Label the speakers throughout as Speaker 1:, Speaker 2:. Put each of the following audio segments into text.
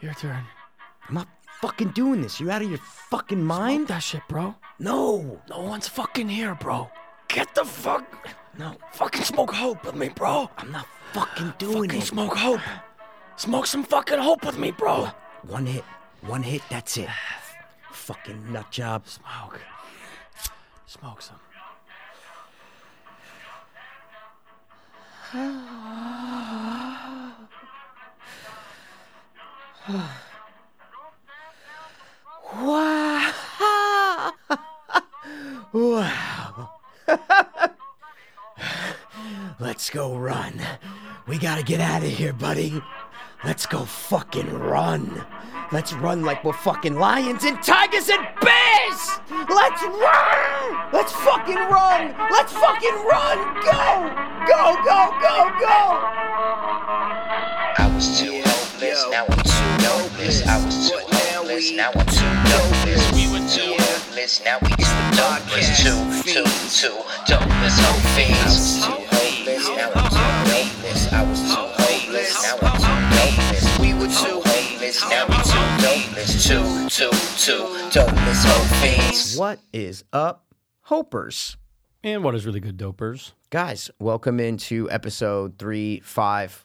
Speaker 1: Your turn.
Speaker 2: I'm not fucking doing this. You out of your fucking
Speaker 1: Mind
Speaker 2: mind?
Speaker 1: that shit, bro.
Speaker 2: No.
Speaker 1: No one's fucking here, bro.
Speaker 2: Get the fuck. No.
Speaker 1: Fucking smoke hope with me, bro.
Speaker 2: I'm not fucking doing
Speaker 1: Fucking
Speaker 2: it.
Speaker 1: smoke hope. Smoke some fucking hope with me, bro.
Speaker 2: One hit. One hit. That's it. fucking nut job.
Speaker 1: Smoke. Smoke some.
Speaker 2: Wow. wow. Let's go run. We gotta get out of here, buddy. Let's go fucking run. Let's run like we're fucking lions and tigers and bears! Let's run! Let's fucking run! Let's fucking run! Go! Go, go, go, go!
Speaker 3: I was too hopeless, now I'm too hopeless. I was too hopeless, now I'm too hopeless. We were too hopeless, now we too hopeless. Two, two, two, dopeless hope fiends. I was too hopeless, now I'm too hopeless. I was too hopeless, now I'm too hopeless. We were too hopeless, now we too hopeless. Two, two, two, dopeless hope fiends.
Speaker 2: What is up, Hopers?
Speaker 1: And what is really good, dopers?
Speaker 2: Guys, welcome into episode 358.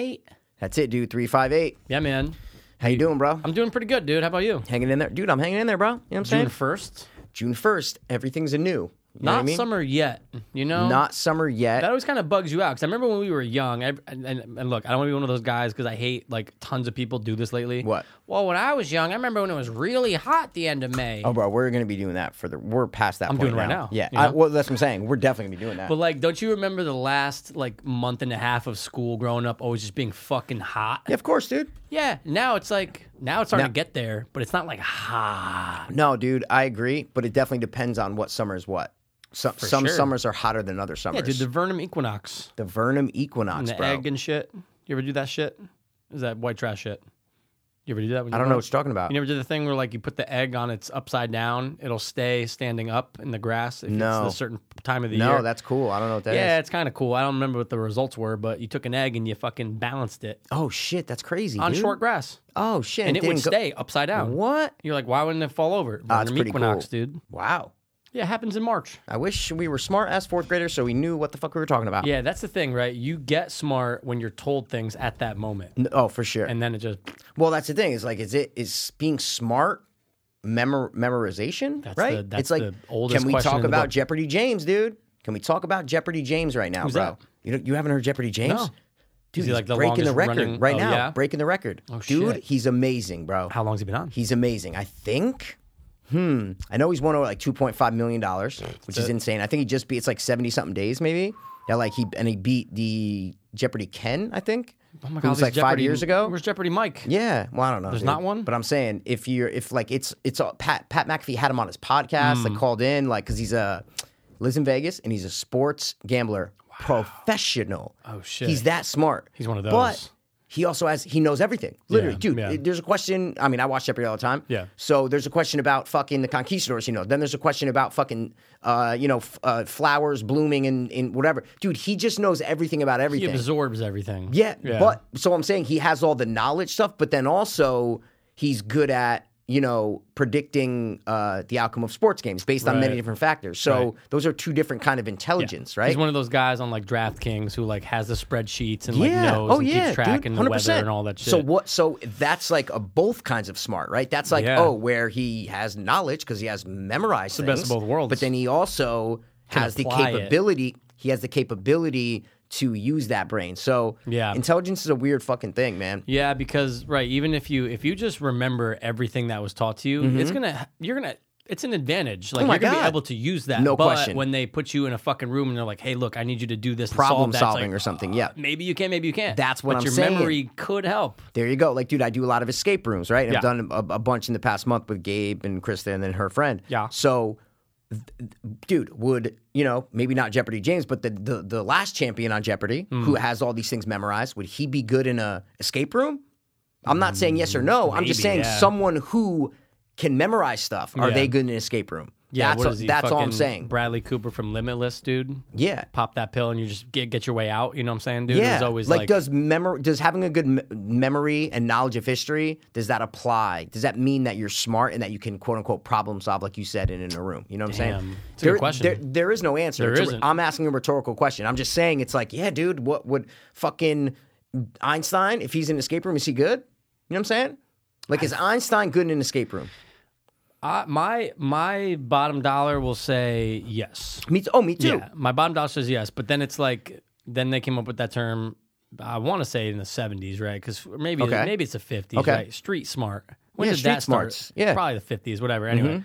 Speaker 1: Eight.
Speaker 2: That's it, dude, 358.
Speaker 1: Yeah, man.
Speaker 2: How you doing, bro?
Speaker 1: I'm doing pretty good, dude. How about you?
Speaker 2: hanging in there. Dude, I'm hanging in there, bro. You know what I'm
Speaker 1: June
Speaker 2: saying?
Speaker 1: first.
Speaker 2: June 1st, everything's anew. You know what
Speaker 1: Not
Speaker 2: I mean?
Speaker 1: summer yet. You know.
Speaker 2: Not summer yet.
Speaker 1: That always kind of bugs you out because I remember when we were young. I, and, and, and look, I don't want to be one of those guys because I hate like tons of people do this lately.
Speaker 2: What?
Speaker 1: Well, when I was young, I remember when it was really hot the end of May.
Speaker 2: Oh, bro, we're gonna be doing that for the. We're past that. I'm
Speaker 1: doing it right now,
Speaker 2: Yeah,
Speaker 1: you
Speaker 2: I,
Speaker 1: know?
Speaker 2: well, that's what I'm saying. We're definitely gonna be doing that.
Speaker 1: But like, don't you remember the last like month and a half of school growing up always just being fucking hot?
Speaker 2: yeah, of course, dude.
Speaker 1: Yeah. Now it's like now it's starting
Speaker 2: Now-
Speaker 1: to get there, but it's not like hot.
Speaker 2: No, dude, I agree. But it definitely depends on what summer is what. Some some
Speaker 1: sure.
Speaker 2: summers are hotter than other summers.
Speaker 1: Yeah, dude. The Vernum equinox
Speaker 2: The Vernum equinox,
Speaker 1: and the
Speaker 2: bro.
Speaker 1: egg and shit. You ever do that shit? Is that white trash shit? You ever do that? When
Speaker 2: I
Speaker 1: you
Speaker 2: don't
Speaker 1: grow
Speaker 2: know
Speaker 1: up?
Speaker 2: what you're talking about.
Speaker 1: You never did the thing where like you put the egg on its upside down, it'll stay standing up in the grass if
Speaker 2: No.
Speaker 1: it's a certain time of the
Speaker 2: no,
Speaker 1: year.
Speaker 2: that's cool. I don't know what that is.
Speaker 1: yeah, it's kind of cool. I don't remember what the results were, but you took an egg and you fucking balanced it
Speaker 2: Oh shit, that's crazy.
Speaker 1: on
Speaker 2: dude.
Speaker 1: short grass,
Speaker 2: Oh shit,
Speaker 1: and it would
Speaker 2: didn't go-
Speaker 1: stay upside down.
Speaker 2: What?
Speaker 1: You're like, why wouldn't it fall over?
Speaker 2: Ah, that's
Speaker 1: Vernum
Speaker 2: pretty
Speaker 1: equinox,
Speaker 2: cool.
Speaker 1: dude.
Speaker 2: Wow.
Speaker 1: Yeah, it happens in March.
Speaker 2: I wish we were smart ass fourth graders so we knew what the fuck we were talking about.
Speaker 1: Yeah, that's the thing, right? You get smart when you're told things at that moment,
Speaker 2: N- Oh, for sure.
Speaker 1: and then it just
Speaker 2: Well, that's the thing. Is like, is it is being smart memor- memorization?
Speaker 1: That's
Speaker 2: right.
Speaker 1: the- that's
Speaker 2: it's like,
Speaker 1: the oldest
Speaker 2: can we
Speaker 1: question
Speaker 2: talk
Speaker 1: in the
Speaker 2: about
Speaker 1: book.
Speaker 2: Jeopardy James, dude? Can we talk about Jeopardy James right now, bro?
Speaker 1: that?
Speaker 2: You don't, you haven't heard Jeopardy James?
Speaker 1: No.
Speaker 2: Dude,
Speaker 1: he
Speaker 2: he's
Speaker 1: like the
Speaker 2: breaking the
Speaker 1: longest
Speaker 2: record
Speaker 1: running-
Speaker 2: right
Speaker 1: oh,
Speaker 2: now.
Speaker 1: yeah?
Speaker 2: Breaking the record, oh, dude.
Speaker 1: shit.
Speaker 2: He's amazing, bro.
Speaker 1: how long's he been on?
Speaker 2: He's amazing. I think. Hmm. I know he's won over like two point five million dollars, which is insane. I think he just beat it's like seventy something days, maybe. Yeah, like he and he beat the Jeopardy Ken, I think.
Speaker 1: oh my
Speaker 2: who
Speaker 1: god,
Speaker 2: was
Speaker 1: there's
Speaker 2: like five
Speaker 1: Jeopardy-
Speaker 2: years ago.
Speaker 1: Where's Jeopardy Mike?
Speaker 2: Yeah, well, I don't know. There's
Speaker 1: not one?
Speaker 2: but I'm saying if you're if like it's it's all, Pat Pat McAfee had him on his podcast,
Speaker 1: Hmm.
Speaker 2: like called in, like because he's a lives in Vegas and he's a sports gambler professional.
Speaker 1: Oh, shit.
Speaker 2: he's that smart.
Speaker 1: He's one of
Speaker 2: But
Speaker 1: those.
Speaker 2: he also has he knows everything. Literally,
Speaker 1: Yeah,
Speaker 2: dude.
Speaker 1: yeah.
Speaker 2: it- There's a question. I mean, I watch Jeopardy all the time.
Speaker 1: Yeah.
Speaker 2: So there's a question about fucking the conquistadors. He knows. Then there's a question about fucking uh you know f- uh, flowers blooming and in whatever. Dude, he just knows everything about
Speaker 1: He
Speaker 2: everything.
Speaker 1: absorbs everything.
Speaker 2: Yeah, but so I'm saying he has all the knowledge stuff, but then also he's good at you know predicting uh, the outcome of sports games based on many
Speaker 1: Right.
Speaker 2: different factors. So
Speaker 1: Right.
Speaker 2: those are two different kind of intelligence, right?
Speaker 1: He's one of those guys on like DraftKings who like has the spreadsheets and like knows and keeps track
Speaker 2: Oh, dude,
Speaker 1: and the weather and all that shit.
Speaker 2: So what? So that's like a both kinds of smart, right? That's like
Speaker 1: Yeah.
Speaker 2: oh, where he has knowledge because he has memorized
Speaker 1: best
Speaker 2: things,
Speaker 1: of both worlds.
Speaker 2: But then he also has the
Speaker 1: apply it.
Speaker 2: capability. He has the capability to use that brain. So
Speaker 1: Yeah.
Speaker 2: intelligence is a weird fucking thing, man.
Speaker 1: Yeah, because right, even if you if you just remember everything that was taught to you, it's gonna you're gonna it's an advantage. Like
Speaker 2: Mm-hmm. Oh my
Speaker 1: you're gonna
Speaker 2: God.
Speaker 1: be able to use that.
Speaker 2: No
Speaker 1: but
Speaker 2: question.
Speaker 1: When they put you in a fucking room and they're like, "Hey, look, I need you to do this and solve
Speaker 2: problem
Speaker 1: that," it's
Speaker 2: solving
Speaker 1: like, "Uh,
Speaker 2: or something. Yeah.
Speaker 1: Maybe you can, maybe you can't.
Speaker 2: That's what
Speaker 1: but
Speaker 2: I'm
Speaker 1: your
Speaker 2: saying.
Speaker 1: memory could help.
Speaker 2: There you go. Like, dude, I do a lot of escape rooms, right? And I've
Speaker 1: Yeah.
Speaker 2: done a, a bunch in the past month with Gabe and Krista and then her friend.
Speaker 1: Yeah.
Speaker 2: So, th- th- dude, would, you know, maybe not Jeopardy James, but the, the, the last champion on Jeopardy
Speaker 1: Hmm.
Speaker 2: who has all these things memorized, would he be good in a escape room? I'm not saying yes or no. I'm just
Speaker 1: maybe,
Speaker 2: saying
Speaker 1: yeah.
Speaker 2: someone who can memorize stuff, are
Speaker 1: Yeah.
Speaker 2: they good in an escape room?
Speaker 1: Yeah,
Speaker 2: that's
Speaker 1: what is he,
Speaker 2: that's all I'm
Speaker 1: fucking
Speaker 2: saying.
Speaker 1: Bradley Cooper from Limitless, dude.
Speaker 2: Yeah.
Speaker 1: Pop that pill and you just get, get your way out. You know what I'm saying, dude?
Speaker 2: Yeah,
Speaker 1: It's always
Speaker 2: like,
Speaker 1: like,
Speaker 2: does memory does having a good me- memory and knowledge of history does that apply? Does that mean that you're smart and that you can quote unquote problem solve like you said in, in a room? You know what I'm saying?
Speaker 1: Damn. It's a good
Speaker 2: There-
Speaker 1: question.
Speaker 2: There, there is no answer.
Speaker 1: There
Speaker 2: It's a-
Speaker 1: isn't.
Speaker 2: I'm asking a rhetorical question. I'm just saying it's like, yeah, dude, what would fucking Einstein if he's in an escape room? Is he good? You know what I'm saying? Like, is Einstein good in an escape room?
Speaker 1: I, uh, my my bottom dollar will say yes.
Speaker 2: Me too. Oh, me too.
Speaker 1: Yeah, my bottom dollar says yes, but then it's like then they came up with that term. I want to say in the seventies, right? Because maybe
Speaker 2: Okay.
Speaker 1: maybe it's the fifties,
Speaker 2: Okay.
Speaker 1: right? Street smart. When
Speaker 2: Yeah,
Speaker 1: did
Speaker 2: street
Speaker 1: that start?
Speaker 2: smarts. Yeah. Mm-hmm.
Speaker 1: probably the fifties, whatever. Anyway,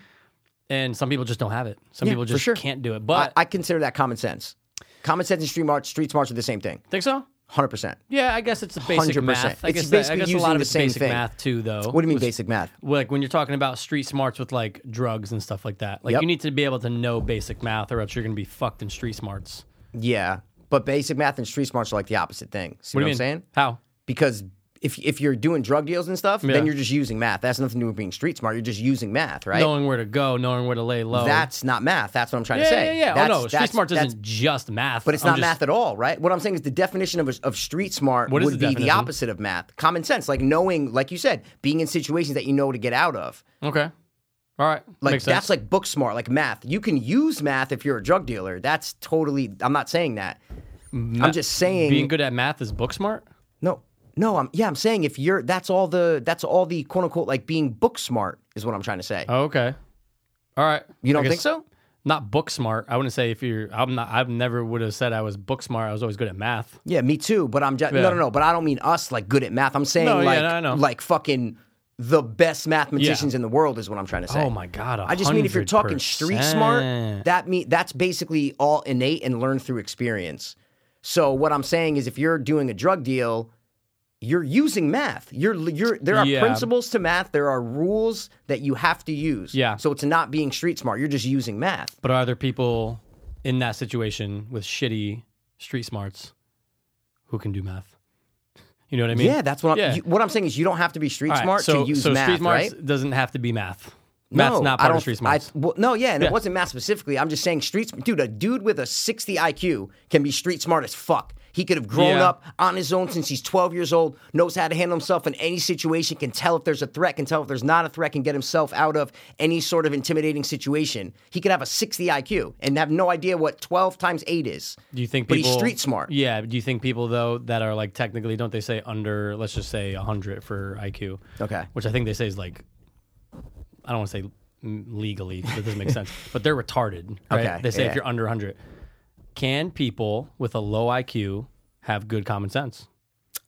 Speaker 1: and some people just don't have it. Some people
Speaker 2: for
Speaker 1: just
Speaker 2: sure.
Speaker 1: can't do it.
Speaker 2: I,
Speaker 1: But I,
Speaker 2: I consider that common sense. Common sense and street march, street smarts are the same thing.
Speaker 1: think so.
Speaker 2: Hundred percent.
Speaker 1: Yeah, I guess it's the basic
Speaker 2: 100%.
Speaker 1: math. I
Speaker 2: It's
Speaker 1: guess that-
Speaker 2: basically
Speaker 1: I guess a
Speaker 2: using
Speaker 1: lot of
Speaker 2: the
Speaker 1: it's
Speaker 2: same
Speaker 1: basic
Speaker 2: thing.
Speaker 1: math too, though.
Speaker 2: What do you mean basic math?
Speaker 1: like when you're talking about street smarts with like drugs and stuff like that. Like
Speaker 2: Yep.
Speaker 1: you need to be able to know basic math, or else you're going to be fucked in street smarts.
Speaker 2: Yeah, but basic math and street smarts are like the opposite thing. See what,
Speaker 1: do you
Speaker 2: I'm
Speaker 1: mean?
Speaker 2: saying?
Speaker 1: How?
Speaker 2: Because if if you're doing drug deals and stuff,
Speaker 1: Yeah.
Speaker 2: then you're just using math. That's nothing to do with being street smart. You're just using math, right?
Speaker 1: Knowing where to go, knowing where to lay low.
Speaker 2: That's not math. That's what I'm trying
Speaker 1: yeah,
Speaker 2: to say.
Speaker 1: yeah, yeah.
Speaker 2: That's,
Speaker 1: oh no, street
Speaker 2: that's-
Speaker 1: smarts
Speaker 2: that's-
Speaker 1: isn't just math.
Speaker 2: But it's not math at all, right? What I'm saying is the definition of, of street smart
Speaker 1: What is
Speaker 2: would
Speaker 1: the
Speaker 2: be the
Speaker 1: definition?
Speaker 2: opposite of math. Common sense, like knowing, like you said, being in situations that you know to get out of.
Speaker 1: Okay. All right.
Speaker 2: Like
Speaker 1: Makes
Speaker 2: that's
Speaker 1: sense.
Speaker 2: like book smart, like math. You can use math if you're a drug dealer. That's totally. I'm not saying that. I'm just saying
Speaker 1: being good at math is book smart.
Speaker 2: No, no, I'm yeah, I'm saying if you're that's all the that's all the quote unquote like being book smart is what I'm trying to say.
Speaker 1: Oh, okay. All right.
Speaker 2: you don't
Speaker 1: I guess-
Speaker 2: think so?
Speaker 1: Not book smart. I wouldn't say if you're. I'm not. I've never would have said I was book smart. I was always good at math.
Speaker 2: Yeah, me too. But I'm just
Speaker 1: Yeah.
Speaker 2: no, no, no. But I don't mean us like good at math. I'm saying
Speaker 1: No, yeah,
Speaker 2: like
Speaker 1: no, I know.
Speaker 2: like fucking the best mathematicians in the world is what I'm trying to say.
Speaker 1: Oh my god.
Speaker 2: I just mean if you're talking street
Speaker 1: 100%.
Speaker 2: smart, that mean that's basically all innate and learned through experience. So what I'm saying is if you're doing a drug deal, you're using math. You're you're there are
Speaker 1: Yeah.
Speaker 2: principles to math, there are rules that you have to use.
Speaker 1: Yeah.
Speaker 2: So it's not being street smart, you're just using math.
Speaker 1: But are there people in that situation with shitty street smarts who can do math? You know what I mean?
Speaker 2: yeah, that's what I'm
Speaker 1: Yeah.
Speaker 2: you- what I'm saying is you don't have to be street
Speaker 1: All right,
Speaker 2: smart
Speaker 1: so,
Speaker 2: to use
Speaker 1: so
Speaker 2: math,
Speaker 1: street smarts
Speaker 2: right?
Speaker 1: doesn't have to be math.
Speaker 2: No,
Speaker 1: Math's not
Speaker 2: I
Speaker 1: part
Speaker 2: don't,
Speaker 1: of street
Speaker 2: I-
Speaker 1: smarts.
Speaker 2: well, no, yeah, and
Speaker 1: Yeah.
Speaker 2: it wasn't math specifically. I'm just saying street sm- dude, a dude with a 60 IQ can be street smart as fuck. He could have grown
Speaker 1: Yeah.
Speaker 2: up on his own since he's 12 years old, knows how to handle himself in any situation, can tell if there's a threat, can tell if there's not a threat, can get himself out of any sort of intimidating situation. He could have a 60 IQ and have no idea what 12 times 8 is.
Speaker 1: do you think
Speaker 2: but
Speaker 1: people,
Speaker 2: he's street smart.
Speaker 1: Yeah. Do you think people though that are like technically don't they say under let's just say hundred for IQ?
Speaker 2: Okay.
Speaker 1: Which I think they say is like I don't want to say mm, legally because it doesn't make sense, but they're retarded. Right?
Speaker 2: Okay,
Speaker 1: They say
Speaker 2: yeah.
Speaker 1: if you're under hundred, can people with a low IQ have good common sense?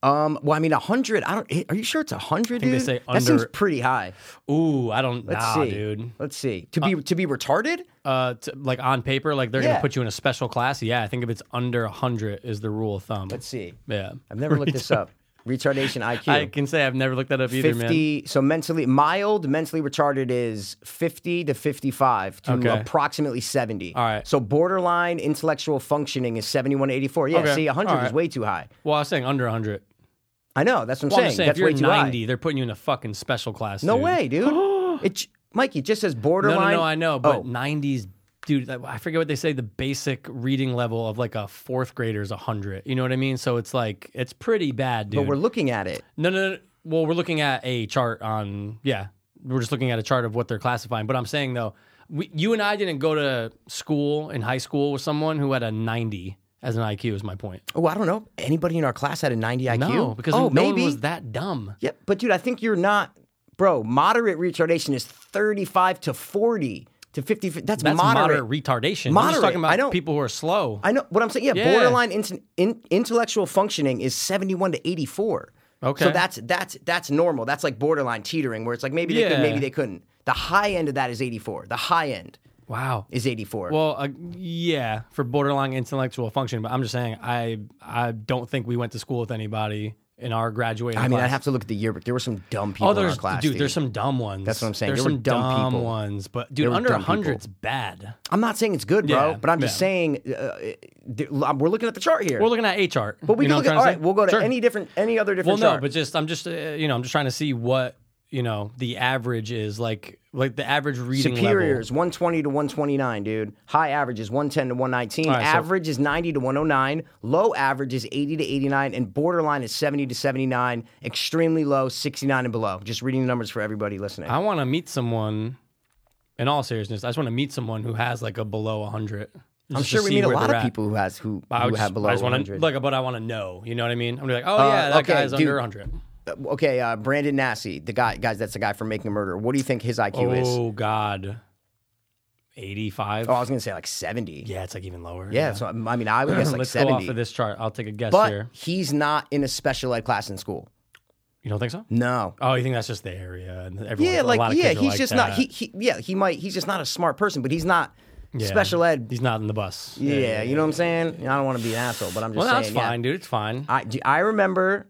Speaker 2: Um, well, I mean 100, I don't are you sure it's 100,
Speaker 1: think
Speaker 2: dude?
Speaker 1: they say
Speaker 2: that seems
Speaker 1: under-
Speaker 2: pretty high.
Speaker 1: Ooh, I don't.
Speaker 2: Let's
Speaker 1: nah,
Speaker 2: see.
Speaker 1: dude.
Speaker 2: Let's see. To be to be retarded?
Speaker 1: Uh, t- like on paper, like they're
Speaker 2: Yeah.
Speaker 1: gonna put you in a special class. Yeah, I think if it's under hundred is the rule of thumb.
Speaker 2: Let's see.
Speaker 1: Yeah,
Speaker 2: I've never looked this up. Retardation IQ.
Speaker 1: I can say I've never looked that up either, man.
Speaker 2: 50 so mentally mild mentally retarded is 50 to 55 to
Speaker 1: Okay.
Speaker 2: approximately 70 all
Speaker 1: right.
Speaker 2: so borderline intellectual functioning is 71 to 84 yeah
Speaker 1: Okay.
Speaker 2: see 100
Speaker 1: All
Speaker 2: is
Speaker 1: right.
Speaker 2: way too high
Speaker 1: Well, I was saying under hundred.
Speaker 2: i know that's what i'm
Speaker 1: Well, I'm
Speaker 2: saying,
Speaker 1: just saying
Speaker 2: that's
Speaker 1: if you're
Speaker 2: way too
Speaker 1: ninety,
Speaker 2: high
Speaker 1: they're putting you in a fucking special class.
Speaker 2: no
Speaker 1: dude.
Speaker 2: way dude it j- mikey it just says
Speaker 1: No, no,
Speaker 2: borderline
Speaker 1: no. I know, but
Speaker 2: Oh.
Speaker 1: nineties, dude. that- I forget what they say. The basic reading level of like a fourth grader is hundred. You know what I mean? So it's like it's pretty bad, dude.
Speaker 2: but we're looking at it
Speaker 1: No, no, no. Well, we're looking at a chart on, yeah, we're just looking at a chart of what they're classifying. But I'm saying though, we, you and I didn't go to school in high school with someone who had a 90 as an IQ. Is my point?
Speaker 2: oh i don't know anybody in our class had a 90 iq
Speaker 1: No, because
Speaker 2: oh
Speaker 1: no
Speaker 2: maybe
Speaker 1: one was that dumb.
Speaker 2: Yep, but dude, I think you're not, bro. Moderate retardation is 35 to 40 to 50. That's,
Speaker 1: That's
Speaker 2: moderate.
Speaker 1: moderate, retardation. I'm
Speaker 2: Moderate.
Speaker 1: just talking about
Speaker 2: I know.
Speaker 1: people who are slow.
Speaker 2: I know what I'm saying. Yeah,
Speaker 1: Yeah.
Speaker 2: borderline in, in, intellectual functioning is 71 to 84.
Speaker 1: Okay.
Speaker 2: so that's that's that's normal. That's like borderline teetering, where it's like maybe they could,
Speaker 1: Yeah.
Speaker 2: maybe they couldn't. The high end of that is 84. The high end
Speaker 1: wow.
Speaker 2: is 84.
Speaker 1: Well, uh, yeah, for borderline intellectual function, but I'm just saying, I I don't think we went to school with anybody in our graduating.
Speaker 2: I mean,
Speaker 1: class.
Speaker 2: I'd have to look at the yearbook. There were some dumb people
Speaker 1: Oh,
Speaker 2: in
Speaker 1: there's
Speaker 2: our class,
Speaker 1: dude,
Speaker 2: dude.
Speaker 1: There's some dumb ones.
Speaker 2: That's what I'm saying.
Speaker 1: There's
Speaker 2: There were
Speaker 1: some
Speaker 2: dumb people.
Speaker 1: ones, but dude,
Speaker 2: were
Speaker 1: under
Speaker 2: dumb people.
Speaker 1: 100's bad.
Speaker 2: I'm not saying it's good, bro,
Speaker 1: Yeah,
Speaker 2: but I'm just
Speaker 1: yeah.
Speaker 2: saying uh, th- we're looking at the chart here.
Speaker 1: We're looking at a chart.
Speaker 2: but we
Speaker 1: you
Speaker 2: can
Speaker 1: know
Speaker 2: look
Speaker 1: what
Speaker 2: at
Speaker 1: I'm
Speaker 2: all
Speaker 1: trying
Speaker 2: right.
Speaker 1: say?
Speaker 2: We'll go to
Speaker 1: Sure.
Speaker 2: any different any other
Speaker 1: Well,
Speaker 2: different
Speaker 1: no,
Speaker 2: chart.
Speaker 1: but just I'm just uh, you know I'm just trying to see what you know the average is like like the average reading
Speaker 2: Superior
Speaker 1: level.
Speaker 2: is 120 to 129, dude. High average is 110 to 119.
Speaker 1: right, so-
Speaker 2: average is 90 to 109. Low average is 80 to 89. And borderline is 70 to 79. Extremely low, 69 and below. Just reading the numbers for everybody listening.
Speaker 1: I want to meet someone. In all seriousness, I just want to meet someone who has like a below 100.
Speaker 2: I'm
Speaker 1: just to
Speaker 2: sure we
Speaker 1: see
Speaker 2: meet a
Speaker 1: where
Speaker 2: lot
Speaker 1: they're
Speaker 2: of
Speaker 1: at.
Speaker 2: people who has who,
Speaker 1: I
Speaker 2: who
Speaker 1: would
Speaker 2: have
Speaker 1: just-
Speaker 2: below
Speaker 1: I just wanna-
Speaker 2: 100.
Speaker 1: Like, but I want to know. You know what I mean? I'm gonna be like, oh
Speaker 2: Uh,
Speaker 1: yeah, that
Speaker 2: okay,
Speaker 1: guy's
Speaker 2: dude.
Speaker 1: under 100.
Speaker 2: okay, uh, Brandon Nassy, the guy, guys, that's the guy from Making a Murder. What do you think his IQ is?
Speaker 1: Oh god, 85.
Speaker 2: Oh, I was gonna say like 70. Yeah,
Speaker 1: yeah, it's like even lower.
Speaker 2: So, I mean, I would guess like
Speaker 1: Let's
Speaker 2: 70.
Speaker 1: go off of this chart. I'll take a guess
Speaker 2: but
Speaker 1: here.
Speaker 2: he's not in a special ed class in school.
Speaker 1: You don't think so?
Speaker 2: No.
Speaker 1: Oh, you think that's just the area? And everyone,
Speaker 2: Yeah,
Speaker 1: a lot
Speaker 2: like
Speaker 1: of
Speaker 2: yeah,
Speaker 1: kids are
Speaker 2: he's
Speaker 1: like
Speaker 2: just
Speaker 1: that.
Speaker 2: not. He, he yeah, he might. He's just not a smart person, but he's not
Speaker 1: Yeah.
Speaker 2: special ed.
Speaker 1: He's not in the bus.
Speaker 2: yeah, you know what I'm saying. I don't want to be an asshole, but I'm just
Speaker 1: Well,
Speaker 2: saying.
Speaker 1: that's
Speaker 2: yeah.
Speaker 1: fine, dude. It's fine.
Speaker 2: I do- I remember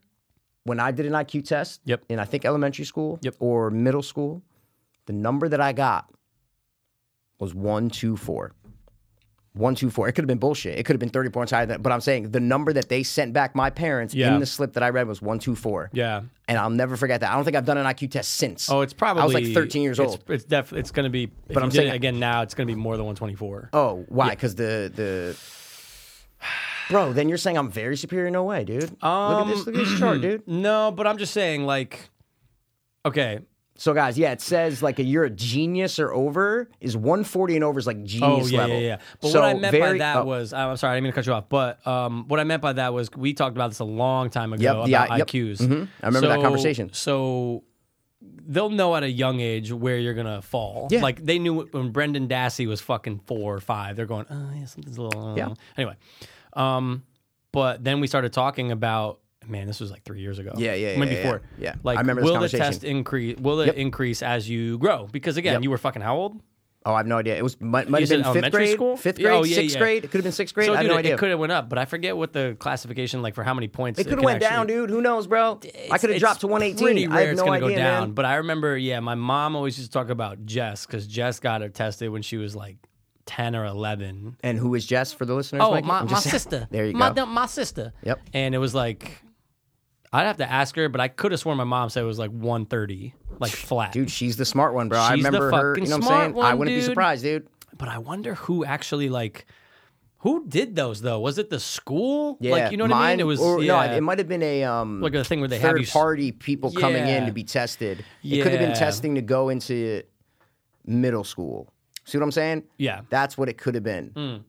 Speaker 2: when I did an IQ test.
Speaker 1: Yep.
Speaker 2: In I think elementary school.
Speaker 1: Yep.
Speaker 2: Or middle school, the number that I got was one two four. One two four. It could have been bullshit. It could have been thirty points higher than. But I'm saying the number that they sent back my parents
Speaker 1: Yeah.
Speaker 2: in the slip that I read was one two four.
Speaker 1: yeah.
Speaker 2: And I'll never forget that. I don't think I've done an IQ test since.
Speaker 1: Oh, it's probably.
Speaker 2: I was like 13 years
Speaker 1: it's-
Speaker 2: old.
Speaker 1: It's def. It's gonna be. But
Speaker 2: I'm
Speaker 1: I'm
Speaker 2: saying-
Speaker 1: saying again now, it's gonna be more than 124.
Speaker 2: Oh, why? Because the the bro. Then you're saying I'm very superior? No way, dude. look at this. Look at this
Speaker 1: Um,
Speaker 2: chart, dude.
Speaker 1: No, but I'm just saying, like, okay.
Speaker 2: So guys, yeah, it says like a, you're a genius or over is 140 and over is like
Speaker 1: Oh
Speaker 2: genius
Speaker 1: yeah,
Speaker 2: level.
Speaker 1: yeah, yeah. But
Speaker 2: So
Speaker 1: what I meant by
Speaker 2: very-
Speaker 1: that
Speaker 2: oh,
Speaker 1: was, I'm sorry, I didn't mean to cut you off. But um, what I meant by that was, we talked about this a long time ago
Speaker 2: Yep,
Speaker 1: about
Speaker 2: the I- yep. Mm-hmm.
Speaker 1: IQs.
Speaker 2: I remember that
Speaker 1: So-
Speaker 2: conversation.
Speaker 1: So they'll know at a young age where you're gonna fall.
Speaker 2: Yeah.
Speaker 1: Like they knew when Brendan Dassey was fucking four or five. They're going, oh yeah, something's a little. uh."
Speaker 2: Yeah.
Speaker 1: Anyway, um, but then we started talking about. Man, this was like three years ago.
Speaker 2: Yeah, yeah,
Speaker 1: Maybe
Speaker 2: yeah, yeah,
Speaker 1: four.
Speaker 2: yeah.
Speaker 1: Like,
Speaker 2: I remember this
Speaker 1: will the
Speaker 2: conversation.
Speaker 1: test increase? Will it increase as you grow? Because again, you were fucking how old?
Speaker 2: oh, I have no idea. It was might, might
Speaker 1: You
Speaker 2: have
Speaker 1: said
Speaker 2: been fifth
Speaker 1: elementary
Speaker 2: grade,
Speaker 1: school?
Speaker 2: fifth
Speaker 1: Yeah,
Speaker 2: grade,
Speaker 1: oh, yeah,
Speaker 2: sixth
Speaker 1: yeah.
Speaker 2: grade. It could have been sixth grade.
Speaker 1: So,
Speaker 2: I have
Speaker 1: dude,
Speaker 2: no
Speaker 1: it-
Speaker 2: idea.
Speaker 1: it could have went up, but I forget what the classification like for how many points.
Speaker 2: It could have went down, dude. Who knows, bro? I could have dropped to 118.
Speaker 1: Pretty
Speaker 2: I
Speaker 1: rare
Speaker 2: have
Speaker 1: it's
Speaker 2: no
Speaker 1: gonna
Speaker 2: idea,
Speaker 1: go down.
Speaker 2: man.
Speaker 1: But I remember, yeah, my mom always used to talk about Jess because Jess got her tested when she was like ten or eleven.
Speaker 2: And who is Jess for the listeners?
Speaker 1: Oh,
Speaker 2: Mikey?
Speaker 1: my,
Speaker 2: I'm
Speaker 1: my
Speaker 2: just saying.
Speaker 1: sister.
Speaker 2: There you
Speaker 1: my,
Speaker 2: go.
Speaker 1: da- My sister.
Speaker 2: Yep.
Speaker 1: And it was like, I'd have to ask her, but I could have sworn my mom said it was like one thirty, like flat.
Speaker 2: Dude, she's the smart one, bro. I
Speaker 1: She's the
Speaker 2: remember her. You
Speaker 1: fucking
Speaker 2: know what I'm
Speaker 1: smart
Speaker 2: saying? I
Speaker 1: one,
Speaker 2: wouldn't be
Speaker 1: dude.
Speaker 2: surprised, dude.
Speaker 1: But I wonder who actually like. Who did those though? Was it the school?
Speaker 2: Yeah,
Speaker 1: like you know what I
Speaker 2: mine-
Speaker 1: mean? It was
Speaker 2: or, no,
Speaker 1: yeah.
Speaker 2: it might have been a um
Speaker 1: Like a thing where they have
Speaker 2: third
Speaker 1: you s-
Speaker 2: party people coming in
Speaker 1: Yeah.
Speaker 2: to be tested. It could have been
Speaker 1: Yeah.
Speaker 2: testing to go into middle school. See what I'm saying?
Speaker 1: Yeah. Hmm.
Speaker 2: that's what it could have been.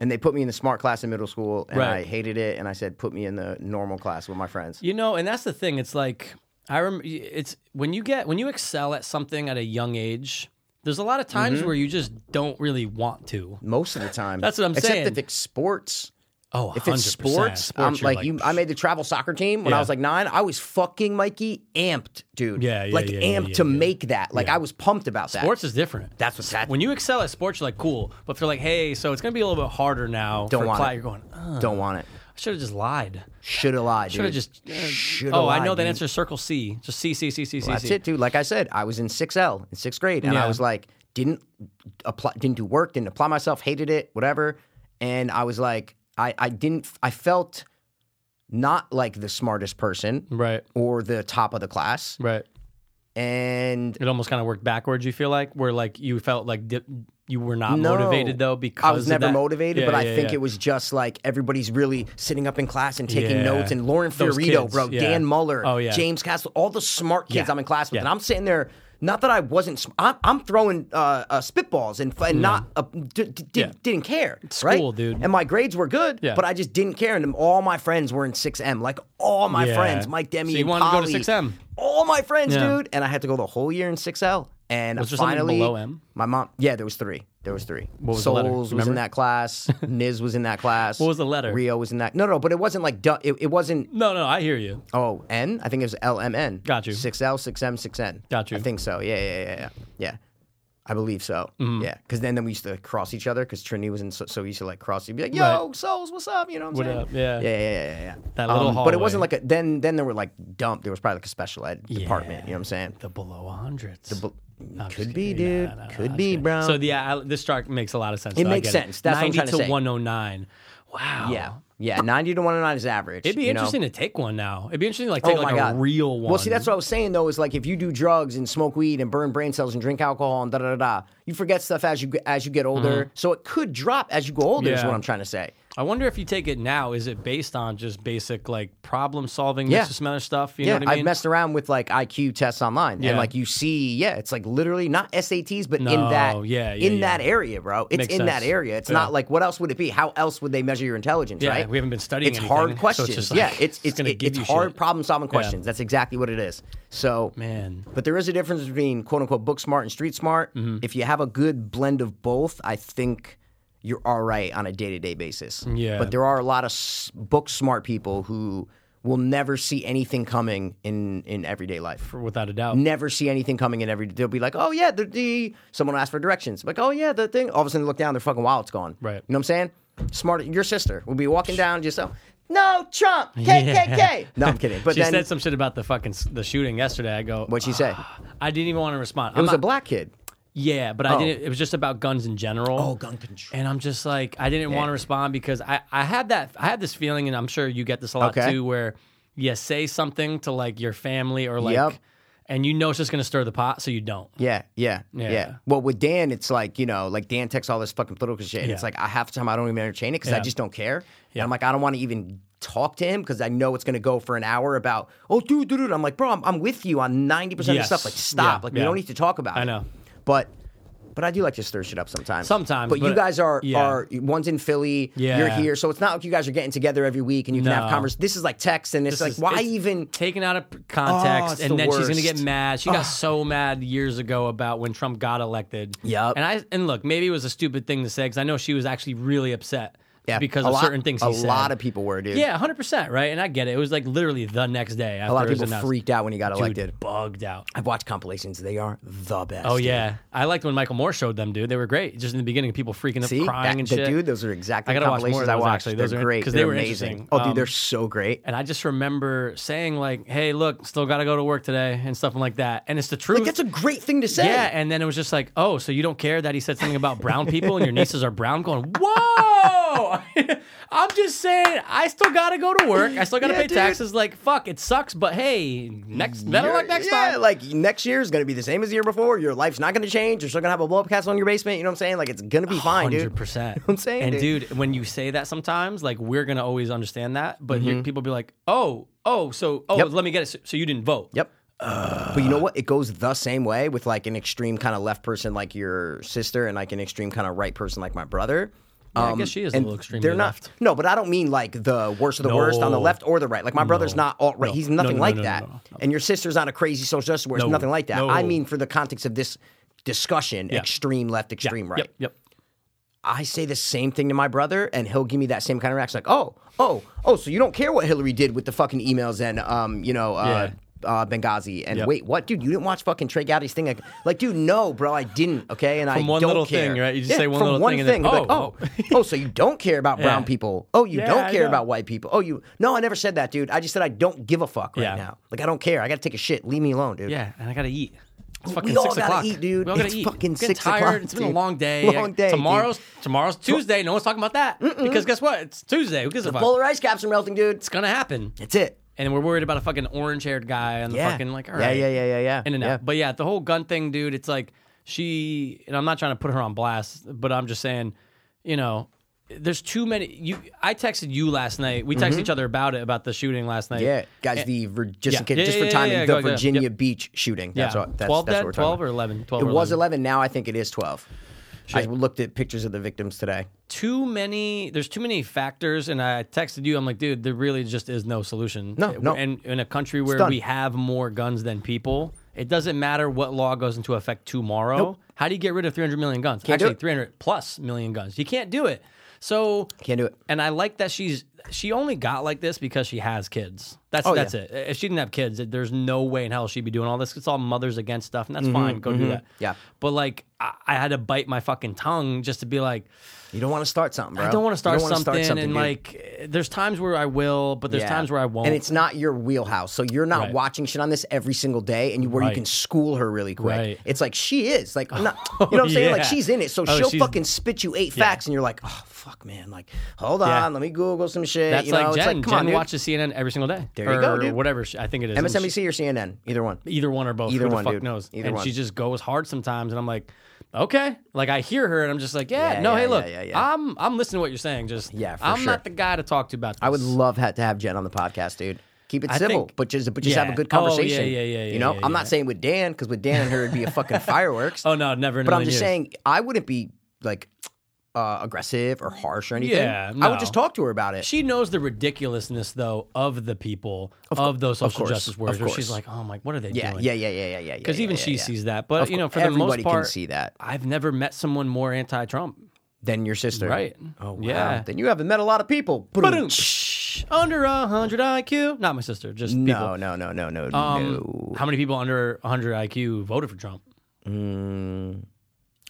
Speaker 2: And they put me in the smart class in middle school, and
Speaker 1: Right.
Speaker 2: I hated it. And I said, put me in the normal class with my friends.
Speaker 1: You know, and that's the thing. It's like I remember. It's when you get when you excel at something at a young age. There's a lot of times
Speaker 2: Mm-hmm.
Speaker 1: where you just don't really want to.
Speaker 2: Most of the time,
Speaker 1: That's what I'm
Speaker 2: Except
Speaker 1: saying.
Speaker 2: if it's sports.
Speaker 1: Oh,
Speaker 2: If it's sports, I'm
Speaker 1: you're
Speaker 2: like, you. I made the travel soccer team when I
Speaker 1: Yeah.
Speaker 2: was like nine. I was fucking Mikey amped, dude.
Speaker 1: Yeah, yeah,
Speaker 2: like
Speaker 1: yeah, yeah,
Speaker 2: amped
Speaker 1: yeah,
Speaker 2: to
Speaker 1: yeah.
Speaker 2: make that. Like I was pumped about that.
Speaker 1: sports is different.
Speaker 2: That's what's happening.
Speaker 1: when you excel at sports, you're like cool. But if you're like, hey, so it's gonna be a little bit harder now.
Speaker 2: Don't
Speaker 1: for
Speaker 2: want
Speaker 1: cla-"
Speaker 2: it.
Speaker 1: You're going. Ugh,
Speaker 2: Don't want it.
Speaker 1: I should have just lied.
Speaker 2: Should have lied.
Speaker 1: Should have
Speaker 2: dude.
Speaker 1: just. uh,
Speaker 2: Shoulda
Speaker 1: oh, I
Speaker 2: lied,
Speaker 1: know that
Speaker 2: dude.
Speaker 1: answer. is Circle C. Just C C C C C.
Speaker 2: That's
Speaker 1: C.
Speaker 2: it, dude. Like I said, I was in 6L in sixth grade, and I
Speaker 1: Yeah.
Speaker 2: was like, didn't apply, didn't do work, didn't apply myself, hated it, whatever. And I was like, I, I didn't, I felt not like the smartest person
Speaker 1: Right.
Speaker 2: or the top of the class,
Speaker 1: Right.
Speaker 2: and
Speaker 1: It almost kind of worked backwards. You feel like where like you felt like dip, you were not
Speaker 2: No.
Speaker 1: motivated though because
Speaker 2: I was
Speaker 1: of
Speaker 2: never
Speaker 1: that.
Speaker 2: motivated,
Speaker 1: Yeah,
Speaker 2: but I
Speaker 1: yeah,
Speaker 2: think
Speaker 1: yeah.
Speaker 2: it was just like everybody's really sitting up in class and taking
Speaker 1: Yeah.
Speaker 2: notes. And Lauren
Speaker 1: Those
Speaker 2: Fiorito,
Speaker 1: kids,
Speaker 2: bro,
Speaker 1: yeah.
Speaker 2: Dan Muller,
Speaker 1: Oh, yeah.
Speaker 2: James Castle, all the smart kids
Speaker 1: Yeah.
Speaker 2: I'm in class with.
Speaker 1: Yeah.
Speaker 2: And I'm sitting there, not that I wasn't, sm- I'm, I'm throwing uh, uh, spitballs and, and not, uh, d- d- d-
Speaker 1: Mm. Yeah.
Speaker 2: didn't care.
Speaker 1: school,
Speaker 2: right?
Speaker 1: dude.
Speaker 2: And my grades were good,
Speaker 1: Yeah.
Speaker 2: but I just didn't care. And all my friends were in 6M, like all my
Speaker 1: Yeah.
Speaker 2: friends, Mike Demi,
Speaker 1: So you
Speaker 2: and
Speaker 1: wanted to go to
Speaker 2: Polly,
Speaker 1: 6M.
Speaker 2: All my friends,
Speaker 1: Yeah.
Speaker 2: dude. And I had to go the whole year in 6L. And
Speaker 1: Was there something
Speaker 2: finally,
Speaker 1: below M?
Speaker 2: my mom, yeah, there was three. There was three.
Speaker 1: was the
Speaker 2: Souls
Speaker 1: letter?
Speaker 2: was in
Speaker 1: Remember?
Speaker 2: that class. Niz was in that class. What
Speaker 1: was the letter?
Speaker 2: Rio was in that. No, no, but it wasn't like du- it, it wasn't.
Speaker 1: No, no, I hear you.
Speaker 2: Oh, N. I think it was L M N.
Speaker 1: Got you.
Speaker 2: Six L, six M, six N.
Speaker 1: Got you.
Speaker 2: I think so. Yeah, yeah, yeah, yeah, yeah. I believe so.
Speaker 1: Mm-hmm.
Speaker 2: Yeah, because then then we used to cross each other because Trini was in. So, so we used to like cross. You'd be like, "Yo, Souls, what's up?" You know what I'm
Speaker 1: What
Speaker 2: saying?
Speaker 1: up? Yeah.
Speaker 2: Yeah, yeah, yeah, yeah, yeah.
Speaker 1: That little
Speaker 2: But it wasn't
Speaker 1: hallway.
Speaker 2: like a then. Then there were like dump. There was probably like a special ed department. You know what I'm saying?
Speaker 1: The below 100s.
Speaker 2: But- could
Speaker 1: just
Speaker 2: be,
Speaker 1: kidding.
Speaker 2: dude.
Speaker 1: Nah, nah, nah,
Speaker 2: Could
Speaker 1: I'm just
Speaker 2: be,
Speaker 1: kidding.
Speaker 2: bro.
Speaker 1: So yeah, I, this chart uh, makes a lot of sense.
Speaker 2: It
Speaker 1: though. I
Speaker 2: makes
Speaker 1: get
Speaker 2: sense. That's what I'm
Speaker 1: 90
Speaker 2: trying to
Speaker 1: to
Speaker 2: say.
Speaker 1: 109. Wow.
Speaker 2: Yeah. Oh. Yeah, 90 to 109 is average.
Speaker 1: It'd be
Speaker 2: you know? Oh
Speaker 1: interesting to take one now. It'd be interesting to like take like a real one.
Speaker 2: Well, see, that's what I was saying though. Is like if you do drugs and smoke weed and burn brain cells and drink alcohol and da da da da, you forget stuff as you g- as you get older. So it could drop as you go older. Is
Speaker 1: Mm-hmm. Yeah.
Speaker 2: what I'm trying to say.
Speaker 1: I wonder if you take it now, is it based on just basic like problem solving,
Speaker 2: Yeah.
Speaker 1: mix of some other stuff? You
Speaker 2: yeah,
Speaker 1: know what I mean?
Speaker 2: have messed around with like IQ tests online,
Speaker 1: Yeah.
Speaker 2: and like you see, yeah, it's like literally not SATs, but in
Speaker 1: No,
Speaker 2: that
Speaker 1: yeah, yeah,
Speaker 2: in
Speaker 1: yeah.
Speaker 2: that area, bro. It's
Speaker 1: Makes
Speaker 2: in that
Speaker 1: sense.
Speaker 2: area. It's
Speaker 1: Yeah.
Speaker 2: not like what else would it be? How else would they measure your intelligence?
Speaker 1: Yeah,
Speaker 2: right?
Speaker 1: we haven't been studying
Speaker 2: It's
Speaker 1: anything, so
Speaker 2: hard
Speaker 1: it's
Speaker 2: questions.
Speaker 1: just like,
Speaker 2: yeah,
Speaker 1: it's
Speaker 2: it's it's
Speaker 1: gonna
Speaker 2: it-
Speaker 1: give
Speaker 2: it's
Speaker 1: you
Speaker 2: hard
Speaker 1: shit.
Speaker 2: problem solving questions. That's exactly what it is. So
Speaker 1: Man.
Speaker 2: But there is a difference between quote unquote book smart and street smart.
Speaker 1: Mm-hmm.
Speaker 2: If you have a good blend of both, I think you're all right on a day to day basis.
Speaker 1: Yeah.
Speaker 2: But there are a lot of s- book smart people who will never see anything coming in, in everyday life.
Speaker 1: Without a doubt.
Speaker 2: Never see anything coming in every. They'll be like, oh yeah, the, the someone asked for directions. Like, oh yeah, the thing. All of a sudden, they look down, their fucking wallet's gone.
Speaker 1: Right.
Speaker 2: You know what I'm saying? Smart. Your sister will be walking down just so. No Trump. KKK. No, I'm kidding. But
Speaker 1: she
Speaker 2: then
Speaker 1: said Ah, some shit about the fucking s- the shooting yesterday. I go,
Speaker 2: what'd she say?
Speaker 1: I didn't even want to respond.
Speaker 2: It was a black kid.
Speaker 1: yeah, but I didn't. It was just about guns in general.
Speaker 2: Oh, gun control.
Speaker 1: And I'm just like, I didn't want to respond because I, I had that, I had this feeling, and I'm sure you get this a lot
Speaker 2: Okay.
Speaker 1: too, where you say something to like your family or like,
Speaker 2: Yep.
Speaker 1: and you know it's just gonna stir the pot, so you don't.
Speaker 2: Yeah, yeah, yeah,
Speaker 1: Yeah.
Speaker 2: Well, with Dan, it's like you know, like Dan texts all this fucking political shit. and It's
Speaker 1: Yeah.
Speaker 2: like I half the time I don't even entertain it because I
Speaker 1: Yeah.
Speaker 2: just don't care. And I'm like I don't want to even talk to him because I know it's gonna go for an hour about oh dude, dude, dude. I'm like bro, I'm, I'm with you on ninety percent of the stuff.
Speaker 1: Yes.
Speaker 2: Like stop,
Speaker 1: Yeah,
Speaker 2: like we
Speaker 1: yeah.
Speaker 2: don't need to talk about.
Speaker 1: I
Speaker 2: it.
Speaker 1: know.
Speaker 2: but. But I do like to stir shit up sometimes.
Speaker 1: Sometimes,
Speaker 2: but, you
Speaker 1: but-
Speaker 2: guys are
Speaker 1: yeah.
Speaker 2: are one's in Philly, you're
Speaker 1: Yeah.
Speaker 2: here, so it's not like you guys are getting together every week and you can have
Speaker 1: No.
Speaker 2: conversations. This is like text, and it's
Speaker 1: This
Speaker 2: like
Speaker 1: is-
Speaker 2: why
Speaker 1: it's
Speaker 2: even
Speaker 1: taken out of p-
Speaker 2: Oh,
Speaker 1: context,
Speaker 2: it's the
Speaker 1: and then she's gonna get
Speaker 2: worst.
Speaker 1: mad. She got so mad years ago about when Trump got elected.
Speaker 2: Yup.
Speaker 1: And I and look, maybe it was a stupid thing to say because I know she was actually really upset
Speaker 2: yeah,
Speaker 1: because
Speaker 2: a
Speaker 1: of
Speaker 2: lot-
Speaker 1: certain things he
Speaker 2: a
Speaker 1: said.
Speaker 2: lot of people were dude.
Speaker 1: yeah, hundred percent right. And I get it. It was like literally the next day. After
Speaker 2: a lot
Speaker 1: it
Speaker 2: of
Speaker 1: was
Speaker 2: people
Speaker 1: announced.
Speaker 2: freaked out when he got
Speaker 1: Dude,
Speaker 2: elected.
Speaker 1: bugged out.
Speaker 2: I've watched compilations. They are the best.
Speaker 1: Oh
Speaker 2: dude.
Speaker 1: yeah, I liked when Michael Moore showed them, dude. They were great. Just in the beginning, people freaking
Speaker 2: See,
Speaker 1: up, crying
Speaker 2: That-
Speaker 1: and
Speaker 2: the
Speaker 1: shit.
Speaker 2: dude, those are exactly
Speaker 1: I
Speaker 2: the
Speaker 1: gotta watch more of
Speaker 2: compilations I
Speaker 1: those,
Speaker 2: watched.
Speaker 1: actually.
Speaker 2: They're
Speaker 1: Those are-
Speaker 2: great.
Speaker 1: 'cause
Speaker 2: they're
Speaker 1: they were
Speaker 2: amazing.
Speaker 1: interesting.
Speaker 2: Oh, dude, they're
Speaker 1: Um,
Speaker 2: so great.
Speaker 1: and I just remember saying like, "Hey, look, still got to go to work today," and stuff like that. And it's the truth.
Speaker 2: Like, that's a great thing to say.
Speaker 1: Yeah, and then it was just like, oh, so you don't care that he said something about brown people and your nieces are brown? Going, whoa! I'm just saying, I still gotta go to work. I still gotta
Speaker 2: Yeah,
Speaker 1: pay
Speaker 2: dude.
Speaker 1: taxes. Like, fuck, it sucks, but hey, next, better
Speaker 2: You're-
Speaker 1: luck next
Speaker 2: yeah,
Speaker 1: time.
Speaker 2: like next year is going to be the same as the year before. Your life's not going to change. You're still going to have a blow up castle in your basement. You know what I'm saying? Like it's going to be fine, dude.
Speaker 1: Hundred percent.
Speaker 2: I'm saying,
Speaker 1: and
Speaker 2: dude.
Speaker 1: dude. when you say that sometimes, like we're gonna always understand that, but you- people be like, "Oh, oh, so oh,
Speaker 2: Mm-hmm. Yep.
Speaker 1: let me get it. So, so you didn't vote?
Speaker 2: Yep. but you know what? It goes the same way with like an extreme kind of left person like your sister and like an extreme kind of right person like my brother. Um,
Speaker 1: Yeah, I guess she is a
Speaker 2: and
Speaker 1: little extremely
Speaker 2: they're not,
Speaker 1: left.
Speaker 2: No, but I don't mean like the worst of the worst on the
Speaker 1: No.
Speaker 2: left or the right. Like my brother's not alt right. He's nothing
Speaker 1: no,
Speaker 2: like
Speaker 1: no, no,
Speaker 2: that.
Speaker 1: no, no, no.
Speaker 2: And your sister's not a crazy social justice warrior. It's
Speaker 1: No.
Speaker 2: nothing like that.
Speaker 1: No.
Speaker 2: I mean for the context of this discussion, extreme left,
Speaker 1: Yeah.
Speaker 2: extreme right.
Speaker 1: Yep. Yep.
Speaker 2: I say the same thing to my brother, and he'll give me that same kind of reaction, like, "Oh, oh, oh, so you don't care what Hillary did with the fucking emails and um, you know, uh, uh, Benghazi and
Speaker 1: Yep.
Speaker 2: wait, what, dude? You didn't watch fucking Trey Gowdy's thing? Like, like, dude, no, bro, I didn't. Okay, and I
Speaker 1: From one
Speaker 2: don't
Speaker 1: little
Speaker 2: care.
Speaker 1: thing, right? You just say one
Speaker 2: from
Speaker 1: little
Speaker 2: one
Speaker 1: thing and
Speaker 2: thing.
Speaker 1: then,
Speaker 2: I'll be
Speaker 1: oh,
Speaker 2: like, oh, oh, so you don't care about brown
Speaker 1: Yeah.
Speaker 2: people? Oh, you
Speaker 1: Yeah,
Speaker 2: don't
Speaker 1: I
Speaker 2: care
Speaker 1: know.
Speaker 2: about white people? Oh, you? No, I never said that, dude. I just said I don't give a fuck right
Speaker 1: Yeah.
Speaker 2: now. Like, I don't care. I got to take a shit. Leave me alone, dude.
Speaker 1: Yeah, and I gotta eat. It's fucking
Speaker 2: we all
Speaker 1: six
Speaker 2: gotta
Speaker 1: o'clock.
Speaker 2: eat, dude.
Speaker 1: We all gotta
Speaker 2: It's
Speaker 1: eat.
Speaker 2: fucking
Speaker 1: I'm getting
Speaker 2: six
Speaker 1: tired.
Speaker 2: o'clock,
Speaker 1: It's been
Speaker 2: dude.
Speaker 1: a long day.
Speaker 2: Long day, dude.
Speaker 1: Tomorrow's tomorrow's Tuesday. No one's talking about that because guess what? It's Tuesday. Who gives a fuck?
Speaker 2: Polar ice caps are melting, dude.
Speaker 1: It's gonna happen.
Speaker 2: That's it.
Speaker 1: And we're worried about a fucking orange-haired guy on the fucking like. All
Speaker 2: yeah,
Speaker 1: right.
Speaker 2: yeah, yeah, yeah, yeah.
Speaker 1: in and
Speaker 2: yeah.
Speaker 1: out. But yeah, the whole gun thing, dude, it's like she and I'm not trying to put her on blast, but I'm just saying, you know, there's too many you I texted you last night. We texted each other about it about the shooting last night.
Speaker 2: Mm-hmm. Yeah, guys, the Vir- just,
Speaker 1: eh,
Speaker 2: in
Speaker 1: Yeah.
Speaker 2: case,
Speaker 1: Yeah,
Speaker 2: just
Speaker 1: yeah,
Speaker 2: for
Speaker 1: yeah,
Speaker 2: timing,
Speaker 1: yeah,
Speaker 2: the
Speaker 1: go like that.
Speaker 2: Virginia
Speaker 1: Yep.
Speaker 2: Beach shooting. That's
Speaker 1: Yeah.
Speaker 2: what that's,
Speaker 1: 12
Speaker 2: that's
Speaker 1: dead,
Speaker 2: what we're talking
Speaker 1: 12
Speaker 2: about.
Speaker 1: or 11? 12
Speaker 2: It
Speaker 1: or
Speaker 2: was 11. Now I think it is 12. I looked at pictures of the victims today.
Speaker 1: Too many there's too many factors and I texted you I'm like, dude, there really just is no solution.
Speaker 2: No, no.
Speaker 1: And in a country where
Speaker 2: done.
Speaker 1: we have more guns than people, it doesn't matter what law goes into effect tomorrow. How do you get rid of 300 million guns?
Speaker 2: Can't do
Speaker 1: Actually,
Speaker 2: it.
Speaker 1: 300 plus million guns. You can't do it. So
Speaker 2: Can't do it.
Speaker 1: and I like that she's she only got like this because she has kids. That's
Speaker 2: Oh, yeah.
Speaker 1: that's it. Uh, If she didn't have kids, it- there's no way in hell she'd be doing all this. It's all mothers against stuff, and that's fine. Go do that.
Speaker 2: Mm-hmm, Yeah.
Speaker 1: But like, I, I had to bite my fucking tongue just to be like,
Speaker 2: You don't want to start something, bro.
Speaker 1: I don't want to
Speaker 2: You
Speaker 1: start
Speaker 2: wanna
Speaker 1: something. and
Speaker 2: dude.
Speaker 1: like, eh, there's times where I will, but there's
Speaker 2: Yeah.
Speaker 1: times where I won't.
Speaker 2: And it's not your wheelhouse. So you're not
Speaker 1: Right.
Speaker 2: watching shit on this every single day and you, where you
Speaker 1: Right.
Speaker 2: can school her really quick.
Speaker 1: Right.
Speaker 2: It's like she is. Like I'm not, you know what I'm saying? Like
Speaker 1: yeah.
Speaker 2: she's in it. So
Speaker 1: Oh,
Speaker 2: she'll
Speaker 1: she's-
Speaker 2: fucking spit you eight facts and you're like, "Oh fuck, man. Like, hold on,
Speaker 1: Yeah.
Speaker 2: let me google some shit.
Speaker 1: That's
Speaker 2: you know,
Speaker 1: like
Speaker 2: it's
Speaker 1: Jen.
Speaker 2: like, come
Speaker 1: Jen
Speaker 2: on, dude.
Speaker 1: watches CNN every single day.
Speaker 2: There you
Speaker 1: or
Speaker 2: go, dude.
Speaker 1: Whatever she- I think it is. And she-
Speaker 2: MSNBC or CNN, either one.
Speaker 1: either one or both.
Speaker 2: Either
Speaker 1: Who the
Speaker 2: one,
Speaker 1: fuck
Speaker 2: dude.
Speaker 1: knows?
Speaker 2: Either
Speaker 1: and
Speaker 2: one.
Speaker 1: she just goes hard sometimes, and I'm like, okay. Like I hear her, and I'm just like, yeah,
Speaker 2: Yeah,
Speaker 1: no,
Speaker 2: yeah,
Speaker 1: hey, look,
Speaker 2: yeah, yeah, yeah.
Speaker 1: I'm I'm listening to what you're saying. Just
Speaker 2: Yeah, for
Speaker 1: I'm
Speaker 2: sure.
Speaker 1: not the guy to talk to about. This.
Speaker 2: I would love ha- to have Jen on the podcast, dude. Keep it
Speaker 1: I
Speaker 2: civil,
Speaker 1: think-
Speaker 2: but just but just have
Speaker 1: yeah.
Speaker 2: a good
Speaker 1: Oh, yeah,
Speaker 2: conversation.
Speaker 1: yeah, yeah, yeah,
Speaker 2: You know,
Speaker 1: yeah,
Speaker 2: I'm
Speaker 1: yeah.
Speaker 2: not saying with Dan because with Dan and her it'd be a fucking fireworks.
Speaker 1: Oh no, never. In a
Speaker 2: but I'm
Speaker 1: million
Speaker 2: just
Speaker 1: years.
Speaker 2: saying I wouldn't be like uh, aggressive or harsh or anything.
Speaker 1: Yeah,
Speaker 2: I
Speaker 1: no.
Speaker 2: would just talk to her about it.
Speaker 1: She knows the ridiculousness, though, of the people of, those social
Speaker 2: course,
Speaker 1: justice
Speaker 2: of
Speaker 1: warriors. Where she's
Speaker 2: course.
Speaker 1: like, "Oh my, what are they
Speaker 2: yeah,
Speaker 1: doing?"
Speaker 2: yeah, yeah, yeah, yeah, yeah.
Speaker 1: because
Speaker 2: yeah,
Speaker 1: even
Speaker 2: yeah,
Speaker 1: she
Speaker 2: yeah.
Speaker 1: sees that. But
Speaker 2: Of
Speaker 1: you know,
Speaker 2: course,
Speaker 1: for the
Speaker 2: everybody
Speaker 1: most part,
Speaker 2: can see that.
Speaker 1: I've never met someone more anti-Trump.
Speaker 2: Then your sister,
Speaker 1: Right.
Speaker 2: Oh wow.
Speaker 1: Yeah.
Speaker 2: Then you haven't met a lot of people.
Speaker 1: Ba-doom. Under a hundred IQ, not my sister, just people.
Speaker 2: No, no, no, no, no,
Speaker 1: Um,
Speaker 2: no.
Speaker 1: How many people under 100 IQ voted for Trump?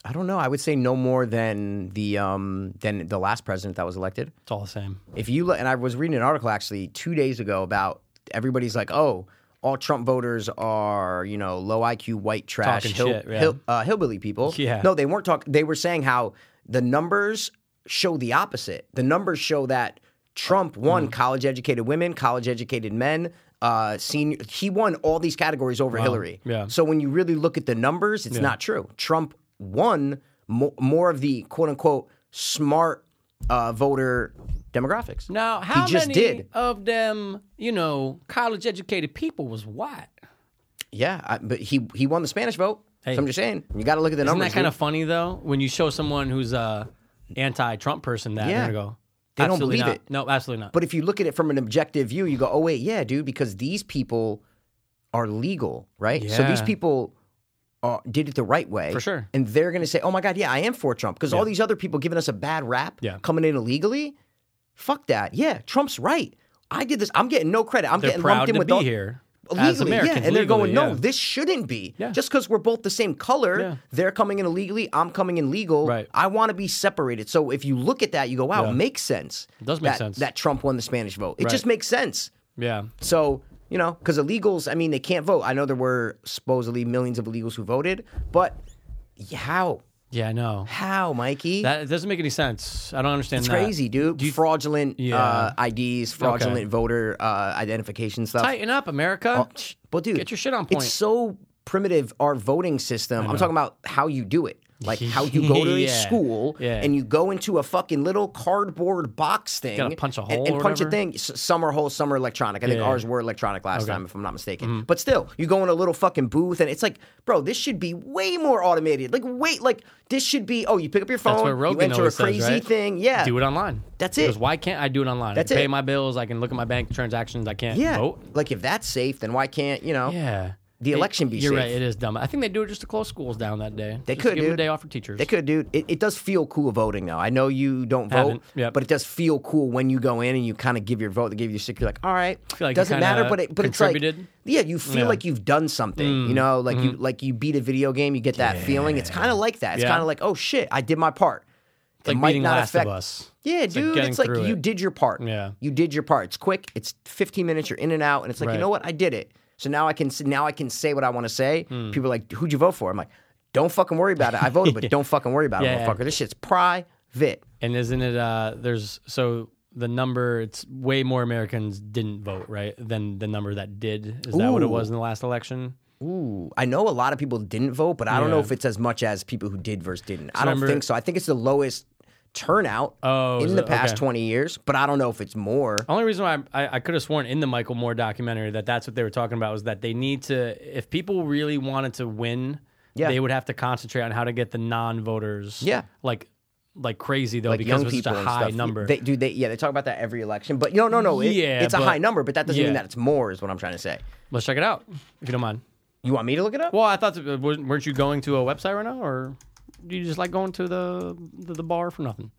Speaker 2: I don't know. I would say no more than the um than the last president that was elected.
Speaker 1: It's all the same.
Speaker 2: If you look, and I was reading an article actually two days ago about everybody's like, oh, all Trump voters are you know low IQ white trash
Speaker 1: Talking
Speaker 2: hill,
Speaker 1: shit, yeah.
Speaker 2: hill- uh, hillbilly people.
Speaker 1: Yeah.
Speaker 2: No, Oh, they weren't talking. They were saying how the numbers show the opposite. The numbers show that Trump won
Speaker 1: Mm-hmm.
Speaker 2: college educated women, college educated men. Uh, senior, he won all these categories over Hillary.
Speaker 1: Yeah.
Speaker 2: So when you really look at the numbers, it's not true. Trump won mo- more of the quote unquote smart uh, voter demographics.
Speaker 1: Now, how
Speaker 2: just
Speaker 1: many
Speaker 2: did.
Speaker 1: of them, you know, college educated people was white?
Speaker 2: Yeah, I, but he he won the Spanish vote.
Speaker 1: Hey.
Speaker 2: So I'm just saying, you got to look at the
Speaker 1: Isn't
Speaker 2: numbers.
Speaker 1: that kind of funny though? When you show someone who's a anti-Trump person that,
Speaker 2: Yeah.
Speaker 1: they're gonna go,
Speaker 2: They don't
Speaker 1: "Absolutely
Speaker 2: believe
Speaker 1: not.
Speaker 2: it.
Speaker 1: No, absolutely not.
Speaker 2: But if you look at it from an objective view, you go, oh wait, yeah, dude, because these people are legal, right? So these
Speaker 1: Yeah.
Speaker 2: people are, did it the right way,
Speaker 1: For sure.
Speaker 2: and they're going to say, oh my god, yeah, I am for Trump because all these other people giving us a bad rap,
Speaker 1: Yeah.
Speaker 2: coming in illegally, fuck that, yeah, Trump's right. I did this. I'm getting no credit. I'm
Speaker 1: they're
Speaker 2: getting
Speaker 1: proud
Speaker 2: lumped in
Speaker 1: to
Speaker 2: with
Speaker 1: be
Speaker 2: all,
Speaker 1: here as
Speaker 2: Legally, yeah,
Speaker 1: Americans.
Speaker 2: and they're going,
Speaker 1: legally,
Speaker 2: no,
Speaker 1: yeah.
Speaker 2: this shouldn't be.
Speaker 1: Yeah.
Speaker 2: Just because we're both the same color,
Speaker 1: Yeah.
Speaker 2: they're coming in illegally, I'm coming in legal.
Speaker 1: Right.
Speaker 2: I want to be separated. So if you look at that, you go, wow,
Speaker 1: Yeah.
Speaker 2: it makes sense. It
Speaker 1: does make
Speaker 2: that,
Speaker 1: sense.
Speaker 2: That Trump won the Spanish vote. It
Speaker 1: Right.
Speaker 2: just makes sense.
Speaker 1: yeah,
Speaker 2: So, you know, because illegals, I mean, they can't vote. I know there were supposedly millions of illegals who voted, but how?
Speaker 1: yeah, I know.
Speaker 2: How, Mikey?
Speaker 1: That it doesn't make any sense. I don't understand
Speaker 2: it's
Speaker 1: that.
Speaker 2: crazy, dude. fraudulent
Speaker 1: Yeah.
Speaker 2: uh, IDs, fraudulent voter uh, identification stuff.
Speaker 1: Tighten up, America.
Speaker 2: Oh. But dude,
Speaker 1: Get your shit on point.
Speaker 2: It's so primitive our voting system. I'm talking about how you do it. Like how you go to a
Speaker 1: Yeah.
Speaker 2: school
Speaker 1: Yeah.
Speaker 2: and you go into a fucking little cardboard box thing.
Speaker 1: Gotta punch a
Speaker 2: and-
Speaker 1: hole
Speaker 2: and,
Speaker 1: or
Speaker 2: punch
Speaker 1: whatever?
Speaker 2: a thing. S- Some are hole, some are electronic. I think
Speaker 1: Yeah. Mm-hmm.
Speaker 2: ours were electronic last time, if I'm not mistaken. But still, you go in a little fucking booth and it's like, bro, this should be way more automated. Like, wait, like this should be. Oh, you pick up your phone,
Speaker 1: That's what
Speaker 2: you
Speaker 1: Rogan
Speaker 2: enter a
Speaker 1: always
Speaker 2: crazy
Speaker 1: says, right?
Speaker 2: thing. Yeah,
Speaker 1: do it online.
Speaker 2: That's
Speaker 1: He
Speaker 2: it.
Speaker 1: goes, why can't I do it online?
Speaker 2: That's
Speaker 1: I can pay
Speaker 2: it.
Speaker 1: my bills. I can look at my bank transactions. I can't
Speaker 2: yeah.
Speaker 1: vote.
Speaker 2: Like if that's safe, then why can't you know?
Speaker 1: Yeah.
Speaker 2: The
Speaker 1: It-
Speaker 2: election be
Speaker 1: You're
Speaker 2: safe.
Speaker 1: right. It is dumb. I think they do it just to close schools down that day.
Speaker 2: They
Speaker 1: Just
Speaker 2: could,
Speaker 1: give
Speaker 2: dude.
Speaker 1: them a day off for teachers.
Speaker 2: They could, dude. It, it does feel cool voting, though. I know you don't vote,
Speaker 1: Haven't, yep.
Speaker 2: but it does feel cool when you go in and you kind of give your vote. They give you sick. You're like, all right,
Speaker 1: feel like you
Speaker 2: doesn't matter,
Speaker 1: kinda
Speaker 2: but it, but it's like,
Speaker 1: contributed.
Speaker 2: yeah, you feel
Speaker 1: Yeah. Mm. Mm-hmm.
Speaker 2: like you've done something. You know, like you like you beat a video game, you get that feeling. It's kind of like that. It's
Speaker 1: Yeah.
Speaker 2: kind of like, oh shit, I did my part.
Speaker 1: It's like beating Last of Us.
Speaker 2: Yeah,
Speaker 1: like
Speaker 2: dude,
Speaker 1: getting
Speaker 2: it's like
Speaker 1: through
Speaker 2: you
Speaker 1: it.
Speaker 2: did your part.
Speaker 1: Yeah.
Speaker 2: you did your part. It's quick. It's 15 minutes. You're in and out, and it's like
Speaker 1: Right.
Speaker 2: you know what, I did it. So now I can s- now I can say what I want to say.
Speaker 1: Hmm.
Speaker 2: People are like, who'd you vote for? I'm like, don't fucking worry about it. I voted, but don't fucking worry about
Speaker 1: Yeah.
Speaker 2: it, motherfucker. This shit's private.
Speaker 1: And isn't it? Uh, there's so the number. It's way more Americans didn't vote right than the number that did. Is that what it
Speaker 2: Ooh.
Speaker 1: was in the last election?
Speaker 2: Ooh, I know a lot of people didn't vote, but I don't know
Speaker 1: Yeah.
Speaker 2: if it's as much as people who did versus didn't. I don't
Speaker 1: remember-
Speaker 2: think so. I think it's the lowest turnout
Speaker 1: Oh, is
Speaker 2: in the
Speaker 1: it?
Speaker 2: past
Speaker 1: Okay.
Speaker 2: 20 years, but I don't know if it's more.
Speaker 1: Only reason why I, I, I could have sworn in the Michael Moore documentary that that's what they were talking about was that they need to, if people really wanted to win,
Speaker 2: Yeah.
Speaker 1: they would have to concentrate on how to get the non-voters,
Speaker 2: Yeah.
Speaker 1: like like crazy though,
Speaker 2: Like
Speaker 1: because
Speaker 2: young
Speaker 1: it's such
Speaker 2: people
Speaker 1: a
Speaker 2: and
Speaker 1: high
Speaker 2: stuff.
Speaker 1: number.
Speaker 2: They do they yeah, they talk about that every election. But no no no it-
Speaker 1: Yeah,
Speaker 2: it's a
Speaker 1: but-
Speaker 2: high number, but that doesn't
Speaker 1: yeah.
Speaker 2: mean that it's more is what I'm trying to say.
Speaker 1: Let's check it out if you don't mind.
Speaker 2: You want me to look it up?
Speaker 1: Well, I thought that- uh, weren't weren't you going to a website right now, or do you just like going to the the, the bar for nothing?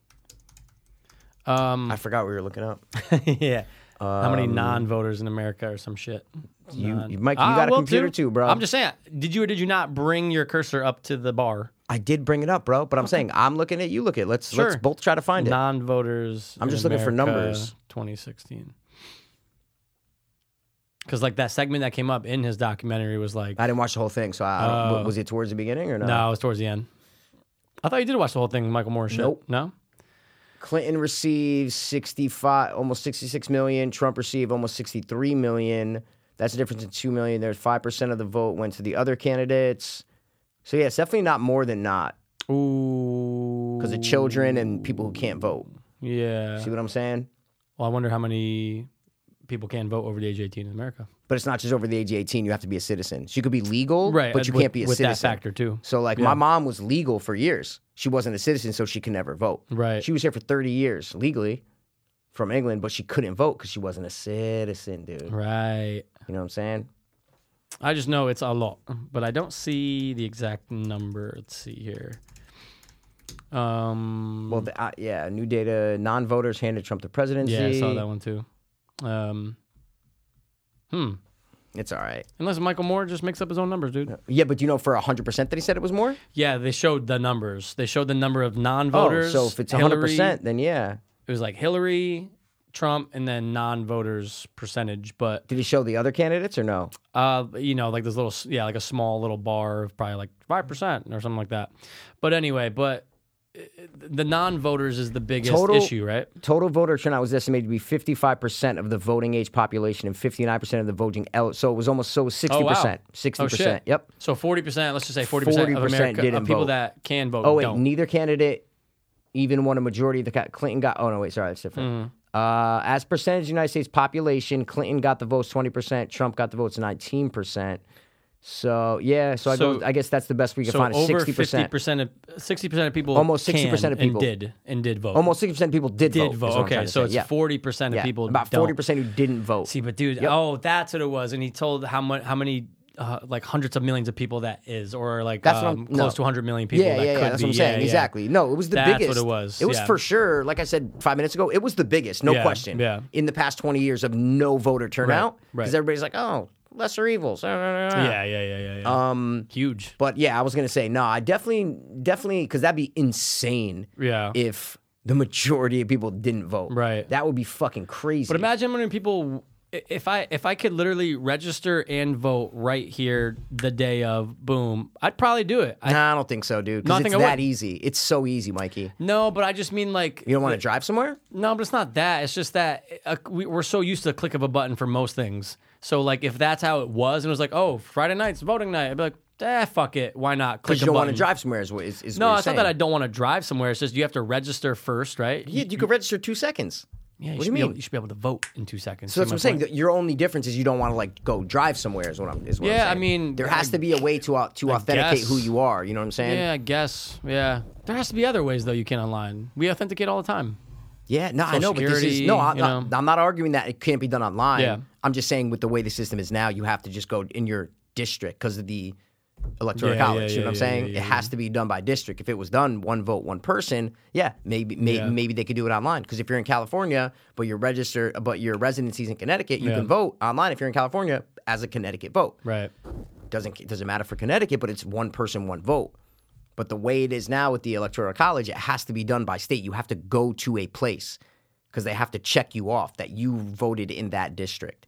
Speaker 2: I forgot we were looking up.
Speaker 1: yeah. How many non-voters in America or some shit?
Speaker 2: Um, You, you Mike, you
Speaker 1: Ah,
Speaker 2: got a
Speaker 1: well,
Speaker 2: computer
Speaker 1: dude,
Speaker 2: too, bro.
Speaker 1: I'm just saying. Did you or did you not bring your cursor up to the bar?
Speaker 2: I did bring it up, bro, but I'm saying I'm looking at you look at. Let's
Speaker 1: Sure.
Speaker 2: let's both try to find it.
Speaker 1: Non-voters.
Speaker 2: I'm
Speaker 1: in
Speaker 2: just looking for
Speaker 1: America,
Speaker 2: numbers.
Speaker 1: 2016. Because like that segment that came up in his documentary was like,
Speaker 2: I didn't watch the whole thing, so I don't,
Speaker 1: Uh,
Speaker 2: was it towards the beginning or no?
Speaker 1: no, it was towards the end. I thought you did watch the whole thing, with Michael Moore. Shit.
Speaker 2: Nope.
Speaker 1: No.
Speaker 2: Clinton received 65, almost 66 million. Trump received almost 63 million. That's a difference of 2 million. There's 5% of the vote went to the other candidates. So, yeah, it's definitely not more than not
Speaker 1: Ooh.
Speaker 2: because of children and people who can't vote.
Speaker 1: Yeah.
Speaker 2: See what I'm saying?
Speaker 1: Well, I wonder how many people can vote over the age of 18 in America.
Speaker 2: But it's not just over the age of 18. You have to be a citizen. So you could be legal,
Speaker 1: Right. uh,
Speaker 2: but you
Speaker 1: with-
Speaker 2: can't be a
Speaker 1: with
Speaker 2: citizen.
Speaker 1: that factor, too.
Speaker 2: So like my mom was legal for years. She wasn't a citizen, so she could never vote.
Speaker 1: Right.
Speaker 2: She was here for 30 years legally from England, but she couldn't vote because she wasn't a citizen, dude.
Speaker 1: Right. Mm-hmm.
Speaker 2: You know what I'm saying?
Speaker 1: I just know it's a lot, but I don't see the exact number. Let's see here. Um,
Speaker 2: Well, the, uh, yeah, new data, non-voters handed Trump the presidency.
Speaker 1: yeah, I saw that one too. Um, hmm.
Speaker 2: It's all right.
Speaker 1: Unless Michael Moore just makes up his own numbers, dude.
Speaker 2: Yeah, but do you know for 100% that he said it was more?
Speaker 1: Yeah, they showed the numbers. They showed the number of non-voters.
Speaker 2: Oh, so if it's 100%,
Speaker 1: Hillary-
Speaker 2: then yeah.
Speaker 1: it was like Hillary, Trump, and then non-voters percentage. But
Speaker 2: Did he show the other candidates or no?
Speaker 1: uh, you know, like this little, s- yeah, like a small little bar of probably like five percent or something like that. But anyway, but uh, the non-voters is the biggest
Speaker 2: Total-
Speaker 1: issue, right?
Speaker 2: Total voter turnout was estimated to be 55% of the voting age population and 59% of the voting eligible. So it was almost so 60%.
Speaker 1: Oh wow,
Speaker 2: 60%.
Speaker 1: Oh, shit.
Speaker 2: Yep.
Speaker 1: So forty percent. Let's just say forty percent of
Speaker 2: 40%
Speaker 1: America
Speaker 2: didn't
Speaker 1: of people
Speaker 2: vote.
Speaker 1: that can vote.
Speaker 2: Oh wait,
Speaker 1: don't.
Speaker 2: neither candidate even won a majority. The ca- Clinton got. Oh no, wait, sorry, that's different.
Speaker 1: Mm-hmm.
Speaker 2: Uh, as percentage of United States population, Clinton got the votes twenty percent. Trump got the votes nineteen percent. So yeah, so, I,
Speaker 1: So-
Speaker 2: go, I guess that's the best we can
Speaker 1: so
Speaker 2: find.
Speaker 1: over
Speaker 2: Sixty
Speaker 1: fifty
Speaker 2: percent,
Speaker 1: percent of sixty percent of people,
Speaker 2: Almost
Speaker 1: can
Speaker 2: 60% of people.
Speaker 1: and did and did vote.
Speaker 2: almost sixty percent of people did,
Speaker 1: did
Speaker 2: is
Speaker 1: vote.
Speaker 2: what I'm trying
Speaker 1: Okay,
Speaker 2: to
Speaker 1: so
Speaker 2: say.
Speaker 1: it's
Speaker 2: yeah.
Speaker 1: forty percent of
Speaker 2: Yeah.
Speaker 1: people
Speaker 2: about
Speaker 1: don't.
Speaker 2: forty percent who didn't vote.
Speaker 1: See, but dude, oh, that's what it was. And he told how much, how many, uh, like hundreds of millions of people that is, or like
Speaker 2: That's what
Speaker 1: um,
Speaker 2: I'm-
Speaker 1: close
Speaker 2: no.
Speaker 1: to 100 million people.
Speaker 2: yeah,
Speaker 1: that
Speaker 2: yeah, yeah.
Speaker 1: could
Speaker 2: That's
Speaker 1: be.
Speaker 2: what I'm saying.
Speaker 1: Yeah, yeah.
Speaker 2: Exactly. No, it was the
Speaker 1: That's what
Speaker 2: biggest.
Speaker 1: it was,
Speaker 2: It was
Speaker 1: yeah.
Speaker 2: for sure. Like I said five minutes ago, it was the biggest, no
Speaker 1: Yeah,
Speaker 2: question.
Speaker 1: yeah.
Speaker 2: In the past 20 years of no voter turnout, because
Speaker 1: right.
Speaker 2: everybody's like, oh, lesser evils. ah,
Speaker 1: Yeah, yeah, yeah, yeah. yeah. Um, huge.
Speaker 2: But yeah, I was gonna say no. I definitely, definitely, because that'd be insane.
Speaker 1: Yeah.
Speaker 2: If the majority of people didn't vote,
Speaker 1: Right.
Speaker 2: That would be fucking crazy.
Speaker 1: But imagine how many people. i- If I if I could literally register and vote right here the day of, boom, I'd probably do it. I,
Speaker 2: nah, I don't think so, dude.
Speaker 1: No, I
Speaker 2: Because it's
Speaker 1: think I
Speaker 2: that
Speaker 1: would.
Speaker 2: easy. It's so easy, Mikey.
Speaker 1: no, but I just mean like
Speaker 2: You don't want to drive somewhere?
Speaker 1: No, but it's not that. It's just that uh, we, we're so used to the click of a button for most things. So like, if that's how it was, and it was like, oh, Friday night's voting night, I'd be like, eh, fuck it, why not? Click a
Speaker 2: Because you don't want
Speaker 1: button.
Speaker 2: to drive somewhere. Is what is, is
Speaker 1: No,
Speaker 2: what
Speaker 1: it's not that I don't want to drive somewhere. It's just you have to register first, right?
Speaker 2: You, you could register two seconds.
Speaker 1: Yeah, you
Speaker 2: what do
Speaker 1: should
Speaker 2: you
Speaker 1: be
Speaker 2: mean?
Speaker 1: able- you should be able to vote in two seconds.
Speaker 2: so
Speaker 1: See
Speaker 2: that's
Speaker 1: my
Speaker 2: what I'm saying.
Speaker 1: point?
Speaker 2: that Your only difference is you don't want to like go drive somewhere. Is what I'm. Is what I'm
Speaker 1: Yeah, I
Speaker 2: saying.
Speaker 1: mean,
Speaker 2: there has to be a way to au- to authenticate
Speaker 1: guess.
Speaker 2: who you are. You know what I'm saying?
Speaker 1: Yeah, I guess. Yeah, there has to be other ways though. You can online. We authenticate all the time.
Speaker 2: Yeah, no, I know, but this is
Speaker 1: Security,
Speaker 2: no. I'm
Speaker 1: you
Speaker 2: not,
Speaker 1: know.
Speaker 2: I'm not arguing that it can't be done online.
Speaker 1: Yeah.
Speaker 2: I'm just saying with the way the system is now, you have to just go in your district because of the electoral
Speaker 1: Yeah, yeah,
Speaker 2: college. you know
Speaker 1: yeah,
Speaker 2: what I'm
Speaker 1: yeah,
Speaker 2: saying?
Speaker 1: yeah, yeah,
Speaker 2: it has to be done by district. If it was done one vote, one person, yeah, maybe maybe,
Speaker 1: Yeah.
Speaker 2: maybe they could do it online. Because if you're in California, but you're registered, but your residency's in Connecticut, you
Speaker 1: Yeah.
Speaker 2: can vote online if you're in California as a Connecticut vote
Speaker 1: Right.
Speaker 2: doesn't it doesn't matter for Connecticut, but it's one person, one vote. But the way it is now with the electoral college, it has to be done by state. You have to go to a place because they have to check you off that you voted in that district.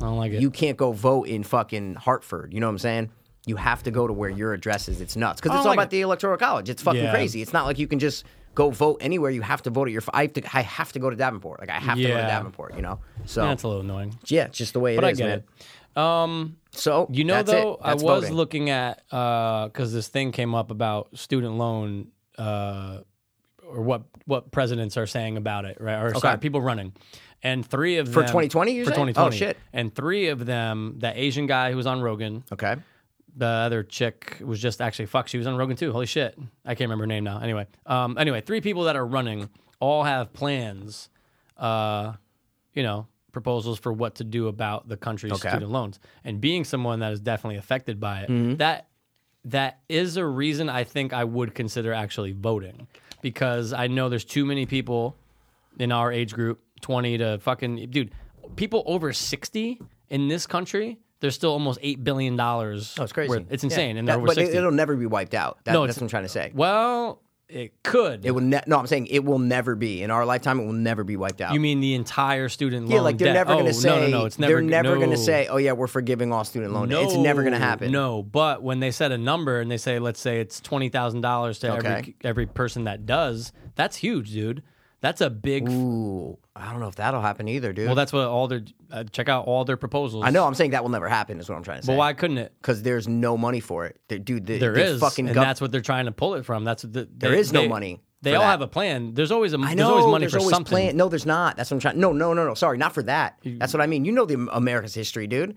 Speaker 1: I don't like it.
Speaker 2: You can't go vote in fucking Hartford. You know what I'm saying? You have to go to where your address is. It's nuts
Speaker 1: I
Speaker 2: because it's all
Speaker 1: don't like
Speaker 2: about
Speaker 1: it.
Speaker 2: the electoral college. It's fucking
Speaker 1: Oh Yeah.
Speaker 2: crazy. It's not like you can just go vote anywhere. You have to vote at your. I have to. I have to go to Davenport. Like I have to go to
Speaker 1: Yeah.
Speaker 2: Davenport. You know. So
Speaker 1: That's a little annoying.
Speaker 2: yeah, it's just the way it is,
Speaker 1: But I get
Speaker 2: man.
Speaker 1: it. Um,
Speaker 2: So
Speaker 1: You know,
Speaker 2: that's it.
Speaker 1: though, I
Speaker 2: That's
Speaker 1: was
Speaker 2: voting.
Speaker 1: looking at because this thing came up about student loan uh, or what what presidents are saying about it, right? Or sorry, people running, and three of
Speaker 2: For
Speaker 1: them
Speaker 2: 2020, you're
Speaker 1: for
Speaker 2: saying?
Speaker 1: 2020,
Speaker 2: Oh, shit.
Speaker 1: and three of them, that Asian guy who was on Rogan,
Speaker 2: Okay.
Speaker 1: the other chick was just actually fuck. She was on Rogan too. Holy shit, I can't remember her name now. Anyway, um, anyway, three people that are running all have plans, uh, you know, proposals for what to do about the country's student loans. And being someone that is definitely affected by it,
Speaker 2: Mm-hmm.
Speaker 1: that that is a reason I think I would consider actually voting because I know there's too many people in our age group, 20 to fucking dude, people over 60 in this country, there's still almost 8 billion dollars. Oh,
Speaker 2: It's crazy.
Speaker 1: It's
Speaker 2: Yeah.
Speaker 1: insane and
Speaker 2: That-
Speaker 1: they're over
Speaker 2: but it-
Speaker 1: 60.
Speaker 2: it'll never be wiped out. That-
Speaker 1: No,
Speaker 2: that's
Speaker 1: it's-
Speaker 2: what I'm trying to say.
Speaker 1: well, It could.
Speaker 2: It will ne- no. I'm saying it will never be in our lifetime. It will never be wiped out.
Speaker 1: you mean the entire student loan
Speaker 2: yeah, like they're
Speaker 1: debt.
Speaker 2: never
Speaker 1: oh,
Speaker 2: going to say.
Speaker 1: no, no, no. It's never
Speaker 2: they're never going
Speaker 1: no.
Speaker 2: to say, "Oh yeah, we're forgiving all student loan." debt." it's never going to
Speaker 1: No,
Speaker 2: happen.
Speaker 1: No, but when they set a number and they say, let's say it's twenty thousand dollars to
Speaker 2: Okay.
Speaker 1: every every person that does, that's huge, dude. That's a big.
Speaker 2: Ooh, I don't know if that'll happen either, dude.
Speaker 1: Well, that's what all their uh, check out all their proposals.
Speaker 2: I know. I'm saying that will never happen. Is what I'm trying to say.
Speaker 1: but why couldn't it?
Speaker 2: Because there's no money for it, They- dude. The,
Speaker 1: There is,
Speaker 2: the fucking
Speaker 1: and
Speaker 2: gov-
Speaker 1: that's what they're trying to pull it from. That's what the,
Speaker 2: There
Speaker 1: they-
Speaker 2: is no
Speaker 1: they-
Speaker 2: money
Speaker 1: They
Speaker 2: for
Speaker 1: all
Speaker 2: that.
Speaker 1: have a plan. There's always a.
Speaker 2: I
Speaker 1: there's
Speaker 2: know
Speaker 1: always money
Speaker 2: there's
Speaker 1: for
Speaker 2: always
Speaker 1: something.
Speaker 2: Plan. No, there's not. That's what I'm trying. No, no, no, no. Sorry, not for that. That's what I mean. You know the America's history, dude.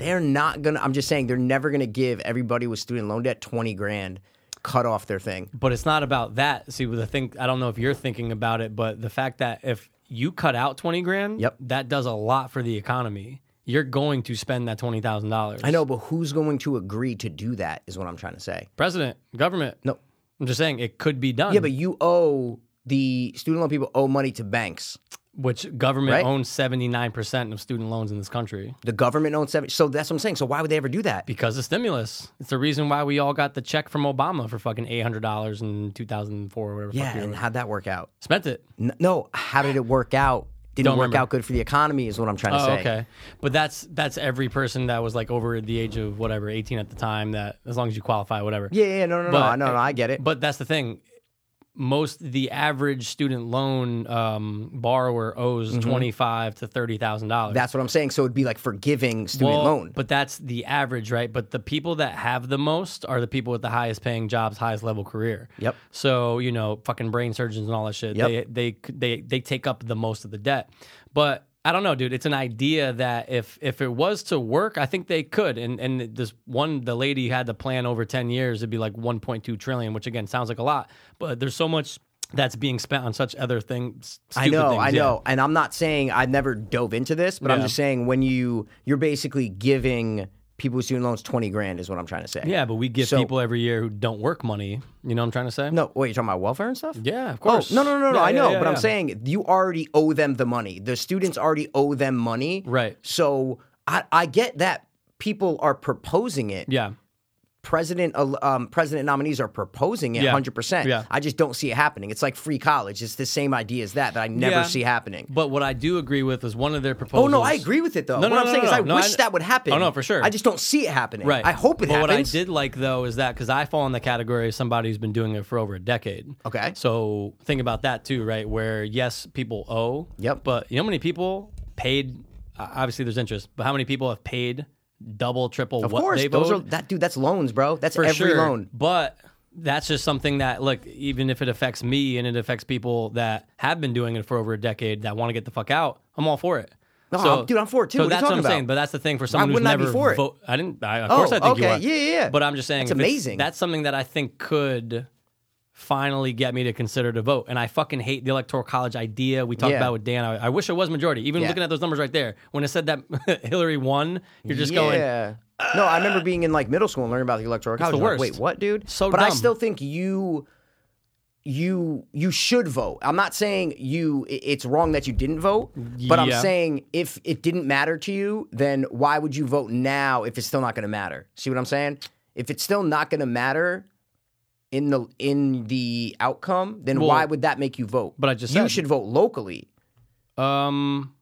Speaker 2: They're not gonna. I'm just saying they're never gonna give everybody with student loan debt twenty grand cut off their thing.
Speaker 1: But it's not about that. See, with the thing, I don't know if you're thinking about it, but the fact that if you cut out twenty grand,
Speaker 2: Yep.
Speaker 1: that does a lot for the economy. You're going to spend that twenty thousand dollars.
Speaker 2: I know, but who's going to agree to do that? Is what I'm trying to say.
Speaker 1: president, government.
Speaker 2: No.
Speaker 1: I'm just saying it could be done.
Speaker 2: Yeah, but you owe the student loan people owe money to banks.
Speaker 1: which government
Speaker 2: Right?
Speaker 1: owns seventy nine percent of student loans in this country
Speaker 2: The government owns seven. So that's what I'm saying. So why would they ever do that?
Speaker 1: because of stimulus. It's the reason why we all got the check from Obama for fucking eight hundred dollars in two thousand four or whatever. the
Speaker 2: Yeah,
Speaker 1: fuck year it
Speaker 2: and
Speaker 1: was.
Speaker 2: how'd that work out?
Speaker 1: spent it.
Speaker 2: N- No, how did it work out? Didn't
Speaker 1: Don't
Speaker 2: work
Speaker 1: remember.
Speaker 2: out good for the economy, is what I'm trying to
Speaker 1: Oh,
Speaker 2: say.
Speaker 1: okay. But that's that's every person that was like over the age of whatever eighteen at the time. That as long as you qualify, whatever.
Speaker 2: Yeah, yeah, no, no, no,
Speaker 1: But-
Speaker 2: no, no, I get it.
Speaker 1: But that's the thing. Most the average student loan um, borrower owes
Speaker 2: Mm-hmm.
Speaker 1: five to thirty thousand dollars.
Speaker 2: That's what I'm saying. So it'd be like forgiving student
Speaker 1: Well,
Speaker 2: loan.
Speaker 1: But that's the average, right? But the people that have the most are the people with the highest paying jobs, highest level career.
Speaker 2: Yep.
Speaker 1: So you know, fucking brain surgeons and all that shit.
Speaker 2: Yep.
Speaker 1: They they they they take up the most of the debt. But I don't know, dude. It's an idea that if if it was to work, I think they could. And and this one, the lady had the plan over ten years. It'd be like one point two trillion, which again sounds like a lot, but there's so much. That's being spent on such other things.
Speaker 2: I
Speaker 1: stupid
Speaker 2: know,
Speaker 1: things,
Speaker 2: I
Speaker 1: yeah.
Speaker 2: know. And I'm not saying I've never dove into this, but I'm
Speaker 1: Yeah.
Speaker 2: just saying when you you're basically giving people with student loans twenty grand is what I'm trying to say.
Speaker 1: Yeah, but we give
Speaker 2: So-
Speaker 1: people every year who don't work money. You know what I'm trying to say?
Speaker 2: No, wait, you're talking about welfare and stuff?
Speaker 1: Yeah, of
Speaker 2: Oh,
Speaker 1: course.
Speaker 2: no, no, no, no.
Speaker 1: Yeah,
Speaker 2: I
Speaker 1: yeah,
Speaker 2: know,
Speaker 1: yeah,
Speaker 2: but I'm
Speaker 1: yeah.
Speaker 2: saying you already owe them the money. The students already owe them money.
Speaker 1: Right.
Speaker 2: So I, I get that people are proposing it.
Speaker 1: Yeah.
Speaker 2: President um, president nominees are proposing it
Speaker 1: Yeah.
Speaker 2: 100%.
Speaker 1: Yeah.
Speaker 2: I just don't see it happening. It's like free college. It's the same idea as that that I never
Speaker 1: Yeah.
Speaker 2: see happening.
Speaker 1: But what I do agree with is one of their
Speaker 2: Oh
Speaker 1: proposals.
Speaker 2: no, I agree with it though.
Speaker 1: No, no,
Speaker 2: what I'm
Speaker 1: no,
Speaker 2: saying
Speaker 1: no,
Speaker 2: is, I
Speaker 1: no, I
Speaker 2: wish
Speaker 1: kn-
Speaker 2: that would happen.
Speaker 1: Oh, no, for sure.
Speaker 2: I just don't see it happening.
Speaker 1: Right.
Speaker 2: I hope it
Speaker 1: but
Speaker 2: happens.
Speaker 1: what I did like though is that because I fall in the category of somebody who's been doing it for over a decade.
Speaker 2: Okay.
Speaker 1: So think about that too, right? Where yes, people owe.
Speaker 2: Yep.
Speaker 1: But you know how many people paid? uh, Obviously, there's interest, but how many people have paid double, triple
Speaker 2: Of
Speaker 1: what
Speaker 2: course,
Speaker 1: they've
Speaker 2: those
Speaker 1: owed?
Speaker 2: are that dude. That's loans, bro. That's
Speaker 1: for
Speaker 2: every
Speaker 1: sure.
Speaker 2: loan.
Speaker 1: But that's just something that look, even if it affects me and it affects people that have been doing it for over a decade that want to get the fuck out, I'm all for it.
Speaker 2: No, I'm- dude, I'm for it, too.
Speaker 1: So
Speaker 2: What are you
Speaker 1: that's
Speaker 2: talking
Speaker 1: what I'm saying.
Speaker 2: about?
Speaker 1: But that's the thing for someone who's
Speaker 2: wouldn't I be
Speaker 1: never
Speaker 2: for it?
Speaker 1: vote. I didn't. I, of
Speaker 2: Oh,
Speaker 1: course, I think
Speaker 2: okay.
Speaker 1: you are.
Speaker 2: Yeah, yeah, yeah.
Speaker 1: But I'm just saying,
Speaker 2: That's
Speaker 1: if it's-
Speaker 2: amazing.
Speaker 1: That's something that I think could finally get me to consider to vote. And I fucking hate the electoral college idea we talked
Speaker 2: Yeah.
Speaker 1: about with Dan. I, I wish it was majority. Even
Speaker 2: Yeah.
Speaker 1: looking at those numbers right there, when it said that Hillary won, you're just going,
Speaker 2: Yeah. no, I remember being in like middle school and learning about the electoral college.
Speaker 1: the
Speaker 2: I'm like,
Speaker 1: worst.
Speaker 2: Wait, what, dude?
Speaker 1: So
Speaker 2: but I
Speaker 1: dumb.
Speaker 2: still think you, you, you should vote. I'm not saying you. i- It's wrong that you didn't vote, but I'm
Speaker 1: Yeah.
Speaker 2: saying if it didn't matter to you, then why would you vote now if it's still not going to matter? See what I'm saying? If it's still not going to matter in the in the outcome, then
Speaker 1: Well,
Speaker 2: why would that make you vote?
Speaker 1: but I just
Speaker 2: you
Speaker 1: said-
Speaker 2: should vote locally
Speaker 1: um.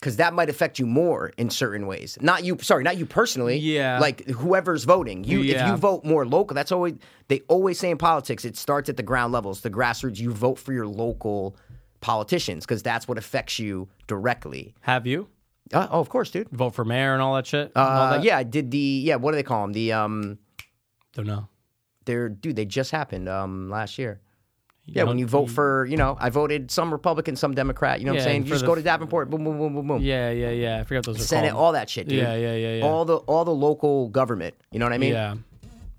Speaker 2: because that might affect you more in certain ways. Not you, sorry, not you personally.
Speaker 1: Yeah.
Speaker 2: like whoever's voting. You, if
Speaker 1: Yeah.
Speaker 2: you vote more local, that's always they always say in politics. It starts at the ground levels, the grassroots. You vote for your local politicians because that's what affects you directly.
Speaker 1: Have you
Speaker 2: Uh, oh, of course, dude.
Speaker 1: vote for mayor and all that shit? all
Speaker 2: Uh,
Speaker 1: that?
Speaker 2: yeah, I did the yeah. What do they call them? The um,
Speaker 1: Don't know.
Speaker 2: they're dude. They just happened um last year. Yeah,
Speaker 1: don't-
Speaker 2: when you vote for, you know, I voted some Republican, some Democrat. You know what
Speaker 1: Yeah,
Speaker 2: I'm saying?
Speaker 1: and
Speaker 2: You
Speaker 1: for
Speaker 2: just
Speaker 1: the-
Speaker 2: go to Davenport, boom, boom, boom, boom, boom.
Speaker 1: Yeah, yeah, yeah. I forgot those are
Speaker 2: Senate,
Speaker 1: called.
Speaker 2: all that shit, dude.
Speaker 1: Yeah, yeah, yeah, yeah.
Speaker 2: All the all the local government. You know what I mean?
Speaker 1: yeah,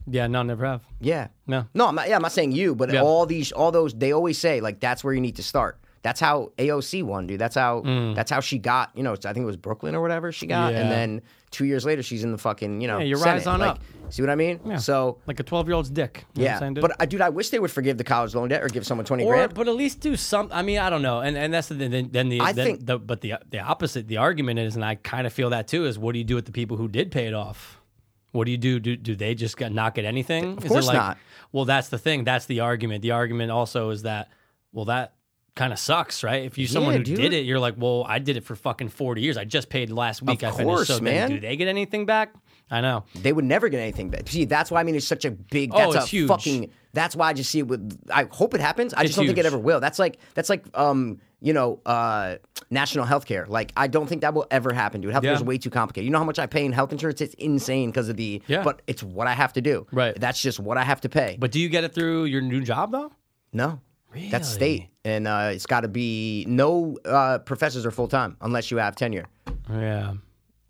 Speaker 1: yeah. No, never have.
Speaker 2: Yeah.
Speaker 1: No.
Speaker 2: No, I'm not, yeah, I'm not saying you, but
Speaker 1: Yeah.
Speaker 2: all these, all those, they always say like that's where you need to start. That's how AOC won, dude. That's how that's how she got. You know, it's- I think it was Brooklyn or whatever she got,
Speaker 1: Mm. Yeah.
Speaker 2: and then two years later she's in the fucking you know.
Speaker 1: Yeah, you
Speaker 2: Senate.
Speaker 1: rise on
Speaker 2: like,
Speaker 1: up.
Speaker 2: See what I mean?
Speaker 1: Yeah.
Speaker 2: So
Speaker 1: like a twelve-year-old's dick. You know what I'm
Speaker 2: yeah,
Speaker 1: saying, dude?
Speaker 2: but I, dude, I wish they would forgive the college loan debt or give someone twenty
Speaker 1: or
Speaker 2: grand.
Speaker 1: but at least do some. I mean, I don't know. And and that's the then, then the
Speaker 2: I
Speaker 1: then
Speaker 2: think-
Speaker 1: the but the the opposite. The argument is, and I kind of feel that too. Is what do you do with the people who did pay it off? What do you do? Do, do they just get, knock at anything? Of
Speaker 2: course not.
Speaker 1: Well, that's the thing. That's the argument. The argument also is that, well, that kind of sucks, right? If you someone
Speaker 2: Yeah,
Speaker 1: who
Speaker 2: dude.
Speaker 1: did it, you're like, well, I did it for fucking 40 years. I just paid last week. I
Speaker 2: course,
Speaker 1: finished. So then
Speaker 2: man.
Speaker 1: do they get anything back? I know.
Speaker 2: They would never get anything back. See, that's why I mean it's such a big. That's
Speaker 1: Oh, it's
Speaker 2: a
Speaker 1: huge.
Speaker 2: fucking. That's why I just see it with. I hope it happens. I just don't think it
Speaker 1: huge.
Speaker 2: ever will. That's like that's like um you know uh national health care. Like I don't think that will ever happen, dude. Healthcare is
Speaker 1: Yeah.
Speaker 2: way too complicated. You know how much I pay in health insurance? It's insane because of the.
Speaker 1: Yeah.
Speaker 2: But it's what I have to do.
Speaker 1: Right.
Speaker 2: That's just what I have to pay.
Speaker 1: But do you get it through your new job though?
Speaker 2: No. That's
Speaker 1: Really?
Speaker 2: state. And uh, it's got to be no uh, professors are full time unless you have tenure.
Speaker 1: Yeah.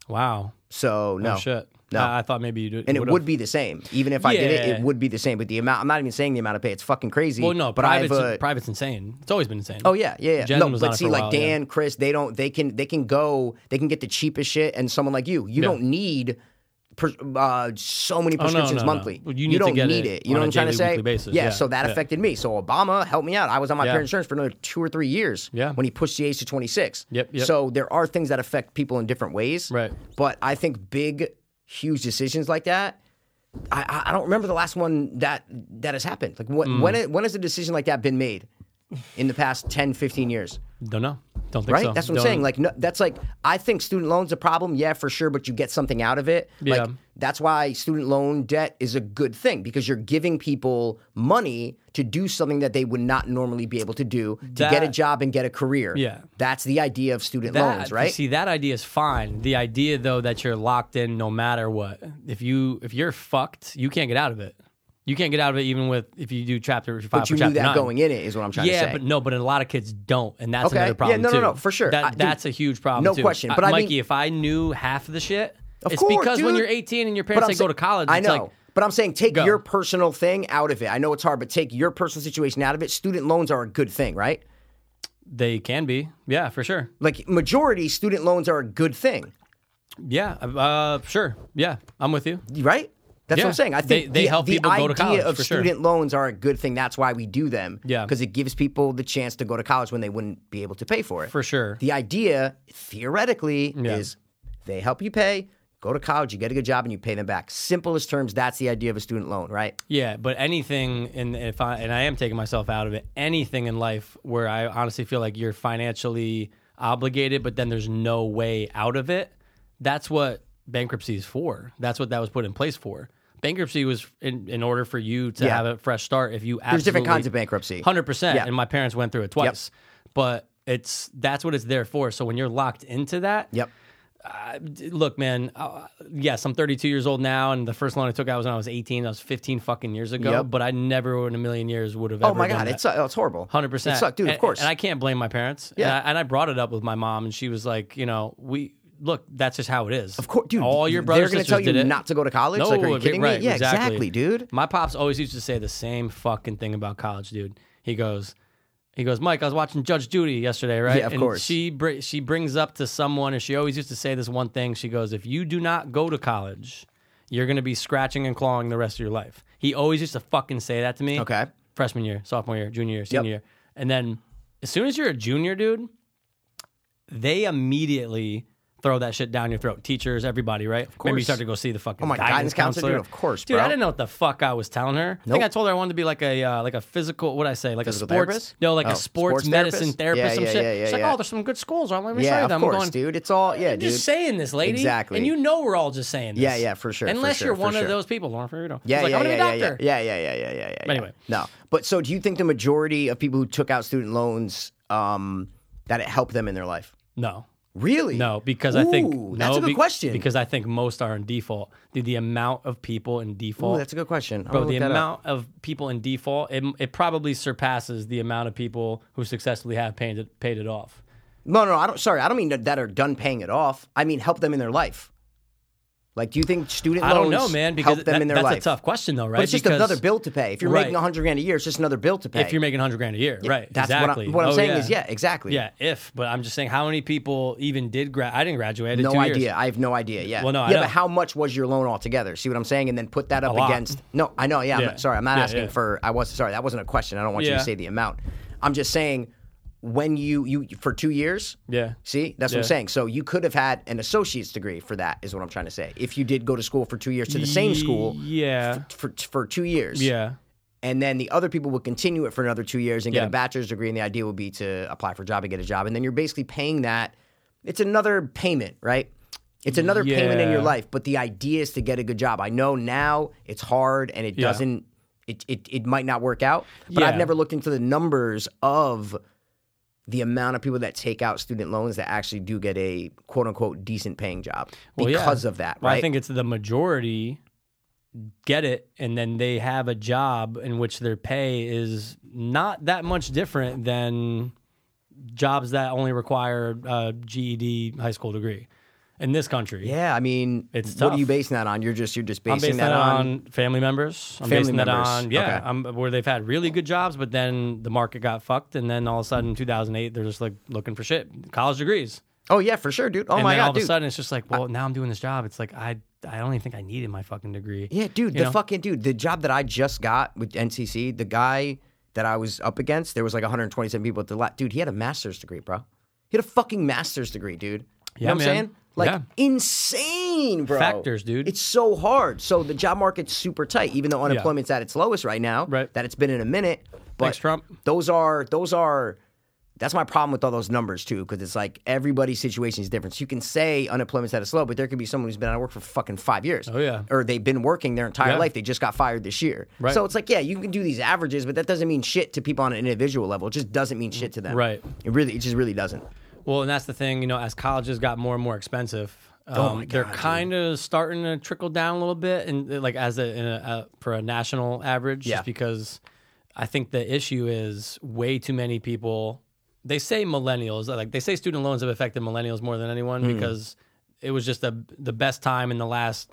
Speaker 1: Wow.
Speaker 2: So no.
Speaker 1: Oh, shit.
Speaker 2: No.
Speaker 1: I, I thought maybe you did.
Speaker 2: and it would be the same. Even if I did it, it
Speaker 1: Yeah.
Speaker 2: would be the same. But the amount, I'm not even saying the amount of pay. It's fucking crazy.
Speaker 1: Well, no,
Speaker 2: but
Speaker 1: private's,
Speaker 2: I've. Uh,
Speaker 1: private's insane. It's always been insane.
Speaker 2: oh yeah, yeah, yeah.
Speaker 1: Jen
Speaker 2: No,
Speaker 1: was on
Speaker 2: but
Speaker 1: it
Speaker 2: see,
Speaker 1: for a
Speaker 2: like
Speaker 1: while, yeah.
Speaker 2: Dan, Chris, they don't. They can. They can go. They can get the cheapest shit. And someone like you, you don't need. Per, uh, so many prescriptions
Speaker 1: Oh, no, no.
Speaker 2: monthly.
Speaker 1: Well, you need to
Speaker 2: don't
Speaker 1: get
Speaker 2: need
Speaker 1: it
Speaker 2: it. You know
Speaker 1: on
Speaker 2: what
Speaker 1: a
Speaker 2: I'm trying to
Speaker 1: daily,
Speaker 2: say?
Speaker 1: weekly basis.
Speaker 2: Yeah,
Speaker 1: Yeah,
Speaker 2: So that
Speaker 1: yeah.
Speaker 2: affected me. So Obama helped me out. I was on my
Speaker 1: Yeah.
Speaker 2: parents' insurance for another two or three years.
Speaker 1: Yeah.
Speaker 2: When he pushed the age to 26.
Speaker 1: Yep, yep.
Speaker 2: So Oh, there are things that affect people in different ways.
Speaker 1: Right.
Speaker 2: But I think big, huge decisions like that. I- I, I don't remember the last one that that has happened. Like
Speaker 1: Mm.
Speaker 2: when when, it, when has a decision like that been made in the past 10, 15 years?
Speaker 1: Don't know. Don't think
Speaker 2: Right?
Speaker 1: so.
Speaker 2: That's what I'm
Speaker 1: Don't-
Speaker 2: saying. Like no, that's like I think student loans a problem. Yeah, for sure, but you get something out of it.
Speaker 1: Yeah.
Speaker 2: Like that's why student loan debt is a good thing because you're giving people money to do something that they would not normally be able to do to get a
Speaker 1: That-
Speaker 2: job and get a career.
Speaker 1: Yeah.
Speaker 2: That's the idea of student
Speaker 1: that,
Speaker 2: loans, right?
Speaker 1: See, that idea is fine. The idea though that you're locked in no matter what. If you if you're fucked, you can't get out of it. You can't get out of it even with if you do chapter five.
Speaker 2: but you
Speaker 1: or
Speaker 2: knew
Speaker 1: chapter
Speaker 2: that
Speaker 1: nine.
Speaker 2: going in it is what I'm trying to say.
Speaker 1: Yeah, but no, but a lot of kids don't, and that's
Speaker 2: Okay.
Speaker 1: another
Speaker 2: Yeah,
Speaker 1: problem
Speaker 2: no, no,
Speaker 1: too.
Speaker 2: no, for sure.
Speaker 1: That,
Speaker 2: I- dude,
Speaker 1: that's a huge problem.
Speaker 2: no
Speaker 1: too.
Speaker 2: question,
Speaker 1: Uh,
Speaker 2: but I mean-
Speaker 1: Mikey, if I knew half of the shit,
Speaker 2: Of
Speaker 1: it's
Speaker 2: course,
Speaker 1: because when
Speaker 2: dude.
Speaker 1: you're 18 and your
Speaker 2: But
Speaker 1: parents
Speaker 2: I'm
Speaker 1: say
Speaker 2: saying-
Speaker 1: go to college,
Speaker 2: I
Speaker 1: it's
Speaker 2: know.
Speaker 1: like
Speaker 2: but I'm saying take
Speaker 1: go.
Speaker 2: your personal thing out of it. I know it's hard, but take your personal situation out of it. Student loans are a good thing, right?
Speaker 1: they can be. Yeah, for sure.
Speaker 2: Like majority student loans are a good thing,
Speaker 1: Yeah, uh, sure. Yeah, I'm with you.
Speaker 2: right? That's what
Speaker 1: Yeah.
Speaker 2: I'm saying. I
Speaker 1: They-
Speaker 2: think
Speaker 1: they
Speaker 2: the,
Speaker 1: help
Speaker 2: the
Speaker 1: people
Speaker 2: idea
Speaker 1: go to college,
Speaker 2: of
Speaker 1: for sure.
Speaker 2: student loans are a good thing. That's why we do them.
Speaker 1: Yeah.
Speaker 2: because it gives people the chance to go to college when they wouldn't be able to pay for it.
Speaker 1: For sure.
Speaker 2: The idea theoretically is they help you pay, go to college, you get a good job, and you pay them back. Simplest terms. That's the idea of a student loan, right?
Speaker 1: Yeah, but anything in if I and I am taking myself out of it, anything in life where I honestly feel like you're financially obligated, but then there's no way out of it. That's what bankruptcy is for. That's what that was put in place for. Bankruptcy was in, in order for you to
Speaker 2: Yeah.
Speaker 1: have a fresh start. If you
Speaker 2: There's different kinds of bankruptcy.
Speaker 1: hundred percent.
Speaker 2: Yeah.
Speaker 1: And my parents went through it twice, but it's that's what it's there for. So when you're locked into that,
Speaker 2: Yep.
Speaker 1: look, man. Uh, yes, I'm 32 years old now, and the first loan I took out was when I was 18. That was 15 fucking years ago.
Speaker 2: Yep.
Speaker 1: But I never in a million years would have.
Speaker 2: Oh my god, it's oh, it's horrible.
Speaker 1: Hundred percent.
Speaker 2: It sucked, dude.
Speaker 1: And,
Speaker 2: of course.
Speaker 1: and I can't blame my parents.
Speaker 2: Yeah.
Speaker 1: and I, and I brought it up with my mom, and she was like, you know, we look. That's just how it is. Of
Speaker 2: course, dude.
Speaker 1: All your
Speaker 2: they're
Speaker 1: brothers
Speaker 2: gonna
Speaker 1: sisters
Speaker 2: tell you
Speaker 1: did it.
Speaker 2: not to go to college.
Speaker 1: No,
Speaker 2: like, are you
Speaker 1: okay,
Speaker 2: kidding
Speaker 1: right,
Speaker 2: me? Yeah,
Speaker 1: exactly.
Speaker 2: dude.
Speaker 1: My pops always used to say the same fucking thing about college, dude. He goes, he goes, Mike. I was watching Judge Judy yesterday, right?
Speaker 2: Yeah, of
Speaker 1: and
Speaker 2: course.
Speaker 1: She br- she brings up to someone, and she always used to say this one thing. She goes, if you do not go to college, you're gonna be scratching and clawing the rest of your life. He always used to fucking say that to me.
Speaker 2: Okay.
Speaker 1: Freshman year, sophomore year, junior year, senior
Speaker 2: Yep.
Speaker 1: year, and then as soon as you're a junior, dude, they immediately. Throw that shit down your throat. Teachers, everybody, right? Of Maybe
Speaker 2: course.
Speaker 1: you start to go see the fucking
Speaker 2: Oh my
Speaker 1: guidance,
Speaker 2: guidance counselor,
Speaker 1: counselor.
Speaker 2: dude, of course,
Speaker 1: dude.
Speaker 2: bro.
Speaker 1: I didn't know what the fuck I was telling her. I
Speaker 2: Nope.
Speaker 1: think I told her I wanted to be like a uh, like a physical. What I say, like a
Speaker 2: Physical
Speaker 1: sports
Speaker 2: therapist?
Speaker 1: no, like
Speaker 2: Oh,
Speaker 1: a sports,
Speaker 2: sports
Speaker 1: medicine
Speaker 2: therapist?
Speaker 1: therapist,
Speaker 2: Yeah,
Speaker 1: some
Speaker 2: yeah,
Speaker 1: shit.
Speaker 2: yeah, yeah,
Speaker 1: She's like,
Speaker 2: yeah.
Speaker 1: oh, there's some good schools. around. Let me show
Speaker 2: Yeah,
Speaker 1: you
Speaker 2: of
Speaker 1: them. I'm
Speaker 2: course,
Speaker 1: going,
Speaker 2: dude. It's all yeah,
Speaker 1: I'm
Speaker 2: dude.
Speaker 1: just saying this, lady.
Speaker 2: Exactly.
Speaker 1: And you know we're all just saying this.
Speaker 2: Yeah, yeah, for sure, for
Speaker 1: Unless
Speaker 2: sure,
Speaker 1: you're
Speaker 2: for
Speaker 1: one
Speaker 2: sure.
Speaker 1: of those people, Lauren Ferrito.
Speaker 2: Yeah,
Speaker 1: like,
Speaker 2: yeah,
Speaker 1: I'm gonna
Speaker 2: yeah,
Speaker 1: be a
Speaker 2: yeah,
Speaker 1: doctor.
Speaker 2: yeah, yeah, yeah, yeah, yeah, yeah, yeah.
Speaker 1: Anyway.
Speaker 2: no. But so, do you think the majority of people who took out student loans um, that it helped them in their life?
Speaker 1: No.
Speaker 2: Really?
Speaker 1: No, because I think
Speaker 2: Ooh,
Speaker 1: no,
Speaker 2: that's a good
Speaker 1: be-
Speaker 2: question.
Speaker 1: Because I think most are in default. The, the amount of people in default.
Speaker 2: Ooh, that's a good question. I'm
Speaker 1: Bro,
Speaker 2: gonna
Speaker 1: the
Speaker 2: look that up.
Speaker 1: amount of people in default, it, it probably surpasses the amount of people who successfully have paid it, paid it off.
Speaker 2: No, no, I don't. Sorry, I don't mean that- that are done paying it off. I mean help them in their life. Like, do you think student
Speaker 1: I don't know,
Speaker 2: loans
Speaker 1: man, because
Speaker 2: help them
Speaker 1: that-
Speaker 2: in their
Speaker 1: that's
Speaker 2: life?
Speaker 1: a tough question, though, right?
Speaker 2: But it's just
Speaker 1: because
Speaker 2: another bill to pay. If you're
Speaker 1: Right.
Speaker 2: making making hundred grand a year, it's just another bill to pay.
Speaker 1: If you're making 100 grand a year, right?
Speaker 2: That's
Speaker 1: exactly.
Speaker 2: what I'm, what I'm
Speaker 1: Oh,
Speaker 2: saying is, yeah, exactly.
Speaker 1: Yeah, if, but I'm just saying, how many people even did grad? I didn't graduate. I did
Speaker 2: No
Speaker 1: two
Speaker 2: idea.
Speaker 1: Years.
Speaker 2: I have no idea. Yeah.
Speaker 1: Well, no, I
Speaker 2: yeah,
Speaker 1: know.
Speaker 2: but how much was your loan altogether? See what I'm saying? And then put that up
Speaker 1: lot.
Speaker 2: against. No, I know. Yeah. I'm
Speaker 1: Yeah.
Speaker 2: not, sorry, I'm not
Speaker 1: Yeah,
Speaker 2: asking
Speaker 1: yeah.
Speaker 2: for. I was sorry. That wasn't a question. I don't want you
Speaker 1: Yeah.
Speaker 2: to say the amount. I'm just saying, when you you for two years.
Speaker 1: Yeah.
Speaker 2: See, that's what I'm
Speaker 1: Yeah.
Speaker 2: saying. So you could have had an associate's degree for that. Is what I'm trying to say. If you did go to school for two years to the same school
Speaker 1: Yeah.
Speaker 2: for for two years,
Speaker 1: Yeah.
Speaker 2: and then the other people would continue it for another two years and get
Speaker 1: Yeah.
Speaker 2: a bachelor's degree. And the idea would be to apply for a job and get a job. And then you're basically paying that. It's another payment, right? It's another payment in your
Speaker 1: Yeah.
Speaker 2: life. But the idea is to get a good job. I know now it's hard and it
Speaker 1: Yeah.
Speaker 2: doesn't. It, it it might not work out. But I've
Speaker 1: Yeah.
Speaker 2: never looked into the numbers of the amount of people that take out student loans that actually do get a quote unquote decent paying job
Speaker 1: Well, yeah.
Speaker 2: because of that,
Speaker 1: Well,
Speaker 2: right?
Speaker 1: I think it's the majority get it, and then they have a job in which their pay is not that much different than jobs that only require a GED high school degree in this country.
Speaker 2: yeah, I mean,
Speaker 1: It's
Speaker 2: what are
Speaker 1: tough.
Speaker 2: you basing that on? You're just you're just
Speaker 1: I'm
Speaker 2: basing
Speaker 1: basing that, on, family members. I'm
Speaker 2: Family
Speaker 1: basing
Speaker 2: members.
Speaker 1: that on yeah,
Speaker 2: Okay.
Speaker 1: I'm, where they've had really good jobs, but then the market got fucked, and then all of a sudden, 2008, they're just like looking for shit, college degrees,
Speaker 2: Oh yeah, for sure, dude. Oh
Speaker 1: and
Speaker 2: my
Speaker 1: then
Speaker 2: god,
Speaker 1: all of
Speaker 2: dude.
Speaker 1: a sudden, it's just like, well, now I'm doing this job. It's like I, I don't even think I needed my fucking degree.
Speaker 2: Yeah, dude,
Speaker 1: You
Speaker 2: the
Speaker 1: know?
Speaker 2: fucking dude, the job that I just got with NCC, the guy that I was up against, there was like 127 people at the lot. Dude, he had a master's degree, bro. He had a fucking master's degree, dude.
Speaker 1: Yeah,
Speaker 2: You know what
Speaker 1: man.
Speaker 2: I'm saying? Like
Speaker 1: Yeah.
Speaker 2: insane, bro.
Speaker 1: Factors, dude.
Speaker 2: It's so hard. So the job market's super tight, even though unemployment's at its lowest right now,
Speaker 1: Right.
Speaker 2: that it's been in a minute. But
Speaker 1: Thanks, Trump.
Speaker 2: those are those are that's my problem with all those numbers too, because it's like everybody's situation is different. So you can say unemployment's at its low, but there could be someone who's been out of work for fucking five years.
Speaker 1: Oh, yeah.
Speaker 2: Or they've been working their entire
Speaker 1: Yeah.
Speaker 2: life. They just got fired this year.
Speaker 1: Right.
Speaker 2: So it's like, yeah, you can do these averages, but that doesn't mean shit to people on an individual level. It just doesn't mean shit to them.
Speaker 1: Right.
Speaker 2: It really it just really doesn't.
Speaker 1: Well, and that's the thing, you know, as colleges got more and more expensive, um,
Speaker 2: Oh my
Speaker 1: they're
Speaker 2: God,
Speaker 1: kind of starting to trickle down a little bit, and uh, like as a, in a uh, for a national average,
Speaker 2: Yeah.
Speaker 1: just because I think the issue is way too many people. They say millennials, like they say student loans have affected millennials more than anyone
Speaker 2: Hmm.
Speaker 1: because it was just the the best time in the last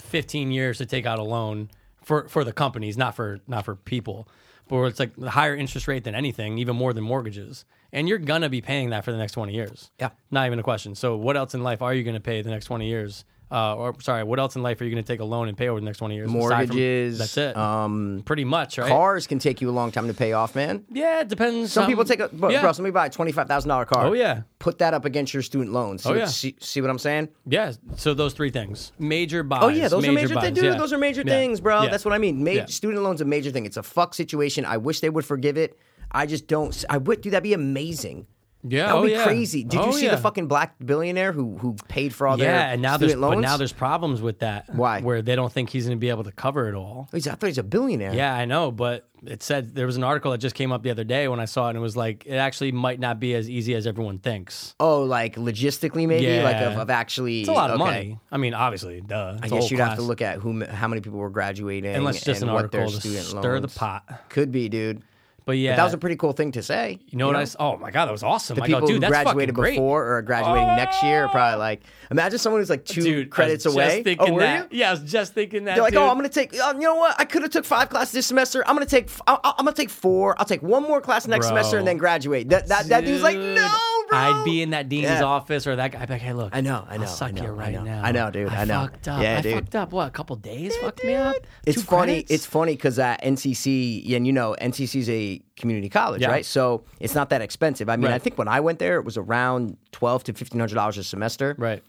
Speaker 1: 15 years to take out a loan for, for the companies, not for not for people. But where it's like the higher interest rate than anything, even more than mortgages. And you're gonna be paying that for the next 20 years.
Speaker 2: Yeah.
Speaker 1: Not even a question. So what else in life are you gonna pay the next 20 years? Uh, or sorry, what else in life are you gonna take a loan and pay over the next 20 years? aside from-
Speaker 2: Mortgages.
Speaker 1: that's it.
Speaker 2: Um
Speaker 1: Pretty much, right?
Speaker 2: cars can take you a long time to pay off, man.
Speaker 1: Yeah, it depends.
Speaker 2: Some people take a bro,
Speaker 1: yeah.
Speaker 2: bro somebody buy a twenty five thousand dollar car.
Speaker 1: Oh, yeah.
Speaker 2: Put that up against your student loans. See,
Speaker 1: Oh,
Speaker 2: what-
Speaker 1: yeah.
Speaker 2: see, see what I'm saying?
Speaker 1: Yeah. So those three things. Major buys.
Speaker 2: Oh yeah, those are major
Speaker 1: buys,
Speaker 2: things, dude.
Speaker 1: yeah.
Speaker 2: Those are major
Speaker 1: Yeah.
Speaker 2: things, bro.
Speaker 1: Yeah.
Speaker 2: That's what I mean. Ma-
Speaker 1: Yeah.
Speaker 2: Student loans a major thing. It's a fuck situation. I wish they would forgive it. I just don't. I would, dude. That'd be amazing.
Speaker 1: Yeah,
Speaker 2: that would
Speaker 1: oh,
Speaker 2: be
Speaker 1: yeah.
Speaker 2: crazy. Did you
Speaker 1: Oh,
Speaker 2: see
Speaker 1: yeah.
Speaker 2: the fucking black billionaire who who paid for all
Speaker 1: yeah,
Speaker 2: their
Speaker 1: and now there's
Speaker 2: student loans?
Speaker 1: but now there's problems with that.
Speaker 2: Why?
Speaker 1: Where they don't think he's going to be able to cover it all.
Speaker 2: Oh, He's- I thought he's a billionaire.
Speaker 1: Yeah, I know, but it said there was an article that just came up the other day when I saw it, and it was like it actually might not be as easy as everyone thinks.
Speaker 2: Oh, like logistically, maybe
Speaker 1: Yeah.
Speaker 2: like of, of actually.
Speaker 1: It's a lot of
Speaker 2: okay.
Speaker 1: money. I mean, obviously, duh.
Speaker 2: I guess you'd have to look at who, how many people were graduating,
Speaker 1: unless it's just
Speaker 2: and
Speaker 1: an
Speaker 2: what their
Speaker 1: article to
Speaker 2: student
Speaker 1: stir
Speaker 2: loans
Speaker 1: the pot.
Speaker 2: could be, dude.
Speaker 1: But yeah,
Speaker 2: But that was a pretty cool thing to say.
Speaker 1: you know what I? s- Oh my god, that was awesome. I
Speaker 2: people
Speaker 1: go, dude,
Speaker 2: who
Speaker 1: that's fucking
Speaker 2: graduated
Speaker 1: great.
Speaker 2: before or are graduating next year are probably like, imagine someone who's like two
Speaker 1: dude,
Speaker 2: credits
Speaker 1: I was
Speaker 2: away.
Speaker 1: Just thinking
Speaker 2: oh, were
Speaker 1: that.
Speaker 2: you?
Speaker 1: Yeah, I was just thinking that.
Speaker 2: They're like,
Speaker 1: dude.
Speaker 2: oh, I'm gonna take. oh, you know what? I could have took five classes this semester. I'm gonna take. f- I- I- I'm gonna take four. I'll take one more class next
Speaker 1: Bro.
Speaker 2: semester and then graduate. That that, that dude's like, no,
Speaker 1: Dude,
Speaker 2: bro.
Speaker 1: I'd be in that dean's
Speaker 2: Yeah.
Speaker 1: office or that guy. I'd be like, hey, look.
Speaker 2: I know, I know,
Speaker 1: I'll suck
Speaker 2: I know,
Speaker 1: you
Speaker 2: I
Speaker 1: right
Speaker 2: know.
Speaker 1: now.
Speaker 2: I know, dude, I know.
Speaker 1: fucked up.
Speaker 2: Yeah,
Speaker 1: I
Speaker 2: dude.
Speaker 1: fucked up. What, a couple days fucked me up?
Speaker 2: It's
Speaker 1: Two
Speaker 2: funny.
Speaker 1: credits?
Speaker 2: It's funny because uh, NCC, and you know, NCC is a community college,
Speaker 1: Yeah.
Speaker 2: right? So it's not that expensive. I mean, I
Speaker 1: Right.
Speaker 2: think when I went there, it was around twelve to fifteen hundred dollars a semester.
Speaker 1: Right.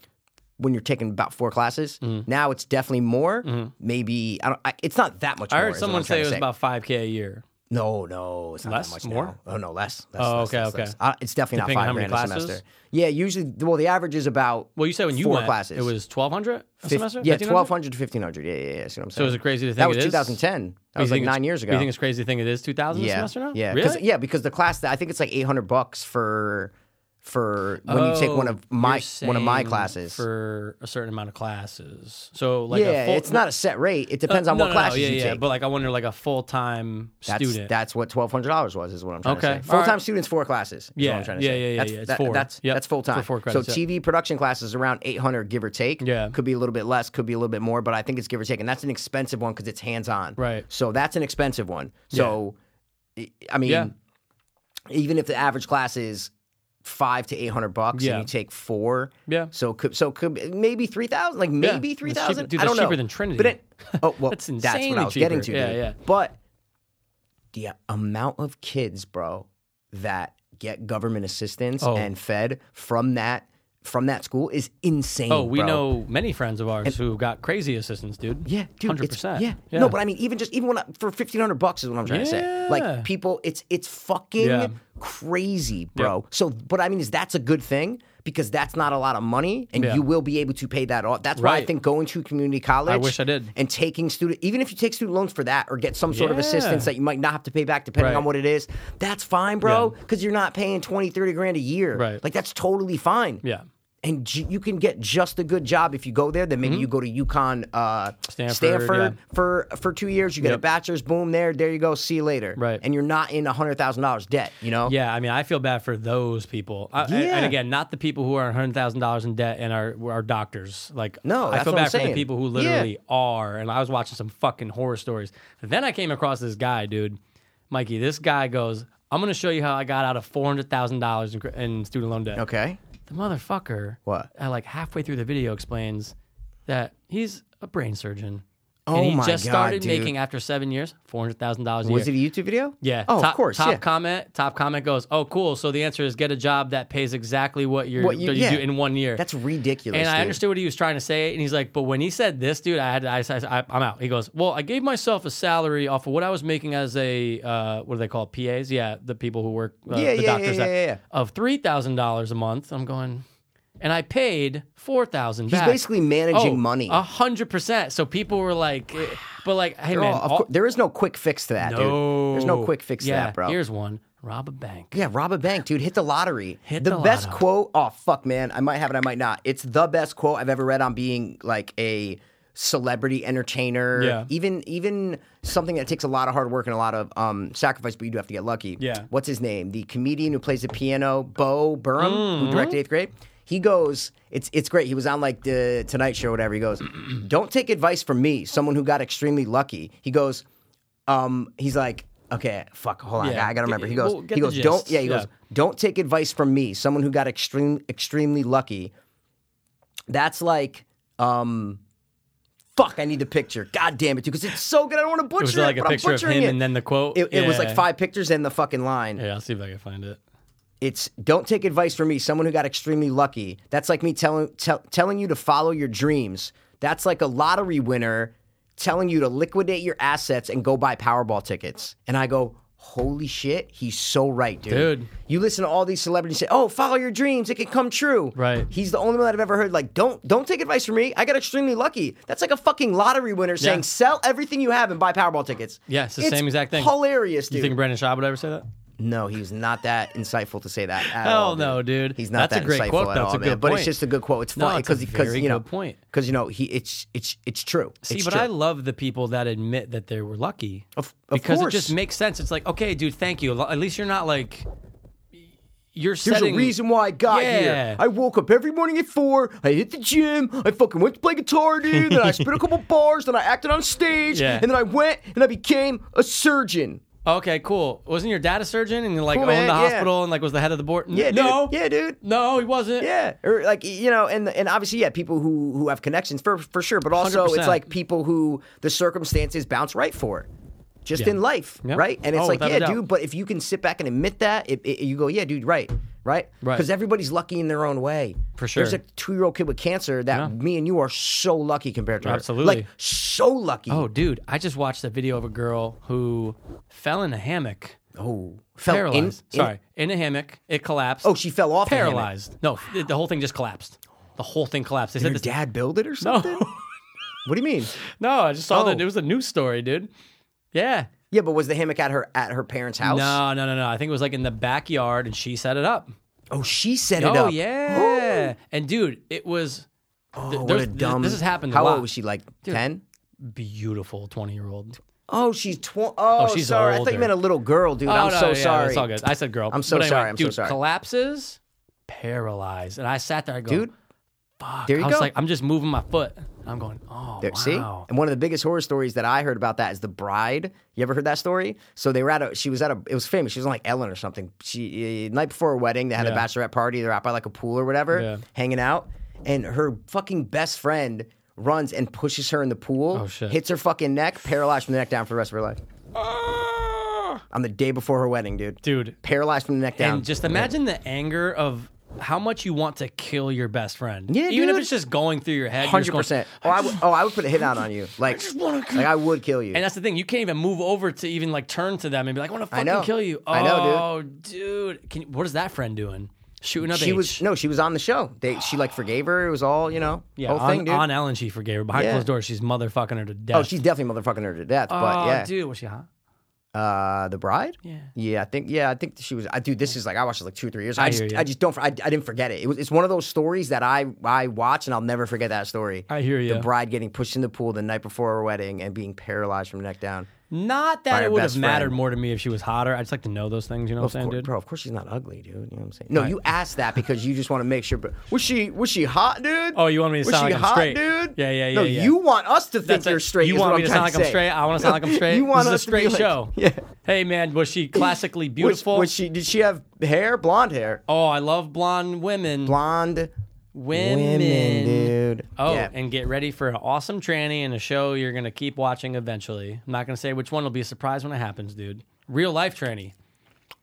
Speaker 2: when you're taking about four classes.
Speaker 1: Mm-hmm.
Speaker 2: Now it's definitely more. Maybe I don't. I, it's not that much.
Speaker 1: I
Speaker 2: more,
Speaker 1: heard
Speaker 2: is what
Speaker 1: someone
Speaker 2: I'm
Speaker 1: say
Speaker 2: trying
Speaker 1: it
Speaker 2: to
Speaker 1: was about 5K a year.
Speaker 2: no, no. It's not
Speaker 1: Less?
Speaker 2: that much
Speaker 1: More?
Speaker 2: now. Oh no, less. less
Speaker 1: Oh,
Speaker 2: less,
Speaker 1: okay,
Speaker 2: less,
Speaker 1: okay.
Speaker 2: less. Uh, it's definitely
Speaker 1: Depending
Speaker 2: not
Speaker 1: how
Speaker 2: five
Speaker 1: many
Speaker 2: grand a
Speaker 1: classes?
Speaker 2: semester. Yeah, usually. Well, the average is about.
Speaker 1: Well, you said when you
Speaker 2: four
Speaker 1: went,
Speaker 2: classes.
Speaker 1: it was 1,200 a
Speaker 2: Fif-
Speaker 1: semester?
Speaker 2: yeah,
Speaker 1: 1,500?
Speaker 2: twelve hundred to fifteen hundred. Yeah, yeah, yeah. See what I'm saying?
Speaker 1: So is it crazy to think
Speaker 2: that was
Speaker 1: it is?
Speaker 2: 2010? That
Speaker 1: Oh, You
Speaker 2: was like
Speaker 1: think it's-
Speaker 2: nine years ago.
Speaker 1: You think it's crazy to think it is 2,000 a
Speaker 2: yeah,
Speaker 1: semester now?
Speaker 2: yeah, 'cause-
Speaker 1: Really?
Speaker 2: yeah, because the class that I think it's like eight hundred bucks for for when you take one
Speaker 1: Oh,
Speaker 2: of my
Speaker 1: you're
Speaker 2: one of my
Speaker 1: saying
Speaker 2: classes.
Speaker 1: for a certain amount of classes. So like
Speaker 2: yeah,
Speaker 1: a full,
Speaker 2: it's not a set rate. It depends
Speaker 1: Uh,
Speaker 2: on
Speaker 1: no,
Speaker 2: what
Speaker 1: no, no,
Speaker 2: classes
Speaker 1: yeah,
Speaker 2: you
Speaker 1: yeah,
Speaker 2: take.
Speaker 1: But like I wonder, like a full time
Speaker 2: That's,
Speaker 1: student.
Speaker 2: That's what twelve hundred dollars was, is what I'm trying
Speaker 1: Okay.
Speaker 2: to say.
Speaker 1: All
Speaker 2: Full time
Speaker 1: right.
Speaker 2: students, four classes. Is
Speaker 1: Yeah,
Speaker 2: what I'm trying to
Speaker 1: yeah,
Speaker 2: say.
Speaker 1: yeah, yeah,
Speaker 2: That's,
Speaker 1: yeah. It's
Speaker 2: that-
Speaker 1: four.
Speaker 2: That's
Speaker 1: Yep.
Speaker 2: that's full time.
Speaker 1: For four credits,
Speaker 2: so
Speaker 1: yeah.
Speaker 2: TV production classes around eight hundred, give or take.
Speaker 1: Yeah.
Speaker 2: could be a little bit less, could be a little bit more, but I think it's give or take, and that's an expensive one because it's hands on.
Speaker 1: Right.
Speaker 2: So that's an expensive one. So, I- I mean,
Speaker 1: Yeah.
Speaker 2: even if the average class is five to eight hundred bucks,
Speaker 1: Yeah.
Speaker 2: and you take four.
Speaker 1: Yeah.
Speaker 2: So could so could maybe three thousand, like maybe
Speaker 1: That's cheaper-
Speaker 2: three thousand.
Speaker 1: dude,
Speaker 2: I
Speaker 1: that's
Speaker 2: don't know.
Speaker 1: cheaper than Trinity.
Speaker 2: But it, oh well,
Speaker 1: That's
Speaker 2: that's, what
Speaker 1: insanely
Speaker 2: I was getting to.
Speaker 1: cheaper. Yeah,
Speaker 2: dude.
Speaker 1: yeah.
Speaker 2: But the amount of kids, bro, that get government assistance
Speaker 1: Oh.
Speaker 2: and fed from that from that school is insane.
Speaker 1: Oh, we
Speaker 2: bro.
Speaker 1: know many friends of ours who got crazy assistants, dude.
Speaker 2: Yeah, dude.
Speaker 1: hundred
Speaker 2: it's-
Speaker 1: percent.
Speaker 2: Yeah. No, but I mean, even just even when I, for fifteen hundred bucks is what I'm trying to say.
Speaker 1: Yeah.
Speaker 2: Like people, it's it's fucking
Speaker 1: Yeah.
Speaker 2: crazy, bro. So, but I mean, is that's a good thing because that's not a lot of money, and
Speaker 1: Yeah.
Speaker 2: you will be able to pay that off. That's why I
Speaker 1: Right.
Speaker 2: think going to community college.
Speaker 1: wish I did.
Speaker 2: And taking student, even if you take student loans for that, or get some sort of
Speaker 1: Yeah.
Speaker 2: assistance that you might not have to pay back, depending
Speaker 1: Right.
Speaker 2: on what it is. That's fine, bro, because you're not paying 20, 30 grand a year.
Speaker 1: Right.
Speaker 2: Like that's totally fine
Speaker 1: yeah.
Speaker 2: and j- you can get just a good job if you go there. Then maybe you go to UConn, uh,
Speaker 1: Mm-hmm. Stanford,
Speaker 2: Stanford,
Speaker 1: yeah.
Speaker 2: for for two years. You get a
Speaker 1: Yep.
Speaker 2: bachelor's, boom, there, there you go. See you later.
Speaker 1: Right.
Speaker 2: and you're not in hundred thousand dollars debt. You know.
Speaker 1: Yeah, I mean, I feel bad for those people. I, I-
Speaker 2: Yeah.
Speaker 1: and again, not the people who are hundred thousand dollars in debt and are are doctors. Like,
Speaker 2: No,
Speaker 1: I
Speaker 2: that's
Speaker 1: feel
Speaker 2: what I'm
Speaker 1: bad for the
Speaker 2: saying.
Speaker 1: people who
Speaker 2: Yeah.
Speaker 1: literally are. And I was watching some fucking horror stories. Then I came across this guy, dude, Mikey. This guy goes, "I'm going to show you how I got out of four hundred thousand dollars in cr- in student loan debt."
Speaker 2: Okay.
Speaker 1: The motherfucker,
Speaker 2: What?
Speaker 1: uh, like halfway through the video, explains that he's a brain surgeon.
Speaker 2: Oh
Speaker 1: and he
Speaker 2: my
Speaker 1: just
Speaker 2: God,
Speaker 1: started
Speaker 2: dude.
Speaker 1: making after seven years four hundred thousand dollars a year.
Speaker 2: Was it a YouTube video?
Speaker 1: Yeah.
Speaker 2: Oh,
Speaker 1: top,
Speaker 2: of course.
Speaker 1: Top
Speaker 2: yeah.
Speaker 1: comment. Top comment goes, "Oh, cool. So the answer is get a job that pays exactly what you're
Speaker 2: What you-
Speaker 1: that you
Speaker 2: yeah.
Speaker 1: do in one year."
Speaker 2: That's ridiculous.
Speaker 1: and I
Speaker 2: dude.
Speaker 1: understood what he was trying to say, and he's like, "But when he said this, dude, I had to, I, I, I'm out." He goes, "Well, I gave myself a salary off of what I was making as a uh, what do they call it? PAs? Yeah, the people who work, uh,
Speaker 2: Yeah,
Speaker 1: the
Speaker 2: yeah,
Speaker 1: doctors
Speaker 2: yeah,
Speaker 1: that-
Speaker 2: yeah, yeah.
Speaker 1: of three thousand dollars a month." I'm going, and I paid four thousand.
Speaker 2: He's basically managing money.
Speaker 1: Oh, a hundred percent. So people were like, eh, "But like, hey
Speaker 2: They're
Speaker 1: man,
Speaker 2: all- of
Speaker 1: all-
Speaker 2: cour- there is no quick fix to that, dude. There's no quick fix
Speaker 1: yeah,
Speaker 2: to that, bro.
Speaker 1: Here's one: rob a bank.
Speaker 2: Yeah, rob a bank, dude. Hit the lottery.
Speaker 1: Hit
Speaker 2: the
Speaker 1: the
Speaker 2: best
Speaker 1: lotto.
Speaker 2: quote. Oh fuck, man. I might have it. I might not. It's the best quote I've ever read on being like a celebrity entertainer.
Speaker 1: Yeah.
Speaker 2: Even even something that takes a lot of hard work and a lot of um, sacrifice, but you do have to get lucky.
Speaker 1: Yeah.
Speaker 2: What's his name? The comedian who plays the piano, Bo Burnham,
Speaker 1: Mm-hmm.
Speaker 2: who directed Eighth Grade. He goes, it's it's great. He was on like the Tonight Show or whatever. He goes, don't take advice from me, someone who got extremely lucky. He goes, um, he's like, okay, fuck, hold on,
Speaker 1: Yeah.
Speaker 2: I gotta remember. He
Speaker 1: Get-
Speaker 2: goes,
Speaker 1: well, get
Speaker 2: he
Speaker 1: the
Speaker 2: goes, don't,
Speaker 1: gist.
Speaker 2: yeah, he goes, don't take advice from me, someone who got extreme, extremely lucky. That's like, um, fuck, I need the picture. God damn it, dude, because it's so good. I don't want to butcher it.
Speaker 1: It was like a
Speaker 2: but
Speaker 1: picture
Speaker 2: I'm
Speaker 1: of
Speaker 2: butchering
Speaker 1: him
Speaker 2: it.
Speaker 1: and then the quote.
Speaker 2: it, it was
Speaker 1: Yeah.
Speaker 2: like five pictures and the fucking line.
Speaker 1: Yeah, I'll see if I can find it.
Speaker 2: It's don't take advice from me, someone who got extremely lucky. That's like me telling tell, telling you to follow your dreams. That's like a lottery winner telling you to liquidate your assets and go buy Powerball tickets. And I go, holy shit, he's so right, dude.
Speaker 1: Dude.
Speaker 2: You listen to all these celebrities say, "Oh, follow your dreams; it can come true."
Speaker 1: Right.
Speaker 2: He's the only one that I've ever heard like, "Don't don't take advice from me. I got extremely lucky." That's like a fucking lottery winner saying, "Sell everything you have and buy Powerball tickets."
Speaker 1: Yeah, it's the same exact thing.
Speaker 2: Hilarious, dude.
Speaker 1: You think Brandon Schaub would ever say that?
Speaker 2: No, he's not that insightful to say that. At
Speaker 1: Hell
Speaker 2: all,
Speaker 1: no, dude.
Speaker 2: Oh, He's not
Speaker 1: That's a
Speaker 2: that
Speaker 1: great
Speaker 2: insightful
Speaker 1: quote,
Speaker 2: at
Speaker 1: though.
Speaker 2: all,
Speaker 1: It's a
Speaker 2: man.
Speaker 1: good
Speaker 2: But
Speaker 1: point.
Speaker 2: it's just a good quote. It's
Speaker 1: No,
Speaker 2: funny
Speaker 1: it's a
Speaker 2: because because
Speaker 1: very
Speaker 2: you know
Speaker 1: good point.
Speaker 2: because you know he it's it's it's true.
Speaker 1: See,
Speaker 2: it's
Speaker 1: but
Speaker 2: true.
Speaker 1: I love the people that admit that they were lucky
Speaker 2: Of- of
Speaker 1: because
Speaker 2: course.
Speaker 1: it just makes sense. It's like, okay, dude, thank you. At least you're not like you're
Speaker 2: There's
Speaker 1: setting
Speaker 2: a reason why I got
Speaker 1: Yeah.
Speaker 2: here. I woke up every morning at four. I hit the gym. I fucking went to play guitar, dude. Then I spit a couple bars. Then I acted on stage.
Speaker 1: Yeah.
Speaker 2: And then I went and I became a surgeon.
Speaker 1: Okay, cool. Wasn't your dad a surgeon and like
Speaker 2: Cool,
Speaker 1: owned
Speaker 2: man,
Speaker 1: the
Speaker 2: yeah.
Speaker 1: hospital and like was the head of the board? N-
Speaker 2: Yeah, dude.
Speaker 1: no,
Speaker 2: Yeah, dude.
Speaker 1: no, he wasn't.
Speaker 2: Yeah, or like you know, and and obviously, yeah, people who who have connections for for sure, but also
Speaker 1: 100%.
Speaker 2: it's like people who the circumstances bounce right for, just in life,
Speaker 1: Yeah.
Speaker 2: right? And it's
Speaker 1: Oh,
Speaker 2: like,
Speaker 1: without a
Speaker 2: yeah,
Speaker 1: doubt.
Speaker 2: dude. But if you can sit back and admit that, it, it, you go, yeah, dude, right, right,
Speaker 1: Right.
Speaker 2: Because everybody's lucky in their own way.
Speaker 1: For
Speaker 2: There's
Speaker 1: sure.
Speaker 2: a two year old kid with cancer that me and you are so lucky compared to her.
Speaker 1: Absolutely.
Speaker 2: like so lucky.
Speaker 1: Oh, dude, I just watched a video of a girl who fell in a hammock.
Speaker 2: oh fell in-
Speaker 1: paralyzed.
Speaker 2: in-
Speaker 1: Sorry, in a hammock, it collapsed.
Speaker 2: Oh, she fell off. the hammock.
Speaker 1: paralyzed. No, the, the whole thing just collapsed. The whole thing collapsed. They said
Speaker 2: Did her
Speaker 1: this,
Speaker 2: dad build it or something? What do you mean?
Speaker 1: no, I just saw that
Speaker 2: Oh.
Speaker 1: it was a news story, dude. Yeah.
Speaker 2: Yeah, but was the hammock at her at her parents' house?
Speaker 1: No, no, no, no. I think it was like in the backyard, and she set it up.
Speaker 2: Oh, she set it
Speaker 1: Oh
Speaker 2: up.
Speaker 1: yeah. And dude, it was. Oh,
Speaker 2: Oh, what a dumb.
Speaker 1: This has happened.
Speaker 2: How
Speaker 1: a lot.
Speaker 2: old was she? Like ten?
Speaker 1: Beautiful twenty-year-old.
Speaker 2: Oh, she's twenty. Oh,
Speaker 1: she's
Speaker 2: sorry. I thought
Speaker 1: older.
Speaker 2: you meant a little girl, dude. I'm so sorry.
Speaker 1: Oh, It's all good. I said girl.
Speaker 2: I'm so
Speaker 1: But anyway,
Speaker 2: sorry, I'm so
Speaker 1: dude,
Speaker 2: sorry.
Speaker 1: Collapses, paralyzed, and I sat there. I go,
Speaker 2: Dude,
Speaker 1: fuck.
Speaker 2: there you
Speaker 1: I was
Speaker 2: go.
Speaker 1: like, I'm just moving my foot. I'm going. Oh,
Speaker 2: There-
Speaker 1: wow.
Speaker 2: See, and one of the biggest horror stories that I heard about that is the bride. You ever heard that story? So they were at a, she was at a, it was famous. She was on like Ellen or something. She uh, night before her wedding, they had a
Speaker 1: Yeah.
Speaker 2: bachelorette party. They're out by like a pool or whatever,
Speaker 1: Yeah.
Speaker 2: hanging out, and her fucking best friend runs and pushes her in the pool.
Speaker 1: Oh, shit.
Speaker 2: Hits her fucking neck, paralyzed from the neck down for the rest of her life. on the day before her wedding, dude.
Speaker 1: Dude.
Speaker 2: Paralyzed from the neck down.
Speaker 1: And just imagine the anger of how much you want to kill your best friend.
Speaker 2: Yeah,
Speaker 1: even if
Speaker 2: dude.
Speaker 1: it's just going through your head. you're just
Speaker 2: Hundred
Speaker 1: going,
Speaker 2: percent. Oh, I would. Oh, I would put a hit out on you. Like,
Speaker 1: wanna kill-
Speaker 2: like I would kill you.
Speaker 1: And that's the thing. You can't even move over to even like turn to them and be like, "I want to fucking
Speaker 2: know.
Speaker 1: kill you." Oh,
Speaker 2: I know,
Speaker 1: know, dude. Can you, what is that friend doing? Shooting up.
Speaker 2: she
Speaker 1: H.
Speaker 2: was no, she was on the show. They, she like forgave her. It was all you know.
Speaker 1: yeah.
Speaker 2: whole
Speaker 1: on,
Speaker 2: thing, dude.
Speaker 1: on Ellen, she forgave her behind
Speaker 2: Yeah.
Speaker 1: closed doors. She's motherfucking her to death.
Speaker 2: oh, she's definitely motherfucking her to death. but
Speaker 1: Oh,
Speaker 2: yeah,
Speaker 1: dude, was she hot?
Speaker 2: uh, the bride.
Speaker 1: Yeah.
Speaker 2: Yeah, I think. Yeah, I think she was. I dude, this is like I watched it like two or three years. I,
Speaker 1: I
Speaker 2: just,
Speaker 1: hear ya.
Speaker 2: I just don't. I, I didn't forget it. it was, it's one of those stories that I I watch and I'll never forget that story.
Speaker 1: I hear
Speaker 2: The
Speaker 1: you.
Speaker 2: bride getting pushed in the pool the night before her wedding and being paralyzed from the neck down.
Speaker 1: Not
Speaker 2: by
Speaker 1: that
Speaker 2: her
Speaker 1: it would
Speaker 2: best
Speaker 1: have
Speaker 2: friend.
Speaker 1: mattered more to me if she was hotter. I just like to know those things. You know what I'm saying,
Speaker 2: Of cour-
Speaker 1: dude?
Speaker 2: Bro, of course she's not ugly, dude. You know what I'm saying? No, you asked that because you just want to make sure. But was she was she hot, dude?
Speaker 1: Oh, you want me to
Speaker 2: was
Speaker 1: sound like
Speaker 2: she
Speaker 1: I'm
Speaker 2: hot,
Speaker 1: straight?
Speaker 2: dude?
Speaker 1: Yeah, yeah,
Speaker 2: No,
Speaker 1: yeah, yeah.
Speaker 2: you want us to think
Speaker 1: That's it.
Speaker 2: you're straight.
Speaker 1: You
Speaker 2: is
Speaker 1: want
Speaker 2: what
Speaker 1: me to
Speaker 2: I'm
Speaker 1: sound
Speaker 2: trying
Speaker 1: like
Speaker 2: to
Speaker 1: I'm
Speaker 2: say.
Speaker 1: straight. I want to sound like I'm straight.
Speaker 2: You want
Speaker 1: this
Speaker 2: us
Speaker 1: is a
Speaker 2: to be
Speaker 1: straight
Speaker 2: like-
Speaker 1: show.
Speaker 2: Yeah.
Speaker 1: Hey man, was she classically
Speaker 2: Was,
Speaker 1: beautiful?
Speaker 2: was she? Did she have hair? Blonde hair?
Speaker 1: oh, I love blonde women.
Speaker 2: Blonde
Speaker 1: women.
Speaker 2: women, dude.
Speaker 1: Oh,
Speaker 2: yeah.
Speaker 1: and get ready for an awesome tranny and a show you're gonna keep watching eventually. I'm not gonna say which one. It'll be a surprise when it happens, dude. Real life tranny,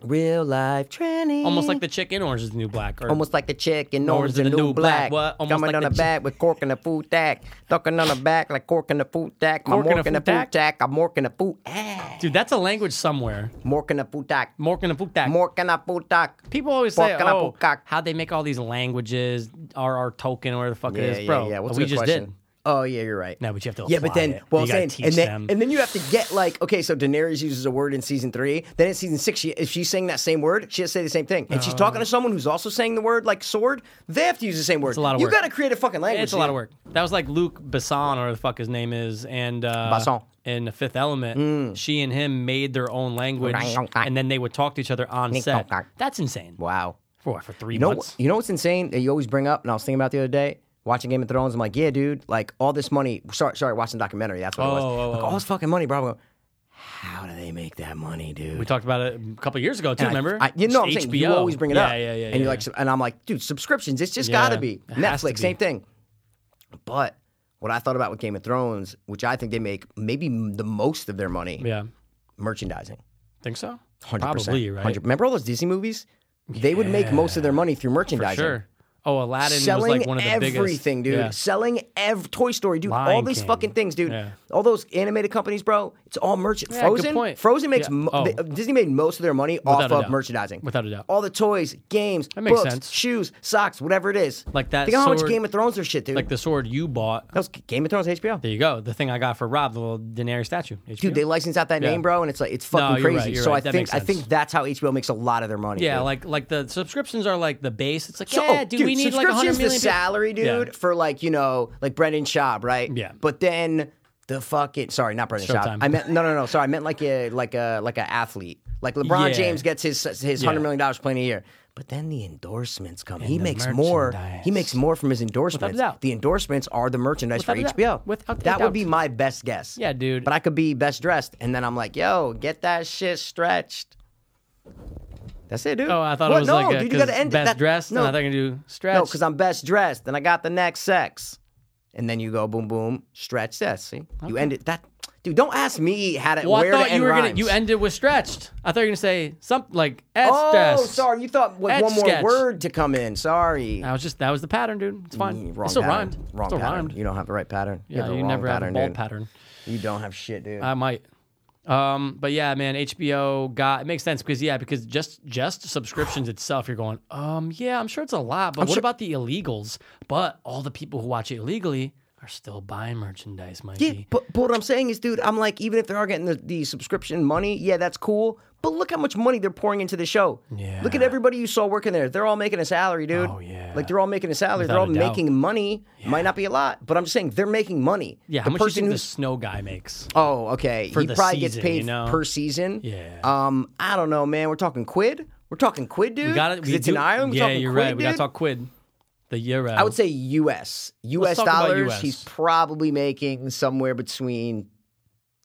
Speaker 2: real life tranny.
Speaker 1: almost like the chick in Orange Is the New Black. Or,
Speaker 2: Almost like the chick in
Speaker 1: Orange
Speaker 2: Orange
Speaker 1: is
Speaker 2: the
Speaker 1: the
Speaker 2: New
Speaker 1: New
Speaker 2: Black.
Speaker 1: Black. What? Almost
Speaker 2: Coming
Speaker 1: like
Speaker 2: on
Speaker 1: the
Speaker 2: the
Speaker 1: chi-
Speaker 2: back with cork in the food tack. Ducking on the back like cork in the food tack. I'm
Speaker 1: Cork in a
Speaker 2: morking the
Speaker 1: food
Speaker 2: food
Speaker 1: tack?
Speaker 2: tack. I'm morking the food. Ah.
Speaker 1: dude, that's a language somewhere.
Speaker 2: Morking the food tack.
Speaker 1: Mork and a book that.
Speaker 2: Morking the food tack.
Speaker 1: People always say,
Speaker 2: Pork and a
Speaker 1: "Oh,
Speaker 2: bukkak."
Speaker 1: how'd they make all these languages? RR Tolkien, or whatever the fuck it is, bro."
Speaker 2: Yeah, yeah. What's a
Speaker 1: we
Speaker 2: good
Speaker 1: just
Speaker 2: question?
Speaker 1: did.
Speaker 2: Oh yeah, you're right.
Speaker 1: No, but you have to
Speaker 2: yeah, but
Speaker 1: apply
Speaker 2: then
Speaker 1: it.
Speaker 2: well,
Speaker 1: You
Speaker 2: I'm
Speaker 1: gotta
Speaker 2: saying,
Speaker 1: teach
Speaker 2: and then
Speaker 1: them.
Speaker 2: and then you have to get like okay, so Daenerys uses a word in season three. Then in season six, she, if she's saying that same word, she has to say the same thing. And she's talking to someone who's also saying the word like sword. They have to use the same word. It's
Speaker 1: Oh. a lot of
Speaker 2: you
Speaker 1: work.
Speaker 2: got to create a fucking language.
Speaker 1: It's a lot of
Speaker 2: dude.
Speaker 1: work. That was like Luke Besson, or the fuck his name is, and uh,
Speaker 2: Besson. Mm.
Speaker 1: in The Fifth Element. She and him made their own language, and then they would talk to each other on set. That's insane.
Speaker 2: Wow.
Speaker 1: For what, for three
Speaker 2: You know,
Speaker 1: months.
Speaker 2: you know what's insane that you always bring up, and I was thinking about the other day. Watching Game of Thrones, I'm like, yeah, dude, like all this money. Sorry, sorry, watching the documentary. That's what it was.
Speaker 1: Oh, oh,
Speaker 2: like,
Speaker 1: oh.
Speaker 2: all this fucking money, bro. I'm going, How do they make that money, dude?
Speaker 1: We talked about it a couple years ago too.
Speaker 2: I-
Speaker 1: remember?
Speaker 2: I, you know, what I'm
Speaker 1: It's
Speaker 2: saying you always bring it
Speaker 1: yeah,
Speaker 2: up.
Speaker 1: Yeah, yeah, yeah.
Speaker 2: And you're like,
Speaker 1: yeah.
Speaker 2: su- and I'm like, dude, subscriptions. It's just
Speaker 1: Yeah,
Speaker 2: gotta be
Speaker 1: it has to
Speaker 2: Netflix,
Speaker 1: be.
Speaker 2: same thing. But what I thought about with Game of Thrones, which I think they make maybe m- the most of their money,
Speaker 1: yeah.
Speaker 2: merchandising.
Speaker 1: Think so?
Speaker 2: 100%.
Speaker 1: Probably right.
Speaker 2: 100 Remember all those Disney movies? They would make most of their money through merchandising.
Speaker 1: Sure. Oh, Aladdin
Speaker 2: Selling
Speaker 1: was like one of the biggest.
Speaker 2: everything, dude.
Speaker 1: Yeah.
Speaker 2: Selling ev Toy Story, dude. all
Speaker 1: Lion
Speaker 2: these
Speaker 1: King.
Speaker 2: fucking things, dude.
Speaker 1: Yeah.
Speaker 2: All those animated companies, bro. It's all merch.
Speaker 1: Yeah, good
Speaker 2: Frozen,
Speaker 1: point.
Speaker 2: Frozen makes
Speaker 1: Yeah.
Speaker 2: mo-
Speaker 1: Oh.
Speaker 2: they- uh, Disney made most of their money
Speaker 1: Without
Speaker 2: off
Speaker 1: a
Speaker 2: of
Speaker 1: doubt.
Speaker 2: merchandising,
Speaker 1: Without a doubt.
Speaker 2: All the toys, games,
Speaker 1: makes
Speaker 2: books,
Speaker 1: sense.
Speaker 2: shoes, socks, whatever it is.
Speaker 1: Like that
Speaker 2: Think of how much
Speaker 1: sword-
Speaker 2: Game of Thrones or shit, dude.
Speaker 1: Like the sword you bought.
Speaker 2: that was Game of Thrones HBO.
Speaker 1: There you go. The thing I got for Rob, the little Daenerys statue.
Speaker 2: Dude, they license out that
Speaker 1: Yeah.
Speaker 2: name, bro, and it's like it's fucking
Speaker 1: you're
Speaker 2: crazy.
Speaker 1: right, you're
Speaker 2: so
Speaker 1: right.
Speaker 2: I
Speaker 1: That
Speaker 2: think
Speaker 1: makes
Speaker 2: I
Speaker 1: sense.
Speaker 2: think that's how HBO makes a lot of their money.
Speaker 1: Yeah,
Speaker 2: dude.
Speaker 1: like like the subscriptions are like the base. It's like,
Speaker 2: So-
Speaker 1: yeah, do we need like
Speaker 2: subscriptions
Speaker 1: 100 million
Speaker 2: the
Speaker 1: people?
Speaker 2: salary,
Speaker 1: Yeah.
Speaker 2: dude, for like you know, like Brendan Schaub, right?
Speaker 1: Yeah.
Speaker 2: But then the fucking sorry, not Brendan Schaub.
Speaker 1: Showtime.
Speaker 2: I meant no, no, no. Sorry, I meant like a like a like an athlete. Like LeBron
Speaker 1: Yeah.
Speaker 2: James gets his his
Speaker 1: Yeah.
Speaker 2: hundred million dollars playing a year. But then the endorsements come. he
Speaker 1: the
Speaker 2: makes more. He makes
Speaker 1: merchandise.
Speaker 2: more from his endorsements.
Speaker 1: doubt.
Speaker 2: The endorsements are the merchandise
Speaker 1: Without a
Speaker 2: for
Speaker 1: doubt.
Speaker 2: HBO.
Speaker 1: Without a
Speaker 2: that would
Speaker 1: doubt.
Speaker 2: be my best guess.
Speaker 1: Yeah, dude.
Speaker 2: But I could be best dressed, and then I'm like, yo, get that shit stretched. That's it, dude.
Speaker 1: Oh, I thought
Speaker 2: What?
Speaker 1: it was
Speaker 2: no,
Speaker 1: like a,
Speaker 2: dude, you
Speaker 1: 'cause
Speaker 2: gotta end it.
Speaker 1: best
Speaker 2: That-
Speaker 1: dressed.
Speaker 2: No,
Speaker 1: No, and I think I do stretch.
Speaker 2: no, because I'm best dressed, and I got the next sex. And then you go boom, boom, stretch that. See, you end it. That dude, don't ask me how to
Speaker 1: well,
Speaker 2: where
Speaker 1: I thought
Speaker 2: to
Speaker 1: you
Speaker 2: end
Speaker 1: were
Speaker 2: rhymes.
Speaker 1: gonna. You ended with stretched. I thought you were gonna say something like at
Speaker 2: Oh,
Speaker 1: stretched.
Speaker 2: sorry, you thought was
Speaker 1: Etch
Speaker 2: one more
Speaker 1: sketch.
Speaker 2: word to come in. Sorry,
Speaker 1: That was just that was the pattern, dude. It's fine.
Speaker 2: Mm, wrong
Speaker 1: it's still
Speaker 2: pattern.
Speaker 1: rhymed.
Speaker 2: Wrong
Speaker 1: still
Speaker 2: pattern.
Speaker 1: rhymed.
Speaker 2: You don't have the right pattern.
Speaker 1: yeah,
Speaker 2: you, have the
Speaker 1: you
Speaker 2: wrong
Speaker 1: never have a
Speaker 2: pattern,
Speaker 1: ball
Speaker 2: dude.
Speaker 1: pattern.
Speaker 2: You don't have shit, dude.
Speaker 1: I might. Um, but yeah, man, HBO got it makes sense because yeah, because just just subscriptions itself, you're going, um, yeah, I'm sure it's a lot, but what
Speaker 2: sure-
Speaker 1: about the illegals? But all the people who watch it illegally are still buying merchandise, Mikey.
Speaker 2: Yeah, but, but what I'm saying is, dude, I'm like, even if they are getting the, the subscription money, yeah, that's cool. But look how much money they're pouring into the show.
Speaker 1: Yeah.
Speaker 2: Look at everybody you saw working there. They're all making a salary, dude.
Speaker 1: Oh, yeah.
Speaker 2: Like they're all making a salary.
Speaker 1: Without
Speaker 2: they're
Speaker 1: a
Speaker 2: all
Speaker 1: doubt.
Speaker 2: making money. Might not be a lot, but I'm just saying they're making money.
Speaker 1: yeah, how
Speaker 2: the
Speaker 1: much do you
Speaker 2: person
Speaker 1: think the
Speaker 2: who's
Speaker 1: snow guy makes?
Speaker 2: oh, okay, he
Speaker 1: the
Speaker 2: probably gets
Speaker 1: season,
Speaker 2: paid
Speaker 1: you know?
Speaker 2: per season.
Speaker 1: Yeah.
Speaker 2: Um, I don't know, man. We're talking quid. We're talking quid, dude.
Speaker 1: We got it.
Speaker 2: 'Cause It's in Ireland. We're
Speaker 1: Yeah,
Speaker 2: talking
Speaker 1: you're
Speaker 2: quid,
Speaker 1: right. We gotta
Speaker 2: dude.
Speaker 1: talk quid. The euro.
Speaker 2: I would say U.S. U.S.
Speaker 1: Oh. talk about
Speaker 2: dollars.
Speaker 1: US.
Speaker 2: He's probably making somewhere between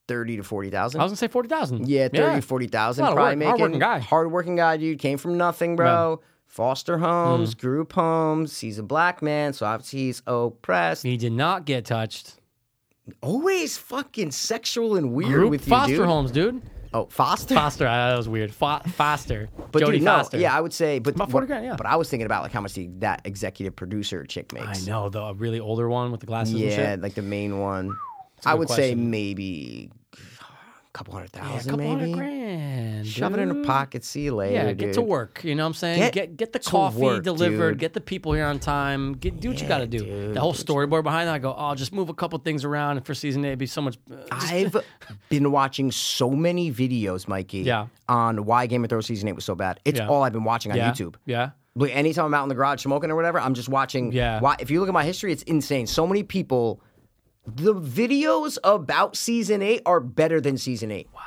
Speaker 2: thirty to forty thousand.
Speaker 1: I was gonna say forty thousand.
Speaker 2: Yeah, 30, 40,000
Speaker 1: It's a lot of
Speaker 2: probably
Speaker 1: work.
Speaker 2: making.
Speaker 1: Hardworking guy.
Speaker 2: Hardworking guy, dude. Came from nothing, bro. Foster homes,
Speaker 1: Mm.
Speaker 2: group homes. He's a black man, so obviously he's oppressed.
Speaker 1: He did not get touched.
Speaker 2: Always fucking sexual and weird
Speaker 1: Group
Speaker 2: with you,
Speaker 1: foster
Speaker 2: dude.
Speaker 1: homes, dude.
Speaker 2: Oh, Foster.
Speaker 1: Foster, I, that was weird. Fo- Foster,
Speaker 2: But
Speaker 1: Jody
Speaker 2: dude, no,
Speaker 1: Foster.
Speaker 2: yeah, I would say, but
Speaker 1: About
Speaker 2: what-
Speaker 1: 40 grand, yeah.
Speaker 2: But I was thinking about like how much the, that executive producer chick
Speaker 1: I
Speaker 2: makes.
Speaker 1: know the really older one with the glasses. and
Speaker 2: Yeah,
Speaker 1: shit.
Speaker 2: like the main one.
Speaker 1: a
Speaker 2: I
Speaker 1: good
Speaker 2: would say
Speaker 1: question.
Speaker 2: maybe a couple hundred
Speaker 1: Yeah, a
Speaker 2: thousand,
Speaker 1: couple
Speaker 2: maybe.
Speaker 1: hundred grand.
Speaker 2: Shove it in her
Speaker 1: dude.
Speaker 2: pocket. See you later.
Speaker 1: Yeah, get to
Speaker 2: dude.
Speaker 1: work. You know what I'm saying?
Speaker 2: Get
Speaker 1: Get get, the
Speaker 2: to
Speaker 1: coffee
Speaker 2: work,
Speaker 1: delivered.
Speaker 2: dude.
Speaker 1: Get the people here on time. Get do what you got to do.
Speaker 2: dude.
Speaker 1: The whole storyboard behind that. I go, oh, just move a couple things around, and for season eight, it'd be so much.
Speaker 2: Ah,
Speaker 1: uh, just-
Speaker 2: I've been watching so many videos, Mikey,
Speaker 1: Yeah.
Speaker 2: on why Game of Thrones season eight was so bad. It's
Speaker 1: Yeah.
Speaker 2: all I've been watching on
Speaker 1: yeah,
Speaker 2: YouTube.
Speaker 1: Yeah,
Speaker 2: Like anytime I'm out in the garage smoking or whatever, I'm just watching.
Speaker 1: Yeah.
Speaker 2: Why, if you look at my history, it's insane. So many people, the videos about season eight are better than season eight. Wow.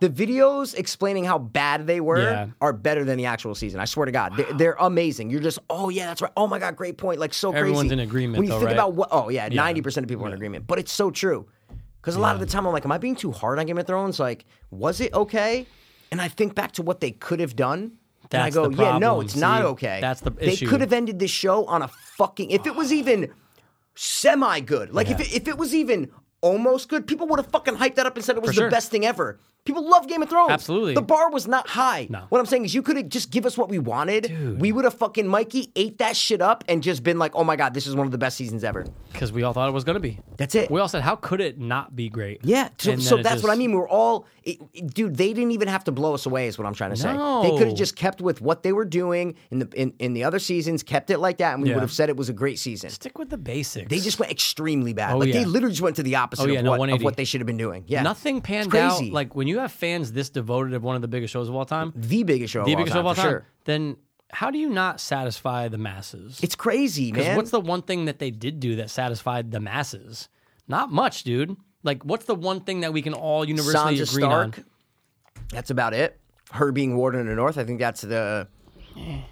Speaker 2: The videos explaining how bad they were
Speaker 1: Yeah.
Speaker 2: are better than the actual season. I swear to God, they're, they're amazing. You're just, oh yeah, that's right. Oh my God, great point. Like so
Speaker 1: Everyone's
Speaker 2: crazy.
Speaker 1: in agreement,
Speaker 2: When you
Speaker 1: though,
Speaker 2: think
Speaker 1: right?
Speaker 2: about what, oh yeah, ninety percent of people are in agreement, but it's so true. Because a lot of the time I'm like, am I being too hard on Game of Thrones? Like, was it okay? And I think back to what they could have done. And I
Speaker 1: That's
Speaker 2: go,
Speaker 1: the
Speaker 2: yeah, no,
Speaker 1: problem,
Speaker 2: it's not
Speaker 1: see?
Speaker 2: okay.
Speaker 1: That's the
Speaker 2: They
Speaker 1: issue.
Speaker 2: could have ended this show on a fucking. If it was even semi good, like if,
Speaker 1: Yeah.
Speaker 2: it, if it was even almost good, people would have fucking hyped that up and said it was the
Speaker 1: sure.
Speaker 2: best thing ever. People love Game of Thrones.
Speaker 1: Absolutely.
Speaker 2: The bar was not high.
Speaker 1: No.
Speaker 2: What I'm saying is, you could have just give us what we wanted. We would have fucking Mikey ate that shit up and just been like, oh my god, this is one of the best seasons ever.
Speaker 1: because we all thought it was gonna be.
Speaker 2: That's it.
Speaker 1: We all said, how could it not be great?
Speaker 2: Yeah, so,
Speaker 1: And
Speaker 2: so
Speaker 1: then it
Speaker 2: that's what I
Speaker 1: just-
Speaker 2: mean. We were all, it, it- dude. They didn't even have to blow us away, is what I'm trying to say. They could
Speaker 1: No.
Speaker 2: have just kept with what they were doing in the in, in the other seasons, kept it like that, and we
Speaker 1: Yeah.
Speaker 2: would have said it was a great season.
Speaker 1: Stick with the basics.
Speaker 2: They just went extremely bad. like they
Speaker 1: Oh, yeah.
Speaker 2: literally just went to the opposite
Speaker 1: Oh, yeah,
Speaker 2: of,
Speaker 1: no,
Speaker 2: what, of
Speaker 1: 180.
Speaker 2: what they should have been doing. Yeah,
Speaker 1: nothing
Speaker 2: It's
Speaker 1: panned out.
Speaker 2: crazy.
Speaker 1: Like when you have fans this devoted of one of the biggest shows of all time, the
Speaker 2: the biggest show, of all
Speaker 1: biggest show
Speaker 2: time,
Speaker 1: of all
Speaker 2: for
Speaker 1: time,
Speaker 2: Sure.
Speaker 1: then how do you not satisfy the masses?
Speaker 2: It's crazy,
Speaker 1: Because
Speaker 2: man.
Speaker 1: what's the one thing that they did do that satisfied the masses? Not much, dude. Like, what's the one thing that we can all universally
Speaker 2: Sansa
Speaker 1: agree
Speaker 2: Stark?
Speaker 1: on?
Speaker 2: That's about it. Her being warden of the North. I think that's the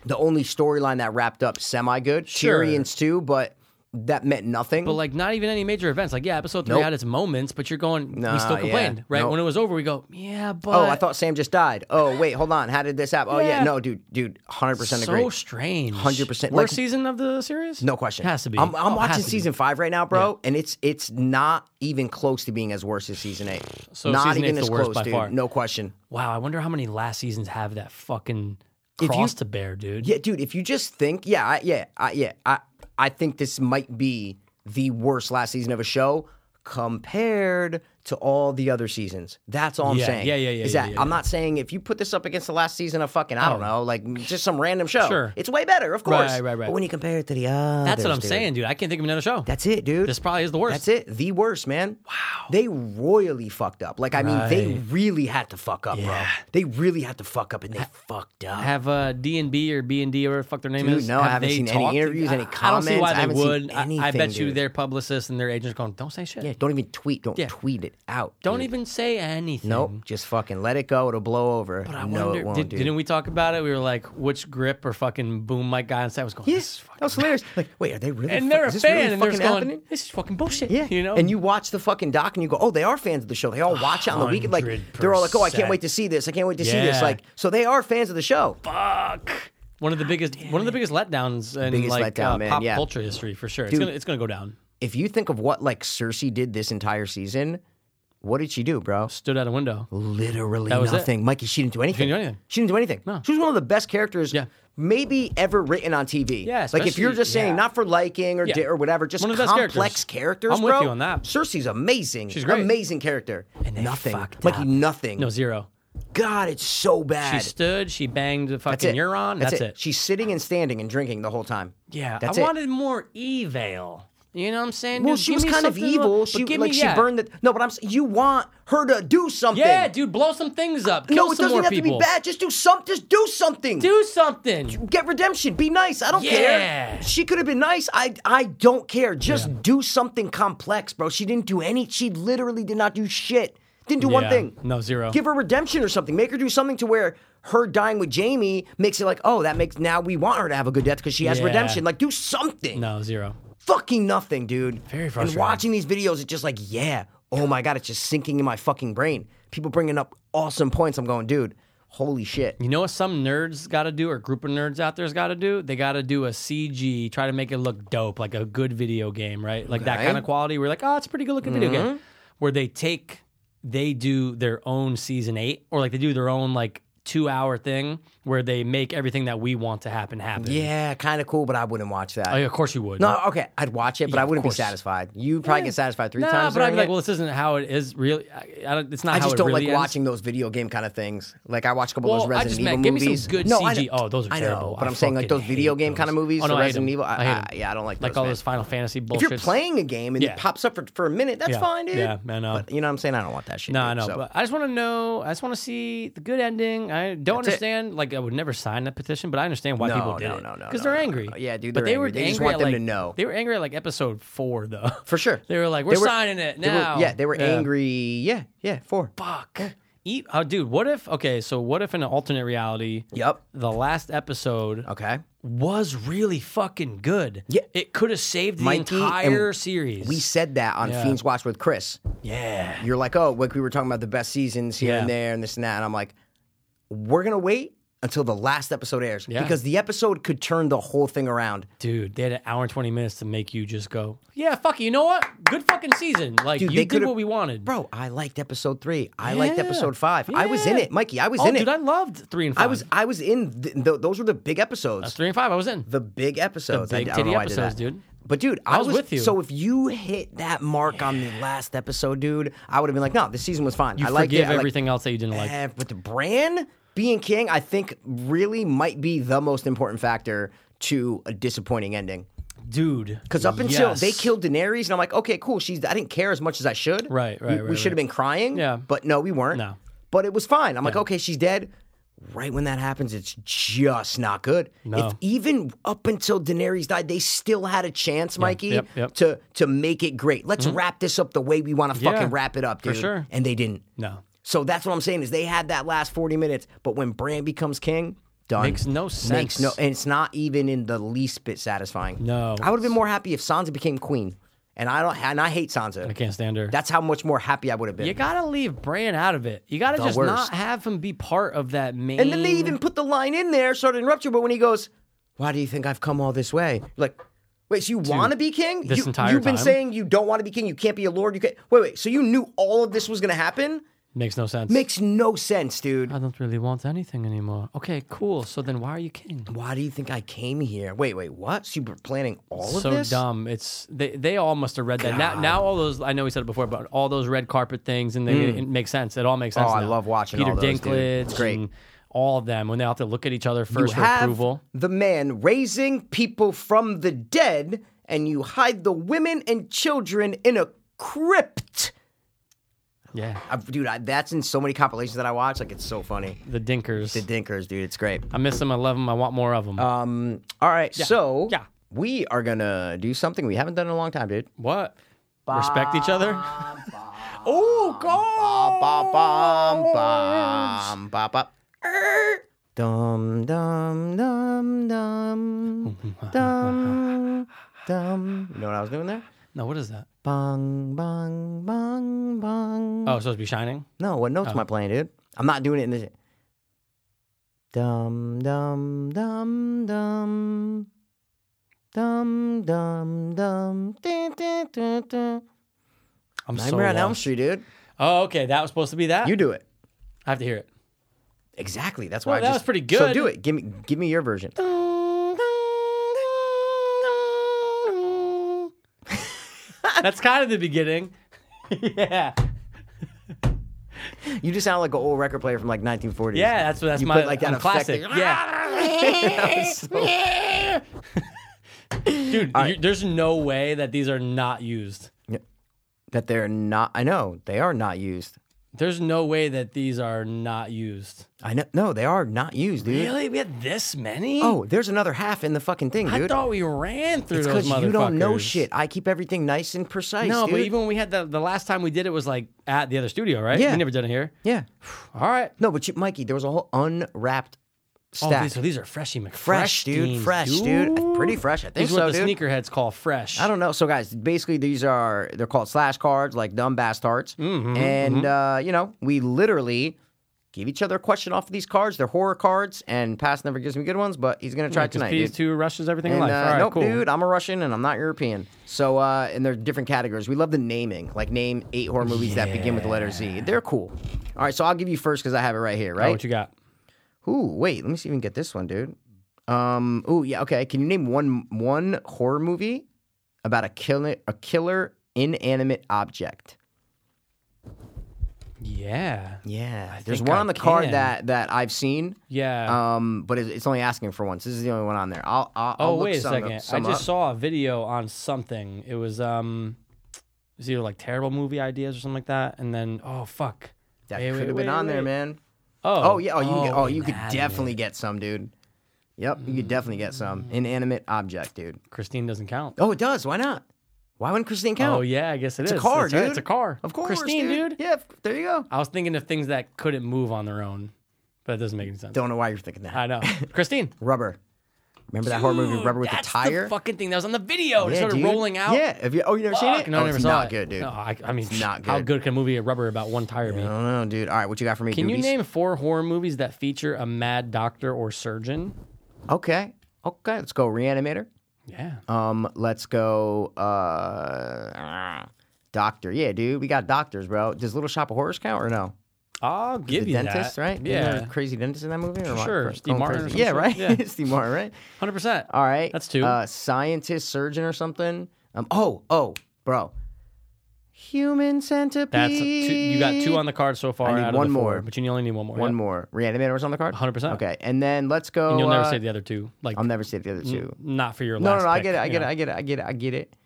Speaker 2: the only storyline that wrapped up semi good.
Speaker 1: Sure.
Speaker 2: Tyrion's too, but that meant nothing.
Speaker 1: But like, not even any major events. Like, yeah, episode three
Speaker 2: Nope.
Speaker 1: had its moments, but you're going.
Speaker 2: Nah,
Speaker 1: we still
Speaker 2: yeah.
Speaker 1: complained, right?
Speaker 2: Nope.
Speaker 1: When it was over, we go, yeah, but
Speaker 2: Oh, I thought Sam just died. Oh, wait, hold on. How did this happen? Oh, yeah,
Speaker 1: Yeah.
Speaker 2: no, dude, dude, hundred percent
Speaker 1: so
Speaker 2: agree.
Speaker 1: strange.
Speaker 2: 100%.
Speaker 1: Worst
Speaker 2: Like-
Speaker 1: season of the series?
Speaker 2: no question.
Speaker 1: Has to be.
Speaker 2: I'm, I'm
Speaker 1: Oh, it has
Speaker 2: watching
Speaker 1: to be.
Speaker 2: season five right now, bro, and it's it's not even close to being as worse as season eight.
Speaker 1: So
Speaker 2: not
Speaker 1: season
Speaker 2: even
Speaker 1: eight's
Speaker 2: as
Speaker 1: the worst
Speaker 2: close,
Speaker 1: by
Speaker 2: dude.
Speaker 1: far.
Speaker 2: No question.
Speaker 1: Wow, I wonder how many last seasons have that fucking cross to bear, dude.
Speaker 2: Yeah, dude. If you just think, yeah, I, yeah, I, yeah, I, I think this might be the worst last season of a show compared to all the other seasons. That's all I'm
Speaker 1: Yeah,
Speaker 2: saying.
Speaker 1: yeah, yeah, yeah,
Speaker 2: Is
Speaker 1: yeah,
Speaker 2: that
Speaker 1: yeah,
Speaker 2: I'm
Speaker 1: yeah. Oh.
Speaker 2: not saying if you put this up against the last season of fucking I don't know, like just some random show,
Speaker 1: Sure.
Speaker 2: it's way better, of course.
Speaker 1: Right, right, right.
Speaker 2: But when you compare it to the other,
Speaker 1: That's what I'm saying, dude. I can't think of another show.
Speaker 2: That's it, dude.
Speaker 1: this probably is the worst.
Speaker 2: That's it. The worst, man. Wow. They royally fucked up. Like, I mean, they really had to fuck up, bro.
Speaker 1: Yeah.
Speaker 2: They really had to fuck up, and they fucked up.
Speaker 1: have uh, D and B or B and D or whatever the fuck their name
Speaker 2: Dude,
Speaker 1: is.
Speaker 2: no, I
Speaker 1: have
Speaker 2: haven't
Speaker 1: they
Speaker 2: seen any
Speaker 1: talked?
Speaker 2: interviews,
Speaker 1: I-
Speaker 2: any
Speaker 1: I don't see
Speaker 2: comments.
Speaker 1: why
Speaker 2: I
Speaker 1: they
Speaker 2: haven't
Speaker 1: would.
Speaker 2: seen
Speaker 1: I- I,
Speaker 2: anything,
Speaker 1: bet you
Speaker 2: dude.
Speaker 1: their publicists and their agents going, "Don't say shit.
Speaker 2: Yeah, don't even tweet. Don't
Speaker 1: Yeah.
Speaker 2: tweet it out.
Speaker 1: Don't
Speaker 2: dude.
Speaker 1: even say anything."
Speaker 2: Nope. Just fucking let it go. It'll blow over. But
Speaker 1: Mm-hmm. I
Speaker 2: no,
Speaker 1: wonder.
Speaker 2: it won't,
Speaker 1: did,
Speaker 2: dude.
Speaker 1: didn't we talk about it? We were like, "Which grip or fucking boom mic guy on set was going?" This is
Speaker 2: Yes,
Speaker 1: fucking
Speaker 2: that was hilarious. Like, wait, are they really?
Speaker 1: and
Speaker 2: fuck-
Speaker 1: they're a
Speaker 2: is this
Speaker 1: fan,
Speaker 2: really
Speaker 1: and they're just
Speaker 2: fucking
Speaker 1: going,
Speaker 2: happening?
Speaker 1: "This is fucking bullshit."
Speaker 2: Yeah,
Speaker 1: you know.
Speaker 2: and you watch the fucking doc and you go, "Oh, they are fans of the show. They all watch it on the weekend. Like, they're all like, "Oh, I can't
Speaker 1: 100%.
Speaker 2: wait to see this. I can't wait to see this."
Speaker 1: Yeah.
Speaker 2: Like, so they are fans of the show.
Speaker 1: fuck. One of the biggest, one of the biggest letdowns in
Speaker 2: Biggest
Speaker 1: like
Speaker 2: letdown,
Speaker 1: uh,
Speaker 2: man,
Speaker 1: pop
Speaker 2: yeah.
Speaker 1: culture history for sure. It's gonna, it's gonna go down.
Speaker 2: If you think of what like Cersei did this entire season, what did she do, bro?
Speaker 1: Stood out a window.
Speaker 2: Literally
Speaker 1: was it.
Speaker 2: nothing. Mikey, she didn't do anything.
Speaker 1: do anything.
Speaker 2: She didn't do anything. She was one of the best characters
Speaker 1: Yeah.
Speaker 2: maybe ever written on TV.
Speaker 1: Yeah,
Speaker 2: like if you're
Speaker 1: especially-
Speaker 2: just saying
Speaker 1: yeah.
Speaker 2: not for liking or
Speaker 1: Yeah.
Speaker 2: di- or whatever, just
Speaker 1: One of the best
Speaker 2: complex
Speaker 1: characters.
Speaker 2: characters.
Speaker 1: I'm with
Speaker 2: bro.
Speaker 1: you on that.
Speaker 2: Cersei's amazing. She's
Speaker 1: great.
Speaker 2: Amazing character. And
Speaker 1: they
Speaker 2: nothing.
Speaker 1: fucked
Speaker 2: Mikey,
Speaker 1: up.
Speaker 2: nothing.
Speaker 1: No zero.
Speaker 2: God, it's so
Speaker 1: She
Speaker 2: bad.
Speaker 1: stood. She banged the
Speaker 2: That's
Speaker 1: fucking
Speaker 2: it.
Speaker 1: neuron. That's, it.
Speaker 2: She's sitting and standing and drinking the whole time.
Speaker 1: Yeah,
Speaker 2: That's
Speaker 1: I
Speaker 2: it.
Speaker 1: wanted more evil. You know what I'm saying?
Speaker 2: Well,
Speaker 1: Dude,
Speaker 2: she
Speaker 1: give
Speaker 2: was
Speaker 1: me
Speaker 2: kind of
Speaker 1: something a
Speaker 2: evil.
Speaker 1: little- but
Speaker 2: she
Speaker 1: give
Speaker 2: like
Speaker 1: me-
Speaker 2: she
Speaker 1: yeah.
Speaker 2: burned the. No, but I'm. s- You want her to do something?
Speaker 1: Yeah, dude, blow some things up. Kill
Speaker 2: no, it
Speaker 1: some
Speaker 2: doesn't
Speaker 1: more
Speaker 2: have
Speaker 1: people.
Speaker 2: to be bad. Just do some. Just do something.
Speaker 1: Do something.
Speaker 2: get redemption. Be nice. I don't care.
Speaker 1: Yeah.
Speaker 2: She could have been nice. I I don't care. Just do something complex, bro. She didn't do any. She literally did not do shit. Didn't do one
Speaker 1: Yeah.
Speaker 2: thing.
Speaker 1: No, zero.
Speaker 2: Give her redemption or something. Make her do something to where her dying with Jamie makes it like, oh, that makes now we want her to have a good death because she has
Speaker 1: Yeah.
Speaker 2: redemption. Like, do something.
Speaker 1: No, zero.
Speaker 2: Fucking nothing, dude.
Speaker 1: Very
Speaker 2: And
Speaker 1: frustrating.
Speaker 2: watching these videos, it's just like, yeah. Oh my god, it's just sinking in my fucking brain. People bringing up awesome points. I'm going, dude. Holy shit.
Speaker 1: You know what some nerds got to do, or group of nerds out there's got to do? They got to do a CG, try to make it look dope, like a good video game, right? Like that
Speaker 2: Okay. Mm-hmm.
Speaker 1: kind of quality. We're like, oh, it's a pretty good looking video game. Where they take they do their own season eight or like they do their own like two hour thing where they make everything that we want to happen happen.
Speaker 2: Yeah, kind of cool, but I wouldn't watch that.
Speaker 1: Like, of course you would.
Speaker 2: no, okay, I'd watch it, but I
Speaker 1: of
Speaker 2: wouldn't be
Speaker 1: course.
Speaker 2: satisfied. You probably get satisfied three
Speaker 1: Nah,
Speaker 2: times.
Speaker 1: but I'd
Speaker 2: during
Speaker 1: be like,
Speaker 2: it.
Speaker 1: well, this isn't how it is really. I, I don't, it's not
Speaker 2: I
Speaker 1: how
Speaker 2: just
Speaker 1: it
Speaker 2: don't
Speaker 1: really
Speaker 2: like
Speaker 1: ends.
Speaker 2: watching those video game kind of things. Like I watch a couple of
Speaker 1: Well,
Speaker 2: those
Speaker 1: I
Speaker 2: Resident
Speaker 1: just
Speaker 2: Evil
Speaker 1: meant- give me some
Speaker 2: movies.
Speaker 1: good
Speaker 2: I
Speaker 1: CG.
Speaker 2: know-
Speaker 1: Oh, those are
Speaker 2: I know,
Speaker 1: terrible.
Speaker 2: But
Speaker 1: I
Speaker 2: I'm saying like those
Speaker 1: fucking
Speaker 2: video
Speaker 1: hate
Speaker 2: game kind of
Speaker 1: those.
Speaker 2: movies,
Speaker 1: Oh, no,
Speaker 2: the
Speaker 1: I hate
Speaker 2: Resident
Speaker 1: them.
Speaker 2: Evil. I,
Speaker 1: I hate them.
Speaker 2: I- yeah, I don't like,
Speaker 1: like
Speaker 2: those,
Speaker 1: all
Speaker 2: man.
Speaker 1: those Final Fantasy
Speaker 2: If
Speaker 1: bullshit.
Speaker 2: you're playing a game and
Speaker 1: Yeah.
Speaker 2: it pops up for, for a minute, that's
Speaker 1: Yeah.
Speaker 2: fine, dude.
Speaker 1: Yeah, man, uh,
Speaker 2: But you know what I'm saying? I don't want that shit.
Speaker 1: No, I
Speaker 2: dude,
Speaker 1: know.
Speaker 2: so-
Speaker 1: But I just want to know. I just want to see the good ending. I don't
Speaker 2: it.
Speaker 1: understand. Like, I would never sign that petition, but I understand why
Speaker 2: No,
Speaker 1: people did
Speaker 2: no,
Speaker 1: it.
Speaker 2: no, no,
Speaker 1: because
Speaker 2: no,
Speaker 1: they're
Speaker 2: no,
Speaker 1: angry.
Speaker 2: no. Yeah, dude,
Speaker 1: But
Speaker 2: they're
Speaker 1: they were
Speaker 2: angry. They just
Speaker 1: angry
Speaker 2: want
Speaker 1: at,
Speaker 2: them
Speaker 1: like,
Speaker 2: to know.
Speaker 1: They were angry at like episode four, though.
Speaker 2: for sure,
Speaker 1: They were like, "We're signing it
Speaker 2: they were-
Speaker 1: now."
Speaker 2: yeah, they were
Speaker 1: Yeah.
Speaker 2: angry. Yeah, yeah, four.
Speaker 1: Fuck. Eat. Oh, dude. What if? Okay, so what if in an alternate reality,
Speaker 2: Yep.
Speaker 1: the last episode
Speaker 2: Okay.
Speaker 1: was really fucking good.
Speaker 2: Yeah.
Speaker 1: It could have saved the
Speaker 2: Mikey,
Speaker 1: entire
Speaker 2: and
Speaker 1: series.
Speaker 2: We said that on
Speaker 1: Yeah.
Speaker 2: Fiends Watch with Chris.
Speaker 1: yeah.
Speaker 2: You're like, oh, like we were talking about the best seasons here and
Speaker 1: Yeah.
Speaker 2: there and this and that. And I'm like, we're gonna wait until the last episode airs
Speaker 1: Yeah.
Speaker 2: because the episode could turn the whole thing around.
Speaker 1: Dude, they had an hour and 20 minutes to make you just go, yeah, fuck it. You know what? Good fucking season. Like,
Speaker 2: Dude, they
Speaker 1: you did
Speaker 2: could've-
Speaker 1: what we wanted.
Speaker 2: Bro, I liked episode three. I liked
Speaker 1: Yeah.
Speaker 2: episode five. I was in
Speaker 1: Yeah.
Speaker 2: it, Mikey. I was
Speaker 1: oh,
Speaker 2: in
Speaker 1: dude,
Speaker 2: it.
Speaker 1: I loved three and five.
Speaker 2: I was I was in. Th- th- those were the big episodes.
Speaker 1: three and five. I was in.
Speaker 2: the big episodes.
Speaker 1: big
Speaker 2: I, I don't know
Speaker 1: titty
Speaker 2: why I did
Speaker 1: episodes,
Speaker 2: that.
Speaker 1: dude.
Speaker 2: But dude, I,
Speaker 1: was with you.
Speaker 2: So if you hit that mark on the last episode, dude, I would have been like, no, this season was fine.
Speaker 1: You
Speaker 2: I liked it.
Speaker 1: forgive
Speaker 2: I liked-
Speaker 1: everything else that you didn't like.
Speaker 2: Eh, but the brand being king, I think, really might be the most important factor to a disappointing ending.
Speaker 1: Dude.
Speaker 2: Because up until they
Speaker 1: yes.
Speaker 2: killed Daenerys, and I'm like, okay, cool. She's I didn't care as much as I should.
Speaker 1: Right,
Speaker 2: We-
Speaker 1: right,
Speaker 2: We,
Speaker 1: right,
Speaker 2: should have been crying.
Speaker 1: Yeah.
Speaker 2: but no, we weren't.
Speaker 1: No.
Speaker 2: but it was fine. I'm like, okay, she's dead. Right when that happens, it's just not good.
Speaker 1: No.
Speaker 2: If even up until Daenerys died, they still had a chance, Mikey,
Speaker 1: yep, yep. Mm-hmm.
Speaker 2: to to make it great. Let's wrap this up the way we want to
Speaker 1: Yeah,
Speaker 2: fucking wrap it up,
Speaker 1: for
Speaker 2: dude.
Speaker 1: sure.
Speaker 2: And they didn't.
Speaker 1: No.
Speaker 2: So that's what I'm saying is they had that last 40 minutes, but when Bran becomes king, done.
Speaker 1: Makes no
Speaker 2: Makes
Speaker 1: sense.
Speaker 2: no, and it's not even in the least bit satisfying.
Speaker 1: No.
Speaker 2: I would have been more happy if Sansa became queen, and I don't, and I hate Sansa.
Speaker 1: I can't stand her.
Speaker 2: That's how much more happy I would have been.
Speaker 1: you gotta leave Bran out of it. You gotta
Speaker 2: The
Speaker 1: just
Speaker 2: worst.
Speaker 1: not have him be part of that main.
Speaker 2: and then they even put the line in there, sort of interrupt you. But when he goes, "Why do you think I've come all this way?" You're like, wait, so you want to be king?
Speaker 1: this
Speaker 2: you,
Speaker 1: entire
Speaker 2: you've been
Speaker 1: time?
Speaker 2: saying you don't want to be king. You can't be a lord. You can't. Wait, wait. So you knew all of this was going to happen?
Speaker 1: makes no sense.
Speaker 2: Makes no sense, dude.
Speaker 1: I don't really want anything anymore. Okay, cool. So then why are you kidding?
Speaker 2: Why do you think I came here? Wait, wait, what? So you were planning all of
Speaker 1: so
Speaker 2: this?
Speaker 1: dumb. It's they, they all must have read that. Now, now all those I know we said it before, but all those red carpet things and they it makes sense. It all makes sense.
Speaker 2: Mm. Oh, I
Speaker 1: now.
Speaker 2: love watching
Speaker 1: Peter
Speaker 2: all those, dude.
Speaker 1: Dinklage.
Speaker 2: It's great.
Speaker 1: and all of them when they all have to look at each other
Speaker 2: You
Speaker 1: first for
Speaker 2: have
Speaker 1: approval.
Speaker 2: the man raising people from the dead, and you hide the women and children in a crypt.
Speaker 1: Yeah,
Speaker 2: I- dude, I, that's in so many compilations that I watch. Like, it's so funny.
Speaker 1: the Dinkers.
Speaker 2: The Dinkers, dude, it's great.
Speaker 1: I miss them. I love them. I want more of them.
Speaker 2: Um, all right, so
Speaker 1: yeah.
Speaker 2: we are gonna do something we haven't done in a long time, dude.
Speaker 1: what? Respect each other.
Speaker 2: Oh God! Bom, bom, bom, bom, bom. Dum dum dum dum dum dum. You know what I was doing there?
Speaker 1: No, what is that?
Speaker 2: Bong bong bong bong.
Speaker 1: Oh, it's supposed to be shining.
Speaker 2: No, what notes am I playing, dude? I'm not doing it in this. Dum dum dum dum dum dum dum. Dun, dun, dun, dun.
Speaker 1: I'm so
Speaker 2: Nightmare on Elm
Speaker 1: lost.
Speaker 2: Street, dude.
Speaker 1: Oh, okay. That was supposed to be that.
Speaker 2: You do it.
Speaker 1: I have to hear it.
Speaker 2: Exactly. That's why I
Speaker 1: that
Speaker 2: just,
Speaker 1: was pretty
Speaker 2: So
Speaker 1: good.
Speaker 2: do it. Give me give me your version.
Speaker 1: That's kind of the beginning. yeah.
Speaker 2: You just sound like an old record player from like 1940s.
Speaker 1: Yeah, that's that's
Speaker 2: You
Speaker 1: my
Speaker 2: put, like, that
Speaker 1: I'm
Speaker 2: effect
Speaker 1: classic.
Speaker 2: that-
Speaker 1: Yeah. Dude,
Speaker 2: right.
Speaker 1: you, there's no way that these are not used.
Speaker 2: That they're not. I know they are not used.
Speaker 1: There's no way that these are not used.
Speaker 2: I know. No, they are not used, dude.
Speaker 1: Really? We had this many?
Speaker 2: Oh, there's another half in the fucking thing,
Speaker 1: I
Speaker 2: dude.
Speaker 1: thought we ran through
Speaker 2: it's
Speaker 1: those
Speaker 2: because you don't know
Speaker 1: motherfuckers.
Speaker 2: shit. I keep everything nice and precise.
Speaker 1: No, but
Speaker 2: dude.
Speaker 1: even when we had the, the last time we did it was like at the other studio, right?
Speaker 2: Yeah.
Speaker 1: We never did it here.
Speaker 2: yeah.
Speaker 1: All right.
Speaker 2: No, but you, Mikey, there was a whole unwrapped
Speaker 1: Oh,
Speaker 2: stack.
Speaker 1: these, so these are freshy McFresh.
Speaker 2: fresh, dude.
Speaker 1: teams,
Speaker 2: Fresh, dude. Pretty fresh. I think
Speaker 1: These are
Speaker 2: so,
Speaker 1: what the
Speaker 2: dude.
Speaker 1: sneakerheads call fresh.
Speaker 2: I don't know. So, guys, basically, these are
Speaker 1: Mm-hmm,
Speaker 2: they're called slash cards, like dumb bastards, and uh, you know, we literally give each other a question off of these cards. They're horror cards, and Pass never gives me good ones, but he's gonna try tonight.
Speaker 1: These
Speaker 2: dude.
Speaker 1: two rushes everything in
Speaker 2: And,
Speaker 1: life.
Speaker 2: uh,
Speaker 1: All right,
Speaker 2: nope,
Speaker 1: cool.
Speaker 2: dude, I'm a Russian and I'm not European. So, uh, and they're different categories. We love the naming, like name eight horror movies that begin with the letter Z. They're cool. All right, so I'll give you first because I have it right here,
Speaker 1: Oh,
Speaker 2: right?
Speaker 1: what you got?
Speaker 2: Ooh, wait, let me see if we can get this one, dude. Um, ooh, yeah, okay. Can you name one one horror movie about a killer a killer inanimate object?
Speaker 1: Yeah.
Speaker 2: Yeah, there's
Speaker 1: think
Speaker 2: one
Speaker 1: I
Speaker 2: on the card
Speaker 1: can.
Speaker 2: that that I've seen.
Speaker 1: Yeah.
Speaker 2: Um, but it- it's only asking for one. So this is the only one on there. I'll I'll, I'll
Speaker 1: oh,
Speaker 2: look
Speaker 1: wait a
Speaker 2: some,
Speaker 1: second. I
Speaker 2: some
Speaker 1: just
Speaker 2: up.
Speaker 1: saw a video on something. It was um it was either like terrible movie ideas or something like that. And then oh fuck.
Speaker 2: that
Speaker 1: Wait,
Speaker 2: could
Speaker 1: wait,
Speaker 2: have been
Speaker 1: wait,
Speaker 2: on there,
Speaker 1: wait.
Speaker 2: man.
Speaker 1: Oh,
Speaker 2: Oh yeah. Oh, you can get, oh, you could
Speaker 1: inanimate.
Speaker 2: definitely get some, dude. Yep, you could definitely get
Speaker 1: Mm.
Speaker 2: some inanimate object, dude.
Speaker 1: Christine doesn't count.
Speaker 2: Oh, it does. Why not? Why wouldn't Christine count?
Speaker 1: Oh yeah, I guess it
Speaker 2: it's
Speaker 1: is.
Speaker 2: a car,
Speaker 1: That's
Speaker 2: dude.
Speaker 1: right, It's a car.
Speaker 2: Of course,
Speaker 1: Christine, dude.
Speaker 2: Yeah, f- there you go.
Speaker 1: I was thinking of things that couldn't move on their own, but that doesn't make any sense.
Speaker 2: Don't know why you're thinking that.
Speaker 1: I know. Christine.
Speaker 2: Rubber. Remember that horror movie,
Speaker 1: Dude,
Speaker 2: Rubber with the
Speaker 1: that's
Speaker 2: tire?
Speaker 1: fucking thing that was on the video. It
Speaker 2: yeah,
Speaker 1: started
Speaker 2: dude.
Speaker 1: rolling out.
Speaker 2: Yeah. Have you, oh, you never seen
Speaker 1: Fuck,
Speaker 2: it?
Speaker 1: No,
Speaker 2: oh,
Speaker 1: I never
Speaker 2: it's
Speaker 1: saw
Speaker 2: not
Speaker 1: it.
Speaker 2: good, dude.
Speaker 1: No, I, I mean,
Speaker 2: It's not
Speaker 1: How
Speaker 2: good.
Speaker 1: good can a movie of rubber about one tire be?
Speaker 2: I don't know, dude. All right, what you got for me?
Speaker 1: Can you
Speaker 2: Doobies?
Speaker 1: name four horror movies that feature a mad doctor or surgeon?
Speaker 2: Okay. Okay. Let's go Reanimator.
Speaker 1: Yeah.
Speaker 2: Um, let's go uh Doctor. Yeah, dude. We got doctors, bro. Does Little Shop of Horrors count or no?
Speaker 1: I'll give
Speaker 2: the
Speaker 1: you
Speaker 2: dentist,
Speaker 1: that.
Speaker 2: right? Isn't there
Speaker 1: Yeah.
Speaker 2: a crazy dentist in that movie? Or what?
Speaker 1: Sure,
Speaker 2: Cr-
Speaker 1: Steve
Speaker 2: going
Speaker 1: Martin or
Speaker 2: crazy.
Speaker 1: some
Speaker 2: Yeah,
Speaker 1: shit,
Speaker 2: right.
Speaker 1: yeah.
Speaker 2: Steve Martin, right?
Speaker 1: 100%.
Speaker 2: All right.
Speaker 1: That's two.
Speaker 2: Uh, scientist, surgeon, or something. Um. Oh, oh, bro. Human centipede.
Speaker 1: That's two, you got two on the card so far.
Speaker 2: I need
Speaker 1: out of
Speaker 2: one
Speaker 1: the four,
Speaker 2: more.
Speaker 1: but you only need one more.
Speaker 2: One
Speaker 1: yeah.
Speaker 2: more. Reanimator was on the card.
Speaker 1: 100%.
Speaker 2: Okay, and then let's go.
Speaker 1: And you'll never
Speaker 2: uh,
Speaker 1: say the other two. Like
Speaker 2: I'll never say the other two.
Speaker 1: not for your
Speaker 2: No,
Speaker 1: last.
Speaker 2: no, no. I
Speaker 1: pick,
Speaker 2: get it. I
Speaker 1: you
Speaker 2: get it.
Speaker 1: know?
Speaker 2: I get it. I get it. I get it.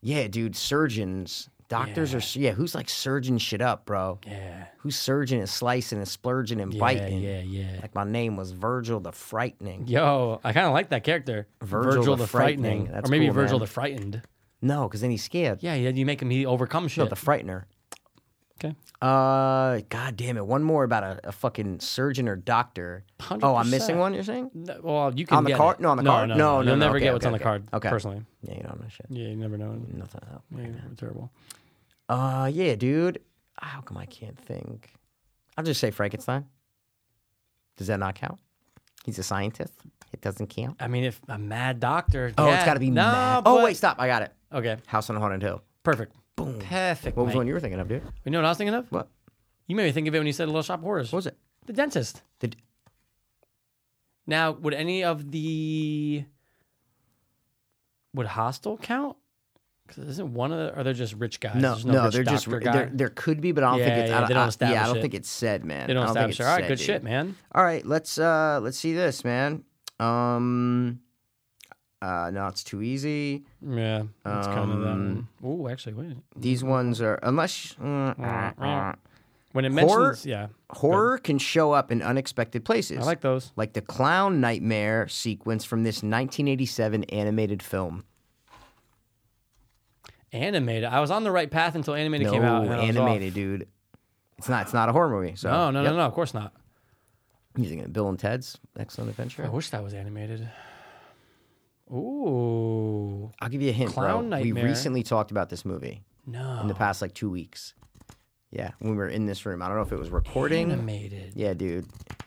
Speaker 2: Yeah, dude. Surgeons, doctors, or yeah, who's like surging shit up, bro?
Speaker 1: Yeah.
Speaker 2: Who's surging and slicing and splurging and
Speaker 1: Yeah,
Speaker 2: biting?
Speaker 1: yeah, yeah.
Speaker 2: Like my name was Virgil the Frightening.
Speaker 1: Yo, I kind of like that character,
Speaker 2: Virgil the Frightening. That's
Speaker 1: or maybe
Speaker 2: cool,
Speaker 1: Virgil
Speaker 2: man.
Speaker 1: the Frightened.
Speaker 2: No, because then he's scared.
Speaker 1: Yeah, yeah. You make him he overcomes shit.
Speaker 2: The Frightener.
Speaker 1: okay.
Speaker 2: Uh, god damn it! One more about a, a fucking surgeon or doctor. Oh, I'm
Speaker 1: 100%.
Speaker 2: missing one. You're saying?
Speaker 1: No, Well, you can
Speaker 2: On the
Speaker 1: get
Speaker 2: card?
Speaker 1: it.
Speaker 2: No, on the
Speaker 1: no,
Speaker 2: card?
Speaker 1: No,
Speaker 2: No,
Speaker 1: no,
Speaker 2: no,
Speaker 1: You'll
Speaker 2: no,
Speaker 1: never
Speaker 2: okay,
Speaker 1: get what's
Speaker 2: okay,
Speaker 1: on the
Speaker 2: okay.
Speaker 1: card.
Speaker 2: Okay. Mm.
Speaker 1: Personally,
Speaker 2: Yeah, you don't know shit.
Speaker 1: yeah, you never know.
Speaker 2: Nothing. else.
Speaker 1: Yeah, terrible.
Speaker 2: Uh, yeah, dude. How come I can't think? I'll just say Frankenstein. Does that not count? He's a scientist. It doesn't count.
Speaker 1: I mean, if a mad doctor.
Speaker 2: Oh,
Speaker 1: yeah,
Speaker 2: it's got to be
Speaker 1: no.
Speaker 2: mad.
Speaker 1: But,
Speaker 2: Oh, wait, stop. I got it.
Speaker 1: Okay.
Speaker 2: House on Haunted Hill.
Speaker 1: Perfect. Boom. Perfect.
Speaker 2: What was
Speaker 1: mate.
Speaker 2: one you were thinking of, dude?
Speaker 1: You know what I was thinking of?
Speaker 2: What?
Speaker 1: You made me think of it when you said Little Shop of Horrors.
Speaker 2: What was it?
Speaker 1: The dentist.
Speaker 2: Did
Speaker 1: Now, would any of the would Hostel count? Because isn't one of the, are they just rich guys?
Speaker 2: no,
Speaker 1: Uh, There's
Speaker 2: no,
Speaker 1: rich
Speaker 2: they're just
Speaker 1: doctor guy?
Speaker 2: there, there could be, but I don't think
Speaker 1: Yeah,
Speaker 2: it's.
Speaker 1: yeah,
Speaker 2: I don't,
Speaker 1: they don't
Speaker 2: I, yeah, I
Speaker 1: establish
Speaker 2: don't
Speaker 1: it.
Speaker 2: think it's said, man.
Speaker 1: they don't
Speaker 2: I
Speaker 1: establish
Speaker 2: think it's
Speaker 1: it. All right,
Speaker 2: said,
Speaker 1: good
Speaker 2: dude.
Speaker 1: shit, man.
Speaker 2: All right, let's uh let's see this, man. Um uh no, it's too easy.
Speaker 1: Yeah, that's kind of them.
Speaker 2: Um,
Speaker 1: Oh, actually, wait.
Speaker 2: These ones are unless mm, uh,
Speaker 1: When it mentions,
Speaker 2: Horror-
Speaker 1: yeah,
Speaker 2: horror can show up in unexpected places.
Speaker 1: I like those.
Speaker 2: like the clown nightmare sequence from this 1987 animated film.
Speaker 1: Animated. I was on the right path until animated
Speaker 2: no,
Speaker 1: came out. and then I was off.
Speaker 2: animated, dude. It's not. It's not a horror movie. So
Speaker 1: No, no,
Speaker 2: yep.
Speaker 1: no, no. Of course not.
Speaker 2: Using it, Bill and Ted's Excellent
Speaker 1: I
Speaker 2: Adventure.
Speaker 1: wish that was animated. Ooh,
Speaker 2: I'll give you a hint,
Speaker 1: Clown
Speaker 2: bro.
Speaker 1: Nightmare. Oh.
Speaker 2: We recently talked about this movie
Speaker 1: no.
Speaker 2: in the past like two weeks. Yeah, when we were in this room. I don't know if it was recording.
Speaker 1: Animated.
Speaker 2: Yeah, dude.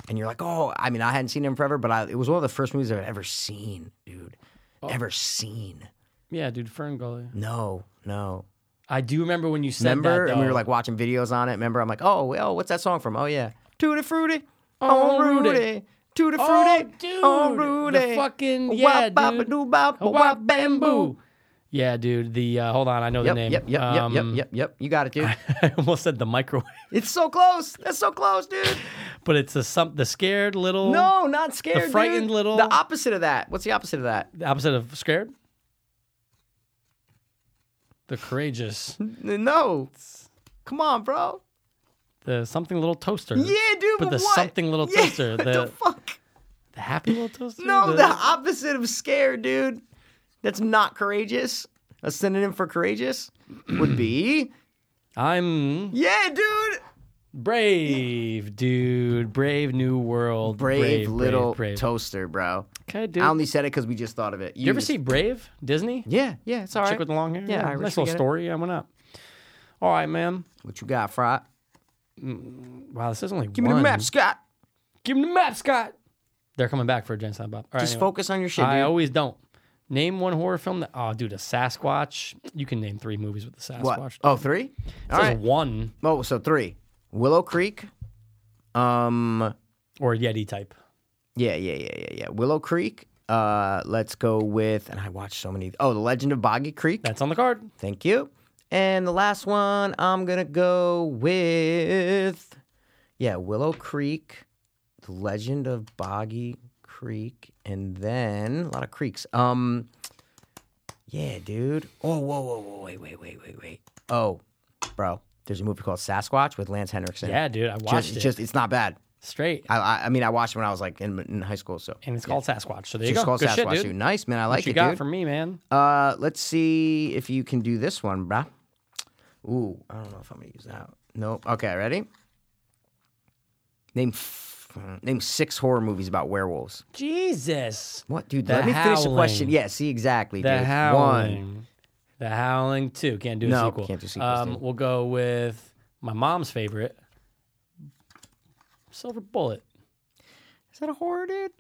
Speaker 2: And you're like, oh, I mean, I hadn't seen him forever, but I, it was one of the first movies I've ever seen, dude.
Speaker 1: Oh.
Speaker 2: Ever seen?
Speaker 1: Yeah, dude, Fern Gully.
Speaker 2: No, no.
Speaker 1: I do remember when you said
Speaker 2: Remember?
Speaker 1: that.
Speaker 2: and we were
Speaker 1: though.
Speaker 2: like watching videos on it. Remember? I'm like, oh, well, what's that song from? Oh yeah, Tutti Frutti, oh
Speaker 1: Rudy.
Speaker 2: Rudy, Tutti
Speaker 1: Oh,
Speaker 2: Frutti,
Speaker 1: dude,
Speaker 2: oh
Speaker 1: the
Speaker 2: Rudy,
Speaker 1: fucking-
Speaker 2: Wop,
Speaker 1: yeah,
Speaker 2: bop,
Speaker 1: dude.
Speaker 2: doo, bop,
Speaker 1: Oh,
Speaker 2: wop,
Speaker 1: wow,
Speaker 2: bamboo.
Speaker 1: Yeah, dude. The uh, hold on, I know
Speaker 2: Yep,
Speaker 1: the name.
Speaker 2: yep, yep, yep, yep,
Speaker 1: Um,
Speaker 2: yep, yep. You got it, dude.
Speaker 1: I almost said the microwave,
Speaker 2: it's so close. That's so close, dude.
Speaker 1: but it's the some the scared little
Speaker 2: No, not scared. dude.
Speaker 1: frightened little-
Speaker 2: The opposite of that. What's the opposite of that?
Speaker 1: the opposite of scared. The courageous,
Speaker 2: N- No. Come on, bro.
Speaker 1: the something little toaster.
Speaker 2: Yeah, dude.
Speaker 1: But
Speaker 2: But,
Speaker 1: the
Speaker 2: what?
Speaker 1: something little
Speaker 2: Yeah,
Speaker 1: toaster,
Speaker 2: what the
Speaker 1: the-
Speaker 2: fuck?
Speaker 1: the happy little toaster.
Speaker 2: No, the opposite of scared, dude. That's not courageous. A synonym for courageous would be
Speaker 1: I'm
Speaker 2: yeah, dude.
Speaker 1: brave, dude. Brave new world.
Speaker 2: Brave, little
Speaker 1: brave, brave.
Speaker 2: toaster, bro.
Speaker 1: Okay, dude.
Speaker 2: I only said it because we just thought of it.
Speaker 1: you ever
Speaker 2: just-
Speaker 1: see Brave Disney?
Speaker 2: Yeah, yeah, it's all right.
Speaker 1: Chick with the long hair.
Speaker 2: Yeah, Irish,
Speaker 1: nice
Speaker 2: we
Speaker 1: little
Speaker 2: get it.
Speaker 1: story. I went up. All right, man.
Speaker 2: What you got, Fry?
Speaker 1: Wow, this is only
Speaker 2: Give me the map, Scott.
Speaker 1: Give me the map, Scott. They're coming back for a Gen Silent Bob. All right,
Speaker 2: Just
Speaker 1: anyway.
Speaker 2: focus on your shit, dude.
Speaker 1: I always don't. Name one horror film that. Oh, dude, a Sasquatch. You can name three movies with a Sasquatch.
Speaker 2: what? Oh, three?
Speaker 1: It
Speaker 2: All
Speaker 1: says
Speaker 2: right.
Speaker 1: one
Speaker 2: Oh, so three. Willow Creek. Um.
Speaker 1: or Yeti type.
Speaker 2: Yeah, yeah, yeah, yeah, yeah. Willow Creek. Uh, let's go with, and I watched so many. Oh, The Legend of Boggy Creek.
Speaker 1: That's on the card.
Speaker 2: Thank you. And the last one, I'm gonna go with, yeah, Willow Creek, The Legend of Boggy Creek, and then a lot of creeks. Um, yeah, dude. Oh, whoa, whoa, whoa, wait, wait, wait, wait, wait. Oh, bro, there's a movie called Sasquatch with Lance Henriksen.
Speaker 1: Yeah, dude, I watched
Speaker 2: just,
Speaker 1: it
Speaker 2: just it's not bad.
Speaker 1: straight,
Speaker 2: I, I, I mean, I watched it when I was like in, in high school, so
Speaker 1: and it's called Sasquatch. So there you
Speaker 2: Just
Speaker 1: go.
Speaker 2: called
Speaker 1: Good
Speaker 2: Sasquatch.
Speaker 1: shit, dude.
Speaker 2: Dude. Nice man, I like
Speaker 1: what you
Speaker 2: it,
Speaker 1: got
Speaker 2: dude.
Speaker 1: for me, man?
Speaker 2: Uh, let's see if you can do this one, bruh. Ooh, I don't know if I'm gonna use that. Nope. Okay, ready? Name f- name six horror movies about werewolves.
Speaker 1: Jesus.
Speaker 2: What, dude?
Speaker 1: The
Speaker 2: let me finish the question.
Speaker 1: Howling.
Speaker 2: Yeah, see exactly,
Speaker 1: The
Speaker 2: dude.
Speaker 1: Howling.
Speaker 2: One.
Speaker 1: The Howling 2. Can't do a
Speaker 2: No,
Speaker 1: sequel.
Speaker 2: can't do sequels,
Speaker 1: Um,
Speaker 2: dude.
Speaker 1: we'll go with my mom's favorite, Silver Bullet. Oh,
Speaker 2: Is that a horror, dude?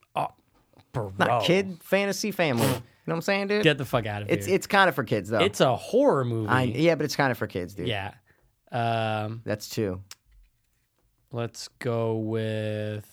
Speaker 1: Bro.
Speaker 2: Not kid fantasy family. you know what I'm saying, dude?
Speaker 1: Get the fuck out of
Speaker 2: it's
Speaker 1: here.
Speaker 2: it's kind of for kids though.
Speaker 1: It's a horror movie.
Speaker 2: I, yeah, but it's kind of for kids, dude.
Speaker 1: yeah. Um,
Speaker 2: That's two.
Speaker 1: let's go with.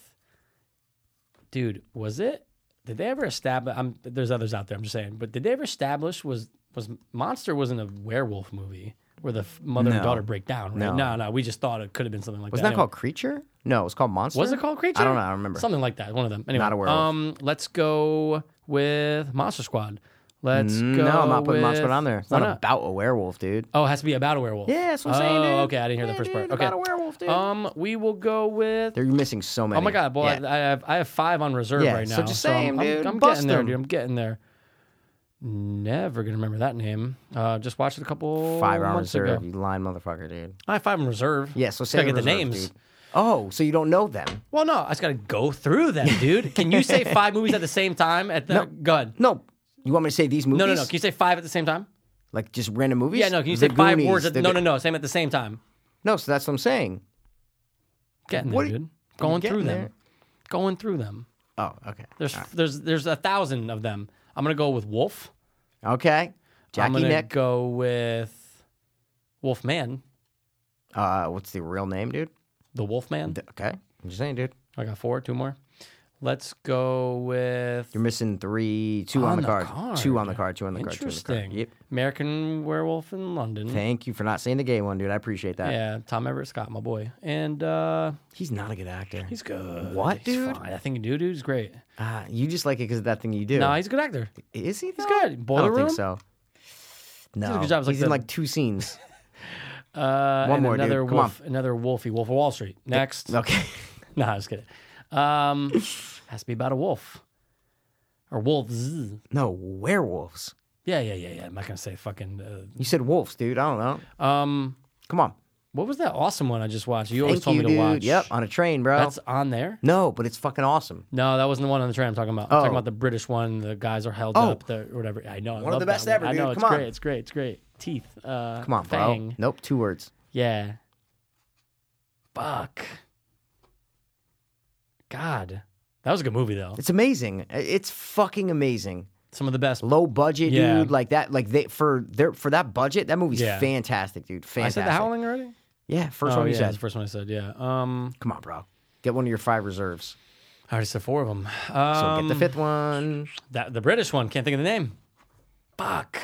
Speaker 1: Dude, was it? Did they ever establish? I'm, there's others out there. I'm just saying, but did they ever establish was was Monster wasn't a werewolf movie where the f- mother and
Speaker 2: No.
Speaker 1: daughter break down? Right?
Speaker 2: No.
Speaker 1: no, no. We just thought it could have been something like
Speaker 2: Was
Speaker 1: that.
Speaker 2: that called Creature? No, it was called Monster.
Speaker 1: Was it called Creature?
Speaker 2: I don't know. I remember.
Speaker 1: Something like that. One of them. Anyway,
Speaker 2: Not a werewolf.
Speaker 1: Um, let's go with Monster Squad. Let's
Speaker 2: Mm,
Speaker 1: go.
Speaker 2: no, I'm not
Speaker 1: with...
Speaker 2: putting Monster on there. It's
Speaker 1: Why
Speaker 2: not,
Speaker 1: not?
Speaker 2: about a werewolf, dude.
Speaker 1: Oh, it has to be about a werewolf.
Speaker 2: Yeah, that's what I'm saying,
Speaker 1: Oh,
Speaker 2: dude.
Speaker 1: okay. I didn't hear
Speaker 2: Yeah,
Speaker 1: the first part.
Speaker 2: dude,
Speaker 1: Okay.
Speaker 2: about a werewolf, dude.
Speaker 1: Um, we will go with.
Speaker 2: They're missing so many.
Speaker 1: oh my god, boy,
Speaker 2: Yeah.
Speaker 1: I, I have I have five on reserve
Speaker 2: Yeah,
Speaker 1: right now.
Speaker 2: so just say 'em,
Speaker 1: I'm, I'm-
Speaker 2: dude.
Speaker 1: I'm,
Speaker 2: Bust
Speaker 1: getting there,
Speaker 2: 'em.
Speaker 1: dude. I'm getting there. Never gonna remember that name. Uh, just watched it a couple
Speaker 2: Five hours
Speaker 1: months
Speaker 2: reserve,
Speaker 1: ago.
Speaker 2: you lying motherfucker, dude.
Speaker 1: I have five on reserve.
Speaker 2: Yeah, so say
Speaker 1: gotta get the
Speaker 2: reserve,
Speaker 1: names.
Speaker 2: dude. Oh, so you don't know them?
Speaker 1: Well, no, I just gotta go through them, dude. Can you say five movies at the same time? At the gun?
Speaker 2: No. You want me to say these movies?
Speaker 1: No, no, no. Can you say five at the same time?
Speaker 2: Like just random movies?
Speaker 1: Yeah, no. Can you
Speaker 2: The
Speaker 1: say five
Speaker 2: Goonies,
Speaker 1: words? At,
Speaker 2: the-
Speaker 1: no, no, no. Same at the same time.
Speaker 2: No, so that's what I'm saying.
Speaker 1: Getting
Speaker 2: What
Speaker 1: there,
Speaker 2: are you-
Speaker 1: dude. Going through
Speaker 2: getting
Speaker 1: them.
Speaker 2: there.
Speaker 1: Going through them.
Speaker 2: Oh, okay.
Speaker 1: There's there's there's a thousand of them. I'm gonna go with Wolf.
Speaker 2: Okay.
Speaker 1: I'm
Speaker 2: Jackie
Speaker 1: gonna
Speaker 2: Nick.
Speaker 1: go with Wolfman.
Speaker 2: Uh, what's the real name, dude?
Speaker 1: The Wolfman.
Speaker 2: D- Okay. I'm just saying, dude.
Speaker 1: I got four, two more. Let's go with
Speaker 2: You're missing three, two on,
Speaker 1: On
Speaker 2: the,
Speaker 1: the
Speaker 2: card.
Speaker 1: card.
Speaker 2: Two on the card, two on the card, two on the card.
Speaker 1: interesting.
Speaker 2: Yep.
Speaker 1: American Werewolf in London.
Speaker 2: Thank you for not saying the gay one, dude. I appreciate that.
Speaker 1: yeah, Tom Everett Scott, my boy, and uh,
Speaker 2: He's not a good actor.
Speaker 1: he's good.
Speaker 2: What,
Speaker 1: He's
Speaker 2: dude?
Speaker 1: fine. I think dude, dude's great.
Speaker 2: Ah, you just like it because of that thing you do.
Speaker 1: No, he's a good actor.
Speaker 2: Is he? He's
Speaker 1: good.
Speaker 2: I
Speaker 1: Boiler
Speaker 2: don't
Speaker 1: Room?
Speaker 2: think so. No,
Speaker 1: good jobs like
Speaker 2: he's in
Speaker 1: the-
Speaker 2: like two scenes.
Speaker 1: Uh,
Speaker 2: One
Speaker 1: and
Speaker 2: more, dude.
Speaker 1: another
Speaker 2: Come
Speaker 1: wolf, another Wolfie, Wolf of Wall Street. Next, no,
Speaker 2: Okay,
Speaker 1: nah, I was kidding. Um, has to be about a wolf or wolves.
Speaker 2: no werewolves.
Speaker 1: Yeah, yeah, yeah, yeah. I'm not gonna say fucking.
Speaker 2: You said wolves, dude. I don't know.
Speaker 1: Uh, um,
Speaker 2: Come on.
Speaker 1: what was that awesome one I just watched? You always
Speaker 2: Thank
Speaker 1: told
Speaker 2: you,
Speaker 1: me to
Speaker 2: dude.
Speaker 1: watch.
Speaker 2: Yep, on a train, bro.
Speaker 1: that's on there.
Speaker 2: No, but it's fucking awesome.
Speaker 1: No, that wasn't the one on the train I'm talking about. I'm talking
Speaker 2: Oh.
Speaker 1: about the British one. The guys are held
Speaker 2: Oh.
Speaker 1: up the, or whatever. I know. I
Speaker 2: One of
Speaker 1: love
Speaker 2: the best
Speaker 1: that
Speaker 2: ever,
Speaker 1: one. I know.
Speaker 2: dude.
Speaker 1: It's
Speaker 2: Come on.
Speaker 1: great. It's great. It's great. Teeth. Uh,
Speaker 2: Come on, bro.
Speaker 1: fang.
Speaker 2: Nope, two words.
Speaker 1: Yeah. Fuck. God. That was a good movie, though.
Speaker 2: It's amazing. It's fucking amazing.
Speaker 1: Some of the best.
Speaker 2: Low budget,
Speaker 1: Yeah.
Speaker 2: dude. Like that. Like they for their for that budget. That movie's
Speaker 1: Yeah.
Speaker 2: fantastic, dude.
Speaker 1: I
Speaker 2: Fantastic.
Speaker 1: said The Howling already?
Speaker 2: Yeah, first
Speaker 1: Oh,
Speaker 2: one you
Speaker 1: yeah. that's
Speaker 2: said.
Speaker 1: the first one I said, yeah. Um,
Speaker 2: Come on, bro. Get one of your five reserves.
Speaker 1: I already said four of them.
Speaker 2: So
Speaker 1: Um,
Speaker 2: get the fifth one.
Speaker 1: That, the British one. Can't think of the name. Fuck.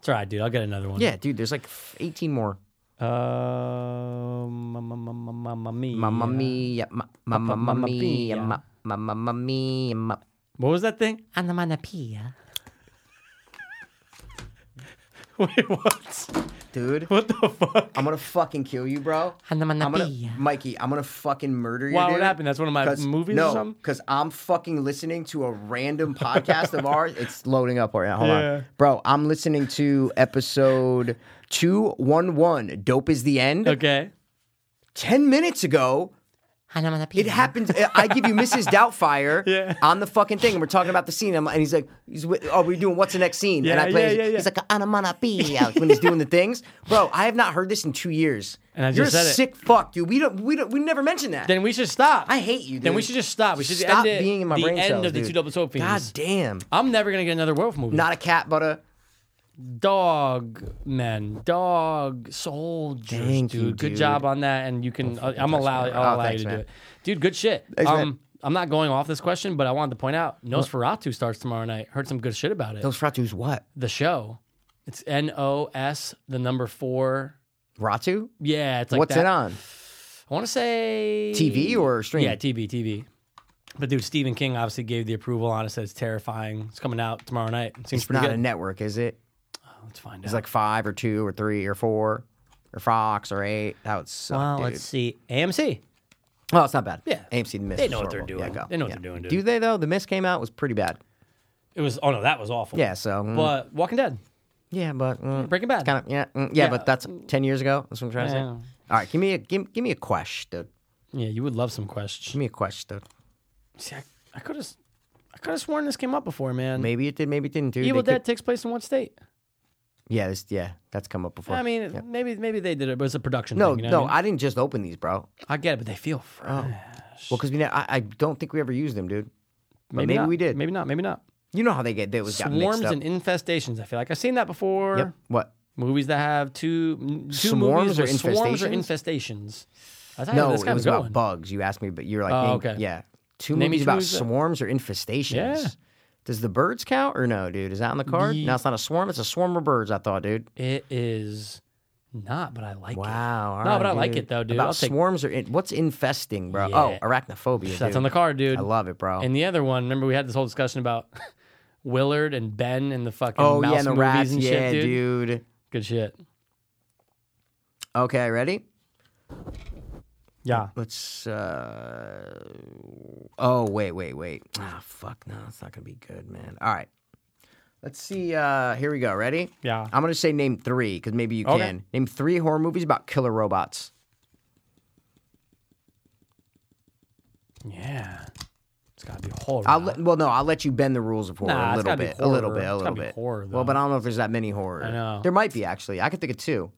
Speaker 1: It's all right, dude. I'll get another one.
Speaker 2: Yeah, dude. There's like 18 more.
Speaker 1: Um, mamma, mamma, mamma mia.
Speaker 2: Mamma mia, ma- ma-
Speaker 1: Mamma
Speaker 2: ma- mamma mia,
Speaker 1: mia.
Speaker 2: ma- ma- mamma mia. ma-
Speaker 1: What was that thing?
Speaker 4: Onomatopoeia.
Speaker 1: Wait, what?
Speaker 2: Dude,
Speaker 1: What the fuck?
Speaker 2: I'm gonna fucking kill you, bro. I'm gonna,
Speaker 4: Onomatopoeia.
Speaker 2: Mikey, I'm gonna fucking murder you.
Speaker 1: Why would
Speaker 2: dude.
Speaker 1: it happen? That's one of my
Speaker 2: 'Cause-
Speaker 1: Uh, movies
Speaker 2: no,
Speaker 1: or something?
Speaker 2: Because I'm fucking listening to a random podcast of ours. It's loading up right now. Hold
Speaker 1: Yeah.
Speaker 2: on. Bro, I'm listening to episode 211, Dope is the End.
Speaker 1: Okay.
Speaker 2: 10 minutes ago, It happens. I give you Mrs. Doubtfire
Speaker 1: Yeah.
Speaker 2: on the fucking thing, and we're talking about the scene. I'm- And he's like, he's, wi- "Oh, we're doing what's the next scene?" and
Speaker 1: Yeah,
Speaker 2: I play.
Speaker 1: yeah,
Speaker 2: his-
Speaker 1: yeah, yeah.
Speaker 2: He's like, "Onomatopoeia," when he's doing the things, bro. I have not heard this in two years.
Speaker 1: And I
Speaker 2: You're
Speaker 1: just
Speaker 2: a
Speaker 1: said it.
Speaker 2: sick fuck, dude. We don't. We don't. We never mentioned that.
Speaker 1: Then we should stop.
Speaker 2: I hate you. Dude.
Speaker 1: Then we should just stop. We should end
Speaker 2: stop
Speaker 1: it.
Speaker 2: being in my
Speaker 1: the
Speaker 2: brain
Speaker 1: end
Speaker 2: cells,
Speaker 1: of the
Speaker 2: dude.
Speaker 1: two double soap fiends.
Speaker 2: God damn.
Speaker 1: I'm never gonna get another werewolf movie.
Speaker 2: Not a cat, but a.
Speaker 1: dog men, dog soldiers,
Speaker 2: Thank you,
Speaker 1: dude. Good
Speaker 2: dude.
Speaker 1: job on that, and you can. uh, I'm allow.
Speaker 2: man.
Speaker 1: I'll
Speaker 2: Oh,
Speaker 1: allow
Speaker 2: thanks,
Speaker 1: you to
Speaker 2: man.
Speaker 1: do it, dude. Good shit.
Speaker 2: Thanks,
Speaker 1: um,
Speaker 2: man.
Speaker 1: I'm not going off this question, but I wanted to point out Nosferatu starts tomorrow night. Heard some good shit about it.
Speaker 2: Nosferatu's what?
Speaker 1: The show, it's N O S, the number four.
Speaker 2: Ratu?
Speaker 1: Yeah, it's like
Speaker 2: What's
Speaker 1: that.
Speaker 2: it on?
Speaker 1: I want to say
Speaker 2: TV or stream?
Speaker 1: Yeah, TV, TV. But dude, Stephen King obviously gave the approval on it. Said it's terrifying. It's coming out tomorrow night. It seems
Speaker 2: It's
Speaker 1: pretty
Speaker 2: not
Speaker 1: good.
Speaker 2: a network, is it?
Speaker 1: Let's find
Speaker 2: It's
Speaker 1: out.
Speaker 2: like five or two or three or four or Fox or eight. That would suck,
Speaker 1: well,
Speaker 2: dude.
Speaker 1: let's see. AMC.
Speaker 2: Oh, it's not bad.
Speaker 1: Yeah.
Speaker 2: AMC The Mist.
Speaker 1: They
Speaker 2: was
Speaker 1: know what they're
Speaker 2: horrible.
Speaker 1: doing.
Speaker 2: Yeah, go.
Speaker 1: They know what
Speaker 2: Yeah.
Speaker 1: they're doing, dude.
Speaker 2: Do they, though? The Mist came out was pretty bad.
Speaker 1: It was. Oh no, that was awful.
Speaker 2: Yeah, so. mm,
Speaker 1: But Walking Dead,
Speaker 2: yeah, but. mm,
Speaker 1: Breaking Bad.
Speaker 2: Kind of, yeah, mm, yeah,
Speaker 1: Yeah.
Speaker 2: but that's 10 years ago. That's what I'm trying to say.
Speaker 1: Yeah.
Speaker 2: All right, give me a give, give me a question, dude.
Speaker 1: yeah, you would love some
Speaker 2: Give
Speaker 1: questions.
Speaker 2: me a question, dude.
Speaker 1: Mm-hmm. See, I, I could have, I could have sworn this came up before, man.
Speaker 2: Maybe it did, maybe it didn't, dude.
Speaker 1: Evil
Speaker 2: They could-
Speaker 1: Dead takes place in what state?
Speaker 2: Yeah, this, yeah, that's come up before.
Speaker 1: I mean, maybe maybe they did it, but it's a production.
Speaker 2: no,
Speaker 1: thing, you know
Speaker 2: no, Oh,
Speaker 1: what I, mean?
Speaker 2: I, didn't just open these, bro.
Speaker 1: I get it, but they feel fresh.
Speaker 2: Well, because we, ne- I, I don't think we ever used them, dude. But maybe,
Speaker 1: not.
Speaker 2: we did.
Speaker 1: Maybe not. Maybe not.
Speaker 2: You know how they get they was got
Speaker 1: Swarms
Speaker 2: mixed up.
Speaker 1: and infestations. I feel like I've seen that before.
Speaker 2: Yep. What?
Speaker 1: Movies that have two, m- two movies
Speaker 2: Swarms or
Speaker 1: with swarms or
Speaker 2: infestations?
Speaker 1: infestations. I thought
Speaker 2: No,
Speaker 1: this
Speaker 2: it
Speaker 1: guy
Speaker 2: was
Speaker 1: was
Speaker 2: about
Speaker 1: going.
Speaker 2: bugs. You asked me, but you're like,
Speaker 1: Oh,
Speaker 2: name-
Speaker 1: okay.
Speaker 2: yeah, two
Speaker 1: Name me
Speaker 2: movies
Speaker 1: two
Speaker 2: about
Speaker 1: movies that-
Speaker 2: swarms or infestations.
Speaker 1: Yeah.
Speaker 2: Does the birds count or no, dude? Is that on the card? No, it's not a swarm. It's a swarm of birds. I thought, dude.
Speaker 1: It is not, but I like it.
Speaker 2: Wow. all
Speaker 1: No, but
Speaker 2: right,
Speaker 1: I like
Speaker 2: dude.
Speaker 1: it, though, dude.
Speaker 2: About
Speaker 1: I'll take-
Speaker 2: swarms or in, what's infesting, bro?
Speaker 1: Yeah.
Speaker 2: Oh, arachnophobia.
Speaker 1: That's
Speaker 2: dude.
Speaker 1: on the card, dude.
Speaker 2: I love it, bro.
Speaker 1: And the other one, remember we had this whole discussion about Willard and Ben and the fucking
Speaker 2: oh
Speaker 1: mouse
Speaker 2: yeah, and the
Speaker 1: movies
Speaker 2: rats.
Speaker 1: and
Speaker 2: yeah,
Speaker 1: shit, dude.
Speaker 2: dude.
Speaker 1: Good shit.
Speaker 2: Okay, ready?
Speaker 1: Yeah.
Speaker 2: Let's. Uh... Oh wait, wait, wait. Ah, fuck no, it's not gonna be good, man. All right, let's see. Uh, here we go. Ready?
Speaker 1: Yeah.
Speaker 2: I'm gonna say name three because maybe you
Speaker 1: Okay.
Speaker 2: can name three horror movies about killer robots.
Speaker 1: Yeah. It's gotta be horror.
Speaker 2: I'll let, well, no, I'll let you bend the rules of horror
Speaker 1: Nah,
Speaker 2: a
Speaker 1: it's
Speaker 2: little
Speaker 1: gotta be
Speaker 2: bit, a little
Speaker 1: horror.
Speaker 2: bit, a
Speaker 1: It's gotta
Speaker 2: little
Speaker 1: be
Speaker 2: bit.
Speaker 1: horror,
Speaker 2: well,
Speaker 1: though.
Speaker 2: but I don't know if there's that many horror.
Speaker 1: I know.
Speaker 2: there might be actually. I could think of two.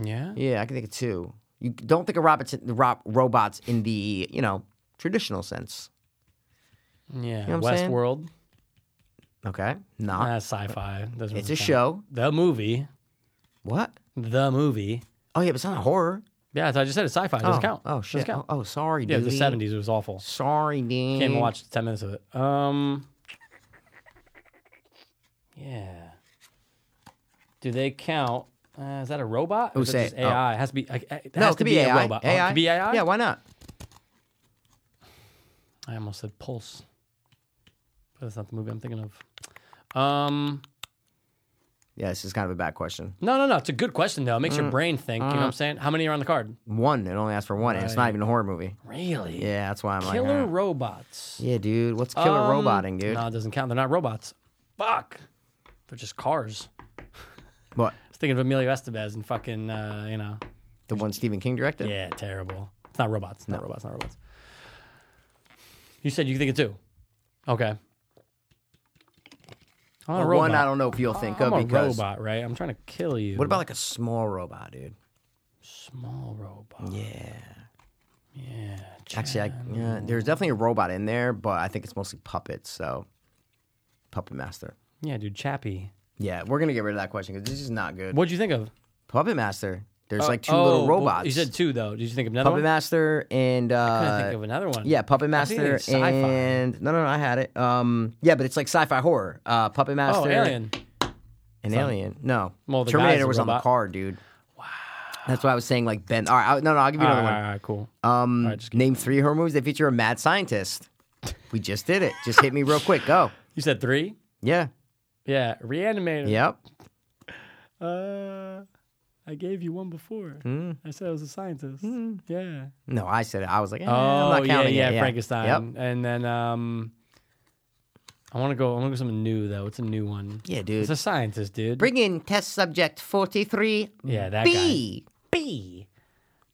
Speaker 1: yeah.
Speaker 2: Yeah, I can think of two. You don't think of robots, ro- robots in the you know traditional sense.
Speaker 1: Yeah.
Speaker 2: know what I'm saying?
Speaker 1: Westworld.
Speaker 2: Okay, not.
Speaker 1: That's sci-fi. Doesn't
Speaker 2: it's
Speaker 1: really
Speaker 2: a
Speaker 1: count.
Speaker 2: show.
Speaker 1: The movie.
Speaker 2: What?
Speaker 1: The movie.
Speaker 2: Oh yeah, but it's not horror.
Speaker 1: Yeah, so I just said it's sci-fi. It doesn't
Speaker 2: oh,
Speaker 1: count.
Speaker 2: Oh
Speaker 1: Doesn't
Speaker 2: shit. Oh,
Speaker 1: count.
Speaker 2: oh, sorry,
Speaker 1: Yeah,
Speaker 2: dude.
Speaker 1: the seventies was awful.
Speaker 2: Sorry, dude.
Speaker 1: Came and watched ten minutes of it. Um Yeah. Do they count? Uh, is that a robot? Or
Speaker 2: Who
Speaker 1: is
Speaker 2: say-
Speaker 1: it just AI? It has to be. Like, it
Speaker 2: No,
Speaker 1: has to
Speaker 2: it could be, AI.
Speaker 1: a robot. Oh, it
Speaker 2: AI.
Speaker 1: could be AI.
Speaker 2: Yeah, why not?
Speaker 1: I almost said Pulse, but that's not the movie I'm thinking of. Um,
Speaker 2: Yeah, this is kind of a bad question.
Speaker 1: no, no, no. It's a good question though. It makes
Speaker 2: Mm.
Speaker 1: your brain think. You know what I'm saying? How many are on the card?
Speaker 2: One. It only asked for one, and it's not even a horror movie.
Speaker 1: Really?
Speaker 2: Yeah, that's why I'm like.
Speaker 1: Killer
Speaker 2: ah.
Speaker 1: robots.
Speaker 2: Yeah, dude. What's killer
Speaker 1: Um,
Speaker 2: roboting, dude?
Speaker 1: No, it doesn't count. They're not robots. Fuck. They're just cars. I
Speaker 2: What?
Speaker 1: was thinking of Emilio Estevez and fucking, uh, you know.
Speaker 2: The one Stephen King directed?
Speaker 1: Yeah, terrible. It's not robots. Not robots. Not robots. You said you think it too. Okay. I'm a
Speaker 2: Or
Speaker 1: robot.
Speaker 2: One I don't know if you'll think
Speaker 1: I'm
Speaker 2: of
Speaker 1: a
Speaker 2: because.
Speaker 1: robot, right? I'm trying to kill you.
Speaker 2: What about like a small robot, dude?
Speaker 1: small robot?
Speaker 2: Yeah.
Speaker 1: Yeah.
Speaker 2: Actually, I, yeah, there's definitely a robot in there, but I think it's mostly puppets. So, Puppet Master.
Speaker 1: Yeah, dude, Chappie.
Speaker 2: Yeah, we're gonna get rid of that question because this is not good.
Speaker 1: What'd you think of?
Speaker 2: Puppet Master. There's like two
Speaker 1: Oh,
Speaker 2: little
Speaker 1: well,
Speaker 2: robots.
Speaker 1: you said two though. Did you think of another
Speaker 2: Puppet
Speaker 1: one?
Speaker 2: Master and uh,
Speaker 1: I couldn't think of another one.
Speaker 2: yeah, Puppet
Speaker 1: I was thinking
Speaker 2: Master
Speaker 1: sci-fi.
Speaker 2: and no, no, no, I had it. Um, yeah, but it's like sci-fi horror. Uh, Puppet Master,
Speaker 1: Oh, Alien.
Speaker 2: and Alien. No,
Speaker 1: Well, the guy's
Speaker 2: Terminator
Speaker 1: a
Speaker 2: was on the
Speaker 1: robot.
Speaker 2: card, dude. Wow, that's why I was saying like Ben. All right, I, no, no, I'll give you
Speaker 1: All
Speaker 2: another
Speaker 1: right,
Speaker 2: one.
Speaker 1: all right, cool.
Speaker 2: Um,
Speaker 1: All right, just keep-
Speaker 2: name three horror movies that feature a mad scientist. We just did it. Just hit me real quick. Go.
Speaker 1: You said three.
Speaker 2: Yeah.
Speaker 1: Yeah, Reanimator.
Speaker 2: Yep.
Speaker 1: Uh, I gave you one before.
Speaker 2: Hmm.
Speaker 1: I said I was a scientist. Yeah.
Speaker 2: No, I said it. I was like, eh,
Speaker 1: Oh
Speaker 2: Hmm. I'm not
Speaker 1: yeah,
Speaker 2: counting
Speaker 1: yeah,
Speaker 2: it.
Speaker 1: Frankenstein.
Speaker 2: Yep.
Speaker 1: And then um, I want to go. I want to go something new though. What's a new one?
Speaker 2: Yeah, dude.
Speaker 1: It's a scientist, dude.
Speaker 2: Bring in test subject forty-three.
Speaker 1: Yeah, that
Speaker 2: B.
Speaker 1: B.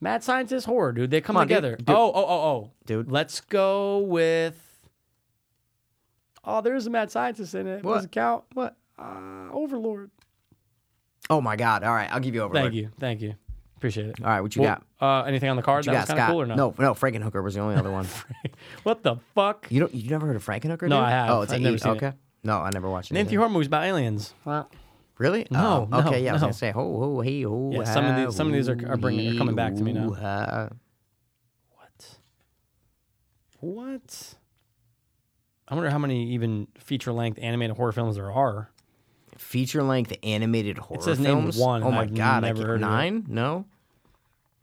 Speaker 1: Mad scientist horror, dude. They come
Speaker 2: on, dude.
Speaker 1: together.
Speaker 2: Dude.
Speaker 1: Oh, oh, oh, oh,
Speaker 2: Dude.
Speaker 1: Let's go with. Oh, there is a mad scientist in it.
Speaker 2: What?
Speaker 1: Does it count?
Speaker 2: What?
Speaker 1: Uh, Overlord.
Speaker 2: Oh my God! All right, I'll give you over.
Speaker 1: Thank you, thank you, appreciate it.
Speaker 2: All right, what you got?
Speaker 1: Uh, anything on the card
Speaker 2: You
Speaker 1: that was
Speaker 2: got
Speaker 1: kind of
Speaker 2: Scott.
Speaker 1: cool or not?
Speaker 2: No, no. Frankenhooker was the only other one.
Speaker 1: what the fuck?
Speaker 2: you don't. You never heard of Frankenhooker?
Speaker 1: No,
Speaker 2: dude?
Speaker 1: I have.
Speaker 2: Oh, it's
Speaker 1: I've
Speaker 2: an
Speaker 1: never
Speaker 2: eight-
Speaker 1: seen it.
Speaker 2: okay. No, I never watched it.
Speaker 1: Name
Speaker 2: either.
Speaker 1: three horror movies about aliens.
Speaker 2: Really?
Speaker 1: No,
Speaker 2: Oh,
Speaker 1: no,
Speaker 2: okay. Yeah, I was
Speaker 1: no.
Speaker 2: gonna say. Ho, ho, hey, ho.
Speaker 1: Yeah, some of these- some of these are-
Speaker 2: ha,
Speaker 1: are bringing- are coming back to me now.
Speaker 2: hoo, ha.
Speaker 1: What? What? I wonder how many even feature length animated horror films there are.
Speaker 2: Feature length animated horror
Speaker 1: says name
Speaker 2: films.
Speaker 1: one,
Speaker 2: Oh
Speaker 1: and
Speaker 2: my
Speaker 1: I've
Speaker 2: God!
Speaker 1: never
Speaker 2: I can't-
Speaker 1: heard of it.
Speaker 2: nine? No.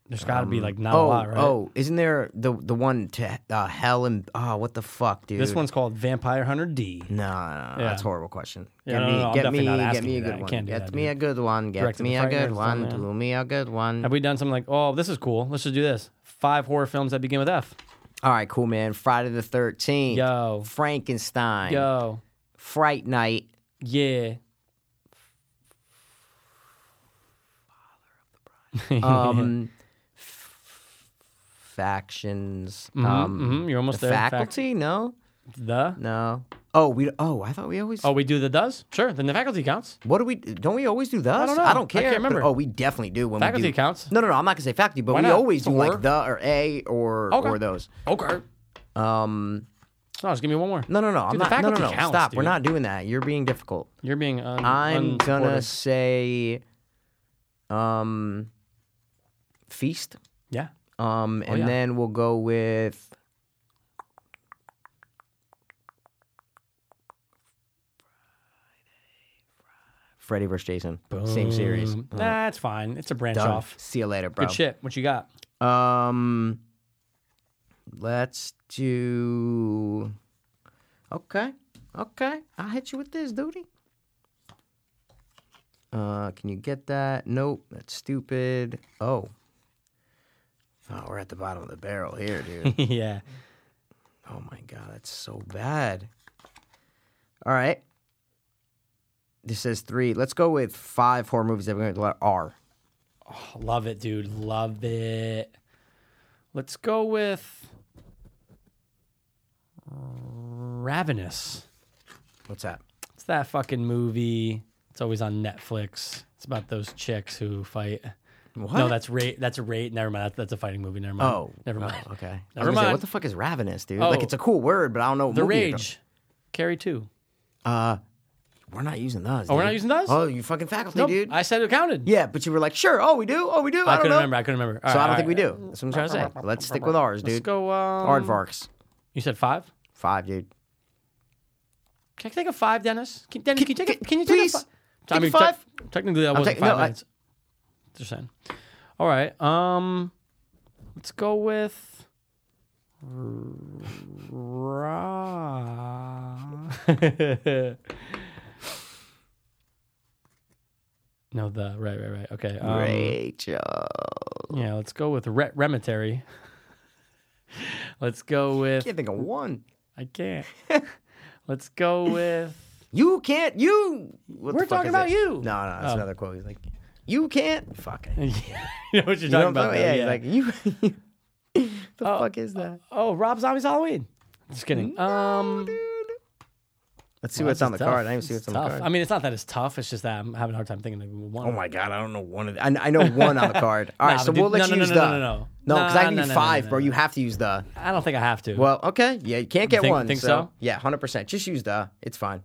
Speaker 1: There's got to be like not
Speaker 2: oh,
Speaker 1: a lot, right?
Speaker 2: oh, isn't there the the one to uh, hell and oh, what the fuck, dude?
Speaker 1: This one's called Vampire Hunter D.
Speaker 2: No, no, no,
Speaker 1: Yeah.
Speaker 2: that's a horrible question.
Speaker 1: Yeah, no, no, no, I'm
Speaker 2: get
Speaker 1: definitely not
Speaker 2: me, get
Speaker 1: asking
Speaker 2: me a
Speaker 1: you
Speaker 2: good
Speaker 1: that. I
Speaker 2: one.
Speaker 1: can't do
Speaker 2: get
Speaker 1: that,
Speaker 2: me a good one. Get
Speaker 1: Directed
Speaker 2: me
Speaker 1: to
Speaker 2: a good
Speaker 1: Frighteners,
Speaker 2: one.
Speaker 1: yeah.
Speaker 2: Do me a good one.
Speaker 1: Have we done something like, oh, this is cool. Let's just do this. Five horror films that begin with F.
Speaker 2: All right, cool, man. Friday the Thirteenth.
Speaker 1: Yo.
Speaker 2: Frankenstein.
Speaker 1: Yo.
Speaker 2: Fright Night.
Speaker 1: Yeah.
Speaker 2: Um, f- factions. um,
Speaker 1: mhm, you're almost
Speaker 2: the
Speaker 1: there. Fac-
Speaker 2: Faculty? no,
Speaker 1: The.
Speaker 2: no. Oh, we. Oh, I thought we always.
Speaker 1: Oh, we do the does? Sure. Then the faculty counts.
Speaker 2: What do we? Don't we always do those? I
Speaker 1: don't know.
Speaker 2: I don't
Speaker 1: I
Speaker 2: care.
Speaker 1: can't
Speaker 2: but-
Speaker 1: remember.
Speaker 2: oh, we definitely do when
Speaker 1: Faculty
Speaker 2: we do.
Speaker 1: counts.
Speaker 2: No, no, no. I'm not gonna say faculty, but
Speaker 1: Why
Speaker 2: we
Speaker 1: not?
Speaker 2: always do
Speaker 1: Or-
Speaker 2: like the or a or
Speaker 1: Okay.
Speaker 2: or those.
Speaker 1: Okay.
Speaker 2: Um,
Speaker 1: No, just give me one more.
Speaker 2: no, no, no. I'm
Speaker 1: Dude, the
Speaker 2: not. No, no,
Speaker 1: faculty
Speaker 2: no.
Speaker 1: counts,
Speaker 2: Stop. We're
Speaker 1: dude.
Speaker 2: not doing that. You're being difficult.
Speaker 1: You're being. Un-
Speaker 2: I'm gonna
Speaker 1: unordered.
Speaker 2: say, um, feast.
Speaker 1: Yeah.
Speaker 2: Um, and
Speaker 1: Oh, yeah.
Speaker 2: then we'll go with. Freddy vs. Jason. Same series.
Speaker 1: Mm, Nah, it's fine. It's a branch
Speaker 2: Done.
Speaker 1: off.
Speaker 2: See you later, bro.
Speaker 1: Good shit. What you got?
Speaker 2: Um, let's do. Okay, okay. I'll hit you with this, duty. Uh, can you get that? Nope, that's stupid. Oh. Oh, we're at the bottom of the barrel here, dude.
Speaker 1: yeah.
Speaker 2: oh my god, that's so bad. All right. This says three. Let's go with five horror movies that we're going to let R.
Speaker 1: Love it, dude. Love it. Let's go with Ravenous.
Speaker 2: What's that?
Speaker 1: It's that fucking movie. It's always on Netflix. It's about those chicks who fight.
Speaker 2: What?
Speaker 1: No, that's rate. That's a rate. Never mind. That's, that's a fighting movie. Never mind.
Speaker 2: Oh,
Speaker 1: never
Speaker 2: oh,
Speaker 1: mind.
Speaker 2: okay.
Speaker 1: Never
Speaker 2: I was gonna say,
Speaker 1: mind.
Speaker 2: what the fuck is ravenous, dude?
Speaker 1: Oh.
Speaker 2: Like it's a cool word, but I don't know. what
Speaker 1: The
Speaker 2: movie you're
Speaker 1: Rage. Carrie two.
Speaker 2: from. Uh, we're not using those.
Speaker 1: Oh, we're
Speaker 2: dude.
Speaker 1: not using those?
Speaker 2: Oh, you fucking faculty,
Speaker 1: Nope,
Speaker 2: dude.
Speaker 1: I said it counted.
Speaker 2: yeah, but you were like, sure. Oh, we do. Oh, we do. I,
Speaker 1: I,
Speaker 2: don't
Speaker 1: couldn't
Speaker 2: know.
Speaker 1: remember. I couldn't remember.
Speaker 2: So I don't think we do. That's what I'm trying to say. Let's stick with ours, dude.
Speaker 1: Let's go. Um,
Speaker 2: Aardvarks.
Speaker 1: You said five.
Speaker 2: Five, dude.
Speaker 1: Can I take a five, Dennis? Can, Dennis, can, you take a,
Speaker 2: can-
Speaker 1: can you
Speaker 2: please?
Speaker 1: take a five? I
Speaker 2: Take a
Speaker 1: mean,
Speaker 2: five?
Speaker 1: Te- technically, that wasn't
Speaker 2: taking-
Speaker 1: five
Speaker 2: no, I-
Speaker 1: minutes. Just saying. All right. Um, let's go with. Ra. no, the right, right, right. Okay. Um,
Speaker 2: Rachel.
Speaker 1: Yeah, let's go with re- Remitary. let's go with.
Speaker 2: Can't think of one.
Speaker 1: I can't. let's go with.
Speaker 2: You can't. You. What the
Speaker 1: We're
Speaker 2: fuck
Speaker 1: talking
Speaker 2: is
Speaker 1: about
Speaker 2: it?
Speaker 1: you.
Speaker 2: No, no, that's
Speaker 1: Oh.
Speaker 2: another quote. He's like, you can't. Fuck.
Speaker 1: you
Speaker 2: I-
Speaker 1: know what you're
Speaker 2: You know
Speaker 1: talking
Speaker 2: what I'm
Speaker 1: about.
Speaker 2: talking-
Speaker 1: though,
Speaker 2: yeah, he's like you. the fuck is that?
Speaker 1: oh, Rob Zombie's Halloween. Just kidding. um,
Speaker 2: Let's see what's on the
Speaker 1: tough.
Speaker 2: card. I didn't see
Speaker 1: It's
Speaker 2: what's on the
Speaker 1: tough.
Speaker 2: card.
Speaker 1: I mean, it's not that it's tough. It's just that I'm having a hard time thinking of one.
Speaker 2: Oh my god, I don't know one of the. I, I know one on the card. All right,
Speaker 1: Nah,
Speaker 2: so
Speaker 1: but dude,
Speaker 2: we'll let
Speaker 1: no,
Speaker 2: you
Speaker 1: no, no,
Speaker 2: use
Speaker 1: no,
Speaker 2: the.
Speaker 1: no, no, no.
Speaker 2: No, because I
Speaker 1: Nah,
Speaker 2: can
Speaker 1: nah,
Speaker 2: do
Speaker 1: nah,
Speaker 2: five,
Speaker 1: nah,
Speaker 2: bro.
Speaker 1: nah.
Speaker 2: You have to use the.
Speaker 1: I don't think I have to.
Speaker 2: Well, okay, yeah, you can't get
Speaker 1: Think-
Speaker 2: one.
Speaker 1: think so?
Speaker 2: Yeah, hundred percent. Just use the. It's fine.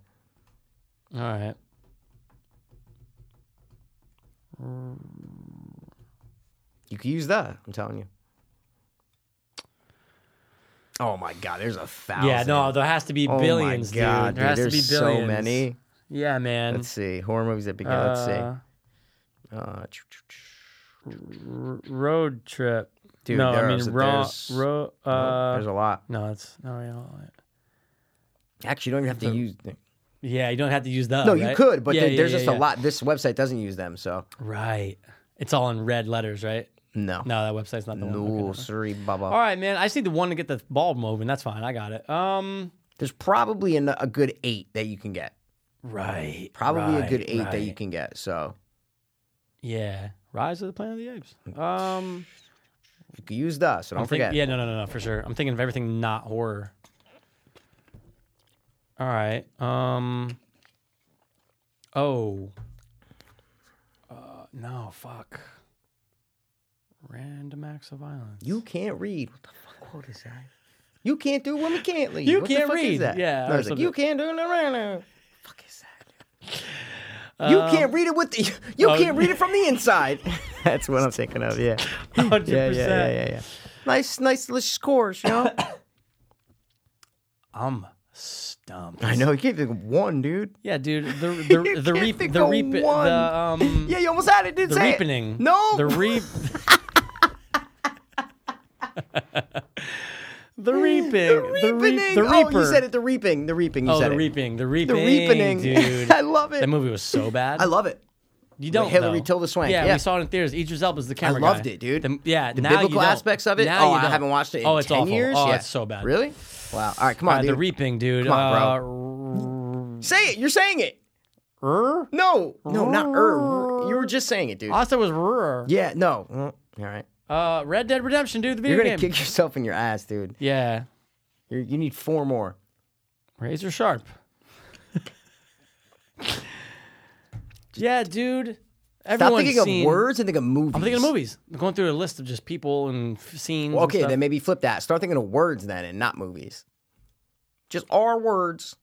Speaker 1: All right.
Speaker 2: You can use the. I'm telling you. Oh my god, there's a thousand.
Speaker 1: Yeah, no, there has to be
Speaker 2: oh
Speaker 1: billions,
Speaker 2: my god,
Speaker 1: dude. There has
Speaker 2: there's
Speaker 1: to be billions.
Speaker 2: so many.
Speaker 1: Yeah, man.
Speaker 2: Let's see horror movies that begin. Let's
Speaker 1: Uh,
Speaker 2: see. Uh, ch- ch- ch-
Speaker 1: r- road trip.
Speaker 2: Dude,
Speaker 1: no,
Speaker 2: there
Speaker 1: I mean,
Speaker 2: is-
Speaker 1: raw,
Speaker 2: there's- oh,
Speaker 1: ro- uh,
Speaker 2: there's a lot.
Speaker 1: no, it's no, you know,
Speaker 2: Actually, you don't even have to use.
Speaker 1: yeah, you don't have to use that.
Speaker 2: No,
Speaker 1: Oh, right?
Speaker 2: you could, but
Speaker 1: Yeah,
Speaker 2: there-
Speaker 1: yeah,
Speaker 2: there's
Speaker 1: yeah,
Speaker 2: just a
Speaker 1: yeah.
Speaker 2: lot. This website doesn't use them, so
Speaker 1: Right. It's all in red letters, right?
Speaker 2: no.
Speaker 1: No, that website's not the one. Okay, never
Speaker 2: No,
Speaker 1: mind.
Speaker 2: sorry, Bubba.
Speaker 1: All right, man. I just need the one to get the ball moving. That's fine. I got it. Um,
Speaker 2: There's probably an, a good eight that you can get.
Speaker 1: right.
Speaker 2: Probably a
Speaker 1: right,
Speaker 2: good eight that you
Speaker 1: right.
Speaker 2: can get. So
Speaker 1: Yeah, Rise of the Planet of the Apes. Um,
Speaker 2: used us, so Mm. don't
Speaker 1: I'm think-
Speaker 2: forget.
Speaker 1: yeah, no, no, no, no, for sure. I'm thinking of everything not horror. All right. Um. Oh. Uh, no, fuck. Random acts of violence.
Speaker 2: You can't read. What the fuck quote is that? You can't do when we can't leave.
Speaker 1: You
Speaker 2: What the
Speaker 1: can't
Speaker 2: fuck is
Speaker 1: read.
Speaker 2: that?
Speaker 1: Yeah,
Speaker 2: No,
Speaker 1: or
Speaker 2: it's like,
Speaker 1: something.
Speaker 2: you can't do it around. Fuck is that? You can't read it with the. You
Speaker 1: Um, oh.
Speaker 2: can't read it from the inside. That's what I'm thinking of. Yeah.
Speaker 1: Hundred
Speaker 2: Yeah, yeah, yeah, yeah, yeah. Nice, nice little scores, you know.
Speaker 1: I'm stumped.
Speaker 2: I know you can't think of one, dude.
Speaker 1: Yeah, dude. The the the
Speaker 2: can't
Speaker 1: reap
Speaker 2: think
Speaker 1: the
Speaker 2: of
Speaker 1: reap the
Speaker 2: one.
Speaker 1: um
Speaker 2: Yeah, you almost had it. Didn't
Speaker 1: the
Speaker 2: say it.
Speaker 1: reapening.
Speaker 2: No.
Speaker 1: the reap. The reaping, the, reap- the
Speaker 2: reapening.
Speaker 1: reaper.
Speaker 2: Oh, you said it. The reaping. The reaping. You
Speaker 1: Oh,
Speaker 2: said
Speaker 1: the
Speaker 2: it.
Speaker 1: reaping, the reaping,
Speaker 2: The reapening.
Speaker 1: dude.
Speaker 2: I love it.
Speaker 1: That movie was so bad.
Speaker 2: I love it.
Speaker 1: you don't
Speaker 2: Hillary
Speaker 1: know.
Speaker 2: Tilda Swank,
Speaker 1: Yeah,
Speaker 2: yeah.
Speaker 1: we saw it in theaters. Idris Elba's the camera.
Speaker 2: loved
Speaker 1: guy.
Speaker 2: it, dude.
Speaker 1: The, yeah,
Speaker 2: The
Speaker 1: now you
Speaker 2: biblical
Speaker 1: don't.
Speaker 2: aspects of it.
Speaker 1: Now
Speaker 2: oh,
Speaker 1: you
Speaker 2: I
Speaker 1: don't.
Speaker 2: haven't watched it in
Speaker 1: oh, it's
Speaker 2: 10
Speaker 1: awful.
Speaker 2: years.
Speaker 1: Oh,
Speaker 2: yeah.
Speaker 1: it's so bad.
Speaker 2: Really? Wow. All right, come on,
Speaker 1: Uh, the
Speaker 2: dude.
Speaker 1: reaping, dude.
Speaker 2: Come on, bro.
Speaker 1: Uh,
Speaker 2: Say it. You're saying it. No. No, not er. You were just saying it, dude.
Speaker 1: I said it was rrr.
Speaker 2: Yeah, no. Mm, All right.
Speaker 1: Uh, Red Dead Redemption, dude. The video
Speaker 2: You're going to
Speaker 1: game.
Speaker 2: kick yourself in your ass, dude.
Speaker 1: yeah,
Speaker 2: You're, you need four more.
Speaker 1: razor sharp. yeah, dude.
Speaker 2: Stop
Speaker 1: Everyone's
Speaker 2: thinking
Speaker 1: seen,
Speaker 2: of words and think of movies.
Speaker 1: I'm thinking of movies. I'm going through a list of just people and f- scenes.
Speaker 2: Well,
Speaker 1: and
Speaker 2: okay,
Speaker 1: stuff.
Speaker 2: then maybe flip that. Start thinking of words then and not movies. Just R words.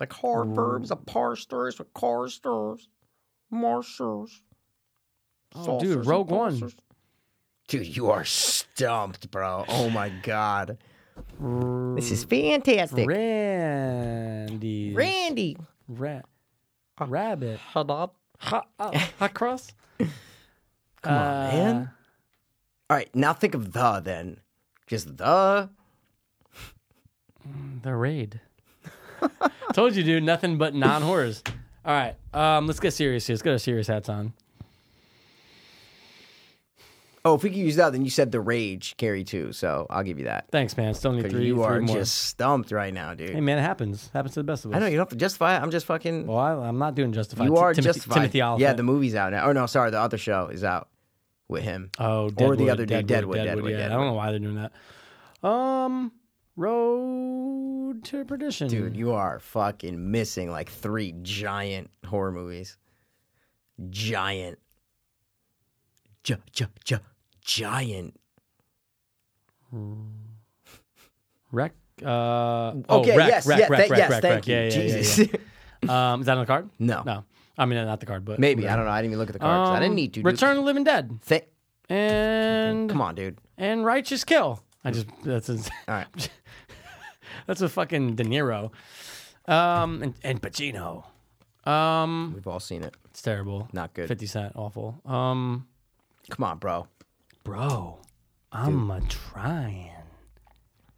Speaker 2: Like hard verbs, a parsters, a carsters, marshers.
Speaker 1: oh, dude, Rogue One.
Speaker 2: Dude, you are stumped, bro. Oh my god. This is fantastic.
Speaker 1: Randy.
Speaker 2: Randy.
Speaker 1: Ra- rabbit.
Speaker 2: Hold up.
Speaker 1: Hot, uh, hot cross. Uh,
Speaker 2: Come on, man. All right, now think of the then. Just the.
Speaker 1: The raid. Told you, dude. Nothing but non horrors. All right. Um, let's get serious here. Let's get our serious hats on.
Speaker 2: Oh, if we could use that, then you said the rage, Carrie, too. So I'll give you that.
Speaker 1: Thanks, man. Still need
Speaker 2: 'Cause
Speaker 1: three,
Speaker 2: you
Speaker 1: three
Speaker 2: are
Speaker 1: more.
Speaker 2: just stumped right now, dude.
Speaker 1: Hey, man, it happens. Happens to the best of us.
Speaker 2: I know you don't have to justify it. I'm just fucking.
Speaker 1: Well, I, I'm not doing Justified.
Speaker 2: you
Speaker 1: Ti-
Speaker 2: are
Speaker 1: Uh, Timothy,
Speaker 2: justified.
Speaker 1: Timothy Oliphant.
Speaker 2: yeah, the movie's out now. Oh no, sorry, the other show is out with him.
Speaker 1: Oh, Deadwood,
Speaker 2: Or the other dude, Deadwood, Deadwood,
Speaker 1: yeah, I
Speaker 2: Deadwood.
Speaker 1: don't know why they're doing that. Um, Road to Perdition.
Speaker 2: Dude, you are fucking missing like three giant horror movies. Giant. Gi- gi- gi- giant.
Speaker 1: Wreck. Uh,
Speaker 2: Okay,
Speaker 1: oh, wreck,
Speaker 2: yes,
Speaker 1: wreck,
Speaker 2: yeah,
Speaker 1: wreck,
Speaker 2: that-
Speaker 1: wreck,
Speaker 2: yes,
Speaker 1: wreck,
Speaker 2: thank
Speaker 1: wreck.
Speaker 2: you.
Speaker 1: Yeah, yeah, yeah,
Speaker 2: Jesus.
Speaker 1: yeah, Um, is that on the card?
Speaker 2: No.
Speaker 1: No. I mean, not the card, but Um,
Speaker 2: Maybe. I don't know. I didn't even look at the cards. I didn't need to. dude.
Speaker 1: Return of the Living Dead
Speaker 2: Thi-
Speaker 1: and
Speaker 2: Come on, dude.
Speaker 1: and Righteous Kill. I just that's a,
Speaker 2: All right.
Speaker 1: that's a fucking De Niro, um, and, and Pacino. Um,
Speaker 2: We've all seen it.
Speaker 1: it's terrible.
Speaker 2: Not good.
Speaker 1: Fifty Cent, awful. Um,
Speaker 2: Come on, bro.
Speaker 1: bro, I'm a trying.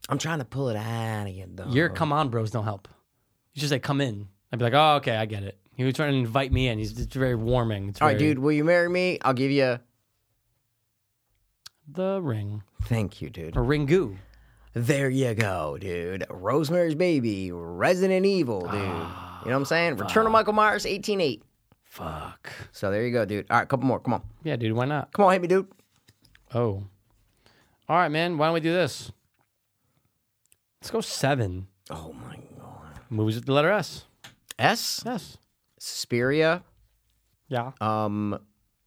Speaker 2: I'm trying to pull it out of you, though.
Speaker 1: Your come on, bros, don't help. You should say come in. I'd be like, oh, okay, I get it. He was trying to invite me in. He's it's very warming. It's
Speaker 2: all right,
Speaker 1: very-
Speaker 2: dude. Will you marry me? I'll give you.
Speaker 1: The ring
Speaker 2: Thank you, dude.
Speaker 1: or Ringu.
Speaker 2: There you go, dude. Rosemary's Baby, Resident Evil, dude. you know what I'm saying? Return of Michael Myers, 18.8.
Speaker 1: Fuck.
Speaker 2: So there you go, dude. All right, couple more. Come on.
Speaker 1: Yeah, dude. Why not?
Speaker 2: Come on, hit me, dude.
Speaker 1: Oh. All right, man. Why don't we do this? Let's go seven.
Speaker 2: Oh, my God.
Speaker 1: Movies with the letter S.
Speaker 2: S,
Speaker 1: Yes.
Speaker 2: Suspiria,
Speaker 1: Yeah.
Speaker 2: um,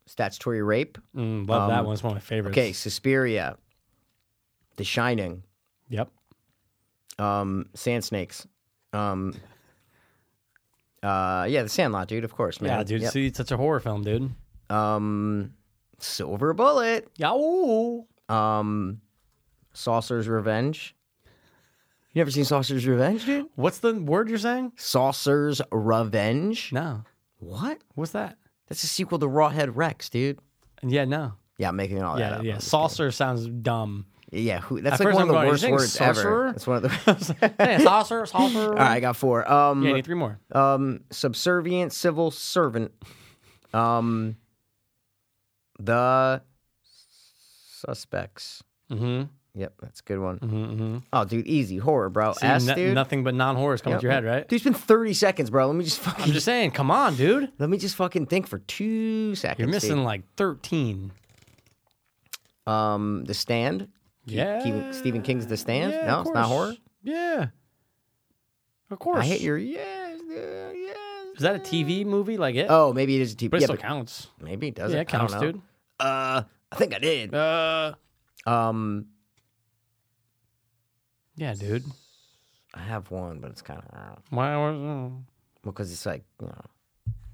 Speaker 2: Statutory Rape.
Speaker 1: Mm, love that one. It's one of my favorites.
Speaker 2: Um, Okay, Suspiria, The Shining,
Speaker 1: Yep.
Speaker 2: um, Sand Snakes. Um, uh, yeah, The Sandlot, dude, of course, man.
Speaker 1: Yeah, dude.
Speaker 2: Yep.
Speaker 1: See, it's such a horror film, dude.
Speaker 2: Um, Silver Bullet,
Speaker 1: Yeah. Ooh.
Speaker 2: um, Saucer's Revenge. You never seen Saucer's Revenge, dude?
Speaker 1: What's the word you're saying?
Speaker 2: Saucer's Revenge?
Speaker 1: No.
Speaker 2: What?
Speaker 1: What's that?
Speaker 2: That's a sequel to Rawhead Rex, dude.
Speaker 1: Yeah, no.
Speaker 2: Oh, Yeah, I'm making all that
Speaker 1: Yeah,
Speaker 2: up.
Speaker 1: yeah.
Speaker 2: I'm just
Speaker 1: Saucer sounds dumb.
Speaker 2: kidding. Yeah, who, that's
Speaker 1: At
Speaker 2: like
Speaker 1: first
Speaker 2: one of the
Speaker 1: I'm going,
Speaker 2: worst
Speaker 1: "You think
Speaker 2: words ever.
Speaker 1: sorcerer?"
Speaker 2: That's one of the.
Speaker 1: Hey, saucer, saucer.
Speaker 2: all right, I got four. Um,
Speaker 1: Yeah, I need three more.
Speaker 2: um, subservient civil servant. Um, the suspects.
Speaker 1: Mm-hmm.
Speaker 2: Yep, that's a good one.
Speaker 1: Mm-hmm.
Speaker 2: Oh, dude, easy horror, bro.
Speaker 1: See,
Speaker 2: S,
Speaker 1: no-
Speaker 2: dude.
Speaker 1: nothing but non-horrors coming
Speaker 2: Yep.
Speaker 1: through your head, right?
Speaker 2: Dude, it's been 30 seconds, bro. Let me just fucking
Speaker 1: I'm just saying, come on, dude.
Speaker 2: let me just fucking think for two seconds.
Speaker 1: You're
Speaker 2: dude.
Speaker 1: missing like 13.
Speaker 2: Um, The Stand.
Speaker 1: Yeah.
Speaker 2: Keevan- Stephen King's The Stand.
Speaker 1: Yeah,
Speaker 2: no,
Speaker 1: of
Speaker 2: it's not
Speaker 1: course.
Speaker 2: horror.
Speaker 1: Yeah. Of course.
Speaker 2: I hate your yes, yeah, yes.
Speaker 1: Is that a TV movie like it?
Speaker 2: Oh, maybe it is a TV.
Speaker 1: but it
Speaker 2: yeah,
Speaker 1: still
Speaker 2: but
Speaker 1: counts.
Speaker 2: maybe it doesn't.
Speaker 1: yeah, it counts,
Speaker 2: I don't know.
Speaker 1: dude.
Speaker 2: Uh, I think I did.
Speaker 1: Uh,
Speaker 2: Um,
Speaker 1: yeah, dude.
Speaker 2: I have one, but it's kind of
Speaker 1: Why was
Speaker 2: because it's like you know,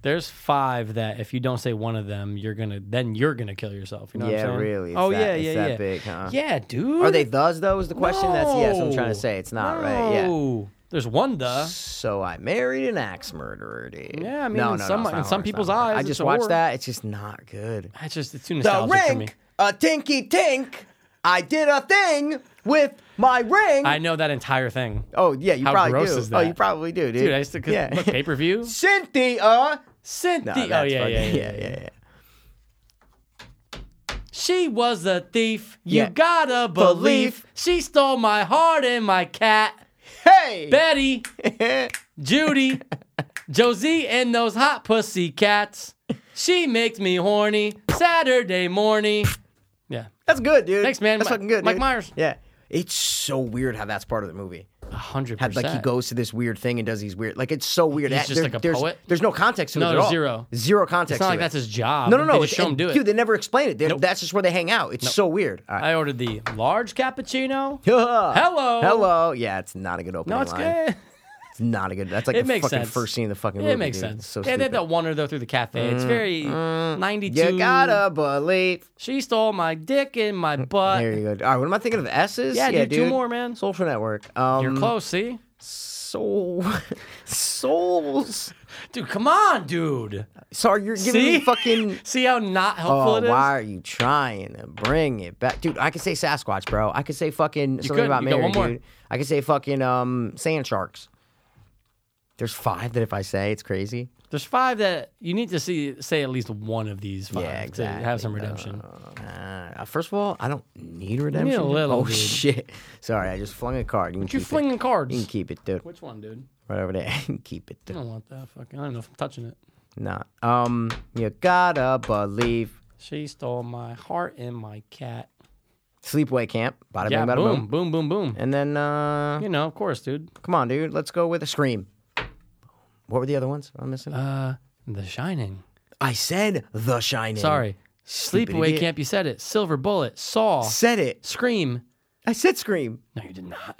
Speaker 1: there's five that if you don't say one of them, you're gonna then you're gonna kill yourself. You know
Speaker 2: yeah,
Speaker 1: what I'm saying?
Speaker 2: really. It's
Speaker 1: oh
Speaker 2: that,
Speaker 1: yeah,
Speaker 2: it's
Speaker 1: yeah,
Speaker 2: that
Speaker 1: yeah.
Speaker 2: Big, huh?
Speaker 1: Yeah, dude.
Speaker 2: Are they thus though? Is the question? That's yes. I'm trying
Speaker 1: No.
Speaker 2: to say it's not right. Yeah.
Speaker 1: No. There's one the.
Speaker 2: So I married an axe murderer, dude.
Speaker 1: Yeah, I mean,
Speaker 2: no,
Speaker 1: in
Speaker 2: no,
Speaker 1: some-
Speaker 2: no, it's
Speaker 1: in
Speaker 2: not
Speaker 1: some
Speaker 2: horror, it's
Speaker 1: people's
Speaker 2: not horror.
Speaker 1: eyes,
Speaker 2: I
Speaker 1: it's
Speaker 2: just watched
Speaker 1: horror.
Speaker 2: that. It's just not good.
Speaker 1: It's just it's too
Speaker 2: The
Speaker 1: nostalgic for me.
Speaker 2: rink, a tinky tink. I did a thing with my ring.
Speaker 1: I know that entire thing,
Speaker 2: oh yeah, you
Speaker 1: How
Speaker 2: probably
Speaker 1: gross
Speaker 2: do.
Speaker 1: is
Speaker 2: Oh,
Speaker 1: that?
Speaker 2: you probably do, dude.
Speaker 1: dude. I used to cause,
Speaker 2: yeah.
Speaker 1: look pay per view.
Speaker 2: Cynthia.
Speaker 1: Cynthia.
Speaker 2: No,
Speaker 1: oh
Speaker 2: that's
Speaker 1: yeah, yeah,
Speaker 2: fucking-
Speaker 1: yeah,
Speaker 2: yeah, yeah, yeah.
Speaker 1: She was a thief. You
Speaker 2: Yeah.
Speaker 1: gotta believe.
Speaker 2: Belief.
Speaker 1: She stole my heart and my cat.
Speaker 2: Hey.
Speaker 1: Betty, Judy, Josie, and those hot pussy cats. She makes me horny Saturday morning. Yeah.
Speaker 2: That's good, dude.
Speaker 1: Thanks, man.
Speaker 2: That's
Speaker 1: Mi-
Speaker 2: fucking good.
Speaker 1: Mike
Speaker 2: dude.
Speaker 1: Myers.
Speaker 2: Yeah. It's so weird how that's part of the movie.
Speaker 1: A hundred
Speaker 2: Had
Speaker 1: percent.
Speaker 2: like he goes to this weird thing and does these weird like it's so weird.
Speaker 1: He's
Speaker 2: That-
Speaker 1: just like a
Speaker 2: there's,
Speaker 1: poet?
Speaker 2: There's no context to
Speaker 1: No,
Speaker 2: it at
Speaker 1: there's
Speaker 2: all.
Speaker 1: zero.
Speaker 2: Zero context.
Speaker 1: It's not
Speaker 2: to
Speaker 1: like
Speaker 2: it.
Speaker 1: that's his job.
Speaker 2: No, no, no.
Speaker 1: They just
Speaker 2: it's-
Speaker 1: show him
Speaker 2: and,
Speaker 1: do it.
Speaker 2: Dude, they never explain it. They- That's just where they hang out. It's so weird. All right.
Speaker 1: I ordered the large cappuccino.
Speaker 2: Hello.
Speaker 1: Hello.
Speaker 2: Hello. Yeah, it's not a good opening
Speaker 1: No, it's
Speaker 2: line.
Speaker 1: good.
Speaker 2: It's not a good. That's like
Speaker 1: It
Speaker 2: the
Speaker 1: makes
Speaker 2: fucking
Speaker 1: sense.
Speaker 2: first scene of the fucking movie.
Speaker 1: it makes
Speaker 2: dude.
Speaker 1: sense.
Speaker 2: It's so
Speaker 1: yeah, they
Speaker 2: stupid. Mm,
Speaker 1: had that wander though through the cafe. it's very 92.
Speaker 2: you gotta Mm, believe.
Speaker 1: She stole my dick and my butt.
Speaker 2: There you go. All right, what am I thinking of? S's?
Speaker 1: yeah,
Speaker 2: yeah
Speaker 1: dude, two more, man.
Speaker 2: Social network. Um,
Speaker 1: You're close, see?
Speaker 2: Soul. Souls.
Speaker 1: Dude, come on, dude.
Speaker 2: Sorry, you're giving
Speaker 1: See?
Speaker 2: me fucking.
Speaker 1: See how not helpful
Speaker 2: Oh,
Speaker 1: it is?
Speaker 2: why are you trying to bring it back, dude? I could say Sasquatch, bro. I could say fucking something
Speaker 1: could.
Speaker 2: about
Speaker 1: You got
Speaker 2: Mary,
Speaker 1: one more.
Speaker 2: dude. I could say fucking um sand sharks. There's five that if I say, it's crazy.
Speaker 1: There's five that you need to see say at least one of these five
Speaker 2: Yeah,
Speaker 1: to have some
Speaker 2: exactly.
Speaker 1: redemption.
Speaker 2: Uh, first of all, I don't need redemption.
Speaker 1: little,
Speaker 2: oh
Speaker 1: dude.
Speaker 2: shit! Sorry, I just flung a card. You can
Speaker 1: You're
Speaker 2: keep
Speaker 1: flinging
Speaker 2: it.
Speaker 1: cards.
Speaker 2: You can keep it, dude.
Speaker 1: Which one, dude?
Speaker 2: Right over there. keep it,
Speaker 1: I
Speaker 2: dude.
Speaker 1: don't want that. Fucking, I don't know if I'm touching it.
Speaker 2: Nah. Um, you gotta believe.
Speaker 1: She stole my heart and my cat.
Speaker 2: Sleepaway Camp. Bada
Speaker 1: Yeah,
Speaker 2: bing, bada boom.
Speaker 1: boom, boom, boom, boom.
Speaker 2: And then, uh,
Speaker 1: You know, of course, dude.
Speaker 2: come on, dude. Let's go with a scream. What were the other ones I'm missing?
Speaker 1: Uh, The Shining.
Speaker 2: I said The Shining.
Speaker 1: Sorry,
Speaker 2: Stupid
Speaker 1: Sleepaway
Speaker 2: idiot.
Speaker 1: Camp. You said it. Silver Bullet. Saw.
Speaker 2: Said it.
Speaker 1: Scream.
Speaker 2: I said Scream.
Speaker 1: No, you did not.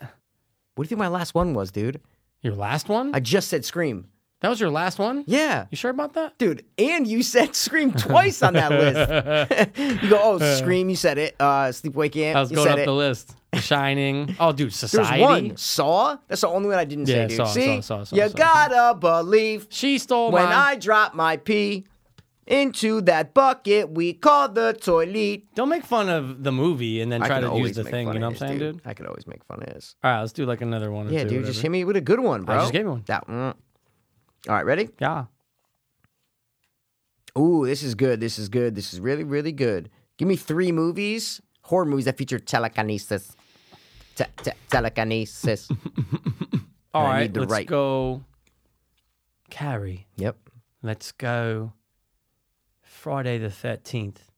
Speaker 2: What do you think my last one was, dude?
Speaker 1: Your last one?
Speaker 2: I just said Scream.
Speaker 1: that was your last one?
Speaker 2: Yeah.
Speaker 1: You sure about that?
Speaker 2: Dude, and you said Scream twice on that list. you go, oh, Scream, you said it. Uh, Sleepaway Camp,
Speaker 1: I was
Speaker 2: you
Speaker 1: going
Speaker 2: said
Speaker 1: up
Speaker 2: it.
Speaker 1: the list. The Shining. Oh, dude,
Speaker 2: There's
Speaker 1: Society.
Speaker 2: one. Saw? That's the only one I didn't
Speaker 1: Yeah,
Speaker 2: say, dude.
Speaker 1: Saw,
Speaker 2: See?
Speaker 1: Saw, Saw, Saw,
Speaker 2: you
Speaker 1: Saw.
Speaker 2: gotta believe
Speaker 1: She stole
Speaker 2: when
Speaker 1: my.
Speaker 2: I drop my pee into that bucket we call the toilet.
Speaker 1: Don't make fun of the movie and then
Speaker 2: I
Speaker 1: try
Speaker 2: can
Speaker 1: to use
Speaker 2: always
Speaker 1: the
Speaker 2: make
Speaker 1: thing.
Speaker 2: fun
Speaker 1: You
Speaker 2: of
Speaker 1: know what I'm
Speaker 2: his,
Speaker 1: saying, dude?
Speaker 2: I could always make fun of his.
Speaker 1: All right, let's do like another one. Or
Speaker 2: Yeah,
Speaker 1: two,
Speaker 2: dude,
Speaker 1: whatever.
Speaker 2: just hit me with a good one, bro.
Speaker 1: just gave you one.
Speaker 2: That one. All right, ready?
Speaker 1: Yeah.
Speaker 2: Ooh, this is good. This is good. This is really, really good. Give me three movies, horror movies that feature telekinesis. Te- te- telekinesis.
Speaker 1: All
Speaker 2: I
Speaker 1: right,
Speaker 2: need to
Speaker 1: let's
Speaker 2: write.
Speaker 1: go. Carrie.
Speaker 2: yep.
Speaker 1: Let's go. Friday the thirteenth.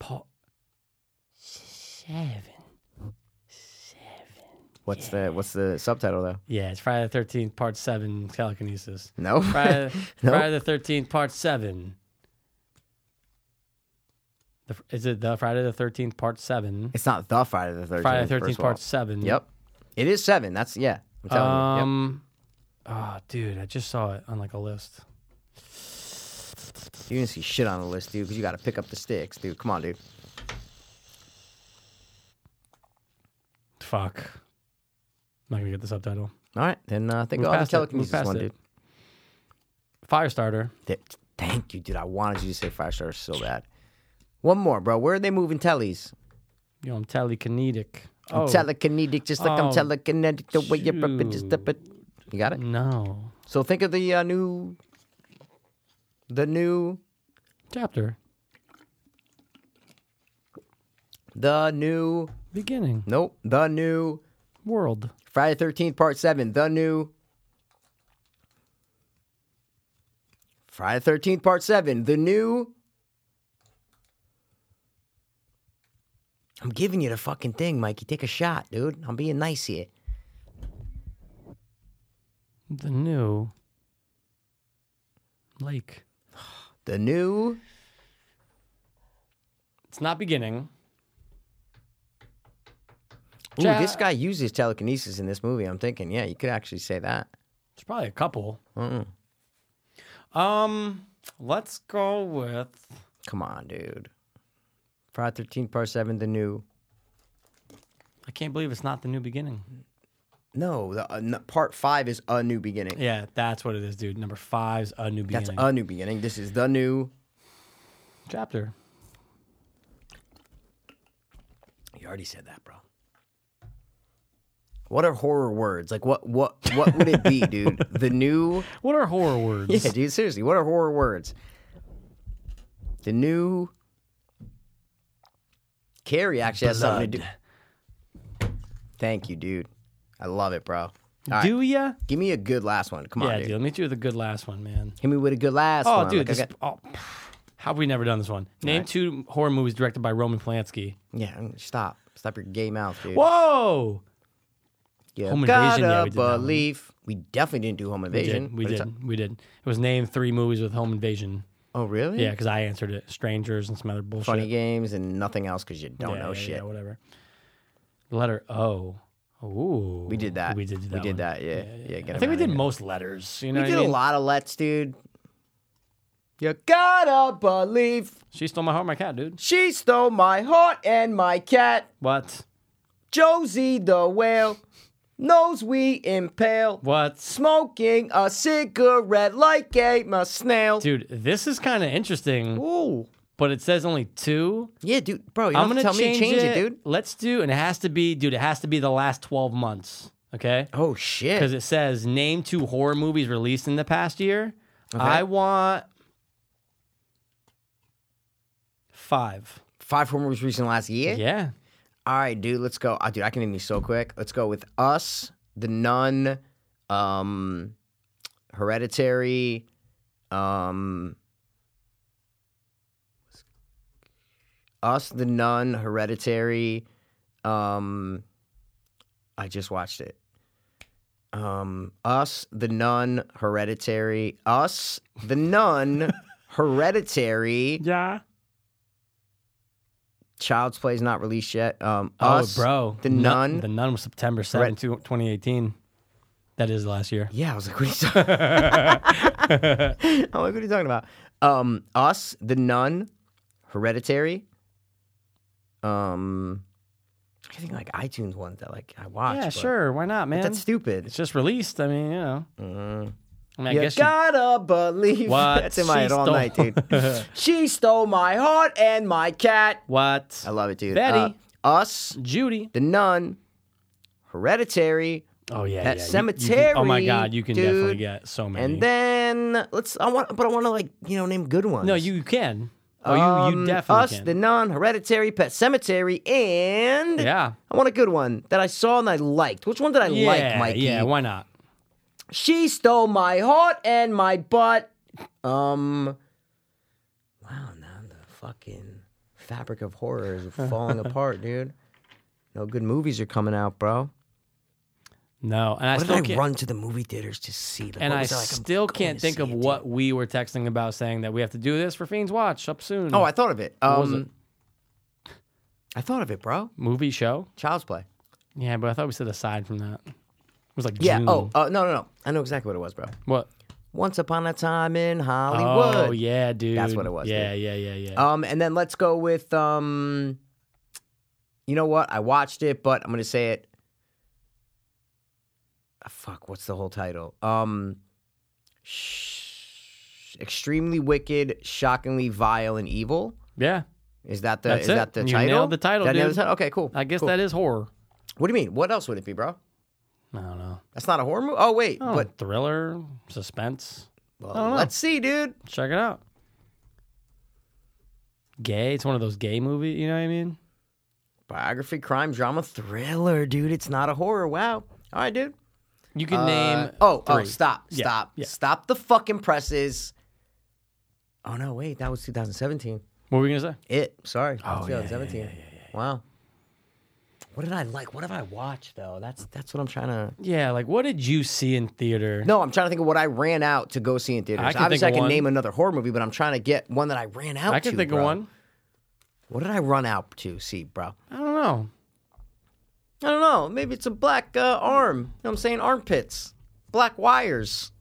Speaker 1: Pot seven.
Speaker 2: What's the What's the subtitle though?
Speaker 1: Yeah, it's Friday the thirteenth, part seven, telekinesis.
Speaker 2: No.
Speaker 1: Friday,
Speaker 2: Nope.
Speaker 1: Friday the thirteenth, part seven. The, is it the Friday the thirteenth, part seven?
Speaker 2: it's not the Friday the Thirteenth.
Speaker 1: Friday the thirteenth, part
Speaker 2: parts.
Speaker 1: seven.
Speaker 2: Yep. It is seven. That's yeah. I'm telling you. Yep.
Speaker 1: Um. Oh, dude, I just saw it on like a list.
Speaker 2: You didn't see shit on the list, dude, because you got to pick up the sticks, dude. Come on, dude.
Speaker 1: Fuck. I'm not gonna get the subtitle.
Speaker 2: All right, then uh, I think
Speaker 1: Move
Speaker 2: I'll have
Speaker 1: past it. Move
Speaker 2: telekinesis
Speaker 1: past
Speaker 2: one,
Speaker 1: it.
Speaker 2: dude.
Speaker 1: Firestarter.
Speaker 2: Th- Thank you, dude. I wanted you to say Firestarter so bad. One more, bro. Where are they moving tellies?
Speaker 1: You know, I'm telekinetic.
Speaker 2: I'm telekinetic, just like I'm
Speaker 1: Oh,
Speaker 2: telekinetic. The way you rip it, just rip it. You got it.
Speaker 1: no.
Speaker 2: So think of the uh, new, the new,
Speaker 1: Chapter.
Speaker 2: the new.
Speaker 1: Beginning.
Speaker 2: Nope, the new
Speaker 1: World.
Speaker 2: Friday Thirteenth Part Seven. The new Friday Thirteenth Part Seven. The new I'm giving you the fucking thing, Mikey. Take a shot, dude. I'm being nice here.
Speaker 1: The new lake.
Speaker 2: The new
Speaker 1: It's not beginning.
Speaker 2: Ooh,
Speaker 1: Ja-
Speaker 2: this guy uses telekinesis in this movie. I'm thinking, yeah, you could actually say that.
Speaker 1: There's probably a couple. Um, let's go with
Speaker 2: Come on, dude. Friday Thirteenth Part Seven, the new.
Speaker 1: I can't believe it's not the new beginning.
Speaker 2: No, the uh, n- Part Five is a new beginning.
Speaker 1: Yeah, that's what it is, dude. Number five's a new
Speaker 2: That's
Speaker 1: beginning
Speaker 2: a new beginning. This is the new.
Speaker 1: chapter.
Speaker 2: You already said that, bro. What are horror words? Like what what what would it be, dude? The new
Speaker 1: What are horror words?
Speaker 2: Yeah, dude, seriously, what are horror words? The new Carrie actually has something to do. Thank you, dude. I love it, bro. All right,
Speaker 1: Do ya?
Speaker 2: give me a good last one. Come on,
Speaker 1: Yeah,
Speaker 2: dude.
Speaker 1: dude. Let me do the good last one, man.
Speaker 2: Hit me with a good last
Speaker 1: Oh,
Speaker 2: one.
Speaker 1: dude,
Speaker 2: Like, I
Speaker 1: this,
Speaker 2: got-
Speaker 1: oh, how have we never done this one? Name two horror movies directed by Roman Polanski.
Speaker 2: yeah, I'm- stop, stop your gay mouth, dude.
Speaker 1: Whoa!
Speaker 2: You
Speaker 1: Home
Speaker 2: gotta
Speaker 1: Invasion, yeah, we did that one.
Speaker 2: believe. We definitely didn't do home
Speaker 1: We
Speaker 2: invasion.
Speaker 1: did. We
Speaker 2: but it's-
Speaker 1: did. We did. It was named three movies with home invasion.
Speaker 2: Oh, really?
Speaker 1: Yeah, because I answered it. Strangers and some other bullshit.
Speaker 2: Funny games and nothing else because you don't
Speaker 1: yeah,
Speaker 2: know
Speaker 1: yeah,
Speaker 2: shit.
Speaker 1: Yeah, whatever. Letter O. Ooh.
Speaker 2: We did that.
Speaker 1: We did do that.
Speaker 2: We did
Speaker 1: one.
Speaker 2: that. Yeah, yeah. get
Speaker 1: I think we
Speaker 2: around
Speaker 1: did
Speaker 2: it.
Speaker 1: most letters. You know
Speaker 2: We
Speaker 1: what
Speaker 2: did
Speaker 1: I mean?
Speaker 2: a lot of lets, dude. You gotta believe
Speaker 1: She stole my heart, my cat, dude.
Speaker 2: she stole my heart and my cat.
Speaker 1: What?
Speaker 2: Josie the whale knows we impale.
Speaker 1: What?
Speaker 2: Smoking a cigarette like a, a snail.
Speaker 1: Dude, this is kind of interesting,
Speaker 2: Ooh.
Speaker 1: but it says only two.
Speaker 2: Yeah, dude, bro, you
Speaker 1: I'm
Speaker 2: don't
Speaker 1: gonna
Speaker 2: have to tell
Speaker 1: change,
Speaker 2: me to change it. dude.
Speaker 1: Let's do, and it has to be, dude. It has to be the last 12 months, okay?
Speaker 2: Oh
Speaker 1: Because
Speaker 2: shit.
Speaker 1: it says name two horror movies released in the past year. I want five.
Speaker 2: Five home runs recent last year.
Speaker 1: Yeah.
Speaker 2: All right, dude, let's go. Ah, dude, I can name these so quick. Let's go with Us, The Nun, um, Hereditary, um, Us, The Nun, Hereditary. Um, I just watched it. Um, Us, The Nun, Hereditary. Us, The Nun, Hereditary.
Speaker 1: Yeah.
Speaker 2: Child's Play is not released yet. Um,
Speaker 1: Oh,
Speaker 2: Us,
Speaker 1: bro.
Speaker 2: The
Speaker 1: Nu-
Speaker 2: Nun.
Speaker 1: The Nun was September 7th, 2018. That is last year.
Speaker 2: Yeah, I was like, what are you talking? I'm like, what are you talking about? Um, Us, The Nun, Hereditary. Um, I think like iTunes ones that like I watched.
Speaker 1: yeah,
Speaker 2: but
Speaker 1: sure. Why not, man?
Speaker 2: That's stupid.
Speaker 1: It's just released. I mean, you know. Mm. I mean, I
Speaker 2: you
Speaker 1: guess you-
Speaker 2: gotta believe.
Speaker 1: What?
Speaker 2: That's in my head
Speaker 1: She
Speaker 2: all
Speaker 1: stole-
Speaker 2: night, dude. she stole my heart and my cat.
Speaker 1: what?
Speaker 2: I love it, dude.
Speaker 1: Betty.
Speaker 2: Uh, us,
Speaker 1: Judy.
Speaker 2: The Nun, Hereditary.
Speaker 1: Oh yeah,
Speaker 2: That
Speaker 1: yeah. You- you can- oh my
Speaker 2: Cemetery,
Speaker 1: god, you can definitely
Speaker 2: dude.
Speaker 1: get so many.
Speaker 2: And then let's. I want, but I want to like you know name good ones.
Speaker 1: no, you can. Oh, you, you
Speaker 2: Um,
Speaker 1: definitely
Speaker 2: us,
Speaker 1: can.
Speaker 2: the non-hereditary pet cemetery, and
Speaker 1: yeah,
Speaker 2: I want a good one that I saw and I liked. Which one did I
Speaker 1: yeah,
Speaker 2: like, Mikey?
Speaker 1: yeah. Why not?
Speaker 2: She stole my heart and my butt. Um. Wow, now the fucking fabric of horror is falling apart, dude. No good movies are coming out, bro.
Speaker 1: No, and I
Speaker 2: What
Speaker 1: still
Speaker 2: did I
Speaker 1: can't.
Speaker 2: run to the movie theaters to see? Like,
Speaker 1: and
Speaker 2: what
Speaker 1: I
Speaker 2: was like, I'm
Speaker 1: still
Speaker 2: going
Speaker 1: can't
Speaker 2: to
Speaker 1: think
Speaker 2: see
Speaker 1: of
Speaker 2: it,
Speaker 1: what
Speaker 2: dude.
Speaker 1: we were texting about, saying that we have to do this for Fiends Watch up soon.
Speaker 2: Oh, I thought of it. Um,
Speaker 1: was it?
Speaker 2: I thought of it, bro.
Speaker 1: movie show.
Speaker 2: Child's Play.
Speaker 1: Yeah, but I thought we said aside from that. It was like
Speaker 2: Yeah.
Speaker 1: June.
Speaker 2: Oh, uh, no, no, no. I know exactly what it was, bro.
Speaker 1: what?
Speaker 2: Once Upon a Time in Hollywood.
Speaker 1: Oh yeah, dude.
Speaker 2: what it was,
Speaker 1: Yeah, yeah, yeah, yeah.
Speaker 2: Um, and then let's go with um. You know what? I watched it, but I'm gonna say it. Ah, fuck! What's the whole title? Um, sh- extremely wicked, shockingly vile and evil.
Speaker 1: yeah,
Speaker 2: Is that the
Speaker 1: That's
Speaker 2: is
Speaker 1: it.
Speaker 2: that the
Speaker 1: You
Speaker 2: title?
Speaker 1: nailed the title,
Speaker 2: Did I nail
Speaker 1: dude.
Speaker 2: the title? Okay, cool.
Speaker 1: I guess
Speaker 2: cool.
Speaker 1: that is horror.
Speaker 2: What do you mean? What else would it be, bro?
Speaker 1: I don't know.
Speaker 2: That's not a horror movie. Oh wait,
Speaker 1: Oh,
Speaker 2: but
Speaker 1: thriller, suspense.
Speaker 2: well,
Speaker 1: know.
Speaker 2: let's see, dude.
Speaker 1: Check it out. Gay. It's one of those gay movie. You know what I mean?
Speaker 2: Biography, crime, drama, thriller, dude. It's not a horror. Wow. All right, dude.
Speaker 1: You can
Speaker 2: Uh,
Speaker 1: name.
Speaker 2: oh, oh,
Speaker 1: three.
Speaker 2: stop,
Speaker 1: Yeah,
Speaker 2: stop,
Speaker 1: yeah.
Speaker 2: stop the fucking presses. Oh no, wait, that was 2017.
Speaker 1: What were we gonna say?
Speaker 2: It, sorry,
Speaker 1: Oh, yeah, yeah,
Speaker 2: 2017. Wow, What did I like? What have I watched though? That's that's what I'm trying to.
Speaker 1: Yeah, like what did you see in theater?
Speaker 2: No, I'm trying to think of what I ran out to go see in theaters.
Speaker 1: I can
Speaker 2: Obviously, I
Speaker 1: think of
Speaker 2: can
Speaker 1: one.
Speaker 2: name another horror movie, but I'm trying to get one that I ran out.
Speaker 1: I can
Speaker 2: to,
Speaker 1: think
Speaker 2: bro.
Speaker 1: of one.
Speaker 2: What did I run out to see, bro?
Speaker 1: I don't know.
Speaker 2: I don't know. Maybe it's a black uh, arm. You know what I'm saying? Armpits. Black wires.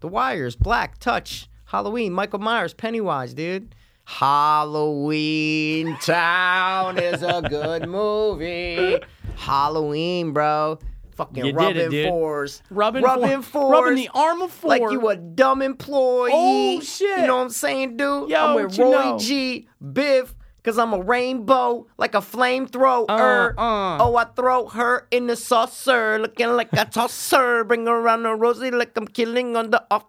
Speaker 2: The wires. Black. Touch. Halloween. Michael Myers. Pennywise, dude. Halloween Town is a good movie. Halloween, bro. Fucking
Speaker 1: You did it,
Speaker 2: rubbing
Speaker 1: dude.
Speaker 2: fours.
Speaker 1: Rubbing,
Speaker 2: rubbing
Speaker 1: four,
Speaker 2: fours.
Speaker 1: rubbing the arm of four.
Speaker 2: Like you a dumb employee.
Speaker 1: Oh, shit.
Speaker 2: You know what I'm saying, dude?
Speaker 1: Yo,
Speaker 2: I'm with
Speaker 1: what you
Speaker 2: Roy
Speaker 1: know?
Speaker 2: G, Biff, cause I'm a rainbow, like a flamethrower.
Speaker 1: Uh, uh.
Speaker 2: Oh, I throw her in the saucer, looking like a tosser. Bring her around a rosy like I'm killing on the officer.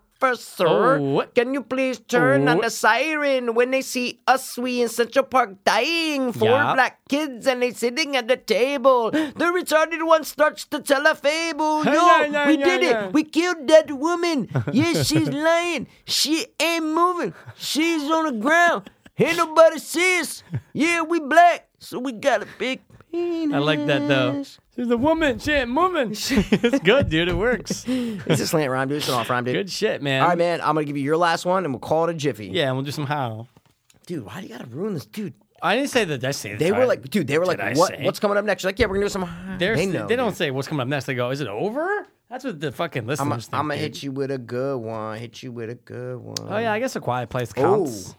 Speaker 1: Oh, what?
Speaker 2: Can you please turn on
Speaker 1: Oh.
Speaker 2: the siren when they see us? We in Central Park dying. Four
Speaker 1: Yeah.
Speaker 2: black kids and they sitting at the table. The retarded one starts to tell a fable. Yo,
Speaker 1: Yeah, yeah,
Speaker 2: we
Speaker 1: yeah,
Speaker 2: did
Speaker 1: yeah.
Speaker 2: it. We killed that woman. Yeah, she's lying. She ain't moving. She's on the ground. Ain't nobody see us. Yeah, we black, so we got a big penis.
Speaker 1: I like that though. She's a woman. She ain't moving. it's good, dude. It works.
Speaker 2: It's a slant rhyme, dude. It's an off rhyme, dude.
Speaker 1: Good shit, man.
Speaker 2: All right, man. I'm gonna give you your last one, and we'll call it a jiffy.
Speaker 1: Yeah, and we'll do some how.
Speaker 2: dude. Why do you gotta ruin this, dude?
Speaker 1: I didn't say that. I say
Speaker 2: They were like, dude. They were
Speaker 1: I
Speaker 2: like, what?
Speaker 1: say?
Speaker 2: What's coming up next? You're like, yeah, we're gonna do some.
Speaker 1: They're,
Speaker 2: they
Speaker 1: they
Speaker 2: know.
Speaker 1: don't
Speaker 2: dude.
Speaker 1: say what's coming up next. They go, is it over? That's what the fucking
Speaker 2: I'm
Speaker 1: listeners
Speaker 2: gonna
Speaker 1: think. dude.
Speaker 2: hit you with a good one. Hit you with a good one.
Speaker 1: Oh yeah, I guess a quiet place counts.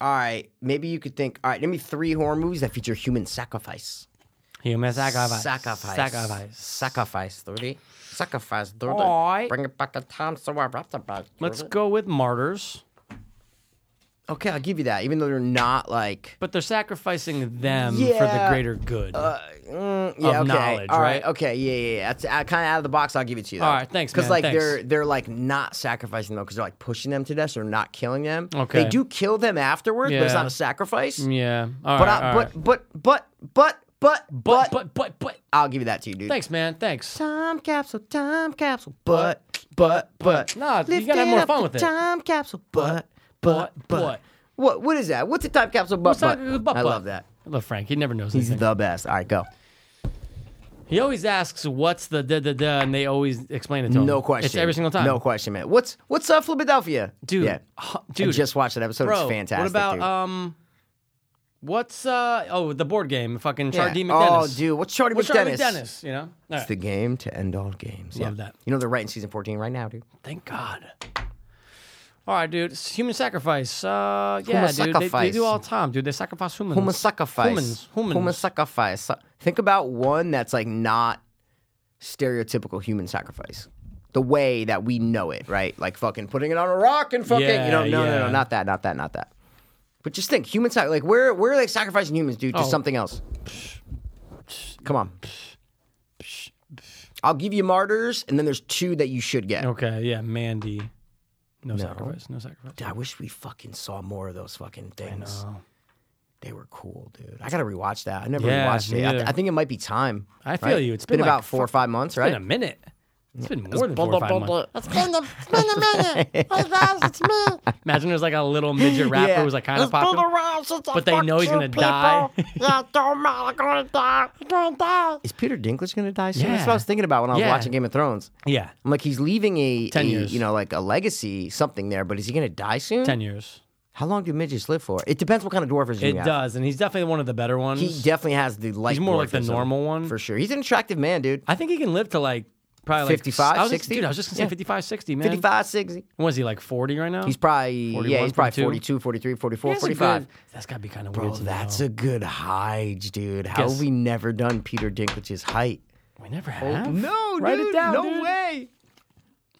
Speaker 2: All right. Maybe you could think. All right. Give me three horror movies that feature human sacrifice.
Speaker 1: Human sacrifice.
Speaker 2: Sacrifice.
Speaker 1: Sacrifice.
Speaker 2: Sacrifice, Dirty. Sacrifice, Dirty.
Speaker 1: All right.
Speaker 2: Bring it back in time so I wrapped about
Speaker 1: Let's go with martyrs,
Speaker 2: Okay, I'll give you that, even though they're not like.
Speaker 1: but they're sacrificing them for the
Speaker 2: Yeah,
Speaker 1: greater good.
Speaker 2: Uh, mm, yeah,
Speaker 1: Of
Speaker 2: okay.
Speaker 1: knowledge,
Speaker 2: All
Speaker 1: right?
Speaker 2: Okay, yeah, yeah, yeah. That's uh, kind of out of the box. I'll give it to you. Though.
Speaker 1: All right, thanks,
Speaker 2: Because
Speaker 1: man,
Speaker 2: like
Speaker 1: thanks.
Speaker 2: they're they're like not sacrificing them because they're like pushing them to death. So they're not killing them.
Speaker 1: Okay.
Speaker 2: They do kill them afterwards, but it's
Speaker 1: Yeah.
Speaker 2: not a sacrifice.
Speaker 1: yeah. All
Speaker 2: But,
Speaker 1: right,
Speaker 2: I,
Speaker 1: all
Speaker 2: but,
Speaker 1: right.
Speaker 2: but but but but
Speaker 1: but but but but
Speaker 2: I'll give you that to you, dude.
Speaker 1: thanks, man. Thanks.
Speaker 2: Time capsule, time capsule, but, but, but.
Speaker 1: Nah, you
Speaker 2: Lift
Speaker 1: gotta have more
Speaker 2: up
Speaker 1: fun
Speaker 2: the
Speaker 1: with it.
Speaker 2: Time capsule, but, but,
Speaker 1: But,
Speaker 2: but.
Speaker 1: but.
Speaker 2: What? What is that? What's a time capsule, but,
Speaker 1: What's
Speaker 2: but?
Speaker 1: that good but,
Speaker 2: I
Speaker 1: but?
Speaker 2: love that.
Speaker 1: I love Frank. He never knows
Speaker 2: He's
Speaker 1: anything.
Speaker 2: the best. All right, go.
Speaker 1: He always asks, "What's the da da da?" and they always explain it to him.
Speaker 2: No question.
Speaker 1: It's every single time.
Speaker 2: No question, man. What's What's up, Philadelphia,
Speaker 1: dude.
Speaker 2: Yeah,
Speaker 1: hu-
Speaker 2: I
Speaker 1: dude,
Speaker 2: just watched that episode.
Speaker 1: bro.
Speaker 2: it's fantastic.
Speaker 1: What about
Speaker 2: dude.
Speaker 1: um? What's uh? Oh, the board game. Fucking
Speaker 2: Yeah.
Speaker 1: Chardy McDennis.
Speaker 2: Oh, dude, what's Charlie
Speaker 1: What's Chardy
Speaker 2: McDennis?
Speaker 1: McDennis? You know. All right.
Speaker 2: It's the game to end all games.
Speaker 1: Love
Speaker 2: yeah.
Speaker 1: that.
Speaker 2: You know they're writing season fourteen right now, dude.
Speaker 1: Thank God. All right, dude. It's human sacrifice. Uh, yeah,
Speaker 2: Human
Speaker 1: dude. They- They,
Speaker 2: sacrifice.
Speaker 1: do all the time, dude. They sacrifice humans.
Speaker 2: Human sacrifice.
Speaker 1: Humans. Humans.
Speaker 2: Human sacrifice. Sa- Think about one that's like not stereotypical human sacrifice. The way that we know it, right? Like fucking putting it on a rock and fucking, you know,
Speaker 1: Yeah,
Speaker 2: no, no, no,
Speaker 1: yeah.
Speaker 2: not that, not that, not that. But just think, human sac- like where where are they sacrificing humans, dude, to
Speaker 1: Oh.
Speaker 2: something else? Come on. I'll give you martyrs, and then there's two that you should get.
Speaker 1: Okay. Yeah, Mandy. No, sacrifice. No sacrifice.
Speaker 2: Dude, I wish we fucking saw more of those fucking things. They were cool, dude. I gotta rewatch that. I never
Speaker 1: Yeah,
Speaker 2: rewatched it.
Speaker 1: me
Speaker 2: I, th-
Speaker 1: either.
Speaker 2: I think it might be time.
Speaker 1: I feel you. It's
Speaker 2: been,
Speaker 1: been like
Speaker 2: about four or five months,
Speaker 1: It's
Speaker 2: right?
Speaker 1: been a minute. It's been more than
Speaker 2: blah,
Speaker 1: four or
Speaker 2: blah,
Speaker 1: five
Speaker 2: blah,
Speaker 1: months. It's been a, it's been a minute. Hey guys, it's me. Imagine there's like a little midget rapper who's like kind of popular.
Speaker 5: But
Speaker 1: they know he's gonna die.
Speaker 5: yeah, don't matter. Gonna die. Gonna die.
Speaker 2: Is Peter Dinklage gonna die soon? That's what
Speaker 1: Yeah.
Speaker 2: I was thinking about when I was
Speaker 1: Yeah.
Speaker 2: watching Game of Thrones.
Speaker 1: Yeah,
Speaker 2: I'm like, he's leaving a,
Speaker 1: 10
Speaker 2: a,
Speaker 1: years.
Speaker 2: you know, like a legacy, something there. But is he gonna die soon?
Speaker 1: ten years.
Speaker 2: How long do midgets live for? It depends what kind of dwarfism
Speaker 1: It
Speaker 2: you have.
Speaker 1: does, and he's definitely one of the better ones.
Speaker 2: He definitely has the light.
Speaker 1: He's more like the
Speaker 2: dwarfism,
Speaker 1: normal one.
Speaker 2: for sure. He's an attractive man, dude.
Speaker 1: I think he can live to like probably like
Speaker 2: 55,
Speaker 1: I was-
Speaker 2: 60?
Speaker 1: Dude, I was just gonna say
Speaker 2: Yeah.
Speaker 1: 55, 60, man.
Speaker 2: 55, 60.
Speaker 1: Was he like 40 right now?
Speaker 2: He's probably yeah,
Speaker 1: 41,
Speaker 2: he's probably 42,
Speaker 1: 42,
Speaker 2: 43, 44,
Speaker 1: That's a
Speaker 2: 45.
Speaker 1: good- that's gotta be kind of
Speaker 2: Bro,
Speaker 1: weird. to
Speaker 2: Oh, that's
Speaker 1: know.
Speaker 2: a good height, dude. How have
Speaker 1: Guess-
Speaker 2: we never done Peter Dinklage's height?
Speaker 1: we never have.
Speaker 2: No,
Speaker 1: Write it
Speaker 2: dude.
Speaker 1: down,
Speaker 2: no
Speaker 1: dude.
Speaker 2: way.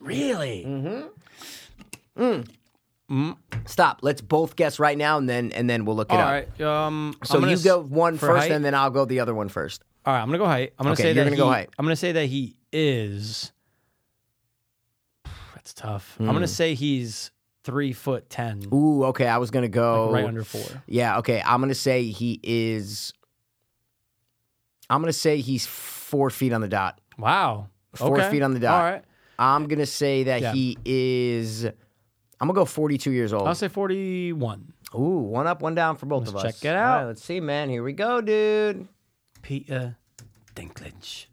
Speaker 2: Mm-hmm.
Speaker 1: really.
Speaker 2: Stop. Let's both guess right now, and then and then we'll look it
Speaker 1: All
Speaker 2: up.
Speaker 1: right. Um,
Speaker 2: So
Speaker 1: I'm gonna
Speaker 2: you
Speaker 1: s-
Speaker 2: go one first,
Speaker 1: for height?
Speaker 2: and then I'll go the other one first.
Speaker 1: All right, I'm gonna go height. I'm gonna
Speaker 2: Okay,
Speaker 1: say
Speaker 2: you're
Speaker 1: that
Speaker 2: gonna go
Speaker 1: he-
Speaker 2: height.
Speaker 1: I'm gonna say that he is. That's tough. I'm
Speaker 2: Hmm.
Speaker 1: gonna say he's three foot ten,
Speaker 2: Ooh, okay. I was gonna go
Speaker 1: right under four.
Speaker 2: Yeah, okay. I'm gonna say he is. I'm gonna say he's four feet on the dot.
Speaker 1: Wow.
Speaker 2: Four
Speaker 1: Okay.
Speaker 2: feet on the dot.
Speaker 1: All right.
Speaker 2: I'm gonna say that
Speaker 1: Yeah.
Speaker 2: he is. I'm gonna go 42 years old.
Speaker 1: I'll say forty-one.
Speaker 2: Ooh, one up, one down for both of us.
Speaker 1: check it
Speaker 2: All right,
Speaker 1: out.
Speaker 2: let's see, man. Here we go, dude.
Speaker 1: Peter uh, Dinklage.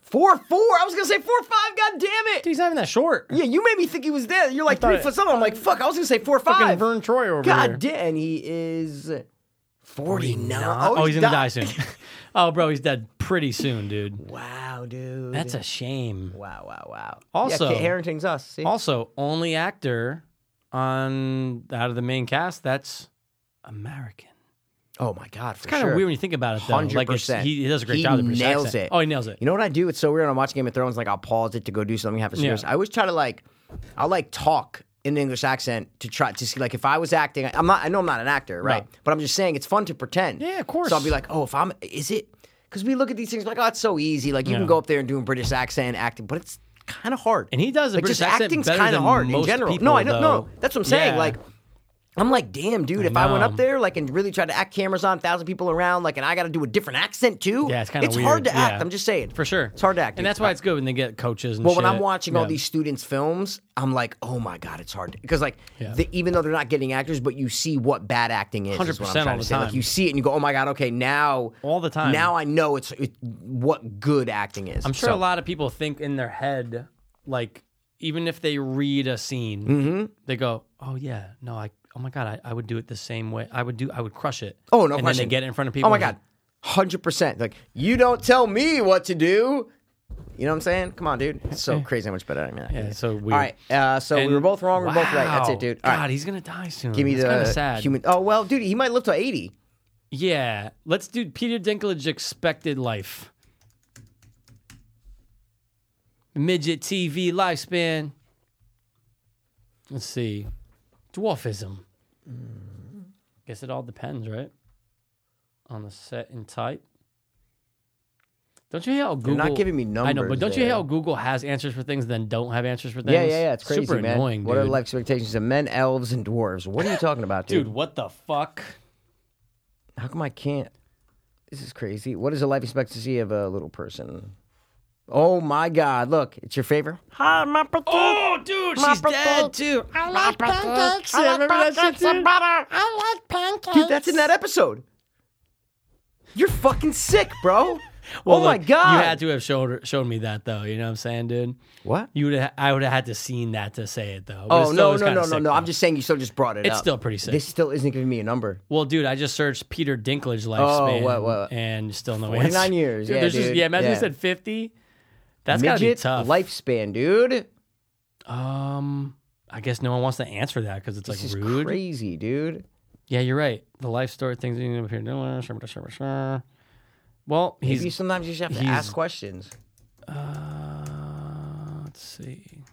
Speaker 2: Four four. I was gonna say four five. God damn it.
Speaker 1: Dude, he's not even that short.
Speaker 2: Yeah, you made me think he was dead. You're like
Speaker 1: thought
Speaker 2: three
Speaker 1: it-
Speaker 2: foot something. I'm like, fuck. I was gonna say four
Speaker 1: Fucking
Speaker 2: five.
Speaker 1: Vern Troy over here.
Speaker 2: God damn. And he is forty nine.
Speaker 1: Oh, he's gonna die soon. oh, bro, he's dead pretty soon, dude.
Speaker 2: Wow, dude.
Speaker 1: That's a shame.
Speaker 2: wow, wow, wow.
Speaker 1: Also-
Speaker 2: yeah, Kit Harington's us. See?
Speaker 1: Also, only actor on out of the main cast that's American.
Speaker 2: oh my god, for
Speaker 1: Kind of
Speaker 2: sure.
Speaker 1: weird when you think about it, though. Like, it's-
Speaker 2: 100%.
Speaker 1: he, he does a great
Speaker 2: He
Speaker 1: job. of the British
Speaker 2: nails
Speaker 1: accent.
Speaker 2: it.
Speaker 1: Oh, he nails it.
Speaker 2: You know what I do? It's so weird. When I'm watching Game of Thrones. Like I'll pause it to go do something, have a serious. I always try to like, I'll like talk in an English accent to try to see like if I was acting. I'm not. I know I'm not an actor, right? But I'm just saying it's fun to pretend.
Speaker 1: Yeah, of course.
Speaker 2: So I'll be like, oh, if I'm, is it? Because we look at these things like, oh, it's so easy. Like you can
Speaker 1: Yeah.
Speaker 2: go up there and do a British accent acting, but it's kind of hard.
Speaker 1: And he does a
Speaker 2: like,
Speaker 1: British
Speaker 2: just
Speaker 1: accent
Speaker 2: acting's
Speaker 1: better
Speaker 2: kinda
Speaker 1: than
Speaker 2: hard in
Speaker 1: most
Speaker 2: general.
Speaker 1: people,
Speaker 2: no, I know. No,
Speaker 1: though.
Speaker 2: that's what I'm saying.
Speaker 1: Yeah.
Speaker 2: Like. I'm like, damn, dude, if I went
Speaker 1: know.
Speaker 2: up there like and really tried to act cameras on, thousand people around, like, and I got to do a different accent too.
Speaker 1: Yeah, it's kind of
Speaker 2: it's
Speaker 1: weird.
Speaker 2: hard to act.
Speaker 1: Yeah.
Speaker 2: I'm just saying,
Speaker 1: For sure.
Speaker 2: it's hard to act,
Speaker 1: And
Speaker 2: dude.
Speaker 1: that's why it's good when they get coaches and
Speaker 2: Well, when
Speaker 1: shit.
Speaker 2: I'm watching all
Speaker 1: Yeah.
Speaker 2: these students' films, I'm like, oh my god, it's hard because like,
Speaker 1: Yeah.
Speaker 2: the, even though they're not getting actors, but you see what bad acting is. is
Speaker 1: 100%
Speaker 2: what I'm
Speaker 1: all
Speaker 2: trying to
Speaker 1: the
Speaker 2: say. Like
Speaker 1: time.
Speaker 2: you see it and you go, oh my god, okay, now
Speaker 1: All the time.
Speaker 2: Now I know it's it, what good acting is. oh
Speaker 1: I'm sure a lot of people think in their head, like even if they read a scene,
Speaker 2: Mm-hmm.
Speaker 1: they go, "Oh yeah, no, I, oh my god, I, I would do it the same way. I would do, I would crush it."
Speaker 2: Oh no
Speaker 1: and
Speaker 2: question.
Speaker 1: then they get in front of people.
Speaker 2: Oh my
Speaker 1: and-
Speaker 2: god, hundred percent. Like you don't tell me what to do. You know what I'm saying? Come on, dude. It's so crazy how much better I mean.
Speaker 1: Yeah, it's so weird.
Speaker 2: All right, uh, so
Speaker 1: And-
Speaker 2: we were both wrong. We We're both right. That's
Speaker 1: Wow.
Speaker 2: it, dude. All right,
Speaker 1: god, he's gonna die soon.
Speaker 2: give me
Speaker 1: That's
Speaker 2: the
Speaker 1: kinda sad.
Speaker 2: human. Oh well, dude, he might live to 80.
Speaker 1: Yeah, let's do Peter Dinklage expected life. Midget TV lifespan. Let's see. Dwarfism. Mm. Guess it all depends, right? On the set and type. Don't you hear how Google?
Speaker 2: not giving me
Speaker 1: I know,
Speaker 2: numbers
Speaker 1: but don't you
Speaker 2: there.
Speaker 1: hear how Google has answers for things, then don't have answers for things?
Speaker 2: Yeah, yeah, yeah. It's crazy,
Speaker 1: Super
Speaker 2: man.
Speaker 1: annoying,
Speaker 2: what
Speaker 1: dude.
Speaker 2: are life expectations of men, elves, and dwarves? What are you talking about, dude?
Speaker 1: dude, what the fuck?
Speaker 2: How come I can't? This is crazy. What is the life expectancy of a little person? Oh my God! Look, it's your favorite.
Speaker 6: Hi, Ah, my potato.
Speaker 1: Oh, dude, she's dead too.
Speaker 6: I like
Speaker 1: My potato.
Speaker 6: pancakes.
Speaker 1: Yeah,
Speaker 6: I like
Speaker 1: remember that shit,
Speaker 6: pancakes and
Speaker 1: dude?
Speaker 6: butter. I like pancakes.
Speaker 2: Dude, that's in that episode. You're fucking sick, bro. oh my
Speaker 1: look,
Speaker 2: God!
Speaker 1: You had to have showed showed me that though. You know what I'm saying, dude?
Speaker 2: What?
Speaker 1: You would I would have had to seen that to say it though. But it
Speaker 2: Oh
Speaker 1: still
Speaker 2: no
Speaker 1: is
Speaker 2: no
Speaker 1: kinda
Speaker 2: no no
Speaker 1: sick,
Speaker 2: no! I'm
Speaker 1: though.
Speaker 2: just saying you still just brought it up.
Speaker 1: It's still pretty sick.
Speaker 2: This still isn't giving me a number.
Speaker 1: Well, dude, I just searched Peter Dinklage lifespan
Speaker 2: Oh, what- what?
Speaker 1: and still no
Speaker 2: 49
Speaker 1: answer.
Speaker 2: years, yeah,
Speaker 1: there's
Speaker 2: dude,
Speaker 1: yeah, imagine
Speaker 2: yeah.
Speaker 1: you said 50. That's gotta be
Speaker 2: Midget
Speaker 1: tough.
Speaker 2: lifespan, dude.
Speaker 1: um, I guess no one wants to answer that because it's
Speaker 2: This
Speaker 1: like
Speaker 2: is
Speaker 1: rude.
Speaker 2: crazy, dude.
Speaker 1: Yeah, you're right. The life story things you need to doing. Sure, sure, sure, sure. Well, he's
Speaker 2: Maybe sometimes you just have to
Speaker 1: he's-
Speaker 2: ask questions.
Speaker 1: uh, let's see.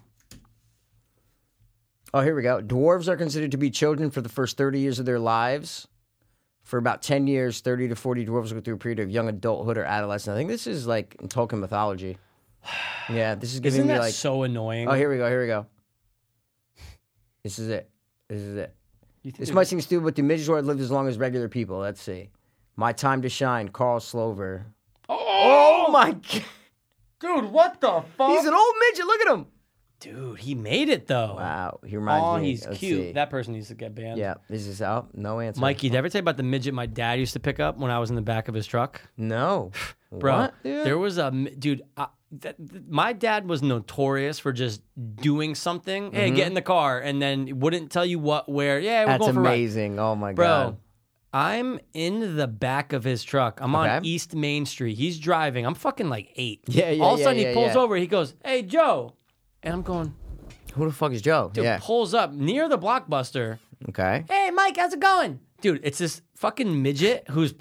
Speaker 2: Oh, here we go. Dwarves are considered to be children for the first 30 years of their lives. For about 10 years, 30 to 40 dwarves go through a period of young adulthood or adolescence. I think this is like in Tolkien mythology. Yeah, this is giving
Speaker 1: Isn't
Speaker 2: me
Speaker 1: that
Speaker 2: like.
Speaker 1: so annoying?
Speaker 2: oh, here we go. Here we go. This is it. This is it.
Speaker 1: You think
Speaker 2: This
Speaker 1: there's-
Speaker 2: might seem stupid, but the Midgeward lived as long as regular people. Let's see. My Time to Shine, Carl Slover. Oh, my God.
Speaker 1: dude, what the fuck?
Speaker 2: He's an old midget. Look at him.
Speaker 1: Dude, he made it though.
Speaker 2: Wow. He reminds
Speaker 1: Oh,
Speaker 2: me.
Speaker 1: he's
Speaker 2: Let's
Speaker 1: cute.
Speaker 2: see.
Speaker 1: That person needs to get banned.
Speaker 2: yeah, this is out. No answer.
Speaker 1: Mikey, did I ever tell you about the midget my dad used to pick up when I was in the back of his truck?
Speaker 2: No.
Speaker 1: Bro,
Speaker 2: What, dude?
Speaker 1: there was a mi- dude. I, that, th- my dad was notorious for just doing something. Hey, get in the car, and then wouldn't tell you what, where. Yeah, we're
Speaker 2: Mm-hmm. That's
Speaker 1: going for a ride.
Speaker 2: amazing. Oh my
Speaker 1: bro.
Speaker 2: god.
Speaker 1: I'm in the back of his truck. I'm on
Speaker 2: Okay.
Speaker 1: East Main Street. He's driving. I'm fucking like eight.
Speaker 2: Yeah, yeah,
Speaker 1: All of a
Speaker 2: yeah,
Speaker 1: sudden,
Speaker 2: yeah,
Speaker 1: he pulls
Speaker 2: yeah.
Speaker 1: over. He goes, "Hey, Joe," and I'm going.
Speaker 2: Who the fuck is Joe?
Speaker 1: Dude
Speaker 2: yeah.
Speaker 1: pulls up near the blockbuster.
Speaker 2: Okay.
Speaker 1: Hey, Mike, how's it going? Dude, it's this fucking midget who's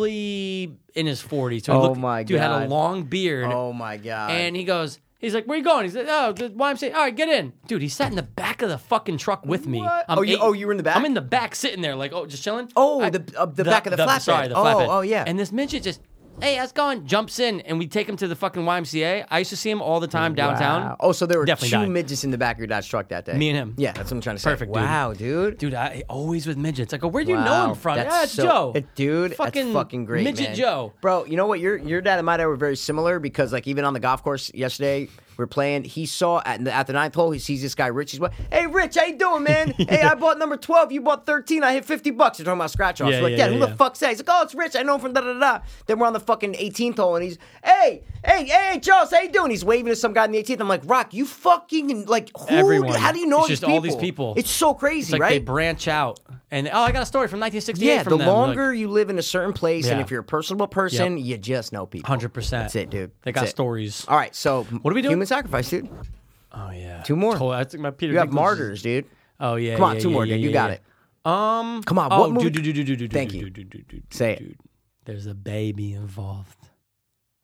Speaker 1: probably in his 40s. So he
Speaker 2: Oh
Speaker 1: looked-
Speaker 2: my
Speaker 1: Dude had a
Speaker 2: God.
Speaker 1: long beard.
Speaker 2: Oh my god.
Speaker 1: And he goes, he's like, where you going? He's like, oh, the YMCA. All right, get in. Dude, he sat in the back of the fucking truck with me.
Speaker 2: What?
Speaker 1: I'm
Speaker 2: Oh, you-
Speaker 1: eight-
Speaker 2: oh, you were in the back?
Speaker 1: I'm in the back sitting there like, oh, just chilling.
Speaker 2: Oh,
Speaker 1: I-
Speaker 2: the- uh, the back of the flatbed.
Speaker 1: Sorry, the
Speaker 2: Oh,
Speaker 1: flatbed.
Speaker 2: oh, yeah.
Speaker 1: And this midget just, hey, how's it going? Jumps in and we take him to the fucking YMCA. I used to see him all the time downtown.
Speaker 2: Wow. Oh, so there were
Speaker 1: Definitely
Speaker 2: two
Speaker 1: died.
Speaker 2: midgets in the back of your dad's truck that day.
Speaker 1: Me and him.
Speaker 2: Yeah, that's what I'm trying to say.
Speaker 1: Perfect, dude.
Speaker 2: Wow, dude.
Speaker 1: Dude, I always with midgets. I go, where do you
Speaker 2: Wow.
Speaker 1: know him from?
Speaker 2: That's
Speaker 1: ah,
Speaker 2: so-
Speaker 1: Joe.
Speaker 2: It- dude, fucking, that's fucking great,
Speaker 1: Midget
Speaker 2: man.
Speaker 1: Joe.
Speaker 2: Bro, you know what? Your your dad and my dad were very similar because, like, even on the golf course yesterday, We're playing. He saw at, at the ninth hole. He sees this guy Rich. He's like, "Hey, Rich, how you doing, man? hey, I bought number twelve. You bought thirteen. I hit fifty bucks." They're talking about scratch offs.
Speaker 1: Yeah,
Speaker 2: We're like,
Speaker 1: yeah,
Speaker 2: yeah, who
Speaker 1: yeah,
Speaker 2: the
Speaker 1: yeah.
Speaker 2: fuck's that? He's like, "Oh, it's Rich. I know him from da da da." da." Then we're on the fucking eighteenth hole, and he's, "Hey, hey, hey, Charles, how you doing?" He's waving to some guy in the eighteenth. I'm like, "Rock, you fucking like who?
Speaker 1: Everyone.
Speaker 2: How do you know
Speaker 1: It's
Speaker 2: these
Speaker 1: just all these people.
Speaker 2: It's so crazy,
Speaker 1: It's like
Speaker 2: right?"
Speaker 1: they branch out, and oh, I got a story from 1968.
Speaker 2: Yeah,
Speaker 1: from
Speaker 2: the
Speaker 1: them. Like,
Speaker 2: longer you live in a certain place, and
Speaker 1: Yeah.
Speaker 2: if you're a personable person, you just know people.
Speaker 1: 100%.
Speaker 2: That's it, dude.
Speaker 1: They
Speaker 2: That's
Speaker 1: got
Speaker 2: it.
Speaker 1: stories.
Speaker 2: All right, so what
Speaker 1: are we doing?
Speaker 2: Human sacrifice, dude.
Speaker 1: Oh yeah,
Speaker 2: Two more.
Speaker 1: Totally. I think my Peter.
Speaker 2: You got
Speaker 1: Dinklage's-
Speaker 2: martyrs, dude.
Speaker 1: Oh yeah.
Speaker 2: Come on,
Speaker 1: yeah,
Speaker 2: two
Speaker 1: yeah,
Speaker 2: more,
Speaker 1: yeah,
Speaker 2: dude. You
Speaker 1: yeah,
Speaker 2: got
Speaker 1: yeah.
Speaker 2: it. Um, come on.
Speaker 1: Oh,
Speaker 2: what movie?
Speaker 1: dude, dude, dude, dude, dude,
Speaker 2: Thank
Speaker 1: dude,
Speaker 2: you.
Speaker 1: dude, dude, dude, dude,
Speaker 2: Say it.
Speaker 1: dude. There's a baby involved.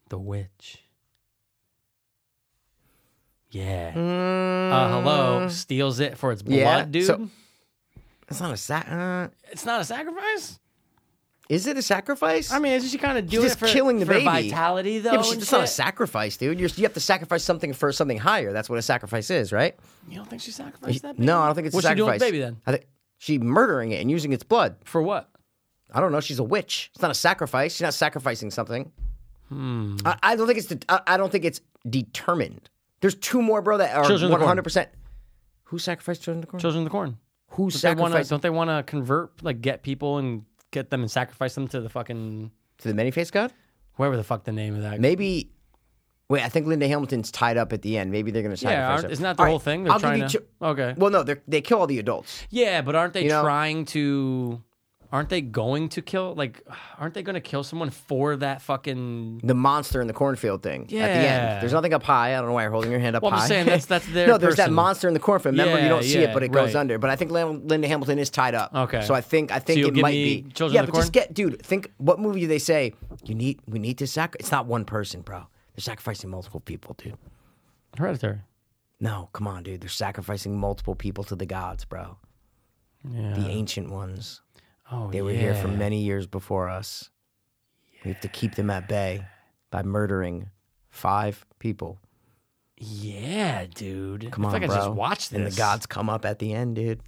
Speaker 1: The witch. Yeah. Uh, hello. Steals it for its blood,
Speaker 2: Mm. Yeah,
Speaker 1: dude.
Speaker 2: so- It's not a sac. Uh,
Speaker 1: it's not a sacrifice.
Speaker 2: is it a sacrifice?
Speaker 1: I mean, is she kind of doing
Speaker 2: just
Speaker 1: it for,
Speaker 2: killing the
Speaker 1: for
Speaker 2: baby.
Speaker 1: vitality, though?
Speaker 2: yeah, but she's-
Speaker 1: and
Speaker 2: it's not a
Speaker 1: shit?
Speaker 2: sacrifice, dude. You're, you have to sacrifice something for something higher. That's what a sacrifice is, right?
Speaker 1: You don't think she sacrificed that? Baby?
Speaker 2: No, I don't think it's
Speaker 1: What's
Speaker 2: a
Speaker 1: she doing
Speaker 2: sacrifice.
Speaker 1: with the baby then?
Speaker 2: I think she murdering it and using its blood.
Speaker 1: For what?
Speaker 2: I don't know. She's a witch. It's not a sacrifice. She's not sacrificing something.
Speaker 1: Hmm.
Speaker 2: I, I don't think it's. de- I, I don't think it's determined. There's two more, bro. That are
Speaker 1: Children of the
Speaker 2: one
Speaker 1: Corn.
Speaker 2: hundred percent. Who sacrificed children of the corn?
Speaker 1: Children of the Corn.
Speaker 2: Who
Speaker 1: Don't they wanna-
Speaker 2: sacrificed
Speaker 1: Don't they want to convert, like, get people and get them and sacrifice them to the fucking
Speaker 2: to the many faced god?
Speaker 1: whoever the fuck the name of that?
Speaker 2: Maybe. Wait, I think Linda Hamilton's tied up at the end. Maybe they're going to
Speaker 1: Yeah,
Speaker 2: sacrifice
Speaker 1: aren't,
Speaker 2: her.
Speaker 1: isn't that the
Speaker 2: All right,
Speaker 1: whole thing? They're
Speaker 2: I'll give
Speaker 1: trying
Speaker 2: you
Speaker 1: to.
Speaker 2: two-
Speaker 1: okay.
Speaker 2: Well, no, they're- they kill all the adults.
Speaker 1: Yeah, but aren't they
Speaker 2: You know-
Speaker 1: trying to? Aren't they going to kill? Like, aren't they going to kill someone for that fucking?
Speaker 2: The monster in the cornfield thing at the
Speaker 1: Yeah.
Speaker 2: end. There's nothing up high. I don't know why you're holding your hand up
Speaker 1: Well, I'm
Speaker 2: high.
Speaker 1: just saying that's- that's their
Speaker 2: no, there's that
Speaker 1: person.
Speaker 2: monster in the cornfield. Remember, you
Speaker 1: Yeah,
Speaker 2: don't see it,
Speaker 1: yeah,
Speaker 2: but it goes
Speaker 1: right.
Speaker 2: under. But I think Lin- Linda Hamilton is tied up.
Speaker 1: Okay.
Speaker 2: So I think I think
Speaker 1: you'll
Speaker 2: it
Speaker 1: give
Speaker 2: might
Speaker 1: me
Speaker 2: be.
Speaker 1: Children
Speaker 2: yeah,
Speaker 1: of the
Speaker 2: but just get, dude. Think what movie do they say you need? We need to sacrifice. It's not one person, bro. They're sacrificing multiple people, dude.
Speaker 1: Hereditary.
Speaker 2: No, come on, dude. They're sacrificing multiple people to the gods, bro. The ancient ones.
Speaker 1: Oh,
Speaker 2: They were here for many years before us. We have to keep them at bay by murdering five people.
Speaker 1: Yeah, dude.
Speaker 2: Come
Speaker 1: if
Speaker 2: on,
Speaker 1: I could
Speaker 2: bro.
Speaker 1: just watch this.
Speaker 2: And the gods come up at the end, dude.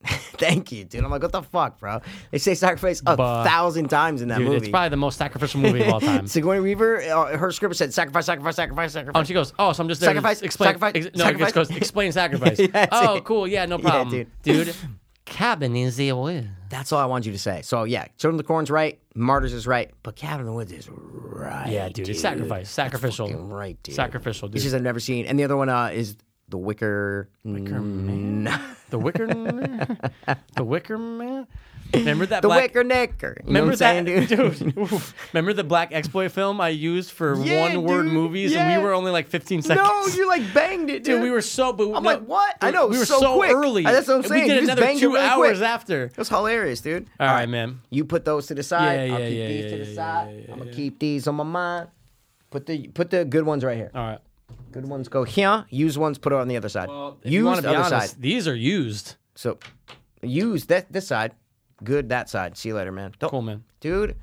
Speaker 2: Thank you, dude. I'm like, what the fuck, bro? They say sacrifice a
Speaker 1: But-
Speaker 2: thousand times in that
Speaker 1: Dude,
Speaker 2: movie.
Speaker 1: it's probably the most sacrificial movie of all time.
Speaker 2: Sigourney Weaver, uh, her script said sacrifice, sacrifice, sacrifice,
Speaker 1: Oh,
Speaker 2: sacrifice.
Speaker 1: and she goes, oh, so I'm just there to
Speaker 2: Sacrifice,
Speaker 1: explain.
Speaker 2: sacrifice,
Speaker 1: no, it just
Speaker 2: sacrifice.
Speaker 1: goes, explain sacrifice.
Speaker 2: That's
Speaker 1: oh,
Speaker 2: it.
Speaker 1: cool. Yeah, no
Speaker 2: Yeah,
Speaker 1: problem,
Speaker 2: dude.
Speaker 1: dude. Cabin is the oil.
Speaker 2: That's all I wanted you to say. So yeah, Children of the Corn's right, Martyrs is right, but Cabin in the Woods is right.
Speaker 1: Yeah, dude. It's sacrifice, sacrificial,
Speaker 2: fucking right, dude.
Speaker 1: sacrificial, dude.
Speaker 2: It's just I've never seen. And the other one uh, is The Wicker. Wicker Man.
Speaker 1: the Wicker Man. the Wicker Man. Remember that
Speaker 2: the
Speaker 1: black
Speaker 2: Wicker Knicker. You know
Speaker 1: Remember
Speaker 2: what I'm saying,
Speaker 1: that,
Speaker 2: dude?
Speaker 1: dude? oof. remember the black exploit film I used for
Speaker 2: Yeah,
Speaker 1: one word
Speaker 2: dude,
Speaker 1: movies,
Speaker 2: yeah.
Speaker 1: and we were only like 15 seconds.
Speaker 2: No, you like banged it, dude.
Speaker 1: dude, we were so. But
Speaker 2: I'm
Speaker 1: no,
Speaker 2: like, what? I know,
Speaker 1: We were
Speaker 2: so
Speaker 1: so,
Speaker 2: quick.
Speaker 1: early.
Speaker 2: That's what I'm saying,
Speaker 1: We
Speaker 2: you
Speaker 1: did
Speaker 2: just
Speaker 1: another
Speaker 2: banged it
Speaker 1: two
Speaker 2: really
Speaker 1: hours
Speaker 2: quick.
Speaker 1: after.
Speaker 2: It was hilarious, dude.
Speaker 1: All right, man.
Speaker 2: You put those to the side.
Speaker 1: Yeah,
Speaker 2: I'll
Speaker 1: yeah,
Speaker 2: keep
Speaker 1: yeah,
Speaker 2: these
Speaker 1: yeah,
Speaker 2: to the
Speaker 1: yeah,
Speaker 2: side. I'm gonna keep these on my mind. Put the put the good ones right here.
Speaker 1: All right.
Speaker 2: Good ones go here. Use ones. Put it on the other side.
Speaker 1: Well, if you
Speaker 2: use
Speaker 1: want
Speaker 2: the
Speaker 1: to be
Speaker 2: other
Speaker 1: honest,
Speaker 2: side.
Speaker 1: these are used.
Speaker 2: So use that this side. Good that side. See you later, man. Don't,
Speaker 1: Cool, man.
Speaker 2: dude.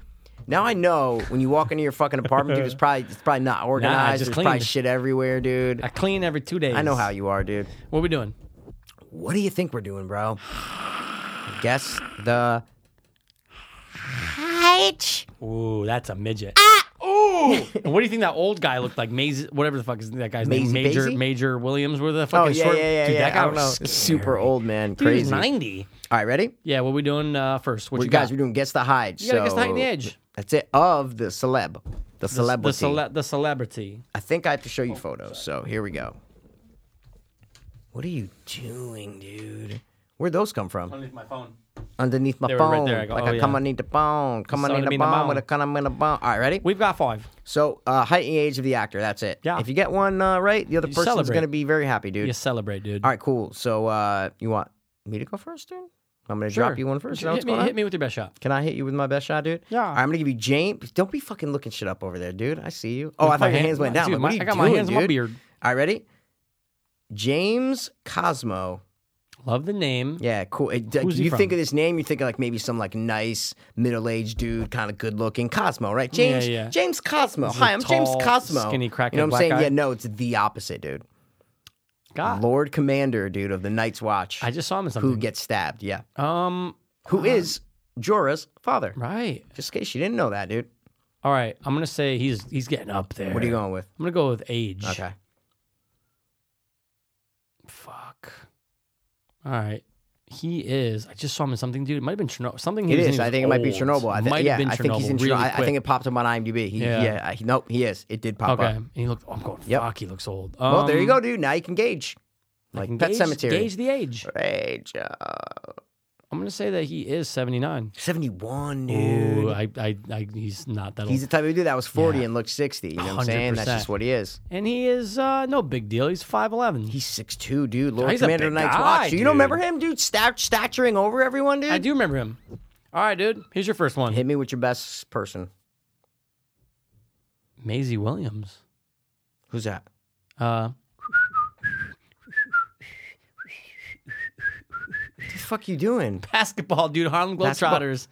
Speaker 2: Now I know when you walk into your fucking apartment, dude. It's probably it's probably not organized.
Speaker 1: just
Speaker 2: There's probably
Speaker 1: cleaned.
Speaker 2: shit everywhere, dude.
Speaker 1: I clean every two days.
Speaker 2: I know how you are, dude.
Speaker 1: What we doing?
Speaker 2: What do you think we're doing, bro? Guess the
Speaker 7: H.
Speaker 1: Ooh, that's a midget.
Speaker 2: Ah!
Speaker 1: Ooh. and what do you think that old guy looked like? Maze, whatever the fuck is that guy's
Speaker 2: Maisie
Speaker 1: name? Major
Speaker 2: Basie?
Speaker 1: Major Williams, where the
Speaker 2: oh
Speaker 1: fucking
Speaker 2: yeah
Speaker 1: short
Speaker 2: yeah yeah
Speaker 1: dude.
Speaker 2: yeah.
Speaker 1: That guy
Speaker 2: I don't
Speaker 1: was
Speaker 2: know.
Speaker 1: scary.
Speaker 2: Super old man,
Speaker 1: Dude, he was
Speaker 2: crazy.
Speaker 1: ninety.
Speaker 2: All right, ready?
Speaker 1: Yeah, what we doing uh, first? What
Speaker 2: We
Speaker 1: you
Speaker 2: guys,
Speaker 1: got?
Speaker 2: we're doing guess the hide.
Speaker 1: You gotta guess the
Speaker 2: so
Speaker 1: hiding edge.
Speaker 2: That's it of the celeb, the
Speaker 1: The,
Speaker 2: celebrity.
Speaker 1: cele- the celebrity.
Speaker 2: I think I have to show
Speaker 1: Oh,
Speaker 2: you photos. So here we go. What are you doing, dude? Where'd those come from?
Speaker 1: Underneath my phone.
Speaker 2: Underneath my
Speaker 1: They were
Speaker 2: phone,
Speaker 1: right there. I go,
Speaker 2: like
Speaker 1: oh,
Speaker 2: a
Speaker 1: yeah.
Speaker 2: come underneath the bone, come
Speaker 1: Somebody
Speaker 2: underneath the
Speaker 1: mean the
Speaker 2: bone
Speaker 1: bone.
Speaker 2: with a come underneath the bone. All right, ready?
Speaker 1: We've got five.
Speaker 2: So uh, height and age of the actor. That's it.
Speaker 1: Yeah.
Speaker 2: If you get one uh, right, the other person's
Speaker 1: celebrate.
Speaker 2: gonna be very happy, dude.
Speaker 1: You celebrate, dude.
Speaker 2: All right, cool. So uh, you want me to go first, dude? I'm gonna drop you one first. Is that
Speaker 1: Hit
Speaker 2: what's
Speaker 1: me,
Speaker 2: going on?
Speaker 1: hit me with your best shot.
Speaker 2: Can I hit you with my best shot, dude?
Speaker 1: Yeah.
Speaker 2: All right, I'm gonna give you James. Don't be fucking looking shit up over there, dude. I see you. Oh, I thought your
Speaker 1: hand-
Speaker 2: hands went
Speaker 1: my-
Speaker 2: down.
Speaker 1: dude,
Speaker 2: Like,
Speaker 1: my-
Speaker 2: what are you
Speaker 1: I got my
Speaker 2: doing,
Speaker 1: hands in
Speaker 2: dude?
Speaker 1: my beard.
Speaker 2: All right, ready? James Cosmo.
Speaker 1: Love the name.
Speaker 2: Yeah, cool. It- d-
Speaker 1: Who's he
Speaker 2: you think
Speaker 1: from?
Speaker 2: of this name, you think of like maybe some like nice middle-aged dude, kind of good-looking Cosmo, right? James.
Speaker 1: yeah.
Speaker 2: James Cosmo.
Speaker 1: He's a
Speaker 2: Hi, I'm James
Speaker 1: tall,
Speaker 2: Cosmo.
Speaker 1: skinny, crackhead
Speaker 2: You know what I'm
Speaker 1: black
Speaker 2: saying?
Speaker 1: guy.
Speaker 2: Yeah, no, it's the opposite, dude.
Speaker 1: God.
Speaker 2: Lord Commander, dude, of the Night's Watch,
Speaker 1: I just saw him in
Speaker 2: who
Speaker 1: something.
Speaker 2: gets stabbed. Yeah,
Speaker 1: um.
Speaker 2: Who is Jorah's father?
Speaker 1: Right.
Speaker 2: Just in case you didn't know that, dude.
Speaker 1: All right. I'm gonna say he's he's getting up there.
Speaker 2: What are you going with?
Speaker 1: I'm gonna go with age.
Speaker 2: Okay.
Speaker 1: Fuck. All right. He is. I just saw him in something, dude. It might have been Chernobyl. Something. He
Speaker 2: It
Speaker 1: was in,
Speaker 2: is.
Speaker 1: he
Speaker 2: I
Speaker 1: was
Speaker 2: think it might be
Speaker 1: old.
Speaker 2: Chernobyl. I think,
Speaker 1: might
Speaker 2: yeah,
Speaker 1: have been
Speaker 2: I think
Speaker 1: Chernobyl.
Speaker 2: he's in
Speaker 1: really
Speaker 2: Chernobyl. I
Speaker 1: quick.
Speaker 2: think it popped up on IMDb. He,
Speaker 1: Yeah.
Speaker 2: yeah. I, he- nope. He is. It did pop
Speaker 1: Okay.
Speaker 2: up.
Speaker 1: And he looked. Oh, I'm going.
Speaker 2: Yep.
Speaker 1: Fuck. He looks old.
Speaker 2: Well, there you
Speaker 1: Um,
Speaker 2: go, dude. Now you can gauge. Like
Speaker 1: Gauge-
Speaker 2: Pet Cemetery.
Speaker 1: Gauge the age.
Speaker 2: Rage. uh,
Speaker 1: I'm gonna say that he is 79.
Speaker 2: 71, dude.
Speaker 1: Ooh, I, I, I, he's not that old.
Speaker 2: He's the type of dude that was 40
Speaker 1: Yeah.
Speaker 2: and looked 60. You know what I'm saying? That's
Speaker 1: 100%.
Speaker 2: just what he is.
Speaker 1: and he is uh, no big deal. He's 5'11.
Speaker 2: He's 6'2, dude. Lord
Speaker 1: He's a
Speaker 2: Commander of
Speaker 1: big
Speaker 2: Night's
Speaker 1: guy,
Speaker 2: Watch. You don't remember
Speaker 1: dude.
Speaker 2: him, dude? Stout, staturing over everyone, dude?
Speaker 1: I do remember him. All right, dude. Here's your first one.
Speaker 2: Hit me with your best person.
Speaker 1: Maisie Williams.
Speaker 2: Who's that?
Speaker 1: Uh,
Speaker 2: What the fuck you doing?
Speaker 1: basketball, dude. Harlem
Speaker 2: Basketball.
Speaker 1: Globetrotters.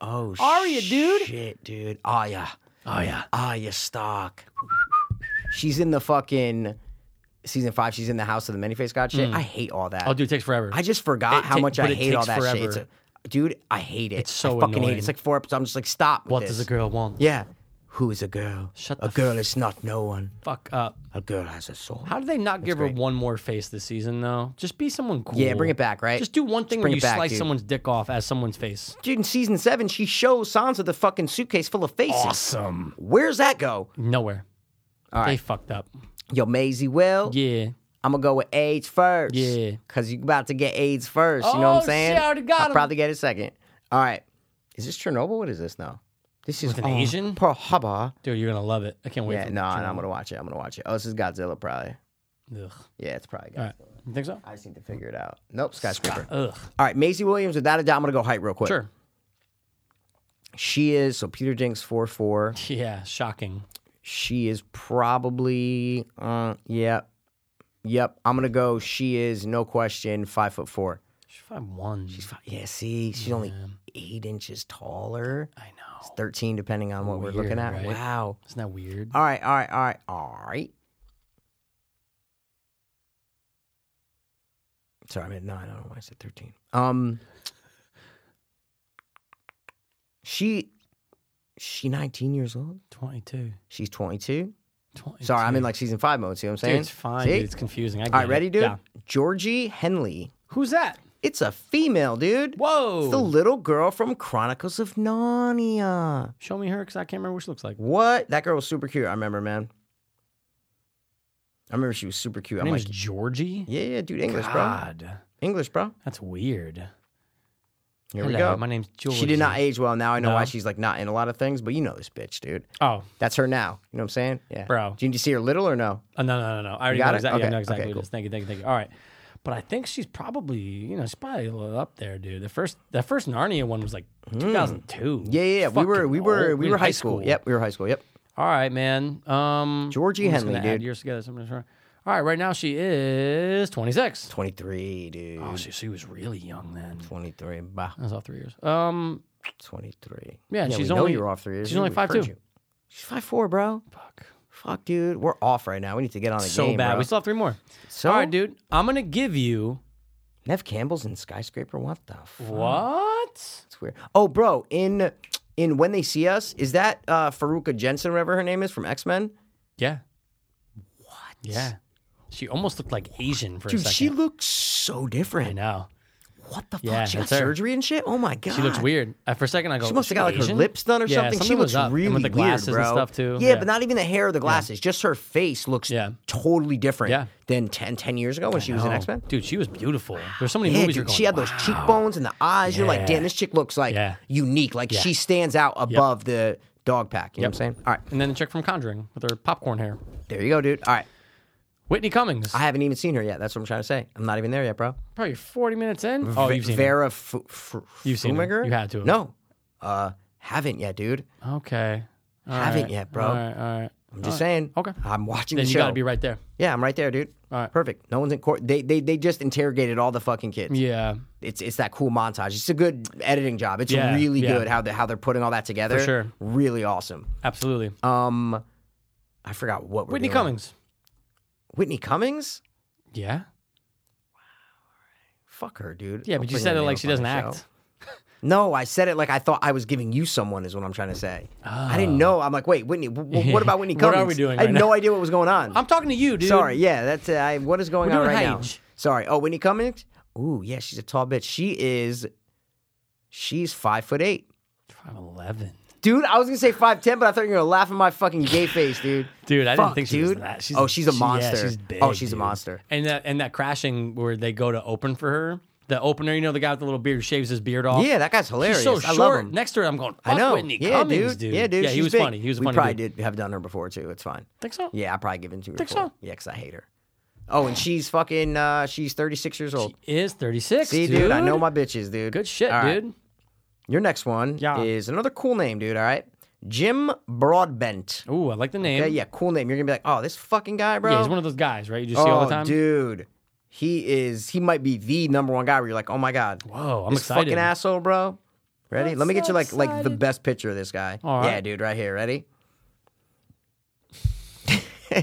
Speaker 2: Oh,
Speaker 1: Aria, dude.
Speaker 2: Shit, dude. Aya.
Speaker 1: Oh yeah.
Speaker 2: Aya Stock. Ah, She's in the fucking season five. She's in the House of the Many Faced God shit. I hate all that.
Speaker 1: Oh, dude, it takes forever.
Speaker 2: I just forgot
Speaker 1: It
Speaker 2: how
Speaker 1: ta-
Speaker 2: much
Speaker 1: but
Speaker 2: I
Speaker 1: it
Speaker 2: hate all
Speaker 1: takes
Speaker 2: that shit.
Speaker 1: forever.
Speaker 2: It's a, dude, I hate it.
Speaker 1: It's so
Speaker 2: I fucking hate
Speaker 1: annoying.
Speaker 2: it. It's like four episodes. I'm just like, stop. With
Speaker 1: what
Speaker 2: this.
Speaker 1: does a girl want?
Speaker 2: Yeah. Who is a girl?
Speaker 1: Shut
Speaker 2: a
Speaker 1: the
Speaker 2: girl is not no one.
Speaker 1: Fuck up.
Speaker 2: A girl has a soul.
Speaker 1: How did they not give
Speaker 2: great.
Speaker 1: her one more face this season though? Just be someone cool.
Speaker 2: Yeah, bring it back, right?
Speaker 1: Just do one thing where
Speaker 2: bring
Speaker 1: you
Speaker 2: it back,
Speaker 1: slice
Speaker 2: dude.
Speaker 1: someone's dick off as someone's face.
Speaker 2: Dude, in season seven, she shows Sansa the fucking suitcase full of faces.
Speaker 1: Awesome.
Speaker 2: Where's that go?
Speaker 1: Nowhere.
Speaker 2: All
Speaker 1: They
Speaker 2: right.
Speaker 1: fucked up.
Speaker 2: Yo, Maisie Will.
Speaker 1: Yeah.
Speaker 2: I'm gonna go with AIDS first.
Speaker 1: Yeah.
Speaker 2: Cause you about to get AIDS first. You know
Speaker 1: Oh,
Speaker 2: what I'm saying?
Speaker 1: shit, I already got
Speaker 2: I'll
Speaker 1: him.
Speaker 2: probably get it second. All right. Is this Chernobyl? What is this now? This is
Speaker 1: With an
Speaker 2: on
Speaker 1: Asian?
Speaker 2: Pearl Harbor.
Speaker 1: Dude, you're gonna love it. I can't wait.
Speaker 2: Yeah,
Speaker 1: for
Speaker 2: no,
Speaker 1: for-
Speaker 2: and I'm gonna watch it. I'm gonna watch it. Oh, this is Godzilla probably.
Speaker 1: Ugh.
Speaker 2: Yeah, it's probably Godzilla.
Speaker 1: All right. You think so?
Speaker 2: I just need to figure it out. Nope, skyscraper.
Speaker 1: Ugh.
Speaker 2: All right, Maisie Williams, without a doubt, I'm gonna go height real quick.
Speaker 1: Sure.
Speaker 2: She is so Peter Jenks four four.
Speaker 1: Yeah. Shocking.
Speaker 2: She is probably uh yeah. Yep. I'm gonna go she is, no question, five foot four.
Speaker 1: She's five one. She's
Speaker 2: Fi- Yeah, see, she's only eight inches taller.
Speaker 1: I know.
Speaker 2: It's 13, depending on what we're
Speaker 1: Weird,
Speaker 2: looking at.
Speaker 1: right?
Speaker 2: Wow.
Speaker 1: Isn't that weird?
Speaker 2: All right, all right, all right, all right. Sorry, I meant nine. I don't know why I said 13. Um, she, she 19 years old.
Speaker 1: Twenty two.
Speaker 2: She's 22.
Speaker 1: Twenty.
Speaker 2: Sorry, I'm in like season five mode. See what I'm
Speaker 1: Dude,
Speaker 2: saying?
Speaker 1: it's fine.
Speaker 2: See?
Speaker 1: Dude, it's confusing. I
Speaker 2: all
Speaker 1: get
Speaker 2: right,
Speaker 1: it.
Speaker 2: ready, dude?
Speaker 1: Yeah.
Speaker 2: Georgie Henley.
Speaker 1: Who's that?
Speaker 2: It's a female, dude.
Speaker 1: Whoa.
Speaker 2: It's the little girl from Chronicles of Narnia.
Speaker 1: Show me her because I can't remember what she looks like.
Speaker 2: What? That girl was super cute. I remember, man. I remember she was super cute.
Speaker 1: Her
Speaker 2: I'm
Speaker 1: name
Speaker 2: like,
Speaker 1: is Georgie.
Speaker 2: yeah, yeah, dude, English,
Speaker 1: God,
Speaker 2: bro. English, bro.
Speaker 1: that's weird.
Speaker 2: Here we
Speaker 1: Hello,
Speaker 2: go.
Speaker 1: My name's Georgie.
Speaker 2: she did not age well. Now I know
Speaker 1: No.
Speaker 2: why she's like not in a lot of things, but you know this bitch, dude.
Speaker 1: Oh,
Speaker 2: That's her now. You know what I'm saying? Yeah.
Speaker 1: Bro.
Speaker 2: Did you see her little or no?
Speaker 1: uh, no, no, no, no. I already
Speaker 2: got
Speaker 1: know
Speaker 2: it?
Speaker 1: exactly. I
Speaker 2: Okay,
Speaker 1: know exactly
Speaker 2: okay,
Speaker 1: what it is. Thank you, thank you, thank you. All right, but I think she's probably you know she's probably a little up there, dude. The first that first Narnia one was like 2002.
Speaker 2: Hmm. Yeah, yeah, yeah. We were
Speaker 1: Fucking
Speaker 2: we were
Speaker 1: old.
Speaker 2: we
Speaker 1: in
Speaker 2: were high school. Yep, we were high school. Yep.
Speaker 1: All right, man. Um,
Speaker 2: Georgie
Speaker 1: I'm just gonna
Speaker 2: Henley,
Speaker 1: add
Speaker 2: dude.
Speaker 1: Years together. so I'm gonna try- All right, right now she is 26.
Speaker 2: 23, dude.
Speaker 1: Oh, she, she was really young then.
Speaker 2: 23. Bah.
Speaker 1: That was all three years. Um,
Speaker 2: 23.
Speaker 1: Yeah, and she's
Speaker 2: we know
Speaker 1: only-
Speaker 2: you're off three years.
Speaker 1: she's only
Speaker 2: We heard
Speaker 1: 5'2".
Speaker 2: you. She's five four, bro.
Speaker 1: fuck.
Speaker 2: Fuck, dude. We're off right now. We need to get on a
Speaker 1: So
Speaker 2: game.
Speaker 1: bad.
Speaker 2: Bro.
Speaker 1: We still have three more.
Speaker 2: so,
Speaker 1: All right, dude. I'm gonna give you
Speaker 2: Nev Campbell's in Skyscraper. What the fuck?
Speaker 1: what?
Speaker 2: It's weird. Oh, bro, in in When They See Us, is that uh Faruka Jensen, whatever her name is, from X Men?
Speaker 1: Yeah. What? Yeah. She almost looked like Asian for a
Speaker 2: Dude,
Speaker 1: second.
Speaker 2: she looks so
Speaker 1: I
Speaker 2: different.
Speaker 1: know.
Speaker 2: What the fuck?
Speaker 1: Yeah,
Speaker 2: she got
Speaker 1: that's her.
Speaker 2: surgery and shit. Oh my god.
Speaker 1: She looks weird. Uh, for a second, I go.
Speaker 2: She must
Speaker 1: "Is
Speaker 2: have got like her
Speaker 1: Asian?"
Speaker 2: lips done or
Speaker 1: Yeah,
Speaker 2: something. She
Speaker 1: something was
Speaker 2: looks
Speaker 1: up. And
Speaker 2: really
Speaker 1: with the glasses
Speaker 2: weird,
Speaker 1: and
Speaker 2: bro.
Speaker 1: stuff, too.
Speaker 2: Yeah,
Speaker 1: Yeah.
Speaker 2: but not even the hair or the glasses. Just her face looks
Speaker 1: Yeah.
Speaker 2: totally different
Speaker 1: Yeah.
Speaker 2: than 10, 10 years ago when she was in
Speaker 1: No.
Speaker 2: X Men.
Speaker 1: Dude, she was beautiful. There's so many
Speaker 2: Yeah,
Speaker 1: movies. you're
Speaker 2: dude,
Speaker 1: going,
Speaker 2: she had those
Speaker 1: "Wow."
Speaker 2: cheekbones and the eyes. You're like,
Speaker 1: Yeah.
Speaker 2: damn, this chick looks like
Speaker 1: Yeah.
Speaker 2: unique. Like she stands out above the dog pack. You know what I'm saying? All right,
Speaker 1: And then the chick from Conjuring with her popcorn hair,
Speaker 2: there you go, dude. All right,
Speaker 1: Whitney Cummings.
Speaker 2: I haven't even seen her yet. That's what I'm trying to say. I'm not even there yet, bro.
Speaker 1: Probably 40 minutes in. Oh,
Speaker 2: Ve-
Speaker 1: you've seen her.
Speaker 2: Vera Fu- Fu-
Speaker 1: You've seen her.
Speaker 2: Fumiger?
Speaker 1: You had to have.
Speaker 2: No, uh, haven't yet, dude.
Speaker 1: Okay. All
Speaker 2: Haven't
Speaker 1: right.
Speaker 2: yet, bro.
Speaker 1: All right, all right.
Speaker 2: I'm just saying.
Speaker 1: Okay.
Speaker 2: I'm watching
Speaker 1: Then
Speaker 2: the
Speaker 1: you
Speaker 2: show.
Speaker 1: got to be right there.
Speaker 2: Yeah, I'm right there, dude.
Speaker 1: All right.
Speaker 2: Perfect. No one's in court. They, they they just interrogated all the fucking kids.
Speaker 1: Yeah.
Speaker 2: It's it's that cool montage. It's a good editing job. It's
Speaker 1: Yeah,
Speaker 2: really
Speaker 1: yeah.
Speaker 2: good how they how they're putting all that together.
Speaker 1: sure.
Speaker 2: Really awesome.
Speaker 1: Absolutely.
Speaker 2: Um, I forgot what we're
Speaker 1: Whitney
Speaker 2: doing.
Speaker 1: Cummings.
Speaker 2: Whitney Cummings.
Speaker 1: Yeah.
Speaker 2: Fuck her, dude.
Speaker 1: Yeah,
Speaker 2: Don't
Speaker 1: but you
Speaker 2: bring
Speaker 1: said
Speaker 2: her
Speaker 1: it
Speaker 2: name
Speaker 1: like
Speaker 2: up
Speaker 1: she
Speaker 2: on
Speaker 1: doesn't
Speaker 2: the show.
Speaker 1: act.
Speaker 2: No, I said it like I thought I was giving you someone is what I'm trying to say. I didn't know. I'm like, wait, Whitney. W- w- what about Whitney
Speaker 1: Oh. What are
Speaker 2: Cummings?
Speaker 1: we doing
Speaker 2: I had
Speaker 1: right
Speaker 2: no
Speaker 1: now?
Speaker 2: idea what was going on.
Speaker 1: I'm talking to you, dude.
Speaker 2: Sorry, yeah, that's uh, I, what is going
Speaker 1: We're
Speaker 2: on
Speaker 1: doing
Speaker 2: right
Speaker 1: Hage.
Speaker 2: now. Sorry. Oh, Whitney Cummings. Ooh, yeah, she's a tall bitch. She is. She's five foot eight,
Speaker 1: Five eleven.
Speaker 2: dude. I was gonna say five ten, but I thought you were gonna laugh at my fucking gay face, dude.
Speaker 1: Dude, I didn't
Speaker 2: Fuck,
Speaker 1: think she was
Speaker 2: dude.
Speaker 1: that. She's,
Speaker 2: oh, she's a
Speaker 1: she- yeah,
Speaker 2: monster.
Speaker 1: she's big,
Speaker 2: oh, she's
Speaker 1: dude.
Speaker 2: a monster.
Speaker 1: And that and that crashing where they go to open for her. The opener, you know, the guy with the little beard who shaves his beard off.
Speaker 2: Yeah, that guy's
Speaker 1: He's
Speaker 2: hilarious.
Speaker 1: so
Speaker 2: I
Speaker 1: short.
Speaker 2: love him.
Speaker 1: Next to her, I'm going. Fuck
Speaker 2: I know.
Speaker 1: Whitney
Speaker 2: yeah,
Speaker 1: Cummings,
Speaker 2: dude. Yeah, dude.
Speaker 1: Yeah, he
Speaker 2: she's
Speaker 1: was
Speaker 2: big.
Speaker 1: funny. He was a
Speaker 2: we
Speaker 1: funny.
Speaker 2: probably
Speaker 1: dude.
Speaker 2: did have done her before too. It's fine.
Speaker 1: Think so?
Speaker 2: Yeah, I probably given to her.
Speaker 1: Think
Speaker 2: before.
Speaker 1: so?
Speaker 2: Yeah, 'cause I hate her. Oh, and she's fucking. Uh, she's thirty six years old.
Speaker 1: Is 36.
Speaker 2: See, dude, I know my bitches, dude.
Speaker 1: Good shit,
Speaker 2: All right.
Speaker 1: dude.
Speaker 2: Your next one
Speaker 1: Yeah.
Speaker 2: is another cool name, dude. All right, Jim Broadbent.
Speaker 1: Ooh, I like the name.
Speaker 2: Okay, yeah, cool name. You're gonna be like, oh, this fucking guy, bro.
Speaker 1: Yeah, he's one of those guys, right? You just
Speaker 2: oh,
Speaker 1: see all the time.
Speaker 2: dude, he is. He might be the number one guy. Where you're like, oh my god,
Speaker 1: Whoa, I'm
Speaker 2: this
Speaker 1: excited.
Speaker 2: fucking asshole, bro. Ready? Let me get you like like the best picture of this guy.
Speaker 1: All
Speaker 2: yeah,
Speaker 1: right.
Speaker 2: dude, right here. Ready?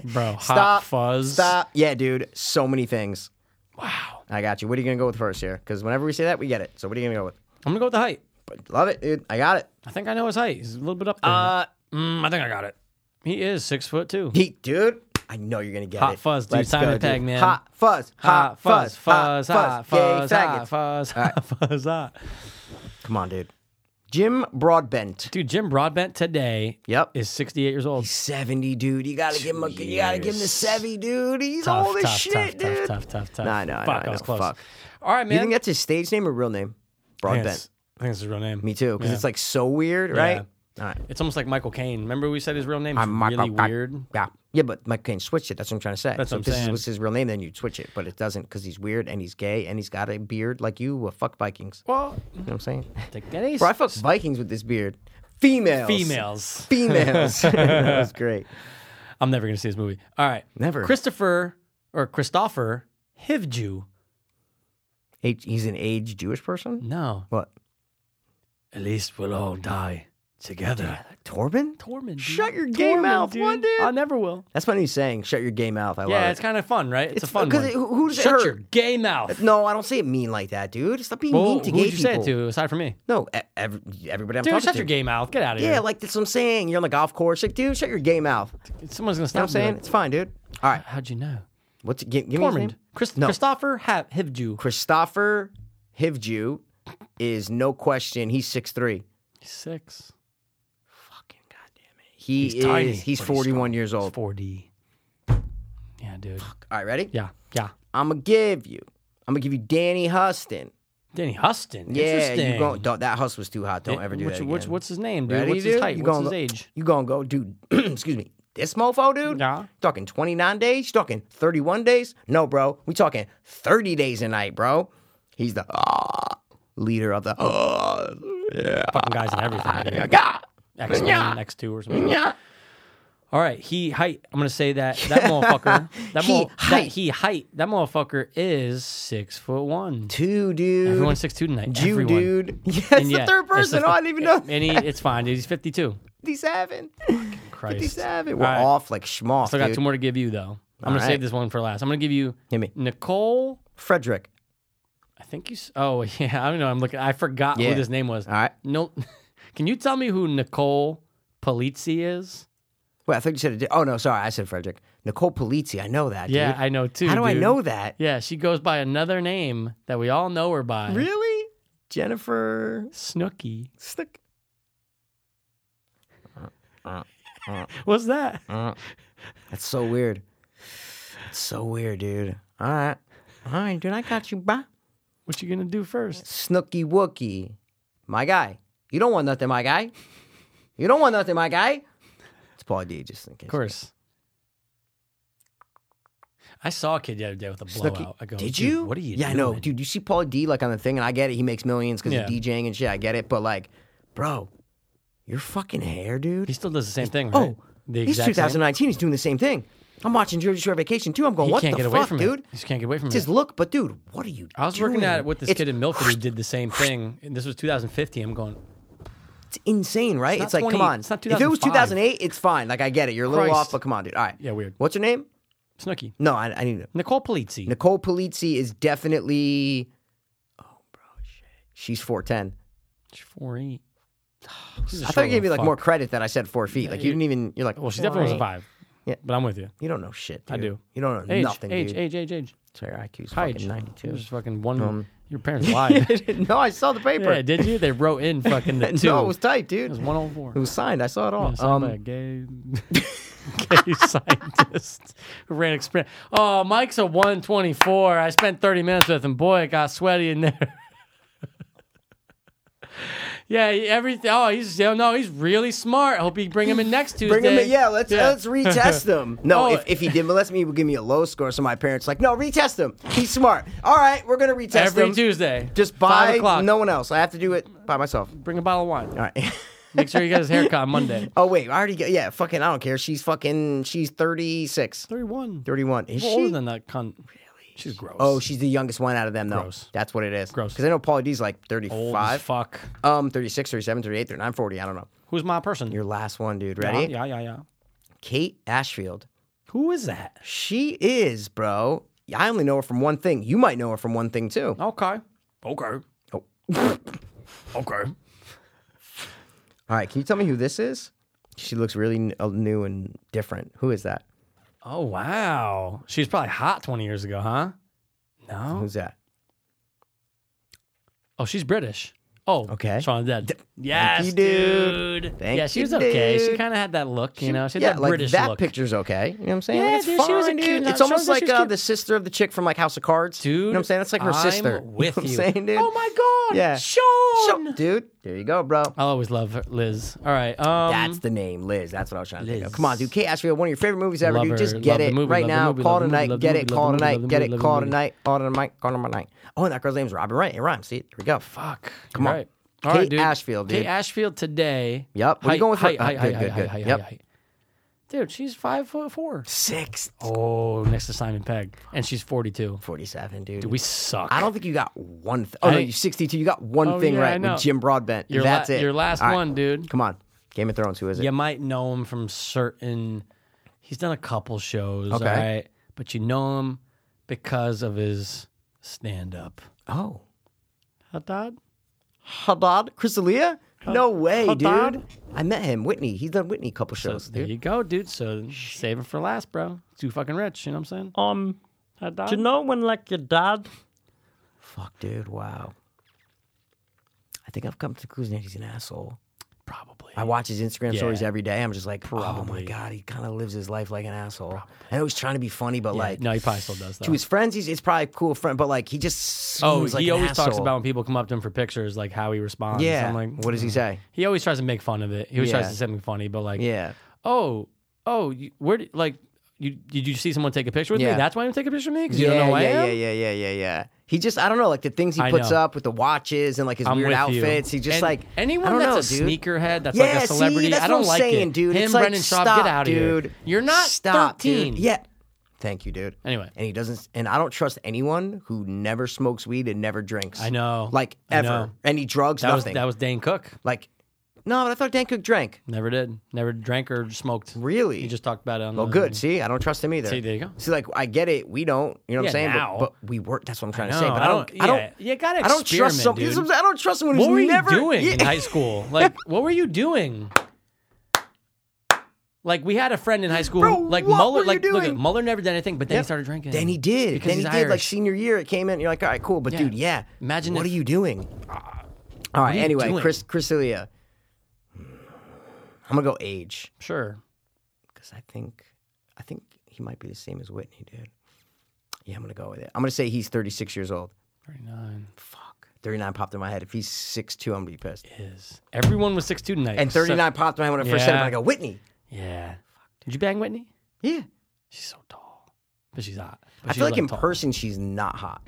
Speaker 1: Bro, hot
Speaker 2: Stop.
Speaker 1: fuzz.
Speaker 2: Stop. Yeah, dude. So many things.
Speaker 1: Wow.
Speaker 2: I got you. What are you gonna go with first here? Because whenever we say that, we get it. So what are you gonna go with?
Speaker 1: I'm gonna go with the height.
Speaker 2: But love it, dude. I got it.
Speaker 1: I think I know his height. He's a little bit up there.
Speaker 2: Uh,
Speaker 1: Mm, I think I got it. He is six foot two.
Speaker 2: Heat, dude. I know you're gonna get
Speaker 1: Hot
Speaker 2: it.
Speaker 1: fuzz, dude. Time to
Speaker 2: dude.
Speaker 1: tag, man.
Speaker 2: Hot fuzz.
Speaker 1: hot fuzz, Ah, fuzz, hot
Speaker 2: hot
Speaker 1: fuzz,
Speaker 2: Gay
Speaker 1: hot
Speaker 2: faggots.
Speaker 1: fuzz, hot fuzz, hot.
Speaker 2: Come on, dude. Jim Broadbent.
Speaker 1: Dude, Jim Broadbent today
Speaker 2: Yep.
Speaker 1: is 68 years old.
Speaker 2: 70, dude. You gotta give him a, you gotta give him the
Speaker 1: Years.
Speaker 2: Sevy, dude. He's
Speaker 1: Tough,
Speaker 2: old as
Speaker 1: tough,
Speaker 2: shit,
Speaker 1: tough,
Speaker 2: dude.
Speaker 1: tough, tough, tough, tough.
Speaker 2: Nah, I know, I know,
Speaker 1: Fuck,
Speaker 2: I
Speaker 1: was
Speaker 2: know.
Speaker 1: close.
Speaker 2: Fuck.
Speaker 1: All right,
Speaker 2: You
Speaker 1: man.
Speaker 2: think that's his stage name or real name?
Speaker 1: I think
Speaker 2: Broadbent.
Speaker 1: it's- I think it's his real name.
Speaker 2: Me too, because
Speaker 1: Yeah.
Speaker 2: it's like so weird, right? All right.
Speaker 1: It's almost like Michael Caine. Remember we said his real name is
Speaker 2: I'm Michael
Speaker 1: really
Speaker 2: Caine.
Speaker 1: weird.
Speaker 2: Yeah. Yeah, but Mike Kane switched it. That's what I'm trying to say.
Speaker 1: That's
Speaker 2: so
Speaker 1: what I'm
Speaker 2: if this
Speaker 1: saying.
Speaker 2: was his real name, then you'd switch it. But it doesn't because he's weird and he's gay and he's got a beard like you. Well, fuck Vikings.
Speaker 1: Well,
Speaker 2: You know what I'm saying?
Speaker 1: take that ace.
Speaker 2: Bro, I fuck Vikings with this beard. Females.
Speaker 1: Females.
Speaker 2: Females. that was great.
Speaker 1: I'm never gonna see this movie. All right,
Speaker 2: Never.
Speaker 1: Christopher or Christopher Hivju.
Speaker 2: Age, he's an aged Jewish person?
Speaker 1: No,
Speaker 2: What?
Speaker 1: at least we'll all die together.
Speaker 2: Torben?
Speaker 1: Torment. dude.
Speaker 2: Shut your gay
Speaker 1: Torment,
Speaker 2: mouth,
Speaker 1: dude.
Speaker 2: one day.
Speaker 1: I never will.
Speaker 2: That's my new saying. Shut your gay mouth. I
Speaker 1: Yeah,
Speaker 2: love
Speaker 1: it's
Speaker 2: it.
Speaker 1: kind of fun, right? It's, a
Speaker 2: It's-
Speaker 1: fun
Speaker 2: 'cause
Speaker 1: one.
Speaker 2: it- who- who does it
Speaker 1: Shut
Speaker 2: hurt?
Speaker 1: your gay mouth.
Speaker 2: no, I don't say it mean like that, dude. Stop being
Speaker 1: Well,
Speaker 2: mean to
Speaker 1: who
Speaker 2: gay
Speaker 1: would you
Speaker 2: people.
Speaker 1: say it to? Aside from me,
Speaker 2: No, e- ev- everybody I'm
Speaker 1: dude,
Speaker 2: talking
Speaker 1: shut
Speaker 2: to.
Speaker 1: your gay mouth. Get out of
Speaker 2: Yeah,
Speaker 1: here.
Speaker 2: like that's what I'm saying. You're on the golf course. Like, dude, shut your gay mouth. You know
Speaker 1: Someone's gonna
Speaker 2: what
Speaker 1: stop.
Speaker 2: I'm saying?
Speaker 1: me.
Speaker 2: It's fine, dude. All right.
Speaker 1: How'd you know?
Speaker 2: What's give, give me his
Speaker 1: Tormund.
Speaker 2: name?
Speaker 1: Chris-
Speaker 2: No.
Speaker 1: Christopher ha- Hivju.
Speaker 2: Christopher Hivju is no question. He's 6'3.
Speaker 1: Six.
Speaker 2: Fucking goddamn it. He
Speaker 1: He's
Speaker 2: is
Speaker 1: tiny,
Speaker 2: he's
Speaker 1: but he's
Speaker 2: 41 years old.
Speaker 1: Four D. Yeah, dude.
Speaker 2: All right, ready?
Speaker 1: Yeah, yeah.
Speaker 2: I'm gonna give you. I'm gonna give you Danny Huston.
Speaker 1: Danny Huston.
Speaker 2: Yeah,
Speaker 1: Interesting.
Speaker 2: you going don't, that hus was too hot. Don't ever do
Speaker 1: What's-
Speaker 2: that.
Speaker 1: what's-
Speaker 2: again.
Speaker 1: what's his name, dude?
Speaker 2: Ready,
Speaker 1: what's his
Speaker 2: dude?
Speaker 1: height?
Speaker 2: You
Speaker 1: what's
Speaker 2: gonna
Speaker 1: his
Speaker 2: go-
Speaker 1: age?
Speaker 2: You gonna go, dude? excuse me. This mofo, dude.
Speaker 1: Yeah.
Speaker 2: Talking 29 days. You talking 31 days? No, bro. We talking 30 days a night, bro. He's the ah, leader of the ah,
Speaker 1: Fucking guys and everything. dude.
Speaker 2: yeah,
Speaker 1: X Men, X Two, or something. All right, he height. I'm gonna say that that motherfucker. That
Speaker 2: He
Speaker 1: he
Speaker 2: height.
Speaker 1: height. He height. That motherfucker is six foot one.
Speaker 2: two dude.
Speaker 1: Everyone's six two tonight.
Speaker 2: Jew,
Speaker 1: Everyone.
Speaker 2: dude. Yeah, it's the
Speaker 1: And yeah,
Speaker 2: third
Speaker 1: it's the
Speaker 2: person.
Speaker 1: th-
Speaker 2: oh, I didn't even know.
Speaker 1: And he, it's fine, dude. He's 52.
Speaker 2: 57.
Speaker 1: Christ.
Speaker 2: 57. We're
Speaker 1: All right.
Speaker 2: off like schmoff,
Speaker 1: So I got
Speaker 2: dude.
Speaker 1: two more to give you though. I'm gonna
Speaker 2: All right.
Speaker 1: save this one for last. I'm gonna give you
Speaker 2: Hit me.
Speaker 1: Nicole.
Speaker 2: Frederick.
Speaker 1: I think you. s- Oh yeah, I don't know. I'm looking. I forgot
Speaker 2: Yeah. Uh,
Speaker 1: who this name was.
Speaker 2: All right.
Speaker 1: No, can you tell me who Nicole Polizzi is?
Speaker 2: Wait, I thought you said. It, oh no, sorry, I said Frederick. Nicole Polizzi. I know that.
Speaker 1: Yeah,
Speaker 2: dude.
Speaker 1: I know too.
Speaker 2: How do I
Speaker 1: dude.
Speaker 2: know that?
Speaker 1: Yeah, she goes by another name that we all know her by.
Speaker 2: Really, Jennifer
Speaker 1: Snooky.
Speaker 2: Snook.
Speaker 1: What's that?
Speaker 2: That's so weird. That's so weird, dude. All right, all right, dude. I got you, bye.
Speaker 1: What you gonna do first?
Speaker 2: Snooky Wookie, my guy. You don't want nothing, my guy. You don't want nothing, my guy. It's Paul D. Just in case.
Speaker 1: Of course. I saw a kid the other day with a blowout.
Speaker 2: Snooki.
Speaker 1: I go,
Speaker 2: did
Speaker 1: "Dude,
Speaker 2: you?
Speaker 1: What are you?
Speaker 2: Yeah,
Speaker 1: doing?
Speaker 2: I know, dude. You see Paul D like on the thing, and I get it. He makes millions because
Speaker 1: Yeah.
Speaker 2: he's DJing and shit. I get it, but like, bro, your fucking hair, dude.
Speaker 1: He still does the same thing, right?
Speaker 2: oh,
Speaker 1: the
Speaker 2: he's
Speaker 1: exact same.
Speaker 2: 2019. He's doing the same thing. I'm watching Jersey Shore Vacation too. I'm going,
Speaker 1: He
Speaker 2: what
Speaker 1: can't
Speaker 2: the
Speaker 1: get
Speaker 2: fuck,
Speaker 1: away from
Speaker 2: dude?
Speaker 1: it. He just can't get away from
Speaker 2: It's
Speaker 1: it.
Speaker 2: his look, but dude, what are you?
Speaker 1: Hmm. I was
Speaker 2: doing?
Speaker 1: working at it with this
Speaker 2: it's,
Speaker 1: kid in Milford who did the same thing. And this was 2015. I'm going,
Speaker 2: It's insane, right? It's,
Speaker 1: not
Speaker 2: like,
Speaker 1: 20
Speaker 2: come on.
Speaker 1: it's not
Speaker 2: if it was
Speaker 1: 2005.
Speaker 2: 2008, it's fine. Like I get it. You're a little
Speaker 1: Christ.
Speaker 2: off, but come on, dude. All right.
Speaker 1: Yeah, weird.
Speaker 2: What's your name?
Speaker 1: Snooky.
Speaker 2: No, I, I need to.
Speaker 1: Nicole Polizzi.
Speaker 2: Nicole Polizzi is definitely. Oh, bro, shit. She's 4'10.
Speaker 1: Four eight.
Speaker 2: I thought you gave me like more credit that I said four feet. Like you didn't even. You're like,
Speaker 1: Well, she definitely was a
Speaker 2: "Alright."
Speaker 1: five.
Speaker 2: Yeah.
Speaker 1: but I'm with you.
Speaker 2: You don't know shit. Dude.
Speaker 1: I do.
Speaker 2: You don't know
Speaker 1: Age,
Speaker 2: nothing,
Speaker 1: age,
Speaker 2: dude.
Speaker 1: age, age, age.
Speaker 2: So your IQ's
Speaker 1: Hi,
Speaker 2: fucking ninety two. Um,
Speaker 1: Just fucking one. your parents lied.
Speaker 2: no, I saw the paper.
Speaker 1: yeah, did you? They wrote in fucking the two.
Speaker 2: no, it was tight, dude.
Speaker 1: It was 104.
Speaker 2: It was signed. I saw it all.
Speaker 1: Signed by a
Speaker 2: um,
Speaker 1: gay, gay scientist who ran experiment. Oh, Mike's a 124. I spent 30 minutes with him. Boy, it got sweaty in there. yeah, he- everything. Oh, he's yeah, no, he's really smart. Hope you bring him in next Tuesday.
Speaker 2: bring him in. Yeah, let's let's retest them. No,
Speaker 1: Oh.
Speaker 2: if, if he did molest me, he would give me a low score. So my parents like, no, retest him. He's smart. All right, we're gonna retest
Speaker 1: every
Speaker 2: him.
Speaker 1: Tuesday.
Speaker 2: Just
Speaker 1: five
Speaker 2: by
Speaker 1: o'clock.
Speaker 2: no one else. I have to do it by myself.
Speaker 1: Bring a bottle of wine.
Speaker 2: All right.
Speaker 1: Make sure you got his haircut on Monday.
Speaker 2: oh wait, I already got yeah. Fucking, I don't care. She's fucking. She's thirty six.
Speaker 1: 31.
Speaker 2: 31. Is
Speaker 1: She's
Speaker 2: she?
Speaker 1: older than that cunt. Really? She's gross.
Speaker 2: oh, she's the youngest one out of them, though.
Speaker 1: Gross.
Speaker 2: That's what it is.
Speaker 1: Gross.
Speaker 2: Because I know Paulie D's like 35,
Speaker 1: old as fuck.
Speaker 2: um, 36, 37, 38, 39, 40. I don't know.
Speaker 1: Who's my person?
Speaker 2: Your last one, dude. Ready?
Speaker 1: Yeah, yeah, yeah.
Speaker 2: Kate Ashfield.
Speaker 1: Who is that?
Speaker 2: She is, bro. I only know her from one thing. You might know her from one thing too.
Speaker 1: Okay. Okay.
Speaker 2: Oh.
Speaker 1: okay.
Speaker 2: All right, can you tell me who this is? She looks really n- uh, new and different. Who is that?
Speaker 1: Oh wow. She was probably hot 20 years ago, huh? No.
Speaker 2: Who's that?
Speaker 1: Oh, she's British. Oh,
Speaker 2: Okay.
Speaker 1: Shaun of the Dead. yes,
Speaker 2: you, dude.
Speaker 1: dude.
Speaker 2: Thank
Speaker 1: yeah, she
Speaker 2: you,
Speaker 1: was okay. She
Speaker 2: dude.
Speaker 1: kind of had that look, you know. She had
Speaker 2: yeah,
Speaker 1: that
Speaker 2: like
Speaker 1: British
Speaker 2: that
Speaker 1: look.
Speaker 2: picture's okay. You know what I'm saying? Like,
Speaker 1: Yeah,
Speaker 2: it's
Speaker 1: dude, she was a
Speaker 2: fine,
Speaker 1: cute
Speaker 2: dude.
Speaker 1: little-
Speaker 2: It's almost
Speaker 1: she was
Speaker 2: like
Speaker 1: just
Speaker 2: uh,
Speaker 1: cute.
Speaker 2: the sister of the chick from like House of Cards.
Speaker 1: Dude,
Speaker 2: you know what I'm saying? It's like her
Speaker 1: I'm
Speaker 2: sister.
Speaker 1: with
Speaker 2: you. Know
Speaker 1: you.
Speaker 2: What I'm saying, dude.
Speaker 1: Oh my god.
Speaker 2: Yeah.
Speaker 1: Sean.
Speaker 2: So- dude, there you go, bro.
Speaker 1: I'll always love her, Liz. All right. Um
Speaker 2: That's the name, Liz. That's what I was trying to think of.
Speaker 1: Liz.
Speaker 2: Come on, dude. Kate Ashfield, one of your favorite movies ever,
Speaker 1: Love
Speaker 2: dude.
Speaker 1: her.
Speaker 2: Just
Speaker 1: Love
Speaker 2: get
Speaker 1: the
Speaker 2: it
Speaker 1: movie.
Speaker 2: right
Speaker 1: Love the
Speaker 2: now.
Speaker 1: movie.
Speaker 2: Call
Speaker 1: Love the
Speaker 2: tonight.
Speaker 1: movie. Love the
Speaker 2: Get
Speaker 1: movie.
Speaker 2: it.
Speaker 1: Love
Speaker 2: Call
Speaker 1: the movie. Love
Speaker 2: tonight.
Speaker 1: the
Speaker 2: Get
Speaker 1: movie.
Speaker 2: it.
Speaker 1: Love
Speaker 2: Call
Speaker 1: the movie.
Speaker 2: tonight. Call tonight. Call tonight. Oh, and that girl's name's Robin Wright. It rhymes. See, there we go.
Speaker 1: Fuck.
Speaker 2: Come
Speaker 1: You're
Speaker 2: on.
Speaker 1: Right. All right,
Speaker 2: Kate
Speaker 1: dude.
Speaker 2: Ashfield, dude.
Speaker 1: Kate Ashfield today.
Speaker 2: Yep. What are you
Speaker 1: Height-
Speaker 2: going for?
Speaker 1: Height,
Speaker 2: Oh,
Speaker 1: height,
Speaker 2: good,
Speaker 1: height,
Speaker 2: good,
Speaker 1: height,
Speaker 2: good.
Speaker 1: height,
Speaker 2: Yep.
Speaker 1: height, height. Dude, she's five foot four.
Speaker 2: Six
Speaker 1: Oh, next to Simon Pegg, and she's forty-two.
Speaker 2: forty-seven, dude.
Speaker 1: Dude, we suck.
Speaker 2: I don't think you got one. Th- oh no,
Speaker 1: I-
Speaker 2: you sixty-two. You got one
Speaker 1: Oh,
Speaker 2: thing
Speaker 1: yeah, I
Speaker 2: right
Speaker 1: know.
Speaker 2: with Jim Broadbent.
Speaker 1: Your
Speaker 2: That's
Speaker 1: la-
Speaker 2: it.
Speaker 1: Your last
Speaker 2: All right.
Speaker 1: one, dude.
Speaker 2: Come on, Game of Thrones. Who is it?
Speaker 1: You might know him from certain. He's done a couple shows,
Speaker 2: Okay.
Speaker 1: all right, but you know him because of his stand-up.
Speaker 2: Oh,
Speaker 1: Haddad?
Speaker 2: Haddad, Crystalia. No way,
Speaker 1: Haddad?
Speaker 2: dude. I met him, Whitney. He's done Whitney a couple
Speaker 1: So
Speaker 2: shows,
Speaker 1: there
Speaker 2: dude.
Speaker 1: you go, dude. So save it for last, bro. Too fucking rich. You know what I'm saying?
Speaker 6: Um,
Speaker 1: Haddad.
Speaker 6: do you know when like your dad?
Speaker 2: Fuck, dude. Wow. I think I've come to the conclusion that he's an asshole.
Speaker 1: Probably.
Speaker 2: I watch his Instagram
Speaker 1: Yeah.
Speaker 2: stories every day. I'm just like, oh my
Speaker 1: Probably.
Speaker 2: god, he kind of lives his life like an asshole. I know he's trying to be funny, but like
Speaker 1: no, he probably still does
Speaker 2: to
Speaker 1: though.
Speaker 2: his friends, he's it's probably a cool friend, but like he just seems
Speaker 1: Oh,
Speaker 2: like
Speaker 1: he
Speaker 2: an
Speaker 1: always talks
Speaker 2: asshole.
Speaker 1: about when people come up to him for pictures, like how he responds.
Speaker 2: yeah.
Speaker 1: I'm like, mm.
Speaker 2: what does he say?
Speaker 1: He always tries to make fun of it. He always
Speaker 2: Yeah.
Speaker 1: tries to say something funny, but like,
Speaker 2: Yeah.
Speaker 1: oh, oh, you, where did like you did you see someone take a picture with
Speaker 2: Yeah.
Speaker 1: me? That's why you take a picture of me because
Speaker 2: yeah,
Speaker 1: you don't know who I
Speaker 2: yeah,
Speaker 1: am.
Speaker 2: yeah, yeah, yeah, yeah, yeah. He just I don't know, like the things he
Speaker 1: I
Speaker 2: puts
Speaker 1: know.
Speaker 2: up with the watches and like his
Speaker 1: I'm
Speaker 2: weird
Speaker 1: with
Speaker 2: outfits.
Speaker 1: you.
Speaker 2: He just
Speaker 1: And
Speaker 2: like
Speaker 1: anyone
Speaker 2: I don't
Speaker 1: that's
Speaker 2: know,
Speaker 1: a
Speaker 2: dude.
Speaker 1: sneakerhead that's
Speaker 2: Yeah,
Speaker 1: like a
Speaker 2: see,
Speaker 1: celebrity.
Speaker 2: that's
Speaker 1: I don't
Speaker 2: what I'm
Speaker 1: like
Speaker 2: saying,
Speaker 1: it.
Speaker 2: dude.
Speaker 1: Him,
Speaker 2: It's like,
Speaker 1: Brendan Schaub,
Speaker 2: stop,
Speaker 1: get out of
Speaker 2: dude.
Speaker 1: here. You're not
Speaker 2: Stop,
Speaker 1: thirteen.
Speaker 2: dude. Yeah. Thank you, dude.
Speaker 1: Anyway.
Speaker 2: and he doesn't, and I don't trust anyone who never smokes weed and never drinks.
Speaker 1: I know.
Speaker 2: like
Speaker 1: I
Speaker 2: ever.
Speaker 1: know.
Speaker 2: Any drugs,
Speaker 1: That was
Speaker 2: nothing.
Speaker 1: that was Dane Cook.
Speaker 2: like, no, but I thought Dan Cook drank.
Speaker 1: Never did. Never drank or smoked.
Speaker 2: Really?
Speaker 1: He just talked about it on.
Speaker 2: Well,
Speaker 1: the,
Speaker 2: Oh, good. See, I don't trust him either.
Speaker 1: Um, See, there you go.
Speaker 2: See, like I get it. We don't. You know what I'm
Speaker 1: Yeah,
Speaker 2: saying? But-
Speaker 1: now.
Speaker 2: But, we work. That's what I'm trying to
Speaker 1: know,
Speaker 2: say. But I
Speaker 1: I
Speaker 2: don't.
Speaker 1: don't-
Speaker 2: I don't.
Speaker 1: yeah, you gotta
Speaker 2: I don't
Speaker 1: experiment,
Speaker 2: trust some-
Speaker 1: dude.
Speaker 2: this is- I don't trust someone who's
Speaker 1: What were you
Speaker 2: never
Speaker 1: doing in
Speaker 2: Yeah.
Speaker 1: high school? Like, what were you doing? Like, we had a friend in high school.
Speaker 2: Bro,
Speaker 1: like
Speaker 2: what
Speaker 1: Muller,
Speaker 2: were you
Speaker 1: like look
Speaker 2: doing?
Speaker 1: at Muller never did anything, but then he started drinking.
Speaker 2: Then he did.
Speaker 1: Because
Speaker 2: then he
Speaker 1: he's
Speaker 2: did. Like
Speaker 1: Irish.
Speaker 2: senior year, it came in. You're like, all right, cool. But
Speaker 1: Yeah.
Speaker 2: dude, yeah.
Speaker 1: Imagine
Speaker 2: What
Speaker 1: if- Ah,
Speaker 2: are you doing? All right.
Speaker 1: you
Speaker 2: Anyway,
Speaker 1: doing?
Speaker 2: Chris, Chriselia. I'm gonna go age
Speaker 1: Sure.
Speaker 2: because I think, I think he might be the same as Whitney, dude. Yeah, I'm gonna go with it. I'm gonna say he's 36 years old.
Speaker 1: 39
Speaker 2: Fuck. 39 popped in my head. If he's 6'2, I'm gonna be pissed.
Speaker 1: is. Everyone was 6'2 tonight.
Speaker 2: And 39 popped in my head when I first said it.
Speaker 1: Yeah.
Speaker 2: but I go, Whitney.
Speaker 1: So, yeah. Did you bang Whitney?
Speaker 2: Yeah.
Speaker 1: She's so tall. But she's hot. But
Speaker 2: I
Speaker 1: she
Speaker 2: feel
Speaker 1: was,
Speaker 2: like in
Speaker 1: tall.
Speaker 2: person she's not hot.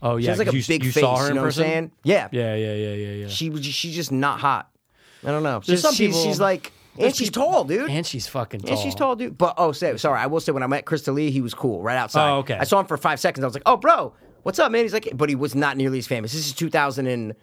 Speaker 1: Oh,
Speaker 2: She
Speaker 1: yeah.
Speaker 2: has like a
Speaker 1: 'cause you,
Speaker 2: big
Speaker 1: you
Speaker 2: face.
Speaker 1: saw her
Speaker 2: you
Speaker 1: in
Speaker 2: know
Speaker 1: person?
Speaker 2: what I'm saying? Yeah.
Speaker 1: Yeah, yeah, yeah, yeah, yeah.
Speaker 2: She was. just- She's just not hot. I don't know. Just,
Speaker 1: some
Speaker 2: she's,
Speaker 1: people-
Speaker 2: she's like, and she's tall, dude.
Speaker 1: and she's fucking tall.
Speaker 2: Yeah, she's tall, dude. But oh, say, sorry, I will say when I met Crystal Lee, he was cool right outside.
Speaker 1: Oh, okay.
Speaker 2: I saw him for five seconds. I was like, "Oh, bro, what's up, man?" He's like, but he was not nearly as famous. This is 2000 and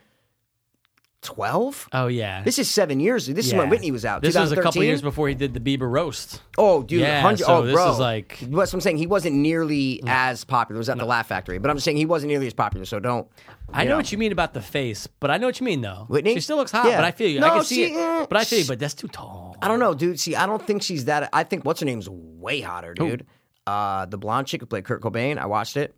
Speaker 2: 12?
Speaker 1: Oh yeah.
Speaker 2: This is seven years. This is
Speaker 1: Yeah.
Speaker 2: when Whitney was out.
Speaker 1: This was a couple
Speaker 2: 2013?
Speaker 1: years before he did the Bieber roast.
Speaker 2: Oh, dude,
Speaker 1: Yeah, so
Speaker 2: 100, oh,
Speaker 1: this
Speaker 2: bro.
Speaker 1: is like-
Speaker 2: That's what I'm saying. He wasn't nearly as popular. It was at the Laugh Factory, but I'm just saying he wasn't nearly as popular. So don't.
Speaker 1: I know what you mean about the face, but I know what you mean though.
Speaker 2: Whitney?
Speaker 1: she still looks hot,
Speaker 2: Yeah.
Speaker 1: but I feel you.
Speaker 2: No,
Speaker 1: I can see
Speaker 2: she-
Speaker 1: it, but I feel you. But that's too tall.
Speaker 2: I don't know, dude. See, I don't think she's that. I think what's her name's way hotter, dude. Uh, the blonde chick who played Kurt Cobain. I watched it.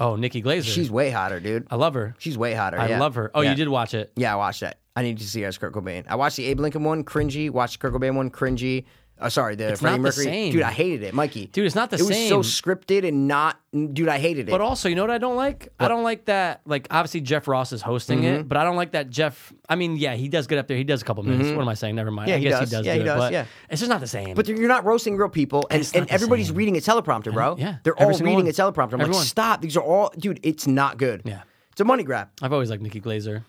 Speaker 1: Oh, Nikki Glaser.
Speaker 2: She's way hotter, dude.
Speaker 1: I love her.
Speaker 2: She's way hotter.
Speaker 1: I
Speaker 2: yeah.
Speaker 1: love her. Oh,
Speaker 2: Yeah.
Speaker 1: you did watch it.
Speaker 2: Yeah, I watched that. I need to see her as Kurt Cobain. I watched the Abe Lincoln one, cringy. Watched the Kurt Cobain one, cringy. Uh, sorry, the Freddie
Speaker 1: not the
Speaker 2: Mercury.
Speaker 1: same.
Speaker 2: Dude, I hated it, Mikey.
Speaker 1: Dude, it's not the
Speaker 2: it was
Speaker 1: same.
Speaker 2: so scripted and not. Dude, I hated it.
Speaker 1: But also, you know what I don't like? I don't like that. Like, obviously, Jeff Ross is hosting
Speaker 2: Mm-hmm.
Speaker 1: it, but I don't like that Jeff. I mean, yeah, he does get up there. He does a couple minutes. What am I saying? Never mind.
Speaker 2: Mm-hmm. Yeah,
Speaker 1: I
Speaker 2: he
Speaker 1: guess
Speaker 2: does.
Speaker 1: he does.
Speaker 2: Yeah,
Speaker 1: do
Speaker 2: he
Speaker 1: it,
Speaker 2: does,
Speaker 1: But
Speaker 2: yeah.
Speaker 1: it's just not the same.
Speaker 2: But you're not roasting real people, and,
Speaker 1: it's
Speaker 2: and
Speaker 1: not the
Speaker 2: everybody's
Speaker 1: same.
Speaker 2: reading a teleprompter, bro.
Speaker 1: yeah,
Speaker 2: they're
Speaker 1: every
Speaker 2: all
Speaker 1: single
Speaker 2: reading
Speaker 1: one.
Speaker 2: a teleprompter. I'm
Speaker 1: Everyone.
Speaker 2: like, stop. These are all, dude. It's not good.
Speaker 1: Yeah.
Speaker 2: it's a money grab.
Speaker 1: I've always liked Nikki Glaser.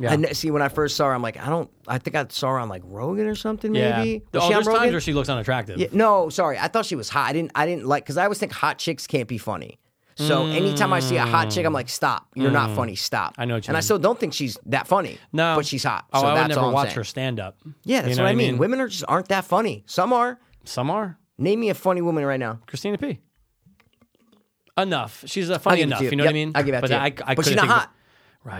Speaker 1: Yeah.
Speaker 2: And uh, see, when I first saw her, I'm like, I don't. I think I saw her on like Rogan or something.
Speaker 1: yeah.
Speaker 2: Maybe Was
Speaker 1: oh,
Speaker 2: she on
Speaker 1: there's times
Speaker 2: Rogan?
Speaker 1: where she looks unattractive.
Speaker 2: Yeah, no, sorry. I thought she was hot. I didn't. I didn't like because I always think hot chicks can't be funny. So anytime I see a hot chick, I'm like, stop. You're not funny. Stop.
Speaker 1: Mm. I know what you
Speaker 2: and I
Speaker 1: mean.
Speaker 2: still don't think she's that funny.
Speaker 1: No.
Speaker 2: but she's hot.
Speaker 1: Oh,
Speaker 2: so
Speaker 1: I
Speaker 2: that's
Speaker 1: would never
Speaker 2: all I'm
Speaker 1: watch
Speaker 2: saying.
Speaker 1: her stand up.
Speaker 2: Yeah, that's what, I mean. Women are just aren't that funny. Some are.
Speaker 1: Some are.
Speaker 2: Name me a funny woman right now.
Speaker 1: Christina P. Enough. She's uh, funny
Speaker 2: give it
Speaker 1: enough.
Speaker 2: to you.
Speaker 1: You. know what I
Speaker 2: Yep,
Speaker 1: mean?
Speaker 2: I'll give that
Speaker 1: but
Speaker 2: to you.
Speaker 1: I, I
Speaker 2: But she's
Speaker 1: couldn't
Speaker 2: not
Speaker 1: think of-
Speaker 2: hot.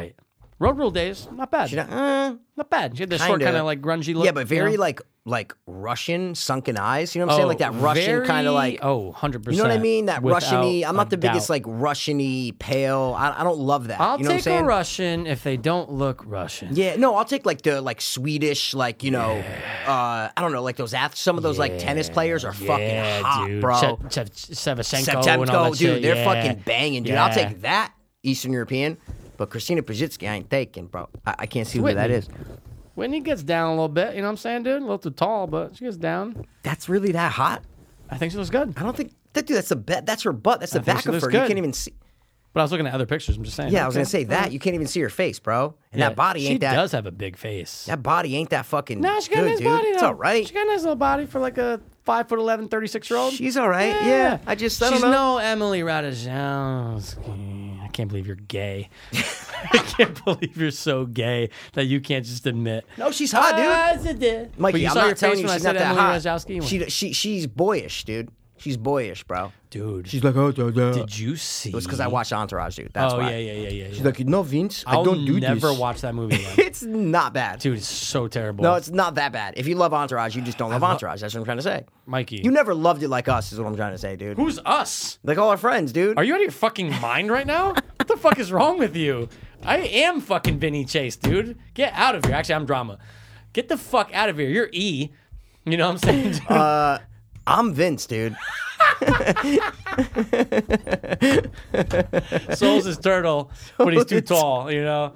Speaker 1: right. Road Rule Days, not bad.
Speaker 2: She's not- uh,
Speaker 1: not bad. She had this short
Speaker 2: Kinda.
Speaker 1: kind of like grungy look.
Speaker 2: yeah, but
Speaker 1: you know?
Speaker 2: very like like Russian sunken eyes. You know what I'm saying? Like that
Speaker 1: Oh,
Speaker 2: Russian kind
Speaker 1: very-
Speaker 2: of like
Speaker 1: oh, 100%.
Speaker 2: you know what I mean? That
Speaker 1: without
Speaker 2: Russiany. I'm
Speaker 1: a
Speaker 2: not the biggest
Speaker 1: doubt.
Speaker 2: like Russiany pale. I, I don't love that.
Speaker 1: I'll
Speaker 2: you know
Speaker 1: take
Speaker 2: what I'm
Speaker 1: a
Speaker 2: saying?
Speaker 1: Russian if they don't look Russian.
Speaker 2: Yeah, no, I'll take like the like Swedish, like you know, uh, I don't know, like those ath- some of those like tennis players are
Speaker 1: Yeah,
Speaker 2: fucking hot,
Speaker 1: dude.
Speaker 2: bro.
Speaker 1: Shev- Shev- Shevchenko and all that
Speaker 2: Septemko,
Speaker 1: shit.
Speaker 2: dude, they're
Speaker 1: Yeah.
Speaker 2: fucking banging, dude. I'll
Speaker 1: Yeah.
Speaker 2: take that Eastern European, but Christina Pajitsky, I ain't taking, bro. I, I can't see who
Speaker 1: Whitney.
Speaker 2: that is.
Speaker 1: Whitney gets down a little bit. You know what I'm saying, dude? A little too tall, but she gets down.
Speaker 2: That's really that hot?
Speaker 1: I think she looks good.
Speaker 2: I don't think that dude. That's the bet. That's her butt. That's the
Speaker 1: think
Speaker 2: back
Speaker 1: she
Speaker 2: of
Speaker 1: looks
Speaker 2: her. You
Speaker 1: good.
Speaker 2: can't even see.
Speaker 1: But I was looking at other pictures. I'm just saying.
Speaker 2: Yeah, I was
Speaker 1: okay.
Speaker 2: gonna say that. You can't even see her face, bro. And
Speaker 1: Yeah.
Speaker 2: that body
Speaker 1: she
Speaker 2: ain't that.
Speaker 1: does have a big face.
Speaker 2: That body ain't that fucking.
Speaker 1: No, she got
Speaker 2: good,
Speaker 1: a nice
Speaker 2: dude.
Speaker 1: body.
Speaker 2: It's
Speaker 1: though.
Speaker 2: all right.
Speaker 1: She got a nice little body for like a five foot 11, 36 year old.
Speaker 2: She's all right. Yeah. I just I
Speaker 1: she's
Speaker 2: don't know.
Speaker 1: no Emily Ratajkowski. I can't believe you're gay. I can't believe you're so gay that you can't just admit.
Speaker 2: No, she's hot, dude.
Speaker 1: dude.
Speaker 2: Mikey,
Speaker 1: but you
Speaker 2: I'm
Speaker 1: saw
Speaker 2: not
Speaker 1: her
Speaker 2: telling
Speaker 1: face
Speaker 2: you
Speaker 1: when I
Speaker 2: she's
Speaker 1: said
Speaker 2: not that
Speaker 1: Emily
Speaker 2: hot.
Speaker 1: Ratajkowski.
Speaker 2: She, she, she's boyish, dude. She's boyish, bro.
Speaker 1: dude,
Speaker 2: She's like, oh, dude.
Speaker 1: did you see?
Speaker 2: It's because I watched Entourage, dude. That's
Speaker 1: Oh
Speaker 2: why.
Speaker 1: yeah, yeah, yeah, yeah. yeah.
Speaker 2: She's like, no, Vince, I
Speaker 1: I'll
Speaker 2: don't do
Speaker 1: never
Speaker 2: this.
Speaker 1: watch that movie again.
Speaker 2: It's not bad.
Speaker 1: dude, it's so terrible.
Speaker 2: No, it's not that bad. If you love Entourage, you just don't love Entourage. That's what I'm trying to say.
Speaker 1: Mikey.
Speaker 2: You never loved it like us, is what I'm trying to say, dude.
Speaker 1: Who's us?
Speaker 2: Like all our friends, dude.
Speaker 1: Are you out of your fucking mind right now? what the fuck is wrong with you? I am fucking Vinny Chase, dude. Get out of here. Actually, I'm drama. Get the fuck out of here. You're E. You know what I'm saying? dude?
Speaker 2: Uh, I'm Vince, dude.
Speaker 1: Souls is turtle, but he's too tall, you know?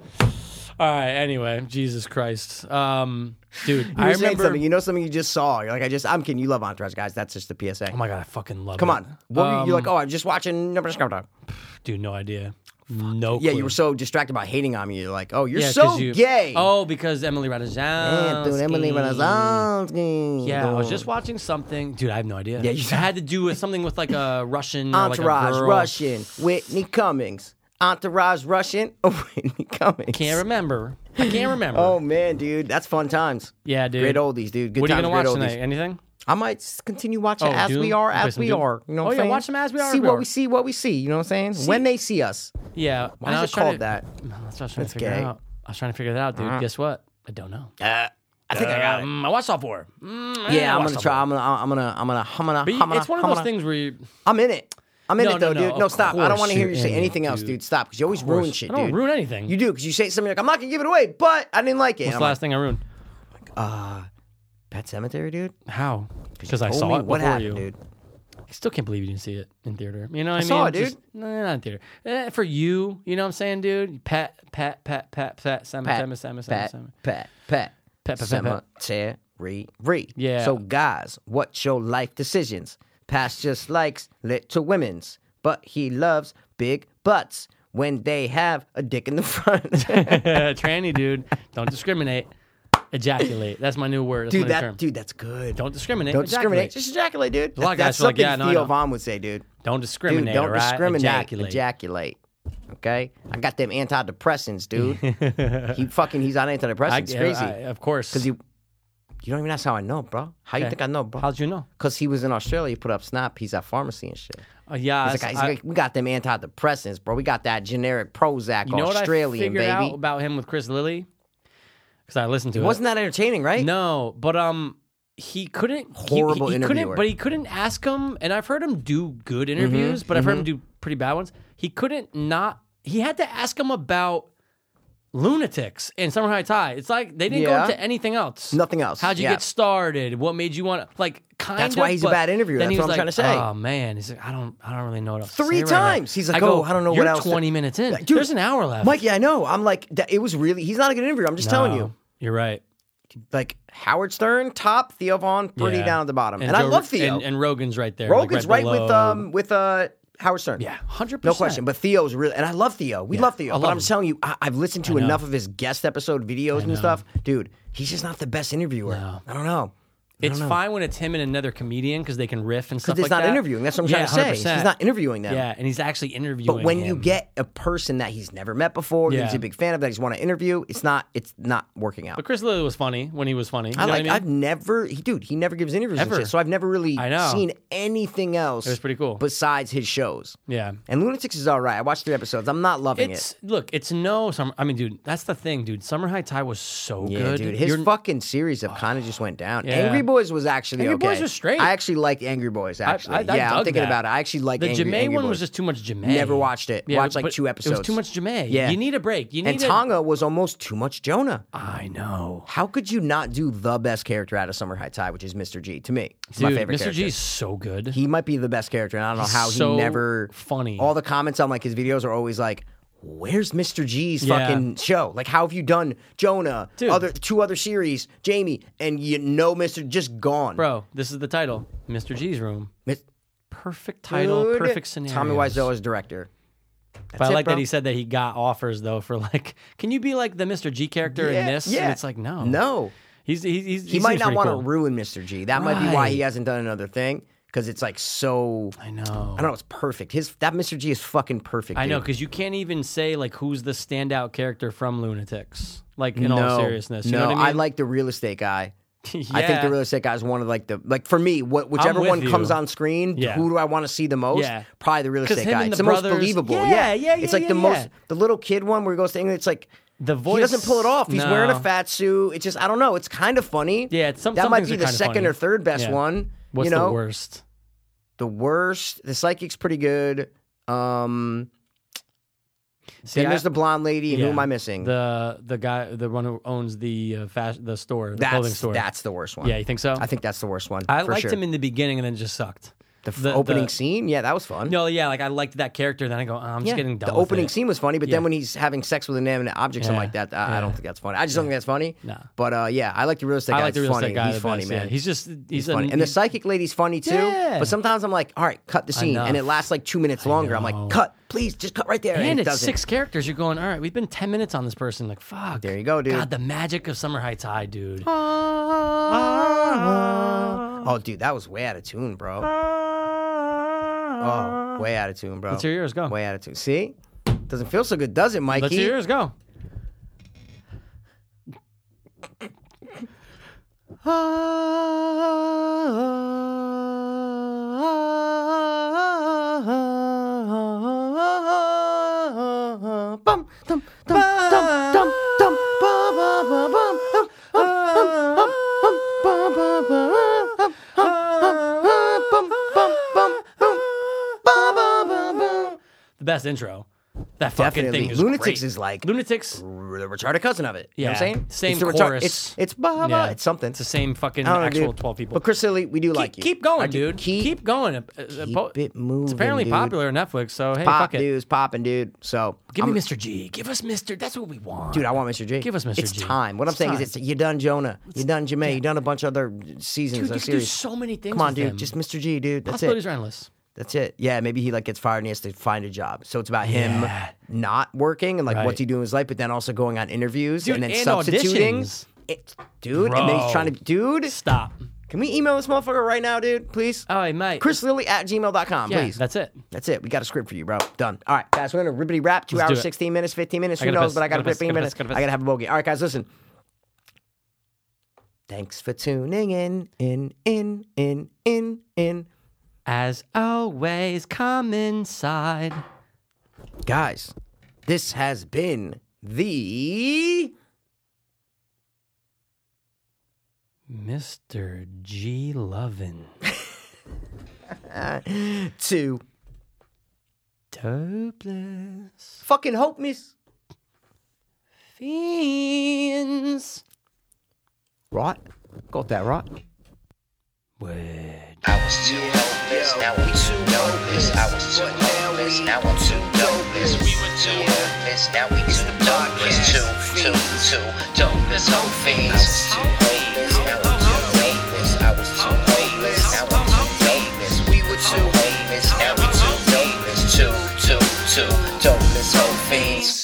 Speaker 1: All right, anyway, Jesus Christ. Um, dude, I
Speaker 2: You're saying
Speaker 1: remember.
Speaker 2: something. You know something you just saw. You're like, I just, I'm kidding. You love Entourage, guys. That's just the PSA.
Speaker 1: oh my God, Um, I fucking love
Speaker 2: Come
Speaker 1: it.
Speaker 2: on. What were you, you're like, oh, I'm just watching.
Speaker 1: Dude, no idea. No
Speaker 2: Yeah,
Speaker 1: clue.
Speaker 2: you were so distracted by hating on me. You're like, oh, you're
Speaker 1: Yeah, 'cause
Speaker 2: so
Speaker 1: you-
Speaker 2: gay.
Speaker 1: Oh, because Emily Ratajkowski.
Speaker 2: Yeah, dude, Emily Ratajkowski.
Speaker 1: Yeah, I was just watching something. Dude, I have no idea.
Speaker 2: Yeah, you-
Speaker 1: it had to do with something with like a Russian or like
Speaker 2: Entourage
Speaker 1: a girl.
Speaker 2: Russian, Whitney Cummings. Entourage Russian, Oh, Whitney Cummings.
Speaker 1: Can't remember. I can't remember.
Speaker 2: Oh man, dude, that's fun times.
Speaker 1: yeah, dude.
Speaker 2: Great oldies, dude. Good
Speaker 1: what are you
Speaker 2: times,
Speaker 1: gonna
Speaker 2: great
Speaker 1: watch
Speaker 2: oldies.
Speaker 1: tonight? Anything?
Speaker 2: I might s- continue watching
Speaker 1: Oh,
Speaker 2: as
Speaker 1: Dune?
Speaker 2: we are,
Speaker 1: Play
Speaker 2: as
Speaker 1: some
Speaker 2: we
Speaker 1: Dune?
Speaker 2: are. You know
Speaker 1: Oh,
Speaker 2: what I'm
Speaker 1: yeah,
Speaker 2: saying?
Speaker 1: watch them as we are,
Speaker 2: See
Speaker 1: as we
Speaker 2: what
Speaker 1: are.
Speaker 2: we see, what we see. You know what I'm saying? When they see us.
Speaker 1: Yeah.
Speaker 2: Why is it called that?
Speaker 1: I was trying to
Speaker 2: That's
Speaker 1: figure it
Speaker 2: gay.
Speaker 1: out. I was trying to figure that out, dude. Guess what? I don't know.
Speaker 2: Uh, I think I got it.
Speaker 1: Um, I watched all four. Mm,
Speaker 2: Yeah, I'm
Speaker 1: watched
Speaker 2: gonna
Speaker 1: all
Speaker 2: try.
Speaker 1: four.
Speaker 2: I'm gonna. I'm gonna. I'm gonna. I'm gonna.
Speaker 1: But you-
Speaker 2: I'm gonna
Speaker 1: it's one of
Speaker 2: I'm
Speaker 1: those
Speaker 2: gonna-
Speaker 1: things where you,
Speaker 2: I'm in it. I'm in
Speaker 1: No,
Speaker 2: it though,
Speaker 1: no, no,
Speaker 2: dude. No,
Speaker 1: of
Speaker 2: stop. I don't
Speaker 1: course
Speaker 2: want to hear you
Speaker 1: you're
Speaker 2: say
Speaker 1: in it,
Speaker 2: anything else,
Speaker 1: dude.
Speaker 2: dude. Stop, because you always ruin shit,
Speaker 1: I don't
Speaker 2: dude.
Speaker 1: ruin anything.
Speaker 2: You do, because you say something like, "I'm not gonna give it away," but I didn't like it.
Speaker 1: What's
Speaker 2: I'm
Speaker 1: the
Speaker 2: like,
Speaker 1: last thing I ruined?
Speaker 2: Pet Cemetery, dude.
Speaker 1: How? Because I
Speaker 2: Told
Speaker 1: saw
Speaker 2: me
Speaker 1: it
Speaker 2: what
Speaker 1: before
Speaker 2: happened,
Speaker 1: you.
Speaker 2: dude.
Speaker 1: I still can't believe you didn't see it in theater. You know what I, mean?
Speaker 2: saw it,
Speaker 1: Just- nah, not in theater. Eh, for you, you know what I'm saying, dude? Pat, pat, pat, pat, pat, Sam,
Speaker 2: Pat,
Speaker 1: Sam, Sam, Sam,
Speaker 2: Pat,
Speaker 1: Sam.
Speaker 2: Pat, Pat,
Speaker 1: Pat, Pat, Pat,
Speaker 2: Cemetery.
Speaker 1: Yeah.
Speaker 2: So, guys, what's your life decisions? Past just likes little women's, but he loves big butts when they have a dick in the front.
Speaker 1: Tranny, dude. Don't discriminate. Ejaculate. That's my new word. That's my
Speaker 2: dude,
Speaker 1: new
Speaker 2: that
Speaker 1: term.
Speaker 2: dude, that's good.
Speaker 1: Don't discriminate.
Speaker 2: Don't discriminate.
Speaker 1: ejaculate.
Speaker 2: Just ejaculate, dude.
Speaker 1: A lot of
Speaker 2: That's
Speaker 1: guys are like,
Speaker 2: something
Speaker 1: yeah, no, I
Speaker 2: Theo
Speaker 1: know.
Speaker 2: Von would say, dude.
Speaker 1: Don't
Speaker 2: Dude,
Speaker 1: discriminate.
Speaker 2: don't
Speaker 1: all right?
Speaker 2: discriminate.
Speaker 1: Ejaculate.
Speaker 2: Ejaculate. Okay, I got them antidepressants, dude. he fucking he's on antidepressants.
Speaker 1: I,
Speaker 2: It's crazy.
Speaker 1: I- of course.
Speaker 2: Cause he, you don't even ask how I know, bro. How you
Speaker 1: Okay.
Speaker 2: think I know, bro?
Speaker 1: How'd you know?
Speaker 2: Cause he was in Australia. He put up Snap. He's at pharmacy and shit.
Speaker 1: Uh, yeah,
Speaker 2: He's like,
Speaker 1: I-
Speaker 2: he's like, we got them antidepressants, bro. We got that generic Prozac,
Speaker 1: you know what I
Speaker 2: Australian
Speaker 1: figured out
Speaker 2: baby.
Speaker 1: about him with Chris Lilly? Because I listened to it.
Speaker 2: Wasn't that entertaining, right?
Speaker 1: No, but um, he couldn't he-
Speaker 2: Horrible
Speaker 1: he,
Speaker 2: interviewer. Mm-hmm,
Speaker 1: Couldn't, but he couldn't ask him. And I've heard him do good interviews, but I've heard him do pretty bad ones. He couldn't not. He had to ask him about lunatics and Summer High Tide. It's like they didn't
Speaker 2: Yeah.
Speaker 1: go into anything else.
Speaker 2: Nothing else,
Speaker 1: How'd you
Speaker 2: yeah.
Speaker 1: get started? What made you want to like? Kind
Speaker 2: That's
Speaker 1: of,
Speaker 2: why he's a
Speaker 1: but
Speaker 2: bad interviewer.
Speaker 1: Then he
Speaker 2: That's
Speaker 1: was
Speaker 2: what I'm
Speaker 1: like,
Speaker 2: trying to say.
Speaker 1: Oh man, he's like, I don't, I don't really know what else. to
Speaker 2: Three
Speaker 1: say right now."
Speaker 2: times. He's like,
Speaker 1: I go,
Speaker 2: "Oh, I don't know what
Speaker 1: You're
Speaker 2: else to-"
Speaker 1: Twenty minutes in,
Speaker 2: Dude,
Speaker 1: There's an hour left.
Speaker 2: Mikey, I know. I'm like, that, it was really. He's not a good interviewer. I'm just telling you.
Speaker 1: Um, You're right.
Speaker 2: Like Howard Stern, top Theo Vaughn, pretty
Speaker 1: Yeah.
Speaker 2: down at the bottom, and, I
Speaker 1: Joe-
Speaker 2: love Theo.
Speaker 1: And, and Rogan's right there. like,
Speaker 2: Rogan's right, with
Speaker 1: below.
Speaker 2: um with uh Howard Stern.
Speaker 1: Yeah, hundred
Speaker 2: No
Speaker 1: percent.
Speaker 2: question, but Theo's really, and I love Theo. We love Theo,
Speaker 1: I
Speaker 2: but
Speaker 1: love
Speaker 2: I'm
Speaker 1: him.
Speaker 2: telling you, I, I've listened to enough of his guest episode videos and stuff, dude. He's just not the best interviewer. I don't know.
Speaker 1: it's fine when it's him and another comedian because they can riff and stuff.
Speaker 2: It's
Speaker 1: like
Speaker 2: not
Speaker 1: that.
Speaker 2: interviewing. That's what I'm
Speaker 1: Yeah,
Speaker 2: trying to say.
Speaker 1: 100%.
Speaker 2: He's not interviewing them.
Speaker 1: Yeah, and he's actually interviewing.
Speaker 2: But when you
Speaker 1: him.
Speaker 2: get a person that he's never met before, that he's
Speaker 1: Yeah.
Speaker 2: a big fan of, that he's want to interview, it's not it's not working out.
Speaker 1: but Chris Lilly was funny when he was funny. You
Speaker 2: I
Speaker 1: know
Speaker 2: like.
Speaker 1: what I
Speaker 2: have
Speaker 1: mean?
Speaker 2: never, he, dude. He never gives interviews, and
Speaker 1: Ever.
Speaker 2: shit, so I've never really
Speaker 1: I know.
Speaker 2: seen anything else. It
Speaker 1: was pretty cool.
Speaker 2: besides his shows.
Speaker 1: yeah.
Speaker 2: And Lunatics is all right. I watched three episodes. I'm not loving
Speaker 1: It's
Speaker 2: it.
Speaker 1: look, it's no summer. I mean, dude, that's the thing, dude. Summer High Tide was so
Speaker 2: Yeah,
Speaker 1: good.
Speaker 2: dude. His
Speaker 1: You're-
Speaker 2: fucking series of kind of just went down.
Speaker 1: Yeah.
Speaker 2: Angry Boys was actually
Speaker 1: Angry
Speaker 2: okay.
Speaker 1: Boys was straight.
Speaker 2: I actually liked Angry Boys. Actually,
Speaker 1: I- I
Speaker 2: yeah. I'm
Speaker 1: dug
Speaker 2: thinking
Speaker 1: that.
Speaker 2: about it. I actually like
Speaker 1: the
Speaker 2: Angry,
Speaker 1: Jamae
Speaker 2: Angry
Speaker 1: one
Speaker 2: Boys.
Speaker 1: was just too much Jamae.
Speaker 2: Never watched it. Watched like
Speaker 1: but
Speaker 2: two
Speaker 1: It was
Speaker 2: episodes.
Speaker 1: too much Jamae.
Speaker 2: Yeah.
Speaker 1: you need a break. You need
Speaker 2: and
Speaker 1: a-
Speaker 2: Tonga was almost too much Jonah.
Speaker 1: I know.
Speaker 2: How could you not do the best character out of Summer High Tide, which is Mr. G? To me, it's my
Speaker 1: Dude,
Speaker 2: favorite
Speaker 1: Mr.
Speaker 2: character.
Speaker 1: G's so good.
Speaker 2: He might be the best character, and I don't know how
Speaker 1: so
Speaker 2: he never
Speaker 1: funny.
Speaker 2: All the comments on like his videos are always like, "Where's Mr. G's
Speaker 1: Yeah.
Speaker 2: fucking show? Like, how have you done Jonah,
Speaker 1: Dude.
Speaker 2: other two other series, Jamie, and you know Mr. Just gone,
Speaker 1: Bro, this is the title. Mr. G's room.
Speaker 2: Mis-
Speaker 1: Perfect title,
Speaker 2: Dude,
Speaker 1: perfect scenario.
Speaker 2: Tommy Wiseau is director.
Speaker 1: But I
Speaker 2: it,
Speaker 1: like
Speaker 2: bro.
Speaker 1: that he said that he got offers though for like, can you be like the Mr. G character in
Speaker 2: Yeah,
Speaker 1: this?
Speaker 2: yeah.
Speaker 1: And it's like no,
Speaker 2: No.
Speaker 1: He's he's, he's
Speaker 2: He, might not want to
Speaker 1: cool.
Speaker 2: ruin Mr. G. That might be why he
Speaker 1: Right.
Speaker 2: hasn't done another thing because it's like so.
Speaker 1: I know.
Speaker 2: I don't know. It's perfect. His that Mr. G is fucking perfect.
Speaker 1: I know
Speaker 2: dude.
Speaker 1: because you can't even say like who's the standout character from Lunatics. Like in all seriousness, you
Speaker 2: no,
Speaker 1: know what I mean?
Speaker 2: like the real estate guy. I think
Speaker 1: Yeah.
Speaker 2: the real estate guy is one of like the like for me, what whichever
Speaker 1: with
Speaker 2: one
Speaker 1: you.
Speaker 2: comes on screen,
Speaker 1: Yeah.
Speaker 2: who do I want to see the most?
Speaker 1: Yeah.
Speaker 2: Probably the real
Speaker 1: 'Cause
Speaker 2: estate
Speaker 1: him
Speaker 2: guy.
Speaker 1: and
Speaker 2: It's the
Speaker 1: the
Speaker 2: most
Speaker 1: brothers-
Speaker 2: believable.
Speaker 1: Yeah, yeah, yeah,
Speaker 2: It's like
Speaker 1: yeah,
Speaker 2: the
Speaker 1: yeah.
Speaker 2: most the little kid one where he goes to England. It's like
Speaker 1: the voice
Speaker 2: he doesn't pull it off. He's wearing a
Speaker 1: no.
Speaker 2: fat suit. It's just I don't know. It's kind of funny.
Speaker 1: Yeah, it's some-
Speaker 2: that
Speaker 1: some
Speaker 2: might
Speaker 1: things
Speaker 2: be
Speaker 1: are
Speaker 2: the
Speaker 1: kinda
Speaker 2: second
Speaker 1: funny.
Speaker 2: or third best
Speaker 1: Yeah.
Speaker 2: one.
Speaker 1: What's
Speaker 2: you know,
Speaker 1: the worst?
Speaker 2: The worst. The psychic's pretty good. Um,
Speaker 1: See,
Speaker 2: then
Speaker 1: I-
Speaker 2: there's the blonde lady. and Who
Speaker 1: yeah.
Speaker 2: am I missing?
Speaker 1: The the guy, the one who owns the uh, fashion, the store, the clothing
Speaker 2: that's
Speaker 1: store.
Speaker 2: that's the worst one.
Speaker 1: yeah, you think so?
Speaker 2: I think that's the worst one.
Speaker 1: I
Speaker 2: for
Speaker 1: liked
Speaker 2: sure.
Speaker 1: him in the beginning and then it just sucked.
Speaker 2: The, f
Speaker 1: the-
Speaker 2: opening
Speaker 1: the-
Speaker 2: scene, yeah, that was fun.
Speaker 1: No, yeah, like I liked that character. Then I go, oh, I'm
Speaker 2: yeah.
Speaker 1: just getting done.
Speaker 2: the
Speaker 1: with
Speaker 2: opening
Speaker 1: it.
Speaker 2: scene was funny, but
Speaker 1: Yeah.
Speaker 2: then when he's having sex with an inanimate object, something
Speaker 1: Yeah.
Speaker 2: like that, I, I don't
Speaker 1: Yeah.
Speaker 2: think that's funny. I just don't think that's funny.
Speaker 1: Nah.
Speaker 2: But uh, yeah, I like the real estate
Speaker 1: I
Speaker 2: guy.
Speaker 1: like the
Speaker 2: It's
Speaker 1: real
Speaker 2: funny.
Speaker 1: estate guy.
Speaker 2: He's
Speaker 1: the
Speaker 2: funny,
Speaker 1: best,
Speaker 2: man.
Speaker 1: yeah. He's just he's,
Speaker 2: He's
Speaker 1: a-
Speaker 2: funny. And the psychic lady's funny too.
Speaker 1: Yeah.
Speaker 2: But sometimes I'm like, all right, cut the scene, and it
Speaker 1: Enough.
Speaker 2: lasts like two minutes longer. I'm like,
Speaker 1: know.
Speaker 2: cut, please, just cut right there. And,
Speaker 1: And
Speaker 2: it
Speaker 1: it's
Speaker 2: doesn't.
Speaker 1: six characters. You're going, all right, we've been 10 minutes on this person. Like, fuck.
Speaker 2: There you go, dude.
Speaker 1: God, the magic of Summer High Tide, dude.
Speaker 2: Oh, dude, that was way out of tune, bro. Oh, way out of tune, bro.
Speaker 1: Let's hear yours go.
Speaker 2: Way out of tune. See, doesn't feel so good, does it, Mikey?
Speaker 1: Let's hear yours go. The best intro. That fucking thing
Speaker 2: Definitely.
Speaker 1: is
Speaker 2: Lunatics
Speaker 1: great.
Speaker 2: is like
Speaker 1: Lunatics.
Speaker 2: the retarded cousin of it. You know what I'm
Speaker 1: Yeah.
Speaker 2: saying?
Speaker 1: Same
Speaker 2: it's the
Speaker 1: chorus.
Speaker 2: It's, it's blah, blah, it's something.
Speaker 1: It's the same fucking
Speaker 2: I don't know,
Speaker 1: actual
Speaker 2: dude.
Speaker 1: 12 people.
Speaker 2: But Chris Silly, we do
Speaker 1: keep,
Speaker 2: like you.
Speaker 1: keep
Speaker 2: I
Speaker 1: going,
Speaker 2: do.
Speaker 1: dude. Keep,
Speaker 2: Keep,
Speaker 1: going. Uh, uh, po-
Speaker 2: it moving,
Speaker 1: It's apparently
Speaker 2: dude.
Speaker 1: popular on Netflix, so hey,
Speaker 2: pop,
Speaker 1: fuck it.
Speaker 2: dude. It's popping, dude. So
Speaker 1: Give
Speaker 2: I'm-
Speaker 1: me Mr. G. Give us Mr. That's what we want.
Speaker 2: Dude, I want Mr. G.
Speaker 1: Give us Mr.
Speaker 2: It's
Speaker 1: G.
Speaker 2: time. What I'm
Speaker 1: It's
Speaker 2: saying
Speaker 1: time.
Speaker 2: is, it's you done Jonah, you done Jamaica, you done a bunch of other seasons
Speaker 1: Dude,
Speaker 2: or
Speaker 1: you can do
Speaker 2: series.
Speaker 1: so many things.
Speaker 2: Come on,
Speaker 1: with
Speaker 2: dude.
Speaker 1: them.
Speaker 2: Just Mr. G, dude. That's
Speaker 1: possibilities
Speaker 2: it.
Speaker 1: are endless.
Speaker 2: That's it. Yeah, maybe he like gets fired and he has to find a job. So it's about him not working and like what's
Speaker 1: Right.
Speaker 2: he doing in his life, but then also going on interviews
Speaker 1: Dude,
Speaker 2: and then
Speaker 1: and
Speaker 2: substituting.
Speaker 1: auditions.
Speaker 2: It, dude, and then he's
Speaker 1: Bro.
Speaker 2: trying to dude.
Speaker 1: Stop.
Speaker 2: Can we email this motherfucker right now, dude? Please?
Speaker 1: All right, mate.
Speaker 2: Chris Lilly at gmail.com,
Speaker 1: yeah,
Speaker 2: please.
Speaker 1: that's it.
Speaker 2: That's it. We got a script for you, bro. Done. All right, guys, we're gonna ribbity wrap. Two
Speaker 1: do
Speaker 2: hours,
Speaker 1: it.
Speaker 2: sixteen minutes, fifteen minutes. Who
Speaker 1: gotta
Speaker 2: knows?
Speaker 1: piss,
Speaker 2: But I gotta,
Speaker 1: gotta piss,
Speaker 2: 15
Speaker 1: gotta
Speaker 2: minutes.
Speaker 1: piss, gotta
Speaker 2: I gotta have a bogey. All right, guys, listen. Thanks for tuning in, in, in, in, in, in.
Speaker 1: As always, come inside.
Speaker 2: Guys, this has been the
Speaker 1: Mr. G. Lovin.
Speaker 2: two
Speaker 1: Dopeless
Speaker 2: fucking hope miss
Speaker 1: fiends.
Speaker 2: rot. Got that rot.
Speaker 1: Word.
Speaker 3: I was too hopeless, now I'm too hopeless. I was too hopeless, now I'm too hopeless. We were too hopeless, now we too darkness. Two, two, two, dopeless hope fiends. I was too hopeless, now I'm too hopeless. I was too hopeless, now I'm too hopeless. We were too hopeless, now we too hopeless. Two, two, two, dopeless hope fiends.